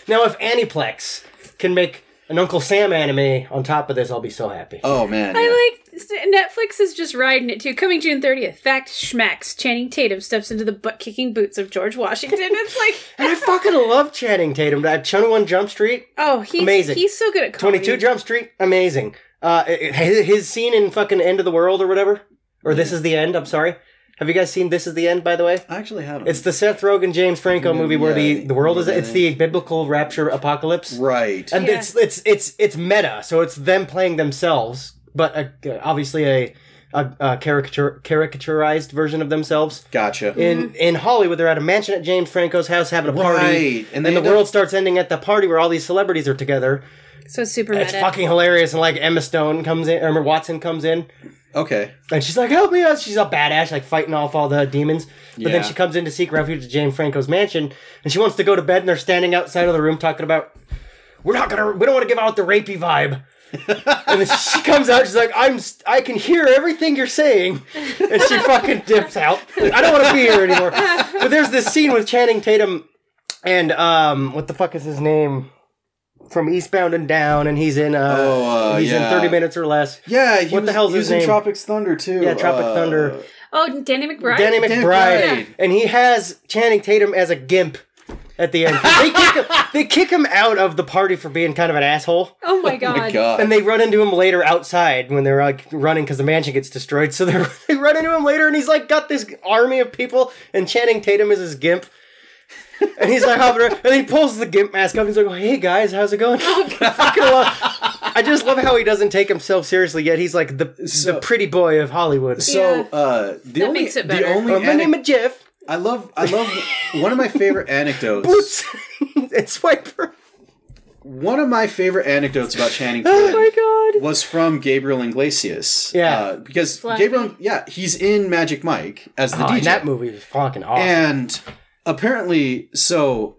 Speaker 1: Now, if Aniplex can make an Uncle Sam anime on top of this, I'll be so happy.
Speaker 3: Oh man! yeah.
Speaker 2: I like Netflix is just riding it too. Coming June thirtieth, fact schmacks. Channing Tatum steps into the butt-kicking boots of George Washington. It's like,
Speaker 1: And I fucking love Channing Tatum. That Chun One Jump Street,
Speaker 2: oh, he's
Speaker 1: Amazing.
Speaker 2: He's so good at comedy.
Speaker 1: 22 Jump Street, amazing. Uh, it- his his scene in fucking End of the World or whatever, or This Is the End. I'm sorry. Have you guys seen This Is the End? By the way,
Speaker 3: I actually haven't.
Speaker 1: it's the Seth Rogen James Franco movie where the
Speaker 3: yeah,
Speaker 1: the world is
Speaker 3: yeah.
Speaker 1: it's the biblical rapture apocalypse.
Speaker 3: right.
Speaker 1: and
Speaker 2: Yeah.
Speaker 1: it's it's it's it's meta so it's them playing themselves but a, uh, obviously a a, a caricature caricaturized version of themselves.
Speaker 3: Gotcha.
Speaker 1: In in Hollywood, they're at a mansion at James Franco's house having a party,
Speaker 3: Right,
Speaker 1: and
Speaker 3: and they
Speaker 1: then the
Speaker 3: end up-
Speaker 1: world starts ending at the party where all these celebrities are together.
Speaker 6: So it's super
Speaker 1: It's
Speaker 6: meta.
Speaker 1: fucking hilarious, and like Emma Stone comes in, Emma Watson comes in,
Speaker 3: Okay.
Speaker 1: and she's like, "Help me!" out." She's a badass, like fighting off all the demons. But
Speaker 3: Yeah.
Speaker 1: then she comes in to seek refuge at James Franco's mansion, and she wants to go to bed. And they're standing outside of the room talking about, "We're not gonna, we don't want to give out the rapey vibe." and then she comes out. She's like, "I'm, st- I can hear everything you're saying," and she fucking dips out. Like, I don't want to be here anymore. But there's this scene with Channing Tatum and um, what the fuck is his name? From Eastbound and Down, and he's in uh,
Speaker 3: Oh, uh,
Speaker 1: he's in
Speaker 3: yeah.
Speaker 1: thirty minutes or less.
Speaker 3: Yeah. He
Speaker 1: What the
Speaker 3: was,
Speaker 1: hell's
Speaker 3: he
Speaker 1: his
Speaker 3: was in
Speaker 1: name?
Speaker 3: Tropic Thunder too.
Speaker 1: Yeah, Tropic
Speaker 3: Uh,
Speaker 1: Thunder.
Speaker 2: Oh, Danny McBride.
Speaker 1: Danny
Speaker 3: Danny
Speaker 1: McBride,
Speaker 3: McBride.
Speaker 1: and he has Channing Tatum as a gimp at the end. They kick him, they kick him out of the party for being kind of an asshole,
Speaker 2: oh my
Speaker 3: Oh
Speaker 2: god.
Speaker 3: my God.
Speaker 1: and they run into him later outside when they're like running because the mansion gets destroyed. So they they run into him later, and he's like got this army of people, and Channing Tatum is his gimp. And he's like hopping around, and he pulls the gimp mask up. And he's like, "Hey guys, how's it going?" Fucking love- I just love how he doesn't take himself seriously yet. He's like the the pretty boy of Hollywood.
Speaker 3: so uh, the only
Speaker 2: makes it
Speaker 3: the
Speaker 2: better.
Speaker 3: only
Speaker 1: Uh, my
Speaker 3: anec-
Speaker 1: name is Jeff.
Speaker 3: I love I love one of my favorite anecdotes.
Speaker 1: Boots and Swiper.
Speaker 3: One of my favorite anecdotes about Channing
Speaker 1: Oh
Speaker 3: Tatum
Speaker 1: my god.
Speaker 3: was from Gabriel Iglesias.
Speaker 1: Yeah.
Speaker 3: uh, because
Speaker 2: Flappy.
Speaker 3: Gabriel, yeah, he's in Magic Mike as the
Speaker 1: Oh,
Speaker 3: DJ.
Speaker 1: and that movie was fucking awesome.
Speaker 3: and apparently so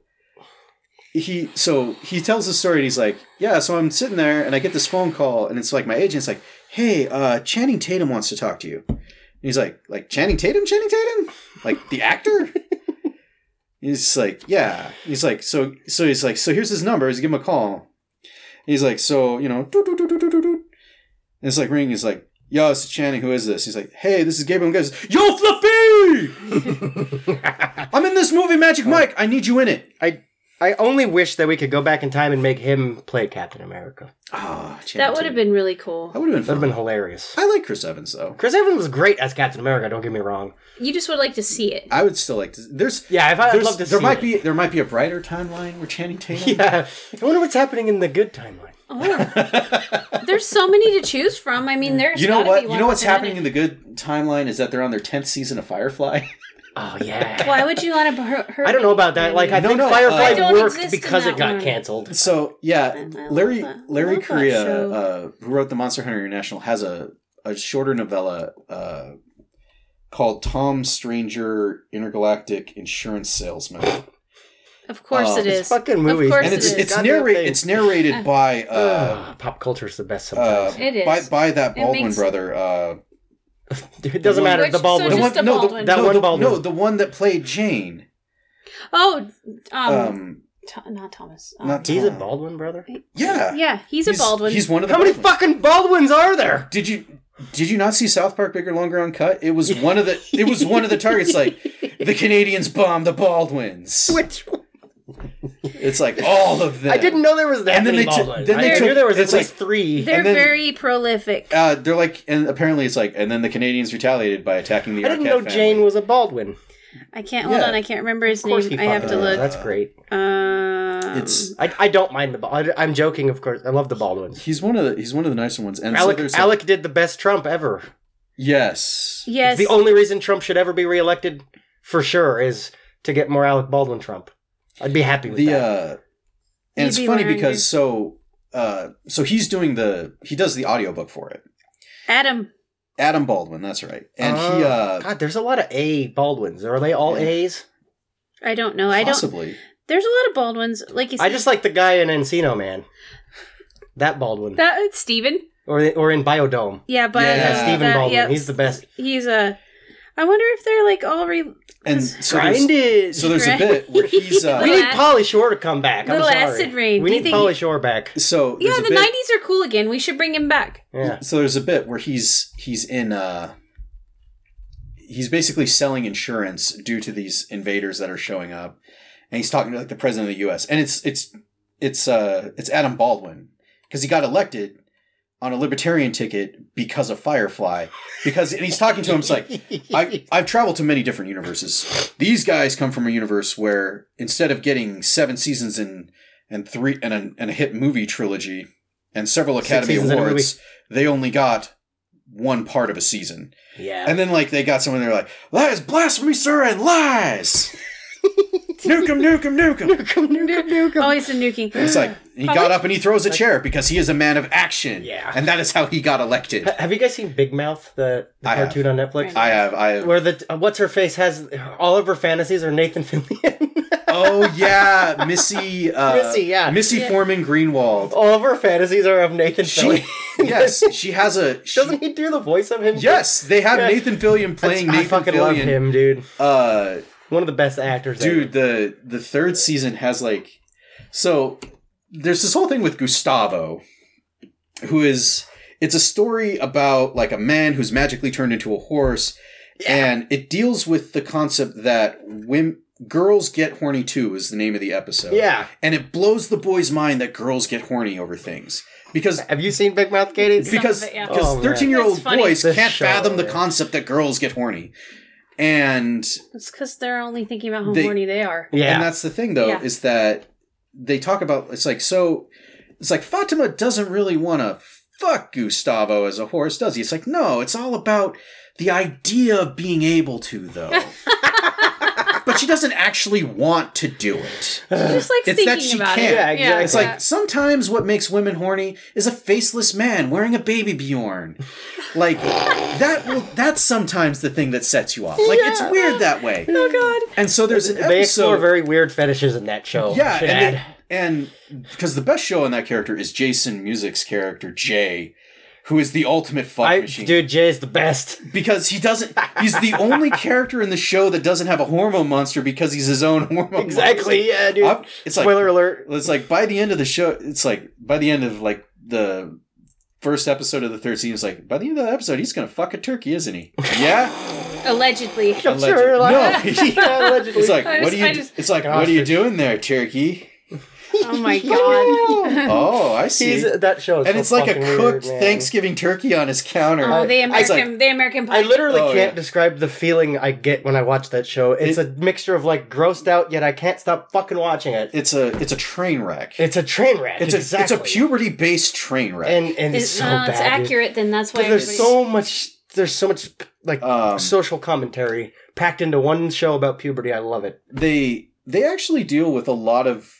Speaker 3: he so he tells the story and he's like yeah so i'm sitting there and i get this phone call and it's like my agent's like hey uh channing tatum wants to talk to you and he's like like channing tatum channing tatum like the actor he's like yeah he's like so so he's like so here's his number he's give him a call and he's like so you know doo, doo, doo, doo, doo, doo, doo. and it's like ring he's like yo this is channing who is this he's like hey this is gabriel goes yo fluffy I'm in this movie, Magic
Speaker 1: Oh.
Speaker 3: Mike. I need you in it.
Speaker 1: I I only wish that we could go back in time and make him play Captain America.
Speaker 3: Ah, Channing
Speaker 2: That would have
Speaker 3: Tatum.
Speaker 2: been really cool.
Speaker 3: That would have been
Speaker 1: That
Speaker 3: fun.
Speaker 1: would have been hilarious.
Speaker 3: I like Chris Evans though.
Speaker 1: Chris Evans was great as Captain America, don't get me wrong.
Speaker 2: You just would like to see it.
Speaker 3: I would still like to. There's
Speaker 1: Yeah, if I, would
Speaker 3: there's-
Speaker 1: love to
Speaker 3: there
Speaker 1: see
Speaker 3: might
Speaker 1: it.
Speaker 3: be there might be a brighter timeline where Channing Tatum.
Speaker 1: Yeah. I wonder what's happening in the good timeline.
Speaker 2: There's so many to choose from. I mean, there's
Speaker 3: You know
Speaker 2: gotta
Speaker 3: what?
Speaker 2: Be
Speaker 3: You
Speaker 2: one
Speaker 3: know what's happening
Speaker 2: represented.
Speaker 3: in the good timeline is that they're on their tenth season of Firefly.
Speaker 1: Oh yeah. uh,
Speaker 2: Why would you want to hurt? hurt
Speaker 1: I don't know about that. Like I
Speaker 3: No,
Speaker 1: think
Speaker 3: no, I
Speaker 1: Firefly
Speaker 2: don't exist
Speaker 1: worked
Speaker 2: in
Speaker 1: because
Speaker 2: that
Speaker 1: it got
Speaker 2: one.
Speaker 1: canceled.
Speaker 3: so yeah,
Speaker 2: I love
Speaker 3: Larry
Speaker 2: that. I
Speaker 3: Larry
Speaker 2: love that
Speaker 3: Korea,
Speaker 2: show.
Speaker 3: uh, who wrote the Monster Hunter International, has a a shorter novella uh, called Tom Stranger Intergalactic Insurance Salesman.
Speaker 2: Of course
Speaker 3: Oh,
Speaker 2: it
Speaker 1: It's
Speaker 2: is.
Speaker 1: fucking movies.
Speaker 2: course
Speaker 3: and
Speaker 2: it
Speaker 3: it's
Speaker 2: is.
Speaker 3: it's
Speaker 1: Goddamn
Speaker 3: narrated
Speaker 1: thing.
Speaker 3: it's narrated by uh,
Speaker 1: Ugh, pop culture's the best
Speaker 3: uh,
Speaker 1: sometimes.
Speaker 2: It is.
Speaker 3: by by that
Speaker 2: It
Speaker 3: Baldwin
Speaker 2: makes-
Speaker 3: brother. Uh,
Speaker 1: it doesn't
Speaker 3: the one-
Speaker 1: matter.
Speaker 2: Which-
Speaker 1: the
Speaker 2: so
Speaker 1: Baldwin.
Speaker 2: just
Speaker 3: the one,
Speaker 2: the
Speaker 3: no, the,
Speaker 2: Baldwin.
Speaker 1: That
Speaker 3: no,
Speaker 1: one
Speaker 3: the,
Speaker 1: Baldwin.
Speaker 3: no, the one that played Jane.
Speaker 2: oh, um,
Speaker 3: Um,
Speaker 2: To- not Thomas. Um,
Speaker 3: not
Speaker 1: He's a
Speaker 3: Tom.
Speaker 1: Baldwin brother.
Speaker 3: Yeah,
Speaker 2: yeah, he's a Baldwin.
Speaker 3: He's one of the
Speaker 1: How many
Speaker 3: Baldwins.
Speaker 1: fucking Baldwins are there?
Speaker 3: Did you did you not see South Park Bigger Longer Uncut? It was one of the it was one of the targets. Like the Canadians bomb the Baldwins.
Speaker 1: Which
Speaker 3: It's like all of them.
Speaker 1: I didn't know there was that
Speaker 3: And then
Speaker 1: many
Speaker 3: they took-
Speaker 1: Baldwins.
Speaker 3: then they
Speaker 1: I
Speaker 3: took-
Speaker 1: knew there was
Speaker 3: it's
Speaker 1: at least
Speaker 3: like-
Speaker 1: three.
Speaker 2: They're
Speaker 3: and then-
Speaker 2: very prolific.
Speaker 3: Uh, they're like, and apparently it's like, and then the Canadians retaliated by attacking the.
Speaker 1: I didn't
Speaker 3: Arquette
Speaker 1: know
Speaker 3: family.
Speaker 1: Jane was a Baldwin.
Speaker 2: I can't hold
Speaker 3: yeah.
Speaker 2: on. I can't remember his
Speaker 1: Of course,
Speaker 2: name.
Speaker 1: he
Speaker 2: I have to
Speaker 1: fucking is.
Speaker 2: look.
Speaker 1: That's great.
Speaker 2: Um,
Speaker 3: It's
Speaker 1: I, I don't mind the. Bal- I, I'm joking, of course. I love the Baldwins.
Speaker 3: he's one of the he's one of the nicer ones. And so
Speaker 1: Alec
Speaker 3: there's, like-
Speaker 1: Alec did the best Trump ever.
Speaker 3: yes,
Speaker 2: yes.
Speaker 1: The only reason Trump should ever be reelected, for sure, is to get more Alec Baldwin Trump. I'd be happy with
Speaker 3: the
Speaker 1: that.
Speaker 3: uh and
Speaker 2: You'd
Speaker 3: it's
Speaker 2: be
Speaker 3: funny
Speaker 2: wondering
Speaker 3: because
Speaker 2: if-
Speaker 3: so uh so he's doing the he does the audiobook for it
Speaker 2: Adam.
Speaker 3: adam baldwin that's right and he
Speaker 1: Oh,
Speaker 3: uh
Speaker 1: God, there's a lot of A Baldwins. Are they all
Speaker 3: Yeah.
Speaker 1: A's?
Speaker 2: I don't know. I don't.
Speaker 3: possibly
Speaker 2: There's a lot of Baldwins. Like you said,
Speaker 1: I just like the guy in Encino Man. That Baldwin,
Speaker 2: that it's Steven.
Speaker 1: or or in Biodome.
Speaker 2: Yeah, but
Speaker 3: Yeah,
Speaker 1: Yeah,
Speaker 2: uh,
Speaker 1: Stephen
Speaker 2: that-
Speaker 1: Baldwin.
Speaker 2: yeah,
Speaker 1: He's the best.
Speaker 2: he's a. I wonder if they're like all re-
Speaker 3: and so there's,
Speaker 1: it.
Speaker 3: so there's a bit where he's uh
Speaker 1: we
Speaker 2: Little
Speaker 1: need
Speaker 2: ac-
Speaker 1: Polly Shore to come back. I'm
Speaker 2: little
Speaker 1: sorry.
Speaker 2: acid rain.
Speaker 1: We
Speaker 2: Do you
Speaker 1: need
Speaker 2: think
Speaker 1: Polly
Speaker 2: he-
Speaker 1: Shore back.
Speaker 3: so
Speaker 2: Yeah,
Speaker 3: there's a
Speaker 2: the
Speaker 3: bit,
Speaker 2: '90s are cool again. We should bring him back.
Speaker 1: Yeah.
Speaker 3: so there's a bit where he's he's in uh he's basically selling insurance due to these invaders that are showing up and he's talking to like the president of the us and it's it's it's uh it's adam baldwin because he got elected on a libertarian ticket because of firefly because and he's talking to him it's like I, I've traveled to many different universes. These guys come from a universe where instead of getting seven seasons and and three and a, and a hit movie trilogy and several
Speaker 1: Six
Speaker 3: Academy
Speaker 1: seasons and a
Speaker 3: Awards, they only got one part of a season.
Speaker 5: Yeah.
Speaker 3: And then like they got someone they're like, that is blasphemy, sir, and lies. nuke him, nuke him, nuke him.
Speaker 2: Always the nuking.
Speaker 3: It's like he got up and he throws a chair because he is a man of action.
Speaker 5: Yeah.
Speaker 3: And that is how he got elected.
Speaker 1: Ha- Have you guys seen Big Mouth, the, the
Speaker 3: I have.
Speaker 1: cartoon on Netflix?
Speaker 3: I have I have
Speaker 1: Where the uh, what's her face has all of her fantasies are Nathan Fillion.
Speaker 3: Oh yeah, Missy uh,
Speaker 1: Missy, yeah. Oh,
Speaker 3: Missy Foreman Greenwald.
Speaker 1: all of her fantasies are of Nathan
Speaker 3: She
Speaker 1: Fillion.
Speaker 3: yes, she has a she,
Speaker 1: Doesn't he do the voice of him?
Speaker 3: Yes, they have
Speaker 1: Yeah.
Speaker 3: Nathan Fillion playing
Speaker 1: I
Speaker 3: Nathan
Speaker 1: fucking
Speaker 3: Fillion.
Speaker 1: love him, dude.
Speaker 3: Uh
Speaker 1: One of the best actors,
Speaker 3: dude the the third season has like so there's this whole thing with gustavo who is it's a story about like a man who's magically turned into a horse and it deals with the concept that women girls get horny too is the name of the episode
Speaker 1: Ever. Yeah.
Speaker 3: and it blows the boy's mind that girls get horny over things because
Speaker 1: Have you seen Big Mouth, Katie?
Speaker 3: because
Speaker 2: it, yeah.
Speaker 3: because
Speaker 1: Oh, man.
Speaker 3: 13 year old
Speaker 2: That's funny.
Speaker 3: boys
Speaker 1: The
Speaker 3: can't
Speaker 1: show,
Speaker 3: fathom the
Speaker 1: yeah.
Speaker 3: concept that girls get horny and
Speaker 2: It's because they're only thinking about how
Speaker 3: They-
Speaker 2: horny they are.
Speaker 1: Yeah.
Speaker 3: And that's the thing, though,
Speaker 2: Yeah.
Speaker 3: is that they talk about it's like so. It's like Fatima doesn't really want to fuck Gustavo as a horse, does he? It's like no, it's all about the idea of being able to, though. but she doesn't actually want to do it.
Speaker 2: Just like
Speaker 3: It's that
Speaker 2: thinking
Speaker 3: she
Speaker 2: about
Speaker 3: can't.
Speaker 2: it.
Speaker 1: Yeah, exactly.
Speaker 3: It's like sometimes what makes women horny is a faceless man wearing a baby Bjorn. Like that will that's sometimes the thing that sets you off. Like it's weird that way.
Speaker 2: oh god.
Speaker 3: And so there's an
Speaker 1: they explore
Speaker 3: episode
Speaker 1: very weird fetishes in that show.
Speaker 3: yeah,
Speaker 1: Should
Speaker 3: and,
Speaker 1: add.
Speaker 3: they- and because the best show on that character is Jason Music's character Jay, who is the ultimate fuck
Speaker 1: I,
Speaker 3: machine.
Speaker 1: dude, Jay is the best.
Speaker 3: Because he doesn't, he's the only character in the show that doesn't have a hormone monster because he's his own hormone.
Speaker 1: Exactly. Yeah, dude.
Speaker 3: monster. I'm- it's like
Speaker 1: Spoiler alert.
Speaker 3: it's like by the end of the show, it's like by the end of like the first episode of the third season, it's like by the end of the episode, he's gonna fuck a turkey, isn't he? Yeah,
Speaker 2: Allegedly.
Speaker 1: I'm sure
Speaker 3: Alleged-
Speaker 1: you're like-
Speaker 3: no. he-
Speaker 1: Yeah, allegedly.
Speaker 3: it's like
Speaker 2: I
Speaker 3: what
Speaker 2: just-
Speaker 3: do you?
Speaker 2: I
Speaker 3: do-
Speaker 2: just-
Speaker 3: it's like what are you
Speaker 1: Ostrich.
Speaker 3: doing there, turkey?
Speaker 2: Oh my god.
Speaker 3: Oh, I see.
Speaker 1: He's- that show is
Speaker 3: and
Speaker 1: so
Speaker 3: it's like a
Speaker 1: fucking weird,
Speaker 3: cooked
Speaker 1: man.
Speaker 3: Thanksgiving turkey on his counter.
Speaker 2: Oh, they
Speaker 3: It's like-
Speaker 2: American, they American.
Speaker 1: I
Speaker 2: Pie.
Speaker 1: literally
Speaker 3: Oh,
Speaker 1: can't
Speaker 3: yeah.
Speaker 1: describe the feeling I get when I watch that show. It's
Speaker 3: It-
Speaker 1: a mixture of like grossed out, yet I can't stop fucking watching it.
Speaker 3: it's a it's a train wreck.
Speaker 1: It's a train wreck.
Speaker 3: It's a
Speaker 1: exactly.
Speaker 3: it's a puberty based train wreck.
Speaker 1: and and it's,
Speaker 2: It's,
Speaker 1: so
Speaker 2: no,
Speaker 1: bad.
Speaker 2: uh, it's
Speaker 1: dude.
Speaker 2: accurate. Then that's why
Speaker 1: But There's
Speaker 2: everybody's-
Speaker 1: so much. There's so much like
Speaker 3: Um,
Speaker 1: social commentary packed into one show about puberty. I love it.
Speaker 3: they they actually deal with a lot of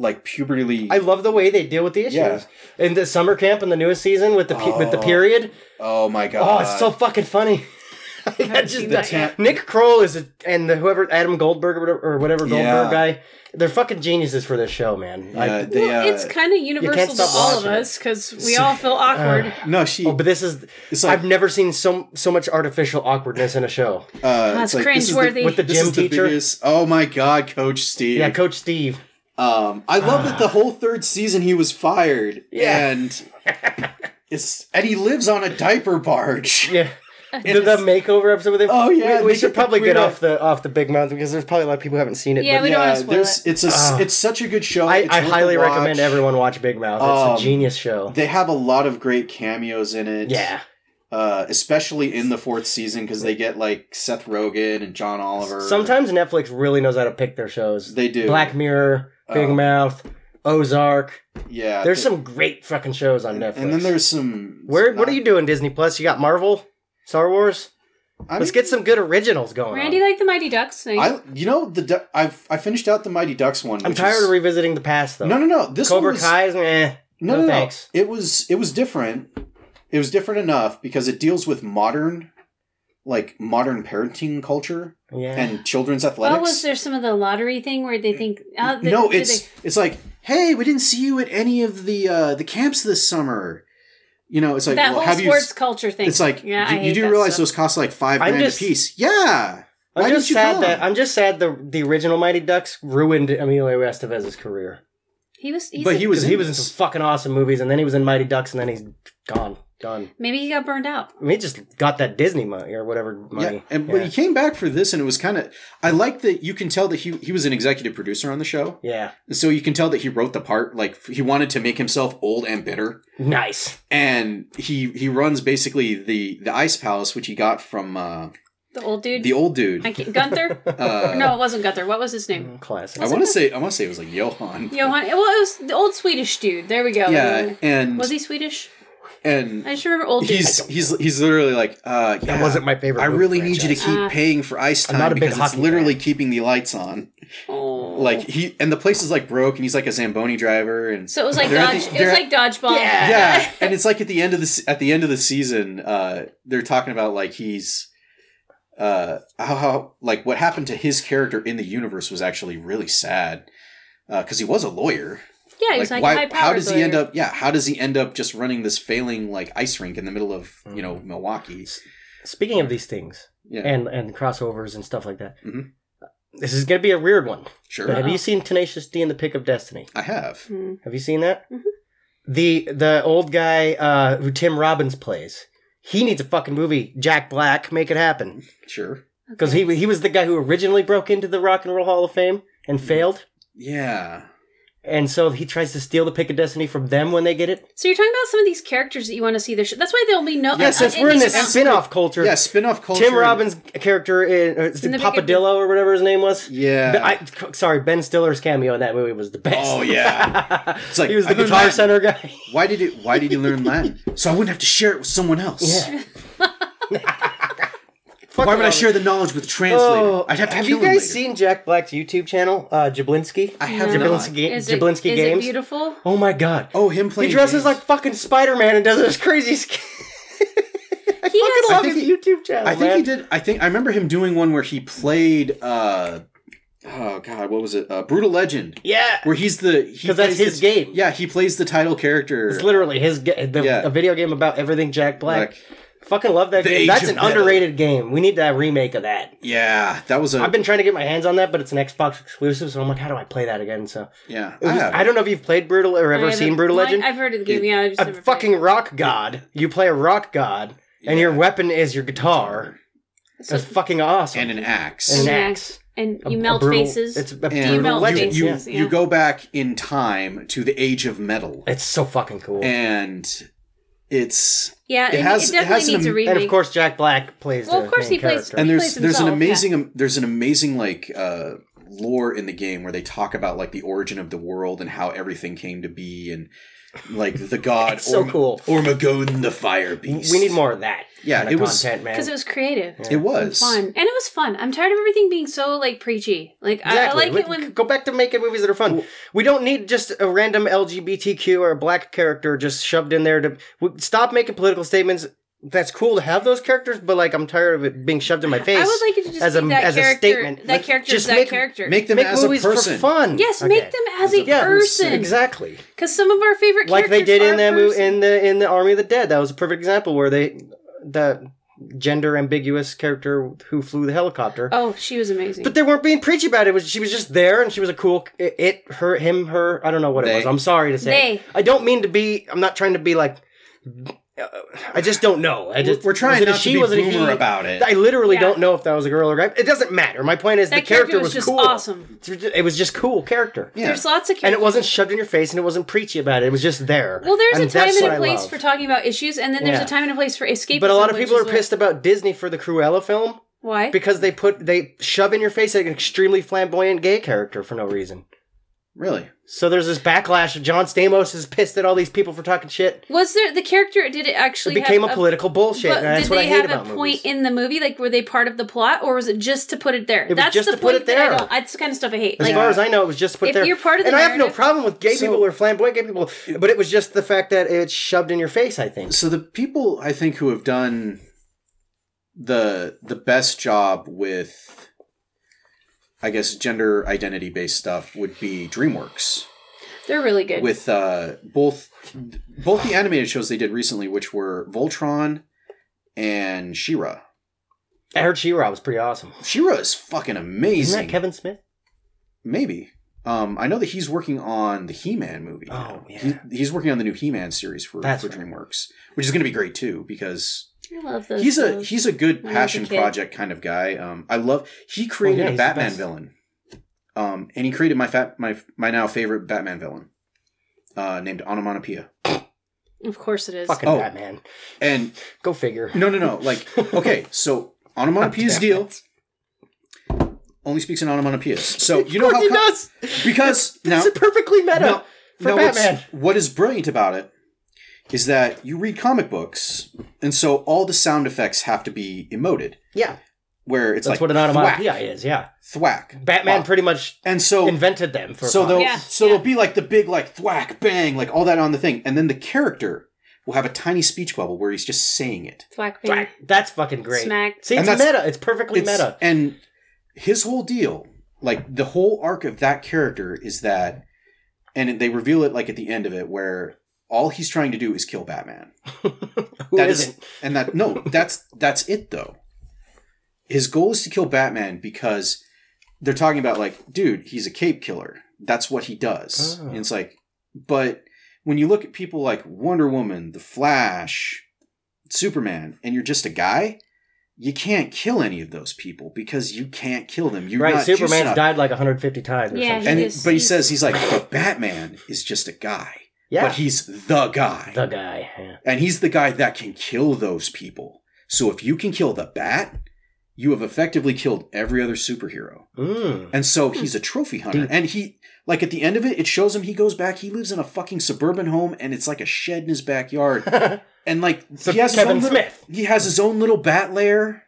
Speaker 3: like puberty.
Speaker 1: I love the way they deal with the issues.
Speaker 3: Yeah.
Speaker 1: In the summer camp in the newest season with the pe- with the
Speaker 3: Oh,
Speaker 1: period.
Speaker 3: oh my
Speaker 1: Oh,
Speaker 3: god!
Speaker 1: it's so fucking funny. I just,
Speaker 2: seen that
Speaker 3: yet.
Speaker 1: Nick Kroll is a, and the, whoever Adam Goldberg or whatever, or whatever Goldberg
Speaker 3: Yeah.
Speaker 1: guy, they're fucking geniuses for this show, man.
Speaker 3: Yeah,
Speaker 1: I-
Speaker 3: they,
Speaker 2: Well,
Speaker 3: uh,
Speaker 2: it's kind of universal to
Speaker 1: stop
Speaker 2: all of
Speaker 1: watching it.
Speaker 2: us because we all feel awkward.
Speaker 3: no, she.
Speaker 1: oh, but this is
Speaker 3: it's like
Speaker 1: I've never seen so so much artificial awkwardness in a show.
Speaker 3: uh,
Speaker 2: Oh,
Speaker 3: it's
Speaker 2: That's
Speaker 3: like, this is the-
Speaker 2: cringeworthy.
Speaker 1: With the
Speaker 3: this
Speaker 1: gym
Speaker 3: is the
Speaker 1: teacher,
Speaker 3: biggest. Oh my god, Coach Steve.
Speaker 1: yeah, Coach Steve.
Speaker 3: Um, I love that the whole third season he was fired.
Speaker 1: Yeah.
Speaker 3: And it's and he lives on a diaper barge.
Speaker 1: Yeah. The, the makeover episode with him.
Speaker 3: Oh, yeah,
Speaker 1: we, we
Speaker 3: they
Speaker 1: should
Speaker 3: get
Speaker 1: probably
Speaker 3: the
Speaker 1: get
Speaker 3: weird-
Speaker 1: off the off the big mouth because there's probably a lot of people who haven't seen it.
Speaker 2: Yeah,
Speaker 1: but
Speaker 2: we don't want to spoil
Speaker 3: there's
Speaker 2: it.
Speaker 3: it's a s it's such a good show. It's
Speaker 1: Ah. I, I
Speaker 3: worth a
Speaker 1: highly
Speaker 3: watch.
Speaker 1: recommend everyone watch Big Mouth. It's
Speaker 3: Um,
Speaker 1: a genius show.
Speaker 3: They have a lot of great cameos in it.
Speaker 1: yeah,
Speaker 3: uh, especially in the fourth season because they get like Seth Rogen and John Oliver.
Speaker 1: sometimes Netflix really knows how to pick their shows.
Speaker 3: they do.
Speaker 1: Black Mirror, Big
Speaker 3: Um,
Speaker 1: Mouth, Ozark.
Speaker 3: Yeah,
Speaker 1: There's
Speaker 3: they-
Speaker 1: some great fucking shows on Netflix.
Speaker 3: And then there's some.
Speaker 1: where? What
Speaker 3: not-
Speaker 1: are you doing, Disney Plus? You got Marvel, Star Wars.
Speaker 3: I mean,
Speaker 1: Let's get some good originals going.
Speaker 2: Randy
Speaker 1: on.
Speaker 2: like the Mighty Ducks thing.
Speaker 3: I you know the Du- I've I finished out the Mighty Ducks one.
Speaker 1: I'm
Speaker 3: which
Speaker 1: tired
Speaker 3: is-
Speaker 1: of revisiting the past though.
Speaker 3: No, no, no. This one
Speaker 1: Cobra
Speaker 3: was,
Speaker 1: Kai is meh.
Speaker 3: No,
Speaker 1: No,
Speaker 3: no, no.
Speaker 1: thanks.
Speaker 3: It was it was different. It was different enough because it deals with modern, like modern parenting culture
Speaker 1: Yeah.
Speaker 3: and children's athletics.
Speaker 2: oh, was there some of the lottery thing where they think? Oh, the,
Speaker 3: no,
Speaker 2: did
Speaker 3: it's
Speaker 2: they-
Speaker 3: it's like, hey, we didn't see you at any of the uh, the camps this summer. You know, it's like
Speaker 2: that
Speaker 3: well,
Speaker 2: whole
Speaker 3: have you?
Speaker 2: sports culture thing.
Speaker 3: It's like
Speaker 2: yeah, I
Speaker 3: you, you
Speaker 2: hate
Speaker 3: do
Speaker 2: that
Speaker 3: realize
Speaker 2: stuff.
Speaker 3: those cost like 5
Speaker 1: I'm
Speaker 3: grand
Speaker 1: just-
Speaker 3: a piece. Yeah. Why
Speaker 1: I'm just
Speaker 3: didn't you
Speaker 1: sad
Speaker 3: call
Speaker 1: that
Speaker 3: him?
Speaker 1: I'm just sad the the original Mighty Ducks ruined Emilio Estevez's career.
Speaker 2: He was, he's
Speaker 3: but
Speaker 2: a-
Speaker 3: he was
Speaker 1: Because he was in
Speaker 3: this.
Speaker 1: some fucking awesome movies, and then he was in Mighty Ducks, and then he's gone, done.
Speaker 2: Maybe he got burned out.
Speaker 1: I mean, he just got that Disney money or whatever money.
Speaker 3: Yeah, and, but
Speaker 1: yeah.
Speaker 3: he came back for this, and it was kind of. I like that you can tell that he he was an executive producer on the show,
Speaker 1: Yeah.
Speaker 3: so you can tell that he wrote the part. Like he wanted to make himself old and bitter,
Speaker 1: nice.
Speaker 3: and he he runs basically the the ice palace, which he got from uh,
Speaker 2: The old dude.
Speaker 3: the old dude.
Speaker 2: I can't, Gunther?
Speaker 3: uh,
Speaker 2: no, it wasn't Gunther. What was his name?
Speaker 1: Classic.
Speaker 3: I want to say I want to say it was like Johan.
Speaker 2: Johan. Well, it was the old Swedish dude. There we go.
Speaker 3: mm. Yeah, and
Speaker 2: Was he Swedish?
Speaker 3: and
Speaker 2: I just remember old dudes.
Speaker 3: he's he's he's literally like, uh, yeah,
Speaker 1: That wasn't my favorite.
Speaker 3: I
Speaker 1: movie
Speaker 3: really need you to
Speaker 1: franchise.
Speaker 3: keep
Speaker 2: Ah.
Speaker 3: paying for ice
Speaker 1: I'm
Speaker 3: time
Speaker 1: not a big
Speaker 3: because it's
Speaker 1: hockey
Speaker 3: literally
Speaker 1: fan.
Speaker 3: keeping the lights on.
Speaker 2: Oh.
Speaker 3: Like he and the place is like broke, and he's like a zamboni driver, and
Speaker 2: so it was like
Speaker 3: they're at
Speaker 2: dodge.
Speaker 3: the-
Speaker 2: it
Speaker 3: they're
Speaker 2: was
Speaker 3: at-
Speaker 2: like dodgeball.
Speaker 6: Yeah.
Speaker 3: yeah and it's like at the end of the se- at the end of the season uh they're talking about like he's uh how, how like what happened to his character in the universe was actually really sad because he was a lawyer
Speaker 2: Yeah, he's like, high power.
Speaker 3: how does he end up yeah how does he end up just running this failing like ice rink in the middle of you know
Speaker 1: Mhm.
Speaker 3: milwaukee
Speaker 1: Speaking of these things
Speaker 3: yeah
Speaker 1: and and crossovers and stuff like that,
Speaker 3: Mhm.
Speaker 1: this is gonna be a weird one.
Speaker 3: sure
Speaker 1: But have you seen Tenacious D and the Pick of Destiny?
Speaker 3: i have
Speaker 2: Hmm.
Speaker 1: Have you seen that?
Speaker 2: Mhm.
Speaker 1: The the old guy uh, who Tim Robbins plays, he needs a fucking movie. Jack Black, make it happen.
Speaker 3: sure
Speaker 1: Because he he was the guy who originally broke into the Rock and Roll Hall of Fame and failed,
Speaker 3: yeah
Speaker 1: and so he tries to steal the Pick of Destiny from them when they get it.
Speaker 2: So you're talking about some of these characters that you want to see their shit. That's why there'll be no.
Speaker 3: Yeah,
Speaker 2: uh,
Speaker 3: since
Speaker 2: uh,
Speaker 1: We're in this
Speaker 2: anything else.
Speaker 1: spin-off culture.
Speaker 3: yeah spin-off culture
Speaker 1: Tim Robbins' character in, uh, is
Speaker 2: In
Speaker 1: it
Speaker 2: the Pick of Des-
Speaker 1: Papadillo or whatever his name was.
Speaker 3: yeah
Speaker 1: I, sorry, Ben Stiller's cameo in that movie was the best.
Speaker 3: Uh, Oh, yeah. It's like,
Speaker 1: he was the
Speaker 3: I've been
Speaker 1: guitar
Speaker 3: Latin.
Speaker 1: center guy.
Speaker 3: why did it why did he learn latin so i wouldn't have to share it with someone else
Speaker 1: Yeah.
Speaker 3: Why would I share the knowledge with a translator?
Speaker 1: Oh,
Speaker 3: I'd have to kill
Speaker 1: you
Speaker 3: him
Speaker 1: guys
Speaker 3: later.
Speaker 1: seen Jack Black's YouTube channel, uh, Jablinski?
Speaker 3: I have
Speaker 2: No.
Speaker 3: not.
Speaker 1: Jablinski,
Speaker 2: Is it-
Speaker 1: Jablinski
Speaker 2: is it
Speaker 1: Games.
Speaker 2: beautiful?
Speaker 1: oh my god!
Speaker 3: Oh, him playing.
Speaker 1: he dresses
Speaker 3: games.
Speaker 1: like fucking Spider Man and does this crazy. Sk- I
Speaker 2: has-
Speaker 1: fucking love
Speaker 3: I think
Speaker 1: his
Speaker 3: he-
Speaker 1: YouTube channel.
Speaker 3: I think
Speaker 1: man.
Speaker 3: he did. I think I remember him doing one where he played. uh Oh God, what was it? Uh, Brutal Legend,
Speaker 1: Yeah,
Speaker 3: where he's the he
Speaker 1: because that's
Speaker 3: plays
Speaker 1: his
Speaker 3: the-
Speaker 1: game.
Speaker 3: Yeah, he plays the title character.
Speaker 1: It's literally his ga- the,
Speaker 3: Yeah.
Speaker 1: a video game about everything Jack Black.
Speaker 3: Like,
Speaker 1: Fucking love that
Speaker 3: The
Speaker 1: game.
Speaker 3: Age
Speaker 1: That's
Speaker 3: of
Speaker 1: an
Speaker 3: Metal.
Speaker 1: underrated game. We need that remake of that.
Speaker 3: yeah, that was a.
Speaker 1: I've been trying to get my hands on that, but it's an Xbox exclusive, so I'm like, how do I play that again? So
Speaker 3: Oh, yeah,
Speaker 1: It was-
Speaker 3: I have.
Speaker 1: I don't know if you've played Brutal or ever
Speaker 2: I haven't-
Speaker 1: seen Brutal
Speaker 2: well, I-
Speaker 1: Legend.
Speaker 2: I've heard of the game. Yeah, I just
Speaker 1: a
Speaker 2: never played
Speaker 1: fucking rock god. You play a rock god, and your weapon is your guitar.
Speaker 2: it. So-
Speaker 1: That's fucking awesome.
Speaker 3: and an axe.
Speaker 1: And an
Speaker 2: Yeah.
Speaker 1: axe.
Speaker 2: and
Speaker 1: A-
Speaker 2: you
Speaker 1: a
Speaker 2: melt
Speaker 1: brutal-
Speaker 2: faces.
Speaker 1: It's a
Speaker 3: And
Speaker 1: brutal
Speaker 2: melt
Speaker 1: legend.
Speaker 2: faces.
Speaker 3: you,
Speaker 1: yeah.
Speaker 2: yeah.
Speaker 3: you go back in time to the age of metal,
Speaker 1: It's so fucking cool. And,
Speaker 3: and it's
Speaker 2: yeah,
Speaker 3: it
Speaker 2: it,
Speaker 3: has-
Speaker 2: has,
Speaker 3: it
Speaker 2: it definitely
Speaker 3: has an
Speaker 2: needs
Speaker 3: am-
Speaker 2: a remake.
Speaker 1: of course, Jack Black plays.
Speaker 2: Well,
Speaker 1: the
Speaker 2: of course
Speaker 1: main
Speaker 2: he plays-
Speaker 1: character.
Speaker 3: and there's
Speaker 2: plays
Speaker 3: there's an
Speaker 2: himself, yeah.
Speaker 3: amazing um, there's an amazing like uh lore in the game where they talk about like the origin of the world and how everything came to be and like the god
Speaker 1: It's so cool.
Speaker 3: Ormagodon the fire beast
Speaker 1: We need more of that.
Speaker 3: Yeah,
Speaker 1: kind
Speaker 3: it
Speaker 1: of
Speaker 3: was-
Speaker 1: content, man.
Speaker 2: because it was creative.
Speaker 3: it
Speaker 2: and
Speaker 3: was
Speaker 2: Fun and it was fun. I'm tired of everything being so like preachy. Like I-
Speaker 1: Exactly.
Speaker 2: I, like
Speaker 1: We-
Speaker 2: it when
Speaker 1: go back to making movies that are fun. we don't need just a random LGBTQ or a black character just shoved in there to we- stop making political statements. That's cool to have those characters, but like I'm tired of it being shoved in my face.
Speaker 2: I would like it to just
Speaker 1: as
Speaker 2: be
Speaker 1: a-
Speaker 2: that
Speaker 1: as a
Speaker 2: character.
Speaker 1: statement.
Speaker 2: That
Speaker 1: Like,
Speaker 2: character
Speaker 1: just
Speaker 2: is that
Speaker 1: make-
Speaker 2: character.
Speaker 3: make them
Speaker 1: make
Speaker 3: as
Speaker 1: movies
Speaker 3: a person
Speaker 1: for fun.
Speaker 2: yes,
Speaker 1: Okay.
Speaker 2: make them as a
Speaker 1: Yeah,
Speaker 2: person.
Speaker 1: Exactly.
Speaker 2: Because some of our favorite
Speaker 1: Like
Speaker 2: characters
Speaker 1: they did
Speaker 2: are
Speaker 1: in that
Speaker 2: person.
Speaker 1: movie in the in the Army of the Dead. That was a perfect example where they the gender ambiguous character who flew the helicopter.
Speaker 2: Oh, she was amazing.
Speaker 1: But they weren't being preachy about it. It Was she was just there and she was a cool it, it her him her I don't know what it
Speaker 3: They.
Speaker 1: was. I'm sorry to say.
Speaker 2: They.
Speaker 1: I don't mean to be. I'm not trying to be like. uh, I just don't know. I just
Speaker 3: we're trying
Speaker 1: was it a
Speaker 3: not
Speaker 1: she,
Speaker 3: to be
Speaker 1: was it a he?
Speaker 3: boomer about it
Speaker 1: I literally
Speaker 2: Yeah.
Speaker 1: don't know if that was a girl or a guy. It doesn't matter. My point is
Speaker 2: that
Speaker 1: the character, was,
Speaker 2: just
Speaker 1: cool.
Speaker 2: awesome.
Speaker 1: It was just cool character.
Speaker 3: yeah
Speaker 2: There's lots of characters.
Speaker 1: And it wasn't shoved in your face and it wasn't preachy about it. It was just there.
Speaker 2: Well, there's
Speaker 1: And
Speaker 2: a time
Speaker 1: that's what
Speaker 2: and a
Speaker 1: I
Speaker 2: place
Speaker 1: love.
Speaker 2: for talking about issues, and then there's
Speaker 1: Yeah.
Speaker 2: a time and a place for escape.
Speaker 1: But a lot of people are pissed about Disney for the Cruella film
Speaker 2: Why?
Speaker 1: because they put they shove in your face an extremely flamboyant gay character for no reason.
Speaker 3: really
Speaker 1: So there's this backlash of John Stamos is pissed at all these people for talking shit.
Speaker 2: Was there the character? Did it
Speaker 1: It
Speaker 2: actually
Speaker 1: became a
Speaker 2: have
Speaker 1: political bullshit.
Speaker 2: But
Speaker 1: and that's
Speaker 2: did
Speaker 1: what I
Speaker 2: they
Speaker 1: hate
Speaker 2: have
Speaker 1: about
Speaker 2: a point
Speaker 1: movies.
Speaker 2: in the movie? Like, were they part of the plot, or was it just to put it there?
Speaker 1: was
Speaker 2: That's
Speaker 1: just
Speaker 2: the
Speaker 1: to put
Speaker 2: point
Speaker 1: it
Speaker 2: that I
Speaker 1: there.
Speaker 2: don't- That's the kind of stuff I hate.
Speaker 1: as
Speaker 2: Like,
Speaker 1: far as I know, it was just put
Speaker 2: if
Speaker 1: there.
Speaker 2: you're part of the
Speaker 1: and I have no
Speaker 2: narrative-
Speaker 1: problem with gay
Speaker 3: So-
Speaker 1: people or flamboyant gay people, but it was just the fact that it's shoved in your face. I think.
Speaker 3: so the people I think who have done the the best job with I guess gender identity based stuff would be DreamWorks.
Speaker 2: they're really good.
Speaker 3: with uh, both both the animated shows they did recently, which were Voltron and Shira.
Speaker 1: I heard She-Ra was pretty awesome.
Speaker 3: Shira is fucking
Speaker 1: Isn't
Speaker 3: amazing.
Speaker 1: that Kevin Smith?
Speaker 3: Maybe. Um, I know that he's working on the He-Man movie. now.
Speaker 1: Oh, yeah.
Speaker 3: He- he's working on the new He-Man series for,
Speaker 1: That's
Speaker 3: for
Speaker 1: right.
Speaker 3: DreamWorks, which is going to be great too because
Speaker 2: I love those.
Speaker 3: he's a
Speaker 2: shows.
Speaker 3: he's a good
Speaker 2: When I was a
Speaker 3: passion
Speaker 2: kid.
Speaker 3: project kind of guy. Um, I love he
Speaker 1: Oh,
Speaker 3: created
Speaker 1: yeah,
Speaker 3: a
Speaker 1: he's the
Speaker 3: Batman
Speaker 1: best.
Speaker 3: villain. Um, and he created my fat my my now favorite Batman villain, uh, named Onomatopoeia.
Speaker 2: of course it is.
Speaker 1: Fucking
Speaker 3: Oh.
Speaker 1: Batman.
Speaker 3: And
Speaker 1: Go figure.
Speaker 3: No, no, no. Like, okay, so onomatopoeia's
Speaker 1: Damn
Speaker 3: deal
Speaker 1: it.
Speaker 3: only speaks in onomatopoeias. So you know how
Speaker 1: he
Speaker 3: co-
Speaker 1: does.
Speaker 3: because now
Speaker 1: it's perfectly meta
Speaker 3: no,
Speaker 1: for
Speaker 3: no, what's-
Speaker 1: Batman.
Speaker 3: What is brilliant about it is that you read comic books, and so all the sound effects have to be emoted.
Speaker 1: Yeah,
Speaker 3: Where it's
Speaker 1: that's
Speaker 3: like
Speaker 1: what an automatic PI
Speaker 3: thwack,
Speaker 1: is. Yeah,
Speaker 3: thwack,
Speaker 1: Batman
Speaker 3: thwack.
Speaker 1: pretty much
Speaker 3: and so
Speaker 1: invented them for.
Speaker 3: so they'll
Speaker 1: comics.
Speaker 2: Yeah,
Speaker 3: so
Speaker 2: yeah.
Speaker 3: it'll be like the big like thwack bang like all that on the thing, and then the character will have a tiny speech bubble where he's just saying it.
Speaker 2: Thwack
Speaker 1: Thwack.
Speaker 2: Pain.
Speaker 1: that's fucking great.
Speaker 2: Smack.
Speaker 1: See,
Speaker 3: And
Speaker 1: it's
Speaker 3: that's-
Speaker 1: meta. It's perfectly
Speaker 3: It's-
Speaker 1: meta.
Speaker 3: And his whole deal, like the whole arc of that character, is that, and they reveal it like at the end of it, where all he's trying to do is kill Batman.
Speaker 1: Who
Speaker 3: That is-
Speaker 1: isn't?
Speaker 3: and that no, that's that's it though. His goal is to kill Batman because they're talking about like, dude, he's a cape killer. That's what he does.
Speaker 1: Oh.
Speaker 3: And it's like, but when you look at people like Wonder Woman, The Flash, Superman, and you're just a guy, you can't kill any of those people because you can't kill them. You're
Speaker 1: right,
Speaker 3: not juiced
Speaker 1: Superman's
Speaker 3: enough.
Speaker 1: died like 150 times. Or
Speaker 2: Yeah,
Speaker 1: something.
Speaker 2: he
Speaker 3: And
Speaker 2: is-
Speaker 3: but he
Speaker 2: he's-
Speaker 3: says he's like, but Batman is just a guy.
Speaker 1: yeah,
Speaker 3: But he's the guy.
Speaker 1: the guy. Yeah.
Speaker 3: And he's the guy that can kill those people. So if you can kill the bat, you have effectively killed every other superhero.
Speaker 1: Mm.
Speaker 3: And so he's a trophy hunter.
Speaker 1: Dude.
Speaker 3: And he, like at the end of it, it shows him he goes back. He lives in a fucking suburban home and it's like a shed in his backyard. And like,
Speaker 1: so
Speaker 3: he, has his
Speaker 1: Kevin
Speaker 3: own little,
Speaker 1: Smith.
Speaker 3: he has his own little bat lair.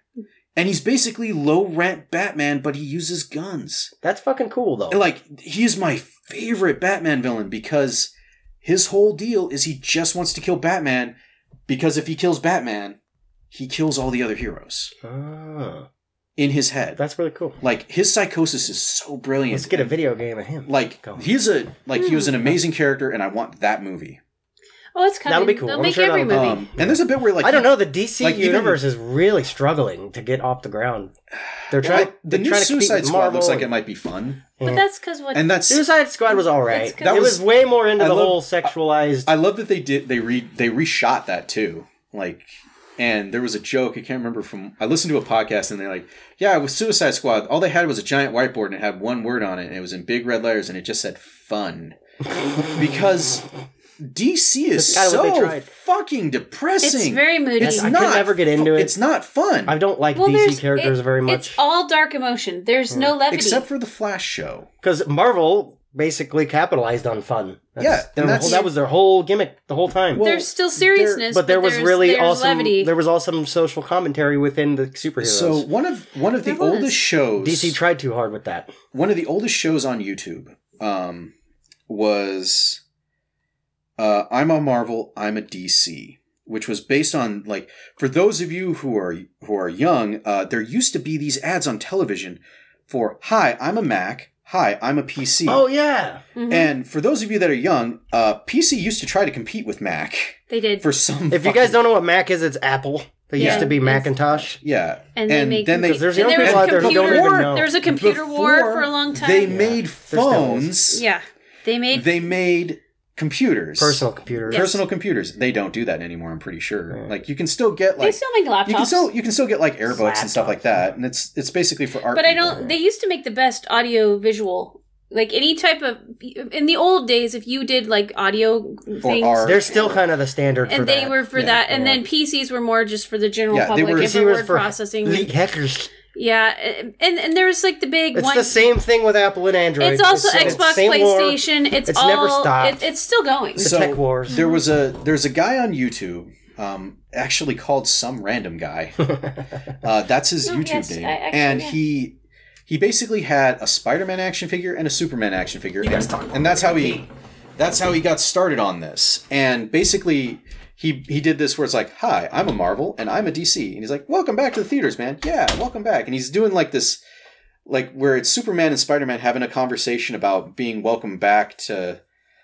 Speaker 3: And he's basically low rent Batman, but he uses guns.
Speaker 1: That's fucking cool though.
Speaker 3: And like, he is my favorite Batman villain because his whole deal is he just wants to kill Batman because if he kills Batman, he kills all the other heroes
Speaker 1: Oh,
Speaker 3: in his head.
Speaker 1: that's really cool.
Speaker 3: like his psychosis is so brilliant.
Speaker 1: Let's get a video game of him.
Speaker 3: Like
Speaker 1: Go on.
Speaker 3: he's a like he was
Speaker 2: Hmm.
Speaker 3: an amazing character, and I want that movie.
Speaker 2: Oh, it's coming.
Speaker 1: That'll be cool.
Speaker 2: They'll
Speaker 1: I'm
Speaker 2: make
Speaker 1: sure
Speaker 2: every
Speaker 1: that'll-
Speaker 2: movie.
Speaker 3: Um, and there's a bit where like
Speaker 1: I don't know. The DC
Speaker 3: like, even-
Speaker 1: universe is really struggling to get off the ground. They're
Speaker 3: well,
Speaker 1: trying.
Speaker 3: I- the
Speaker 1: they're
Speaker 3: new
Speaker 1: trying to compete
Speaker 3: Suicide
Speaker 1: with
Speaker 3: Squad
Speaker 1: Marvel
Speaker 3: looks like it
Speaker 1: and-
Speaker 3: might be fun,
Speaker 2: but
Speaker 1: Yeah.
Speaker 2: that's because what.
Speaker 3: and that's
Speaker 1: Suicide Squad was all right.
Speaker 2: That's good.
Speaker 1: That it
Speaker 3: That
Speaker 1: was,
Speaker 3: was-
Speaker 1: way more into
Speaker 3: I
Speaker 1: the
Speaker 3: love-
Speaker 1: whole sexualized.
Speaker 3: I love that they did they re they reshot that too. Like and there was a joke, I can't remember from I listened to a podcast and they're like, Yeah, with Suicide Squad, all they had was a giant whiteboard and it had one word on it and it was in big red letters and it just said fun. because DC is
Speaker 1: That's kinda what they
Speaker 3: so
Speaker 1: tried.
Speaker 3: fucking depressing.
Speaker 2: It's very moody.
Speaker 3: It's
Speaker 1: I could
Speaker 3: not
Speaker 1: never get into
Speaker 3: fu-
Speaker 1: it.
Speaker 3: It's not fun.
Speaker 1: I don't like
Speaker 2: well,
Speaker 1: DC
Speaker 2: there's-
Speaker 1: characters
Speaker 2: it-
Speaker 1: very
Speaker 2: It's
Speaker 1: much Hmm.
Speaker 2: all dark emotion. There's no levity.
Speaker 3: Except for the Flash show.
Speaker 1: because Marvel basically capitalized on fun. That's
Speaker 3: Yeah,
Speaker 1: their
Speaker 3: and that's-
Speaker 1: whole- that was their whole gimmick the whole time.
Speaker 3: Well,
Speaker 2: there's still seriousness,
Speaker 1: but there was
Speaker 2: there's-
Speaker 1: really
Speaker 2: there's
Speaker 1: awesome.
Speaker 2: levity.
Speaker 1: There was awesome social commentary within the superheroes.
Speaker 3: So one of one of the
Speaker 2: There was.
Speaker 3: oldest shows
Speaker 1: DC tried too hard with that.
Speaker 3: one of the oldest shows on YouTube um, was uh, I'm a Marvel, I'm a DC, which was based on like for those of you who are who are young, uh, there used to be these ads on television for "Hi, I'm a Mac," "Hi, I'm a PC."
Speaker 1: Oh yeah,
Speaker 2: Mhm.
Speaker 3: And for those of you that are young, uh, PC used to try to compete with Mac
Speaker 2: they did.
Speaker 3: for some.
Speaker 1: if you guys don't know what Mac is, it's Apple. They
Speaker 2: Yeah.
Speaker 1: used to be
Speaker 2: Yes.
Speaker 1: Macintosh.
Speaker 3: yeah,
Speaker 2: and they make
Speaker 3: then they
Speaker 1: Because there's young
Speaker 2: and there was
Speaker 3: people
Speaker 2: a
Speaker 3: out there who don't
Speaker 2: computer,
Speaker 3: even
Speaker 1: know.
Speaker 2: There was a computer war
Speaker 3: before
Speaker 2: for a long time.
Speaker 3: They
Speaker 1: Yeah.
Speaker 3: made
Speaker 1: still is.
Speaker 3: phones.
Speaker 2: yeah, they made
Speaker 3: They made computers.
Speaker 1: Personal computers.
Speaker 2: Yes.
Speaker 3: personal computers they don't do that anymore i'm pretty sure
Speaker 1: Yeah.
Speaker 3: like you can still get
Speaker 2: they
Speaker 3: like
Speaker 2: still make laptops.
Speaker 3: you can still you can still get like airbooks and stuff
Speaker 1: Laptops,
Speaker 3: like that and it's it's basically for art
Speaker 2: but I
Speaker 3: people.
Speaker 2: don't. They used to make the best audio visual, like any type of. In the old days, if you did like audio things,
Speaker 3: art.
Speaker 1: They're still kind of the standard. for
Speaker 2: and they
Speaker 1: that.
Speaker 2: were for
Speaker 3: Yeah,
Speaker 2: that, and
Speaker 1: yeah.
Speaker 2: then PCs were more just for the general
Speaker 3: Yeah, they
Speaker 2: public
Speaker 3: were-
Speaker 2: and
Speaker 1: PC
Speaker 2: for
Speaker 1: was
Speaker 2: word
Speaker 1: for
Speaker 2: processing.
Speaker 1: elite hackers.
Speaker 2: Yeah, and and there was like the big
Speaker 1: It's
Speaker 2: one.
Speaker 1: the same thing with Apple and Android.
Speaker 2: It's also
Speaker 1: the
Speaker 2: Xbox,
Speaker 1: same war.
Speaker 2: PlayStation. It's,
Speaker 1: It's
Speaker 2: all.
Speaker 1: never stopped.
Speaker 2: It, it's still going.
Speaker 1: the tech wars.
Speaker 3: there was a there's a guy on youtube um actually called some random guy uh that's his
Speaker 2: No,
Speaker 3: youtube
Speaker 2: Oh, yes,
Speaker 3: name
Speaker 2: I- actually,
Speaker 3: and
Speaker 2: yeah.
Speaker 3: he he basically had a spider-man action figure and a superman action figure and, and that's how he that's how he got started on this and basically he he did this where it's like hi i'm a marvel and i'm a dc and he's like welcome back to the theaters man yeah welcome back and he's doing like this like where it's superman and spider-man having a conversation about being welcome back to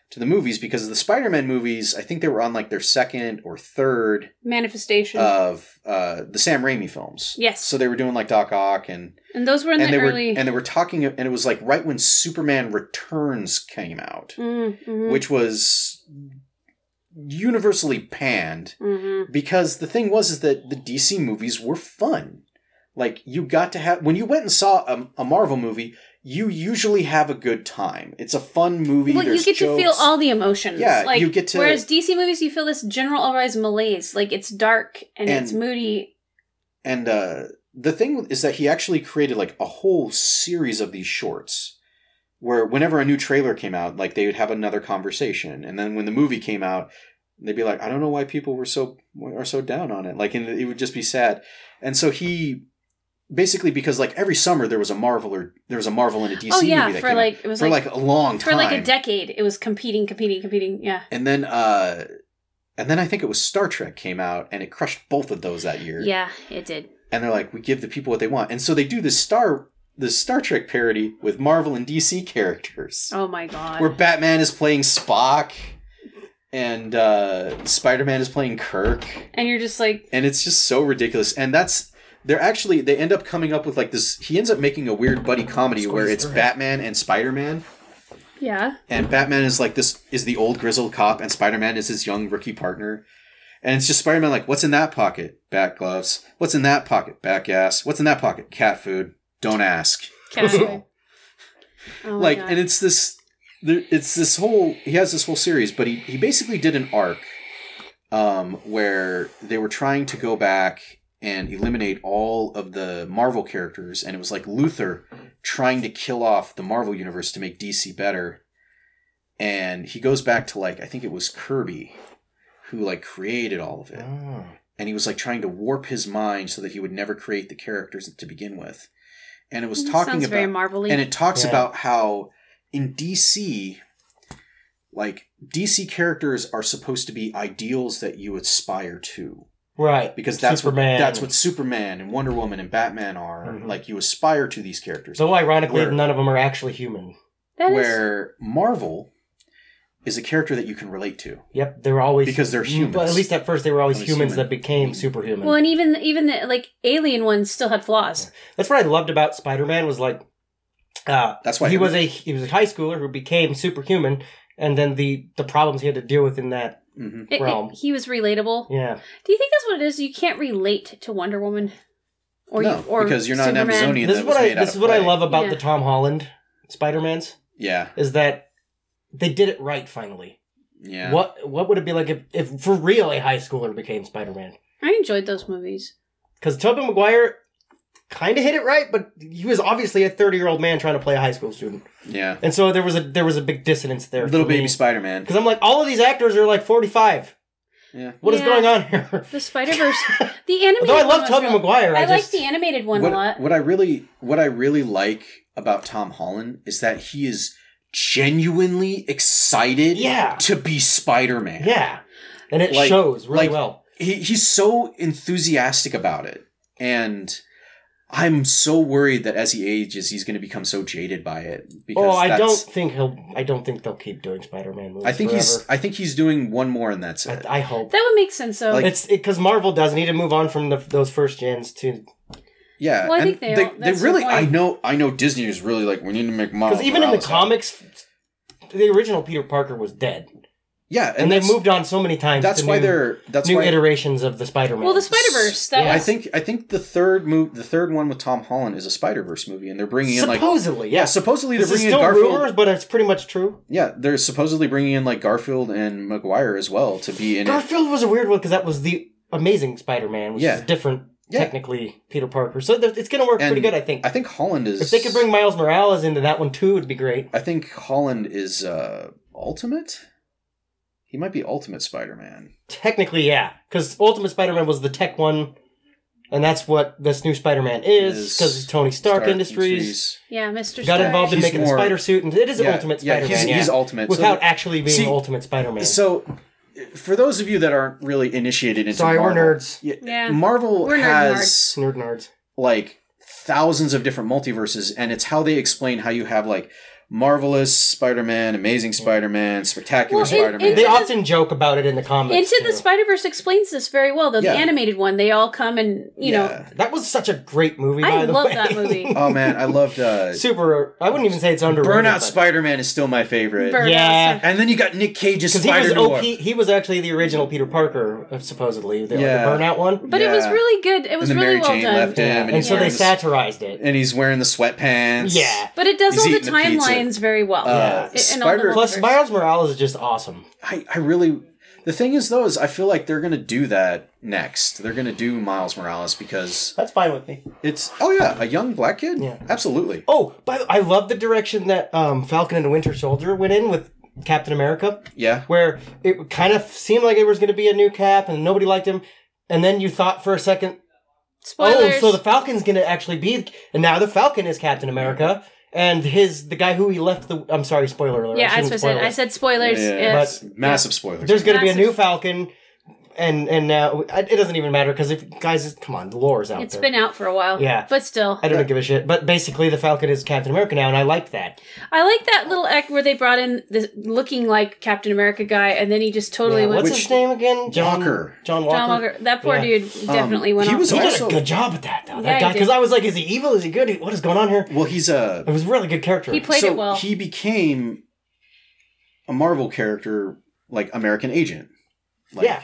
Speaker 3: to the movies because the spider-man movies i think they were on like their second or third
Speaker 2: Manifestation,
Speaker 3: of uh the sam raimi films
Speaker 2: Yes.
Speaker 3: so they were doing like doc ock and
Speaker 2: and those were in
Speaker 3: and
Speaker 2: the
Speaker 3: they
Speaker 2: early.
Speaker 3: were and they were talking and it was like right when superman returns came out
Speaker 2: Mm, mhm,
Speaker 3: which was universally panned
Speaker 2: mhm.
Speaker 3: because the thing was is that the DC movies were fun. Like you got to have when you went and saw a, a Marvel movie, you usually have a good time. It's a fun movie.
Speaker 2: Well, you
Speaker 3: there's
Speaker 2: get to feel
Speaker 3: jokes.
Speaker 2: all the emotions.
Speaker 3: Yeah,
Speaker 2: like,
Speaker 3: you get to-
Speaker 2: Whereas DC movies, you feel this generalized malaise. Like it's dark and, it's
Speaker 3: And-
Speaker 2: moody.
Speaker 3: And uh, the thing is that he actually created like a whole series of these shorts, where whenever a new trailer came out, like they would have another conversation, and then when the movie came out, And they'd be like, I don't know why people were so are so down on it. Like, and it would just be sad. And so he basically because like every summer there was a Marvel or there was a Marvel and a DC
Speaker 2: oh yeah,
Speaker 3: movie that
Speaker 2: for
Speaker 3: came out.
Speaker 2: like it was
Speaker 3: for like, a long time
Speaker 2: for like a decade, it was competing, competing, competing. Yeah.
Speaker 3: and then uh and then I think it was Star Trek came out and it crushed both of those that year.
Speaker 2: Yeah, it did.
Speaker 3: And they're like, we give the people what they want. And so they do this Star this Star Trek parody with Marvel and DC characters.
Speaker 2: Oh my god.
Speaker 3: Where Batman is playing Spock and uh Spider Man is playing Kirk.
Speaker 2: and you're just like,
Speaker 3: And it's just so ridiculous. And that's they're actually they end up coming up with like this he ends up making a weird buddy comedy where it's Batman and Spider Man.
Speaker 6: Yeah.
Speaker 3: and Batman is like this is the old grizzled cop, and Spider Man is his young rookie partner. And it's just Spider Man like, what's in that pocket? Bat gloves. What's in that pocket? Bat gas. What's in that pocket? Cat food. Don't ask.
Speaker 2: Cat food. oh my
Speaker 3: like,
Speaker 2: God.
Speaker 3: and it's this, there- it's this whole. He has this whole series, but he he basically did an arc, um, where they were trying to go back and eliminate all of the Marvel characters, and it was like Luther trying to kill off the Marvel universe to make DC better. And he goes back to like I think it was Kirby, who like created all of it
Speaker 1: Oh.
Speaker 3: and he was like trying to warp his mind so that he would never create the characters to begin with. And it was
Speaker 2: That
Speaker 3: talking
Speaker 2: sounds
Speaker 3: about
Speaker 2: very marvelly.
Speaker 3: and it talks
Speaker 1: Yeah.
Speaker 3: about how in DC like DC characters are supposed to be ideals that you aspire to
Speaker 1: Right.
Speaker 3: because that's
Speaker 1: Superman.
Speaker 3: what that's what Superman and Wonder Woman and Batman are
Speaker 1: Mhm.
Speaker 3: like you aspire to these characters
Speaker 1: So ironically,
Speaker 3: Where-
Speaker 1: none of them are actually human.
Speaker 2: That is-
Speaker 3: where Marvel is a character that you can relate to
Speaker 1: Yep, they're always
Speaker 3: Because they're humans.
Speaker 1: But at least at first, they were always
Speaker 3: Always
Speaker 1: humans
Speaker 3: human.
Speaker 1: that became superhuman.
Speaker 2: well, and even even the like alien ones still had flaws.
Speaker 1: That's what I loved about Spider Man was like, uh,
Speaker 3: That's why
Speaker 1: he
Speaker 3: every-
Speaker 1: was a he was a high schooler who became superhuman, and then the the problems he had to deal with in that.
Speaker 3: hmm
Speaker 2: It- it-
Speaker 1: Realm.
Speaker 2: he was relatable.
Speaker 1: Yeah,
Speaker 2: Do you think that's what it is? You can't relate to Wonder Woman, or
Speaker 3: no,
Speaker 2: you, or
Speaker 3: because you're not
Speaker 2: Superman.
Speaker 3: an Amazonian
Speaker 1: this
Speaker 3: that
Speaker 1: is
Speaker 3: was
Speaker 1: what I
Speaker 3: made out
Speaker 1: this is
Speaker 3: of
Speaker 1: what I
Speaker 3: clay.
Speaker 1: love about
Speaker 2: Yeah.
Speaker 1: the Tom Holland Spider Mans
Speaker 3: yeah
Speaker 1: is that they did it right finally.
Speaker 3: yeah
Speaker 1: What what would it be like if, if for real a high schooler became Spider Man?
Speaker 2: I enjoyed those movies.
Speaker 1: Because Tobey Maguire kind of hit it right, but he was obviously a thirty year old man trying to play a high school student,
Speaker 3: yeah
Speaker 1: and so there was a there was a big dissonance there.
Speaker 3: little baby Spider Man.
Speaker 1: Because I'm like, all of these actors are like forty five.
Speaker 3: Yeah.
Speaker 1: What is
Speaker 2: Yeah.
Speaker 1: going on here?
Speaker 2: The Spider Verse, the animated.
Speaker 1: Although I
Speaker 2: one
Speaker 1: love
Speaker 2: was
Speaker 1: Tobey
Speaker 2: real-
Speaker 1: Maguire, I,
Speaker 2: I like
Speaker 1: just
Speaker 2: the animated one
Speaker 3: what,
Speaker 2: a lot.
Speaker 3: What I really what I really like about Tom Holland is that he is genuinely excited
Speaker 1: Yeah.
Speaker 3: to be Spider-Man.
Speaker 1: yeah, and it
Speaker 3: Like-
Speaker 1: shows really
Speaker 3: like-
Speaker 1: well.
Speaker 3: He, he's so enthusiastic about it. And I'm so worried that as he ages he's going to become so jaded by it because
Speaker 1: Oh, I
Speaker 3: that's-
Speaker 1: don't think he'll. I don't think they'll keep doing Spider-Man movies.
Speaker 3: I think he's
Speaker 1: forever.
Speaker 3: I think he's doing one more and that's it.
Speaker 1: I, I hope
Speaker 2: that would make sense though.
Speaker 3: Like-
Speaker 1: it's because Marvel does need to move on from the, those first gens to
Speaker 3: yeah.
Speaker 2: Well, I
Speaker 3: and
Speaker 2: think they all-
Speaker 3: they,
Speaker 2: that's the
Speaker 3: really I
Speaker 2: point.
Speaker 3: know I know Disney is really like we need to make Miles
Speaker 1: because even in the
Speaker 3: Morales out.
Speaker 1: comics, the original Peter Parker was dead,
Speaker 3: Yeah,
Speaker 1: and, they
Speaker 3: that's-
Speaker 1: moved on so many times.
Speaker 3: that's
Speaker 1: to
Speaker 3: why
Speaker 1: new,
Speaker 3: they're that's
Speaker 1: new
Speaker 3: why
Speaker 1: iterations of the Spider-Man.
Speaker 2: well, the Spider Verse. That
Speaker 1: Yeah.
Speaker 3: I
Speaker 2: was,
Speaker 3: think I think the third move, the third one with Tom Holland is a Spider Verse movie, and they're bringing in like
Speaker 1: supposedly,
Speaker 3: yeah,
Speaker 1: yes.
Speaker 3: supposedly they're
Speaker 1: This is
Speaker 3: bringing in
Speaker 1: still
Speaker 3: Garfield.
Speaker 1: rumors, but it's pretty much true.
Speaker 3: Yeah, they're supposedly bringing in like Garfield and Maguire as well to be in it.
Speaker 1: Garfield was a weird one because that was the Amazing Spider-Man, which
Speaker 3: Yeah.
Speaker 1: is different
Speaker 3: Yeah.
Speaker 1: technically Peter Parker. So th- it's going to work
Speaker 3: And
Speaker 1: pretty good, I think.
Speaker 3: I think Holland is.
Speaker 1: if they could bring Miles Morales into that one too, it'd be great.
Speaker 3: I think Holland is uh Ultimate. He might be Ultimate Spider Man.
Speaker 1: Technically, yeah, because Ultimate Spider-Man was the tech one, and that's what this new Spider-Man is
Speaker 3: Is
Speaker 1: because it's Tony Stark, Industries.
Speaker 2: yeah, Mister.
Speaker 1: Got involved in
Speaker 3: He's
Speaker 1: making
Speaker 3: more-
Speaker 1: the spider suit, and it is
Speaker 3: Yeah,
Speaker 1: Ultimate
Speaker 3: yeah,
Speaker 1: Spider-Man.
Speaker 3: he's-
Speaker 1: yeah.
Speaker 3: he's Ultimate, so
Speaker 1: without
Speaker 3: the-
Speaker 1: actually being
Speaker 3: See-
Speaker 1: Ultimate Spider-Man.
Speaker 3: So, for those of you that aren't really initiated into
Speaker 1: Sorry, we're
Speaker 3: Marvel,
Speaker 1: nerds.
Speaker 3: Yeah,
Speaker 2: Yeah.
Speaker 3: Marvel
Speaker 2: We're nerd
Speaker 3: has
Speaker 1: Nerd nerds.
Speaker 3: like thousands of different multiverses, and it's how they explain how you have like marvelous Spider-Man, amazing Spider-Man, spectacular
Speaker 2: Well, and-
Speaker 3: Spider-Man.
Speaker 2: and
Speaker 1: They often joke about it in the comics.
Speaker 2: Into the
Speaker 1: too.
Speaker 2: Spider Verse explains this very well, though
Speaker 3: Yeah.
Speaker 2: the animated one, they all come and you know,
Speaker 3: Yeah.
Speaker 1: That was such a great movie.
Speaker 2: I
Speaker 1: by the
Speaker 2: love
Speaker 1: way.
Speaker 2: that movie.
Speaker 3: oh man, I loved uh,
Speaker 1: Super. I wouldn't even say it's underrated.
Speaker 3: Burnout
Speaker 1: but-
Speaker 3: Spider-Man is still my favorite.
Speaker 2: Burn
Speaker 1: Yeah.
Speaker 3: and then you got Nick Cage's
Speaker 1: Because he was
Speaker 3: Spider-Noir.
Speaker 1: OP. He was actually the original Peter Parker, uh, supposedly the,
Speaker 3: Yeah.
Speaker 1: the Burnout one.
Speaker 2: But it was
Speaker 3: Yeah.
Speaker 2: really good. It was
Speaker 3: and then
Speaker 2: really
Speaker 3: Mary
Speaker 2: well
Speaker 3: Jane
Speaker 2: done.
Speaker 3: left him, and,
Speaker 1: and
Speaker 3: he's
Speaker 1: so they
Speaker 3: wearing the-
Speaker 1: satirized it.
Speaker 3: and he's wearing the sweatpants.
Speaker 1: Yeah.
Speaker 2: But it does
Speaker 3: He's
Speaker 2: all the
Speaker 3: eating the pizza.
Speaker 2: timelines very well.
Speaker 3: Uh,
Speaker 2: It- and
Speaker 3: Spider-
Speaker 2: all the
Speaker 1: Plus,
Speaker 2: multiverse.
Speaker 1: Miles Morales is just awesome.
Speaker 3: I, I really the thing is though is I feel like they're gonna do that next. They're gonna do Miles Morales because
Speaker 1: That's fine with me.
Speaker 3: it's oh yeah, a young black kid.
Speaker 1: Yeah.
Speaker 3: absolutely.
Speaker 1: Oh, by the, I love the direction that um, Falcon and the Winter Soldier went in with Captain America,
Speaker 3: Yeah.
Speaker 1: where it kind of seemed like it was going to be a new Cap and nobody liked him, and then you thought for a second,
Speaker 6: Spoilers.
Speaker 1: oh, so the Falcon's going to actually be, and now the Falcon is Captain America, and his the guy who he left the. I'm sorry, spoiler alert.
Speaker 2: yeah, I,
Speaker 1: shouldn't
Speaker 2: was
Speaker 1: spoil
Speaker 2: said,
Speaker 1: it.
Speaker 2: I said spoilers.
Speaker 3: Yeah,
Speaker 2: Yeah.
Speaker 1: But-
Speaker 3: Massive spoilers.
Speaker 1: There's going to be a new
Speaker 2: Massive-
Speaker 1: Falcon, and and now it doesn't even matter because if guys, come on, the lore's out
Speaker 2: It's
Speaker 1: there.
Speaker 2: been out for a while.
Speaker 1: Yeah.
Speaker 2: But still.
Speaker 1: I don't give a shit, but basically the Falcon is Captain America now, and I like that.
Speaker 2: I like that little act where they brought in this looking like Captain America guy and then he just totally
Speaker 1: Yeah,
Speaker 2: went
Speaker 1: what's
Speaker 2: to-
Speaker 1: his name again? John
Speaker 3: Walker.
Speaker 1: John Walker.
Speaker 2: John Walker. That poor
Speaker 1: Yeah. Um,
Speaker 2: dude definitely went
Speaker 3: he
Speaker 2: off.
Speaker 3: was
Speaker 1: He did a
Speaker 3: Also-
Speaker 1: good job at that, though.
Speaker 2: Yeah,
Speaker 1: That
Speaker 2: he
Speaker 1: guy, because
Speaker 2: did.
Speaker 1: I was like, is he evil? Is he good? What is going on here?
Speaker 3: Well, he's a
Speaker 1: It was a really good character.
Speaker 2: He played
Speaker 3: so
Speaker 2: it well.
Speaker 3: He became a Marvel character, like American Agent. Like,
Speaker 1: Yeah.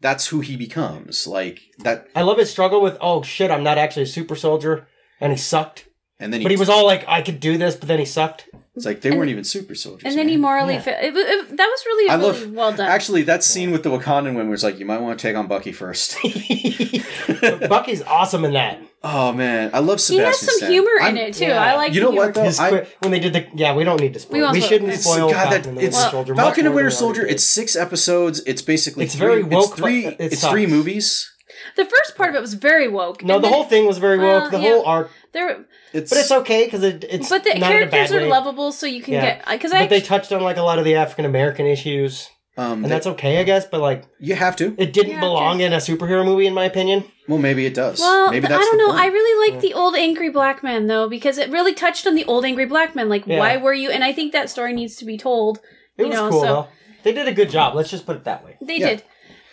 Speaker 3: that's who he becomes. Like that,
Speaker 1: I love his struggle with, oh shit, I'm not actually a super soldier, and he sucked.
Speaker 3: and then he,
Speaker 1: But he was all like, I could do this, but then he sucked.
Speaker 3: It's like they weren't even super soldiers.
Speaker 2: and then he
Speaker 3: man.
Speaker 2: morally
Speaker 1: Yeah.
Speaker 2: fa- it, wa- it- that was really,
Speaker 3: I
Speaker 2: really
Speaker 3: love-
Speaker 2: well done.
Speaker 3: Actually, that scene with the Wakandan women was like, you might want to take on Bucky first.
Speaker 1: But Bucky's awesome in that.
Speaker 3: oh man, I love
Speaker 2: he
Speaker 3: Sebastian.
Speaker 2: has some
Speaker 3: Stan.
Speaker 2: humor
Speaker 1: I'm-
Speaker 2: in it too.
Speaker 1: yeah.
Speaker 2: I like
Speaker 3: You know
Speaker 2: the
Speaker 3: what,
Speaker 2: humor.
Speaker 3: though?
Speaker 1: His
Speaker 3: I-
Speaker 1: quit- when they did the yeah, we don't need to
Speaker 2: We
Speaker 1: spoil.
Speaker 2: won't
Speaker 1: We,
Speaker 2: spoil-
Speaker 1: shouldn't
Speaker 2: it's-
Speaker 1: spoil
Speaker 3: God, that-
Speaker 1: Falcon and the
Speaker 3: it's-
Speaker 1: Winter Soldier. much
Speaker 3: Falcon and
Speaker 1: more
Speaker 3: Winter
Speaker 1: than we
Speaker 3: Soldier.
Speaker 1: already did.
Speaker 3: It's six episodes. It's basically
Speaker 1: It's
Speaker 3: three-
Speaker 1: very woke,
Speaker 3: It's three.
Speaker 1: but it
Speaker 3: it's
Speaker 1: sucks.
Speaker 3: three movies.
Speaker 2: The first part of it was very woke.
Speaker 1: no,
Speaker 2: and
Speaker 1: the
Speaker 2: then
Speaker 1: whole thing was very
Speaker 2: Well,
Speaker 1: woke. The
Speaker 2: yeah.
Speaker 1: whole arc,
Speaker 2: There,
Speaker 3: It's
Speaker 1: but it's okay because it, it's
Speaker 2: but the
Speaker 1: not in a bad
Speaker 2: characters are
Speaker 1: way.
Speaker 2: lovable, so you can
Speaker 1: Yeah.
Speaker 2: get because I
Speaker 1: But they
Speaker 2: actually,
Speaker 1: touched on like a lot of the African American issues,
Speaker 3: um,
Speaker 1: and that's okay, I guess. But like,
Speaker 3: you have to.
Speaker 1: it didn't
Speaker 2: Yeah,
Speaker 1: belong in a superhero movie, in my opinion.
Speaker 3: Well, maybe it does.
Speaker 2: well,
Speaker 3: maybe
Speaker 2: but I
Speaker 3: that's
Speaker 2: don't
Speaker 3: the
Speaker 2: know.
Speaker 3: point.
Speaker 2: I really like the old angry black man though because it really touched on the old angry black man. Like,
Speaker 1: Yeah.
Speaker 2: why were you? And I think that story needs to be told.
Speaker 1: It
Speaker 2: you
Speaker 1: was
Speaker 2: know,
Speaker 1: cool
Speaker 2: so
Speaker 1: though. They did a good job. Let's just put it that way.
Speaker 2: they
Speaker 3: Yeah.
Speaker 2: did.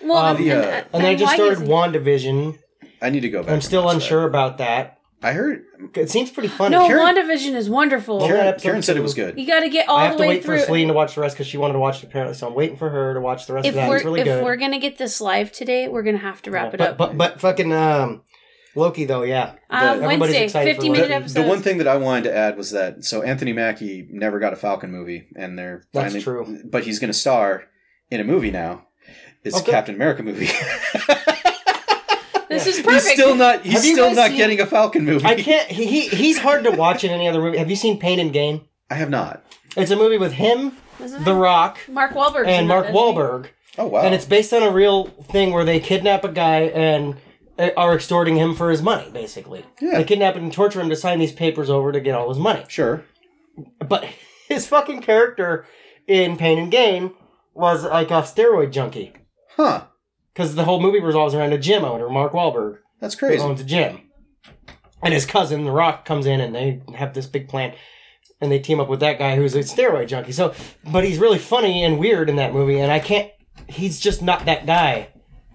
Speaker 2: Well,
Speaker 1: Um,
Speaker 2: and,
Speaker 3: yeah.
Speaker 2: and,
Speaker 1: And they just
Speaker 2: why
Speaker 1: started
Speaker 2: is-
Speaker 1: WandaVision.
Speaker 3: I need to go back.
Speaker 1: I'm
Speaker 3: and
Speaker 1: still
Speaker 3: watch that.
Speaker 1: unsure about that.
Speaker 3: I heard
Speaker 1: It seems pretty funny.
Speaker 2: No,
Speaker 1: Karen-
Speaker 2: WandaVision is wonderful.
Speaker 1: Well, that
Speaker 3: Karen,
Speaker 1: episode
Speaker 3: Karen said it
Speaker 1: two.
Speaker 3: was good.
Speaker 2: You got to get all
Speaker 1: I have
Speaker 2: the
Speaker 1: to
Speaker 2: way
Speaker 1: wait for
Speaker 2: through.
Speaker 1: Celine to watch the rest because she wanted to watch it apparently. So I'm waiting for her to watch the rest
Speaker 2: if
Speaker 1: of that.
Speaker 2: we're
Speaker 1: It's really
Speaker 2: if
Speaker 1: good.
Speaker 2: we're gonna get this live today, we're gonna have to wrap it
Speaker 1: but,
Speaker 2: up.
Speaker 1: But, but fucking um, Loki though, yeah.
Speaker 2: um,
Speaker 1: everybody's
Speaker 2: Wednesday,
Speaker 1: excited for
Speaker 2: fifty
Speaker 1: what-
Speaker 2: minute
Speaker 1: The-
Speaker 3: The,
Speaker 2: episode.
Speaker 3: the one thing that I wanted to add was that so Anthony Mackie never got a Falcon movie, and they're
Speaker 1: That's
Speaker 3: finally,
Speaker 1: true.
Speaker 3: But he's going to star in a movie now. It's
Speaker 1: Okay.
Speaker 3: a Captain America movie.
Speaker 2: This is
Speaker 3: he's
Speaker 2: perfect.
Speaker 3: still not. He's
Speaker 1: Have you
Speaker 3: still
Speaker 1: guys
Speaker 3: not
Speaker 1: seen-
Speaker 3: getting a Falcon movie.
Speaker 1: I can't. He, he he's hard to watch in any other movie. Have you seen Pain and Gain?
Speaker 3: I have not.
Speaker 1: It's a movie with him,
Speaker 2: Isn't
Speaker 1: The
Speaker 2: it?
Speaker 1: Rock,
Speaker 2: Mark Wahlberg
Speaker 1: and Mark Wahlberg,
Speaker 3: Oh wow!
Speaker 1: and it's based on a real thing where they kidnap a guy and uh, are extorting him for his money. Basically,
Speaker 3: Yeah.
Speaker 1: they kidnap him and torture him to sign these papers over to get all his money.
Speaker 3: sure.
Speaker 1: But his fucking character in Pain and Gain was like a steroid junkie
Speaker 3: Huh?
Speaker 1: because the whole movie revolves around a gym owner, Mark Wahlberg.
Speaker 3: That's
Speaker 1: who
Speaker 3: crazy.
Speaker 1: owns a gym. And his cousin, The Rock, comes in and they have this big plan. And they team up with that guy who's a steroid junkie. So, but he's really funny and weird in that movie. And I can't, he's just not that guy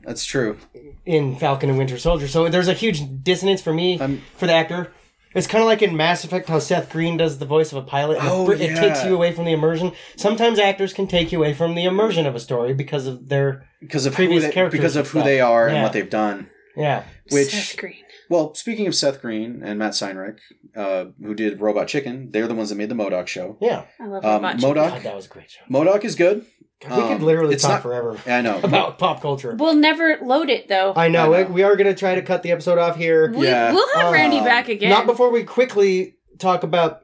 Speaker 3: That's true.
Speaker 1: in Falcon and Winter Soldier. So there's a huge dissonance for me,
Speaker 3: I'm-
Speaker 1: for the actor. It's kind of like in Mass Effect how Seth Green does the voice of a pilot. and it
Speaker 3: Oh,
Speaker 1: br- it, takes
Speaker 3: yeah.
Speaker 1: you away from the immersion. Sometimes actors can take you away from the immersion of a story because of their,
Speaker 3: Because of
Speaker 1: Previous
Speaker 3: who they,
Speaker 1: characters
Speaker 3: because
Speaker 1: and
Speaker 3: of who
Speaker 1: stuff.
Speaker 3: they are and
Speaker 1: Yeah.
Speaker 3: what they've done.
Speaker 1: yeah.
Speaker 3: Which
Speaker 2: Green.
Speaker 3: Well, speaking of Seth Green and Matt Seinrich, uh, who did Robot Chicken, they're the ones that made the Modoc show.
Speaker 1: Yeah.
Speaker 2: I love
Speaker 3: Um,
Speaker 2: Robot
Speaker 1: God,
Speaker 2: Chicken.
Speaker 3: Modoc,
Speaker 1: that was a great show.
Speaker 3: Modoc is good.
Speaker 1: God, we could
Speaker 3: Um,
Speaker 1: literally
Speaker 3: it's
Speaker 1: talk
Speaker 3: not-
Speaker 1: forever
Speaker 3: I know.
Speaker 1: about pop culture.
Speaker 2: We'll never load it though.
Speaker 1: I know.
Speaker 3: I know.
Speaker 1: We, we are going to try to cut the episode off here.
Speaker 2: we,
Speaker 3: yeah.
Speaker 2: We'll have Randy
Speaker 3: Uh,
Speaker 2: back again.
Speaker 1: Not before we quickly talk about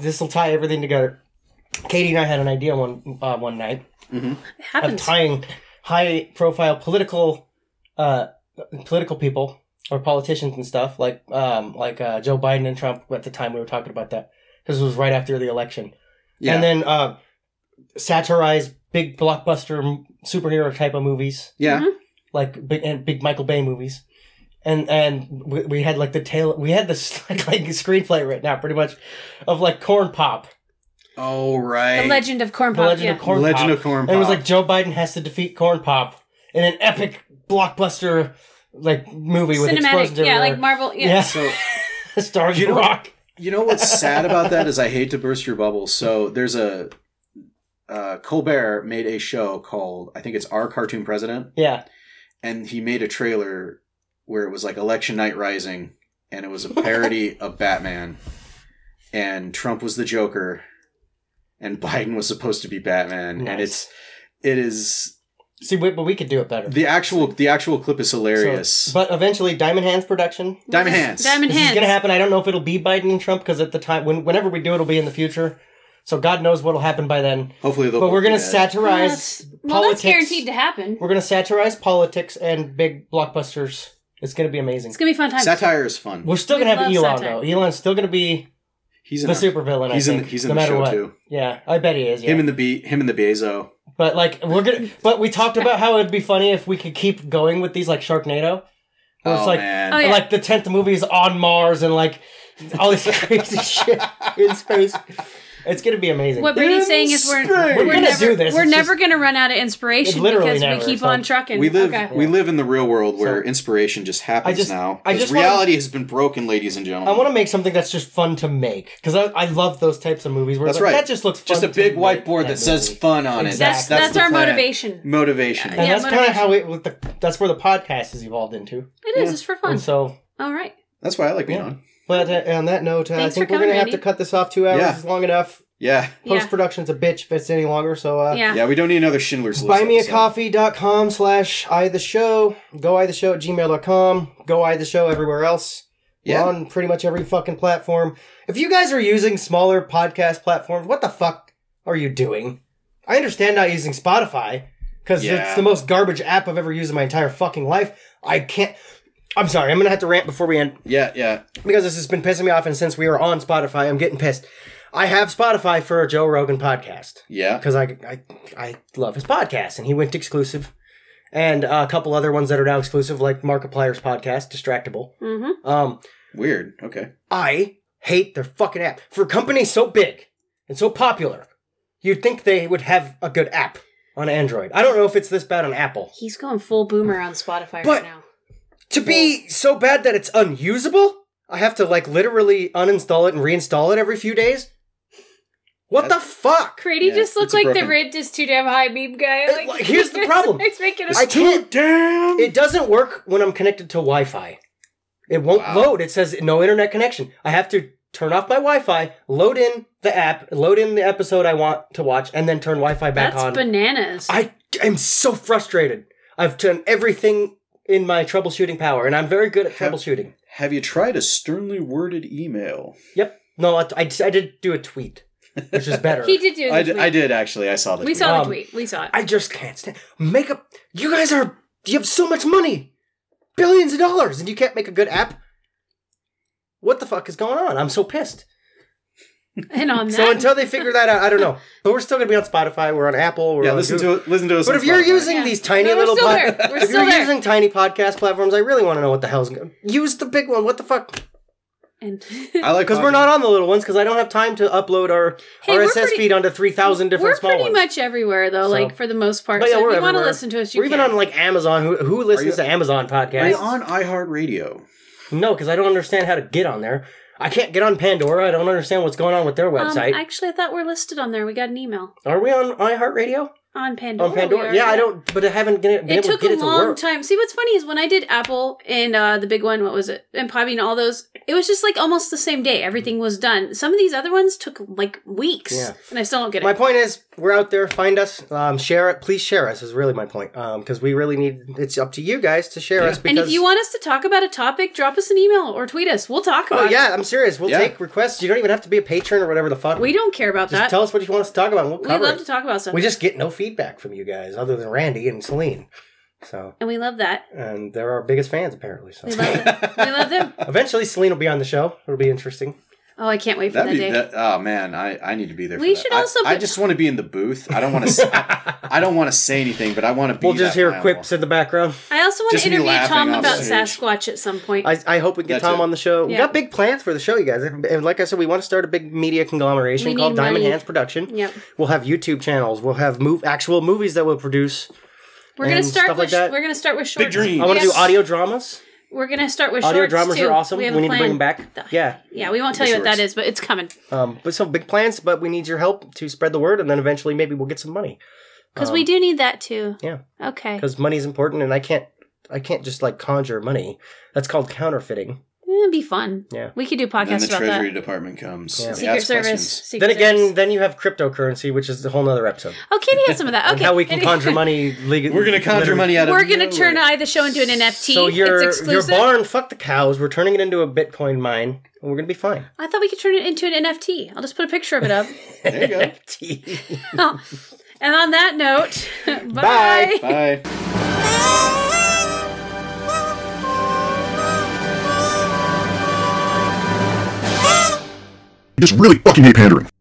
Speaker 1: this will tie everything together. Katie and I had an idea one uh, one night
Speaker 3: Mm-hmm.
Speaker 2: It
Speaker 1: of
Speaker 2: happens.
Speaker 1: tying high profile political uh, political people or politicians and stuff like um, like uh, Joe Biden and Trump. At the time we were talking about that because it was right after the election.
Speaker 3: Yeah.
Speaker 1: And then uh, satirize big blockbuster m- superhero type of movies.
Speaker 3: yeah.
Speaker 1: like big and big Michael Bay movies, and and we, we had like the tail we had this like, like screenplay right now pretty much of like corn pop,
Speaker 3: Oh
Speaker 2: The
Speaker 3: right.
Speaker 2: Legend of Corn
Speaker 1: the
Speaker 2: Pop.
Speaker 1: legend
Speaker 2: yeah.
Speaker 1: of corn
Speaker 3: Legend
Speaker 1: pop.
Speaker 3: of Corn
Speaker 1: And it was
Speaker 3: Pop.
Speaker 1: like Joe Biden has to defeat corn pop in an epic blockbuster like movie with explosions
Speaker 2: Cinematic. Yeah,
Speaker 1: everywhere.
Speaker 2: like Marvel. Yeah.
Speaker 1: yeah,
Speaker 3: So
Speaker 1: stars
Speaker 3: You know-
Speaker 1: rock.
Speaker 3: you know what's sad about that is I hate to burst your bubble. So there's a uh, Colbert made a show called I think it's Our Cartoon President,
Speaker 1: Yeah,
Speaker 3: and he made a trailer where it was like Election Night Rising, and it was a parody of Batman, and Trump was the Joker, and Biden was supposed to be Batman, and it's it is
Speaker 1: see, we, but we could do it better.
Speaker 3: the actual the actual clip is
Speaker 1: So-
Speaker 3: hilarious.
Speaker 1: but eventually, Diamond Hands production.
Speaker 3: Diamond Hands.
Speaker 2: Diamond
Speaker 1: This is
Speaker 2: Hands.
Speaker 1: gonna happen. I don't know if it'll be Biden and Trump because at the time, when, whenever we do, it'll be in the future. So God knows what'll happen by then.
Speaker 3: Hopefully, they'll.
Speaker 1: But we're gonna
Speaker 3: yeah.
Speaker 1: satirize
Speaker 2: That's-
Speaker 1: politics.
Speaker 2: well, that's guaranteed to happen.
Speaker 1: We're gonna satirize politics and big blockbusters. It's gonna be amazing.
Speaker 2: It's gonna be a fun time.
Speaker 3: Satire is fun.
Speaker 1: We're still
Speaker 2: We
Speaker 1: gonna have
Speaker 2: love
Speaker 1: Elon
Speaker 2: satire.
Speaker 1: though. Elon's still gonna be
Speaker 3: He's in
Speaker 1: the
Speaker 3: our-
Speaker 1: supervillain.
Speaker 3: He's
Speaker 1: I
Speaker 3: in
Speaker 1: think,
Speaker 3: the, he's
Speaker 1: no
Speaker 3: in the
Speaker 1: matter
Speaker 3: show
Speaker 1: what.
Speaker 3: too.
Speaker 1: Yeah, I bet he is. Yeah.
Speaker 3: Him and the be him and the Bezo.
Speaker 1: But like we're gonna, but we talked about how it'd be funny if we could keep going with these like Sharknado, where
Speaker 3: Oh
Speaker 1: it's like
Speaker 3: man,
Speaker 2: Oh, yeah.
Speaker 1: like the tenth movie is on Mars and like all this crazy shit in space. It's gonna be amazing.
Speaker 2: What Brady's
Speaker 3: In
Speaker 2: saying is we're
Speaker 3: spring.
Speaker 2: we're,
Speaker 3: We're
Speaker 1: gonna
Speaker 2: never,
Speaker 1: do this,
Speaker 2: We're
Speaker 1: it's
Speaker 2: never
Speaker 1: just-
Speaker 2: gonna run out of inspiration
Speaker 1: Literally
Speaker 2: because
Speaker 1: never,
Speaker 2: we keep
Speaker 1: so-
Speaker 2: on trucking.
Speaker 3: we live
Speaker 2: Okay.
Speaker 3: we live in the real world where
Speaker 1: So-
Speaker 3: inspiration just happens
Speaker 1: I just-
Speaker 3: now.
Speaker 1: I
Speaker 3: 'Cause
Speaker 1: just wanna-
Speaker 3: reality has been broken, ladies and
Speaker 1: I
Speaker 3: gentlemen.
Speaker 1: want to make something that's just fun to make because I, I love those types of movies. Where it's
Speaker 3: That's
Speaker 1: like,
Speaker 3: right.
Speaker 1: That just looks fun
Speaker 3: just a
Speaker 1: to
Speaker 3: big
Speaker 1: make
Speaker 3: whiteboard that,
Speaker 1: movie.
Speaker 3: says fun on it.
Speaker 1: Exactly.
Speaker 3: that's
Speaker 2: that's that's,
Speaker 3: the
Speaker 2: our
Speaker 3: plan.
Speaker 2: motivation.
Speaker 3: Motivation.
Speaker 1: And
Speaker 2: Yeah,
Speaker 1: that's kind of how it. With the, that's where the podcast has evolved into.
Speaker 2: It is. It's for fun.
Speaker 1: And so,
Speaker 2: All right.
Speaker 3: That's why I like being
Speaker 1: Yeah.
Speaker 3: on.
Speaker 1: but uh, on that note, uh, I
Speaker 2: Thanks
Speaker 1: think
Speaker 2: for
Speaker 1: we're
Speaker 2: coming,
Speaker 1: gonna have
Speaker 2: Randy.
Speaker 1: to cut this off. Two hours
Speaker 3: Yeah.
Speaker 1: is long enough.
Speaker 3: Yeah,
Speaker 2: Yeah.
Speaker 1: Post production's a bitch if it's any longer. So uh,
Speaker 2: Yeah.
Speaker 3: yeah. We don't need another Schindler's List. episode.
Speaker 1: buymeacoffee.com slash i the show go i the show at gmail.com go i the show everywhere else
Speaker 3: Yeah.
Speaker 1: We're on pretty much every fucking platform if you guys are using smaller podcast platforms what the fuck are you doing i understand not using spotify because
Speaker 3: Yeah.
Speaker 1: it's the most garbage app i've ever used in my entire fucking life i can't i'm sorry i'm gonna have to rant before we end
Speaker 3: Yeah, yeah.
Speaker 1: because this has been pissing me off and since we are on spotify i'm getting pissed i have spotify for a joe rogan podcast
Speaker 3: Yeah.
Speaker 1: because I, I I love his podcast, and he went exclusive, and uh, a couple other ones that are now exclusive, like Markiplier's podcast, Distractable.
Speaker 2: Mm-hmm.
Speaker 1: Um,
Speaker 3: Weird. Okay.
Speaker 1: I hate their fucking app for a company so big and so popular. You'd think they would have a good app on Android. I don't know if it's this bad on Apple.
Speaker 2: He's going full boomer on Spotify
Speaker 1: But-
Speaker 2: right now.
Speaker 1: To be so bad that it's unusable, I have to like literally uninstall it and reinstall it every few days. What the fuck?
Speaker 2: Crady
Speaker 3: Yeah,
Speaker 2: just
Speaker 3: it's
Speaker 2: looks
Speaker 3: a
Speaker 2: like
Speaker 3: broken-
Speaker 2: the rent is too damn high meme guy.
Speaker 1: It- like, here's the problem.
Speaker 2: It's making us
Speaker 1: I can't
Speaker 3: Damn.
Speaker 1: It doesn't work when I'm connected to Wi-Fi. It won't
Speaker 3: Wow.
Speaker 1: load. It says no internet connection. I have to turn off my Wi-Fi, load in the app, load in the episode I want to watch, and then turn Wi-Fi back
Speaker 2: That's
Speaker 1: on.
Speaker 2: bananas.
Speaker 1: I am so frustrated. I've done everything in my troubleshooting power, and I'm very good at
Speaker 3: Have-
Speaker 1: troubleshooting.
Speaker 3: Have you tried a sternly worded email?
Speaker 1: Yep. No, I, I, I did do a tweet, which is better.
Speaker 2: he did do.
Speaker 3: I
Speaker 2: the
Speaker 3: did,
Speaker 2: tweet.
Speaker 3: I did actually. I saw that.
Speaker 2: We
Speaker 3: tweet.
Speaker 2: saw
Speaker 1: Um,
Speaker 2: the tweet. We saw it.
Speaker 1: I just can't stand makeup. You guys are you have so much money, billions of dollars, and you can't make a good app. What the fuck is going on? I'm so pissed.
Speaker 2: and on that,
Speaker 1: So until they figure that out, I don't know. But we're still gonna be on Spotify. We're on Apple. We're
Speaker 3: Yeah,
Speaker 1: on
Speaker 3: listen
Speaker 1: Google.
Speaker 3: to it. Listen to us.
Speaker 1: But
Speaker 3: on
Speaker 1: if you're
Speaker 3: Spotify.
Speaker 1: using
Speaker 2: Yeah.
Speaker 1: these tiny
Speaker 2: No, we're
Speaker 1: little
Speaker 2: still
Speaker 1: plat-
Speaker 2: there. We're
Speaker 1: if
Speaker 2: still
Speaker 1: you're
Speaker 2: there.
Speaker 1: using tiny podcast platforms, I really want to know what the hell's going. Use the big one. What the fuck?
Speaker 2: and
Speaker 3: I like
Speaker 1: Because we're not on the little ones. Because I don't have time to upload our
Speaker 2: Hey, we're
Speaker 1: RSS
Speaker 2: pretty-
Speaker 1: feed onto three thousand different
Speaker 2: we're
Speaker 1: small
Speaker 2: pretty
Speaker 1: ones.
Speaker 2: much everywhere though.
Speaker 1: So-
Speaker 2: Like for the most part.
Speaker 1: But yeah,
Speaker 2: so
Speaker 1: we're
Speaker 2: if you want to
Speaker 1: everywhere.
Speaker 2: listen to us, you
Speaker 1: We're even
Speaker 2: can.
Speaker 1: on like Amazon. Who who listens
Speaker 3: you-
Speaker 1: to Amazon
Speaker 3: Are you
Speaker 1: podcasts?
Speaker 3: on iHeartRadio?
Speaker 1: No, because I don't understand how to get on there. I can't get on Pandora. I don't understand what's going on with their
Speaker 2: Um,
Speaker 1: website.
Speaker 2: actually, I thought we're listed on there. We got an email
Speaker 1: Are we on iHeartRadio?
Speaker 2: on Pandora.
Speaker 1: On
Speaker 2: we
Speaker 1: Pandora?
Speaker 2: are,
Speaker 1: Yeah, I don't, but I haven't been able
Speaker 2: It
Speaker 1: to
Speaker 2: took
Speaker 1: get
Speaker 2: a
Speaker 1: it to
Speaker 2: long
Speaker 1: work.
Speaker 2: time. See, what's funny is when I did Apple and uh, the big one, what was it? And Podbean, and all those. It was just like almost the same day. Everything was done. Some of these other ones took like weeks,
Speaker 1: Yeah.
Speaker 2: and I still don't get
Speaker 1: My
Speaker 2: it.
Speaker 1: point is, we're out there. Find us. Um, share it. Please share us, is really my point. Because we really need, it's up to you guys to share
Speaker 3: Yeah.
Speaker 1: us.
Speaker 2: And
Speaker 1: Because,
Speaker 2: if you want us to talk about a topic, drop us an email or tweet us. We'll talk
Speaker 1: Oh,
Speaker 2: about.
Speaker 1: yeah, I'm serious. We'll
Speaker 3: Yeah.
Speaker 1: take requests. You don't even have to be a patron or whatever the fuck.
Speaker 2: it. we don't care about
Speaker 1: Just
Speaker 2: that.
Speaker 1: tell us what you want us to talk about and we'll
Speaker 2: we
Speaker 1: cover
Speaker 2: love
Speaker 1: it.
Speaker 2: to talk about stuff,
Speaker 1: we just get no feedback from you guys other than Randy and Celine. So,
Speaker 2: and we love that.
Speaker 1: and they're our biggest fans, apparently. So.
Speaker 2: We love them. we love them.
Speaker 1: Eventually, Celine will be on the show. It'll be interesting.
Speaker 2: Oh, I can't wait for
Speaker 3: That'd
Speaker 2: that
Speaker 3: be
Speaker 2: day.
Speaker 3: that. Oh man, I, I need to be there.
Speaker 2: We
Speaker 3: for
Speaker 2: should
Speaker 3: that. I-
Speaker 2: also
Speaker 3: I,
Speaker 2: put-
Speaker 3: just want to be in the booth. I don't want to. I don't want to say anything, but I want to be.
Speaker 1: We'll just
Speaker 3: that
Speaker 1: hear
Speaker 3: viable.
Speaker 1: quips in the background.
Speaker 2: I also want
Speaker 3: Just
Speaker 2: to
Speaker 3: me
Speaker 2: interview
Speaker 3: laughing
Speaker 2: Tom
Speaker 3: on
Speaker 2: about
Speaker 3: stage.
Speaker 2: Sasquatch at some point.
Speaker 1: I, I hope we get
Speaker 3: That's
Speaker 1: Tom
Speaker 3: it.
Speaker 1: on the show. We
Speaker 2: Yeah.
Speaker 1: got big plans for the show, you guys. And and like I said, we want to start a big media conglomeration
Speaker 2: We need
Speaker 1: called Diamond
Speaker 2: money.
Speaker 1: Hands Production.
Speaker 2: Yep.
Speaker 1: We'll have YouTube channels. We'll have move actual movies that we'll produce.
Speaker 2: we're gonna
Speaker 1: and
Speaker 2: start
Speaker 1: stuff
Speaker 2: with
Speaker 1: like that.
Speaker 2: we're gonna start with shorts.
Speaker 3: dreams.
Speaker 1: I want to
Speaker 2: Yes.
Speaker 1: do audio dramas.
Speaker 2: We're gonna start with
Speaker 1: Audio
Speaker 2: shorts
Speaker 1: dramas
Speaker 2: too.
Speaker 1: are awesome.
Speaker 2: We,
Speaker 1: We,
Speaker 2: have a
Speaker 1: need to
Speaker 2: plan.
Speaker 1: bring them back. Yeah.
Speaker 2: Yeah, we won't tell
Speaker 3: The
Speaker 2: you what that
Speaker 3: shorts.
Speaker 2: is, but it's coming
Speaker 1: Um, but some big plans, but we need your help to spread the word, and then eventually maybe we'll get some money
Speaker 2: because we do need that too.
Speaker 1: Um, yeah.
Speaker 2: Okay.
Speaker 1: because money is important, and I can't I can't just like conjure money. That's called counterfeiting.
Speaker 2: Yeah, It'd be fun.
Speaker 1: Yeah.
Speaker 2: We could do
Speaker 3: And then
Speaker 2: podcasts
Speaker 3: the
Speaker 2: about
Speaker 3: Treasury
Speaker 2: that.
Speaker 3: Department comes.
Speaker 1: Yeah.
Speaker 3: They
Speaker 2: Secret
Speaker 3: ask
Speaker 2: Service.
Speaker 3: questions.
Speaker 2: Secret
Speaker 1: Then again,
Speaker 2: Service.
Speaker 1: then you have cryptocurrency, which is a whole nother episode.
Speaker 2: oh, Katie has some of that. Okay.
Speaker 1: And how we can conjure money legally.
Speaker 3: We're gonna conjure money out of.
Speaker 2: We're gonna
Speaker 3: nowhere.
Speaker 2: turn I the show into an NFT.
Speaker 1: So your
Speaker 2: it's
Speaker 1: your
Speaker 2: exclusive.
Speaker 1: barn, fuck the cows. We're turning it into a Bitcoin mine, and we're gonna be fine.
Speaker 2: I thought we could turn it into an NFT. I'll just put a picture of it up.
Speaker 3: There you go.
Speaker 2: Oh. And on that note, bye.
Speaker 1: Bye.
Speaker 3: Bye.
Speaker 4: You just really fucking hate pandering.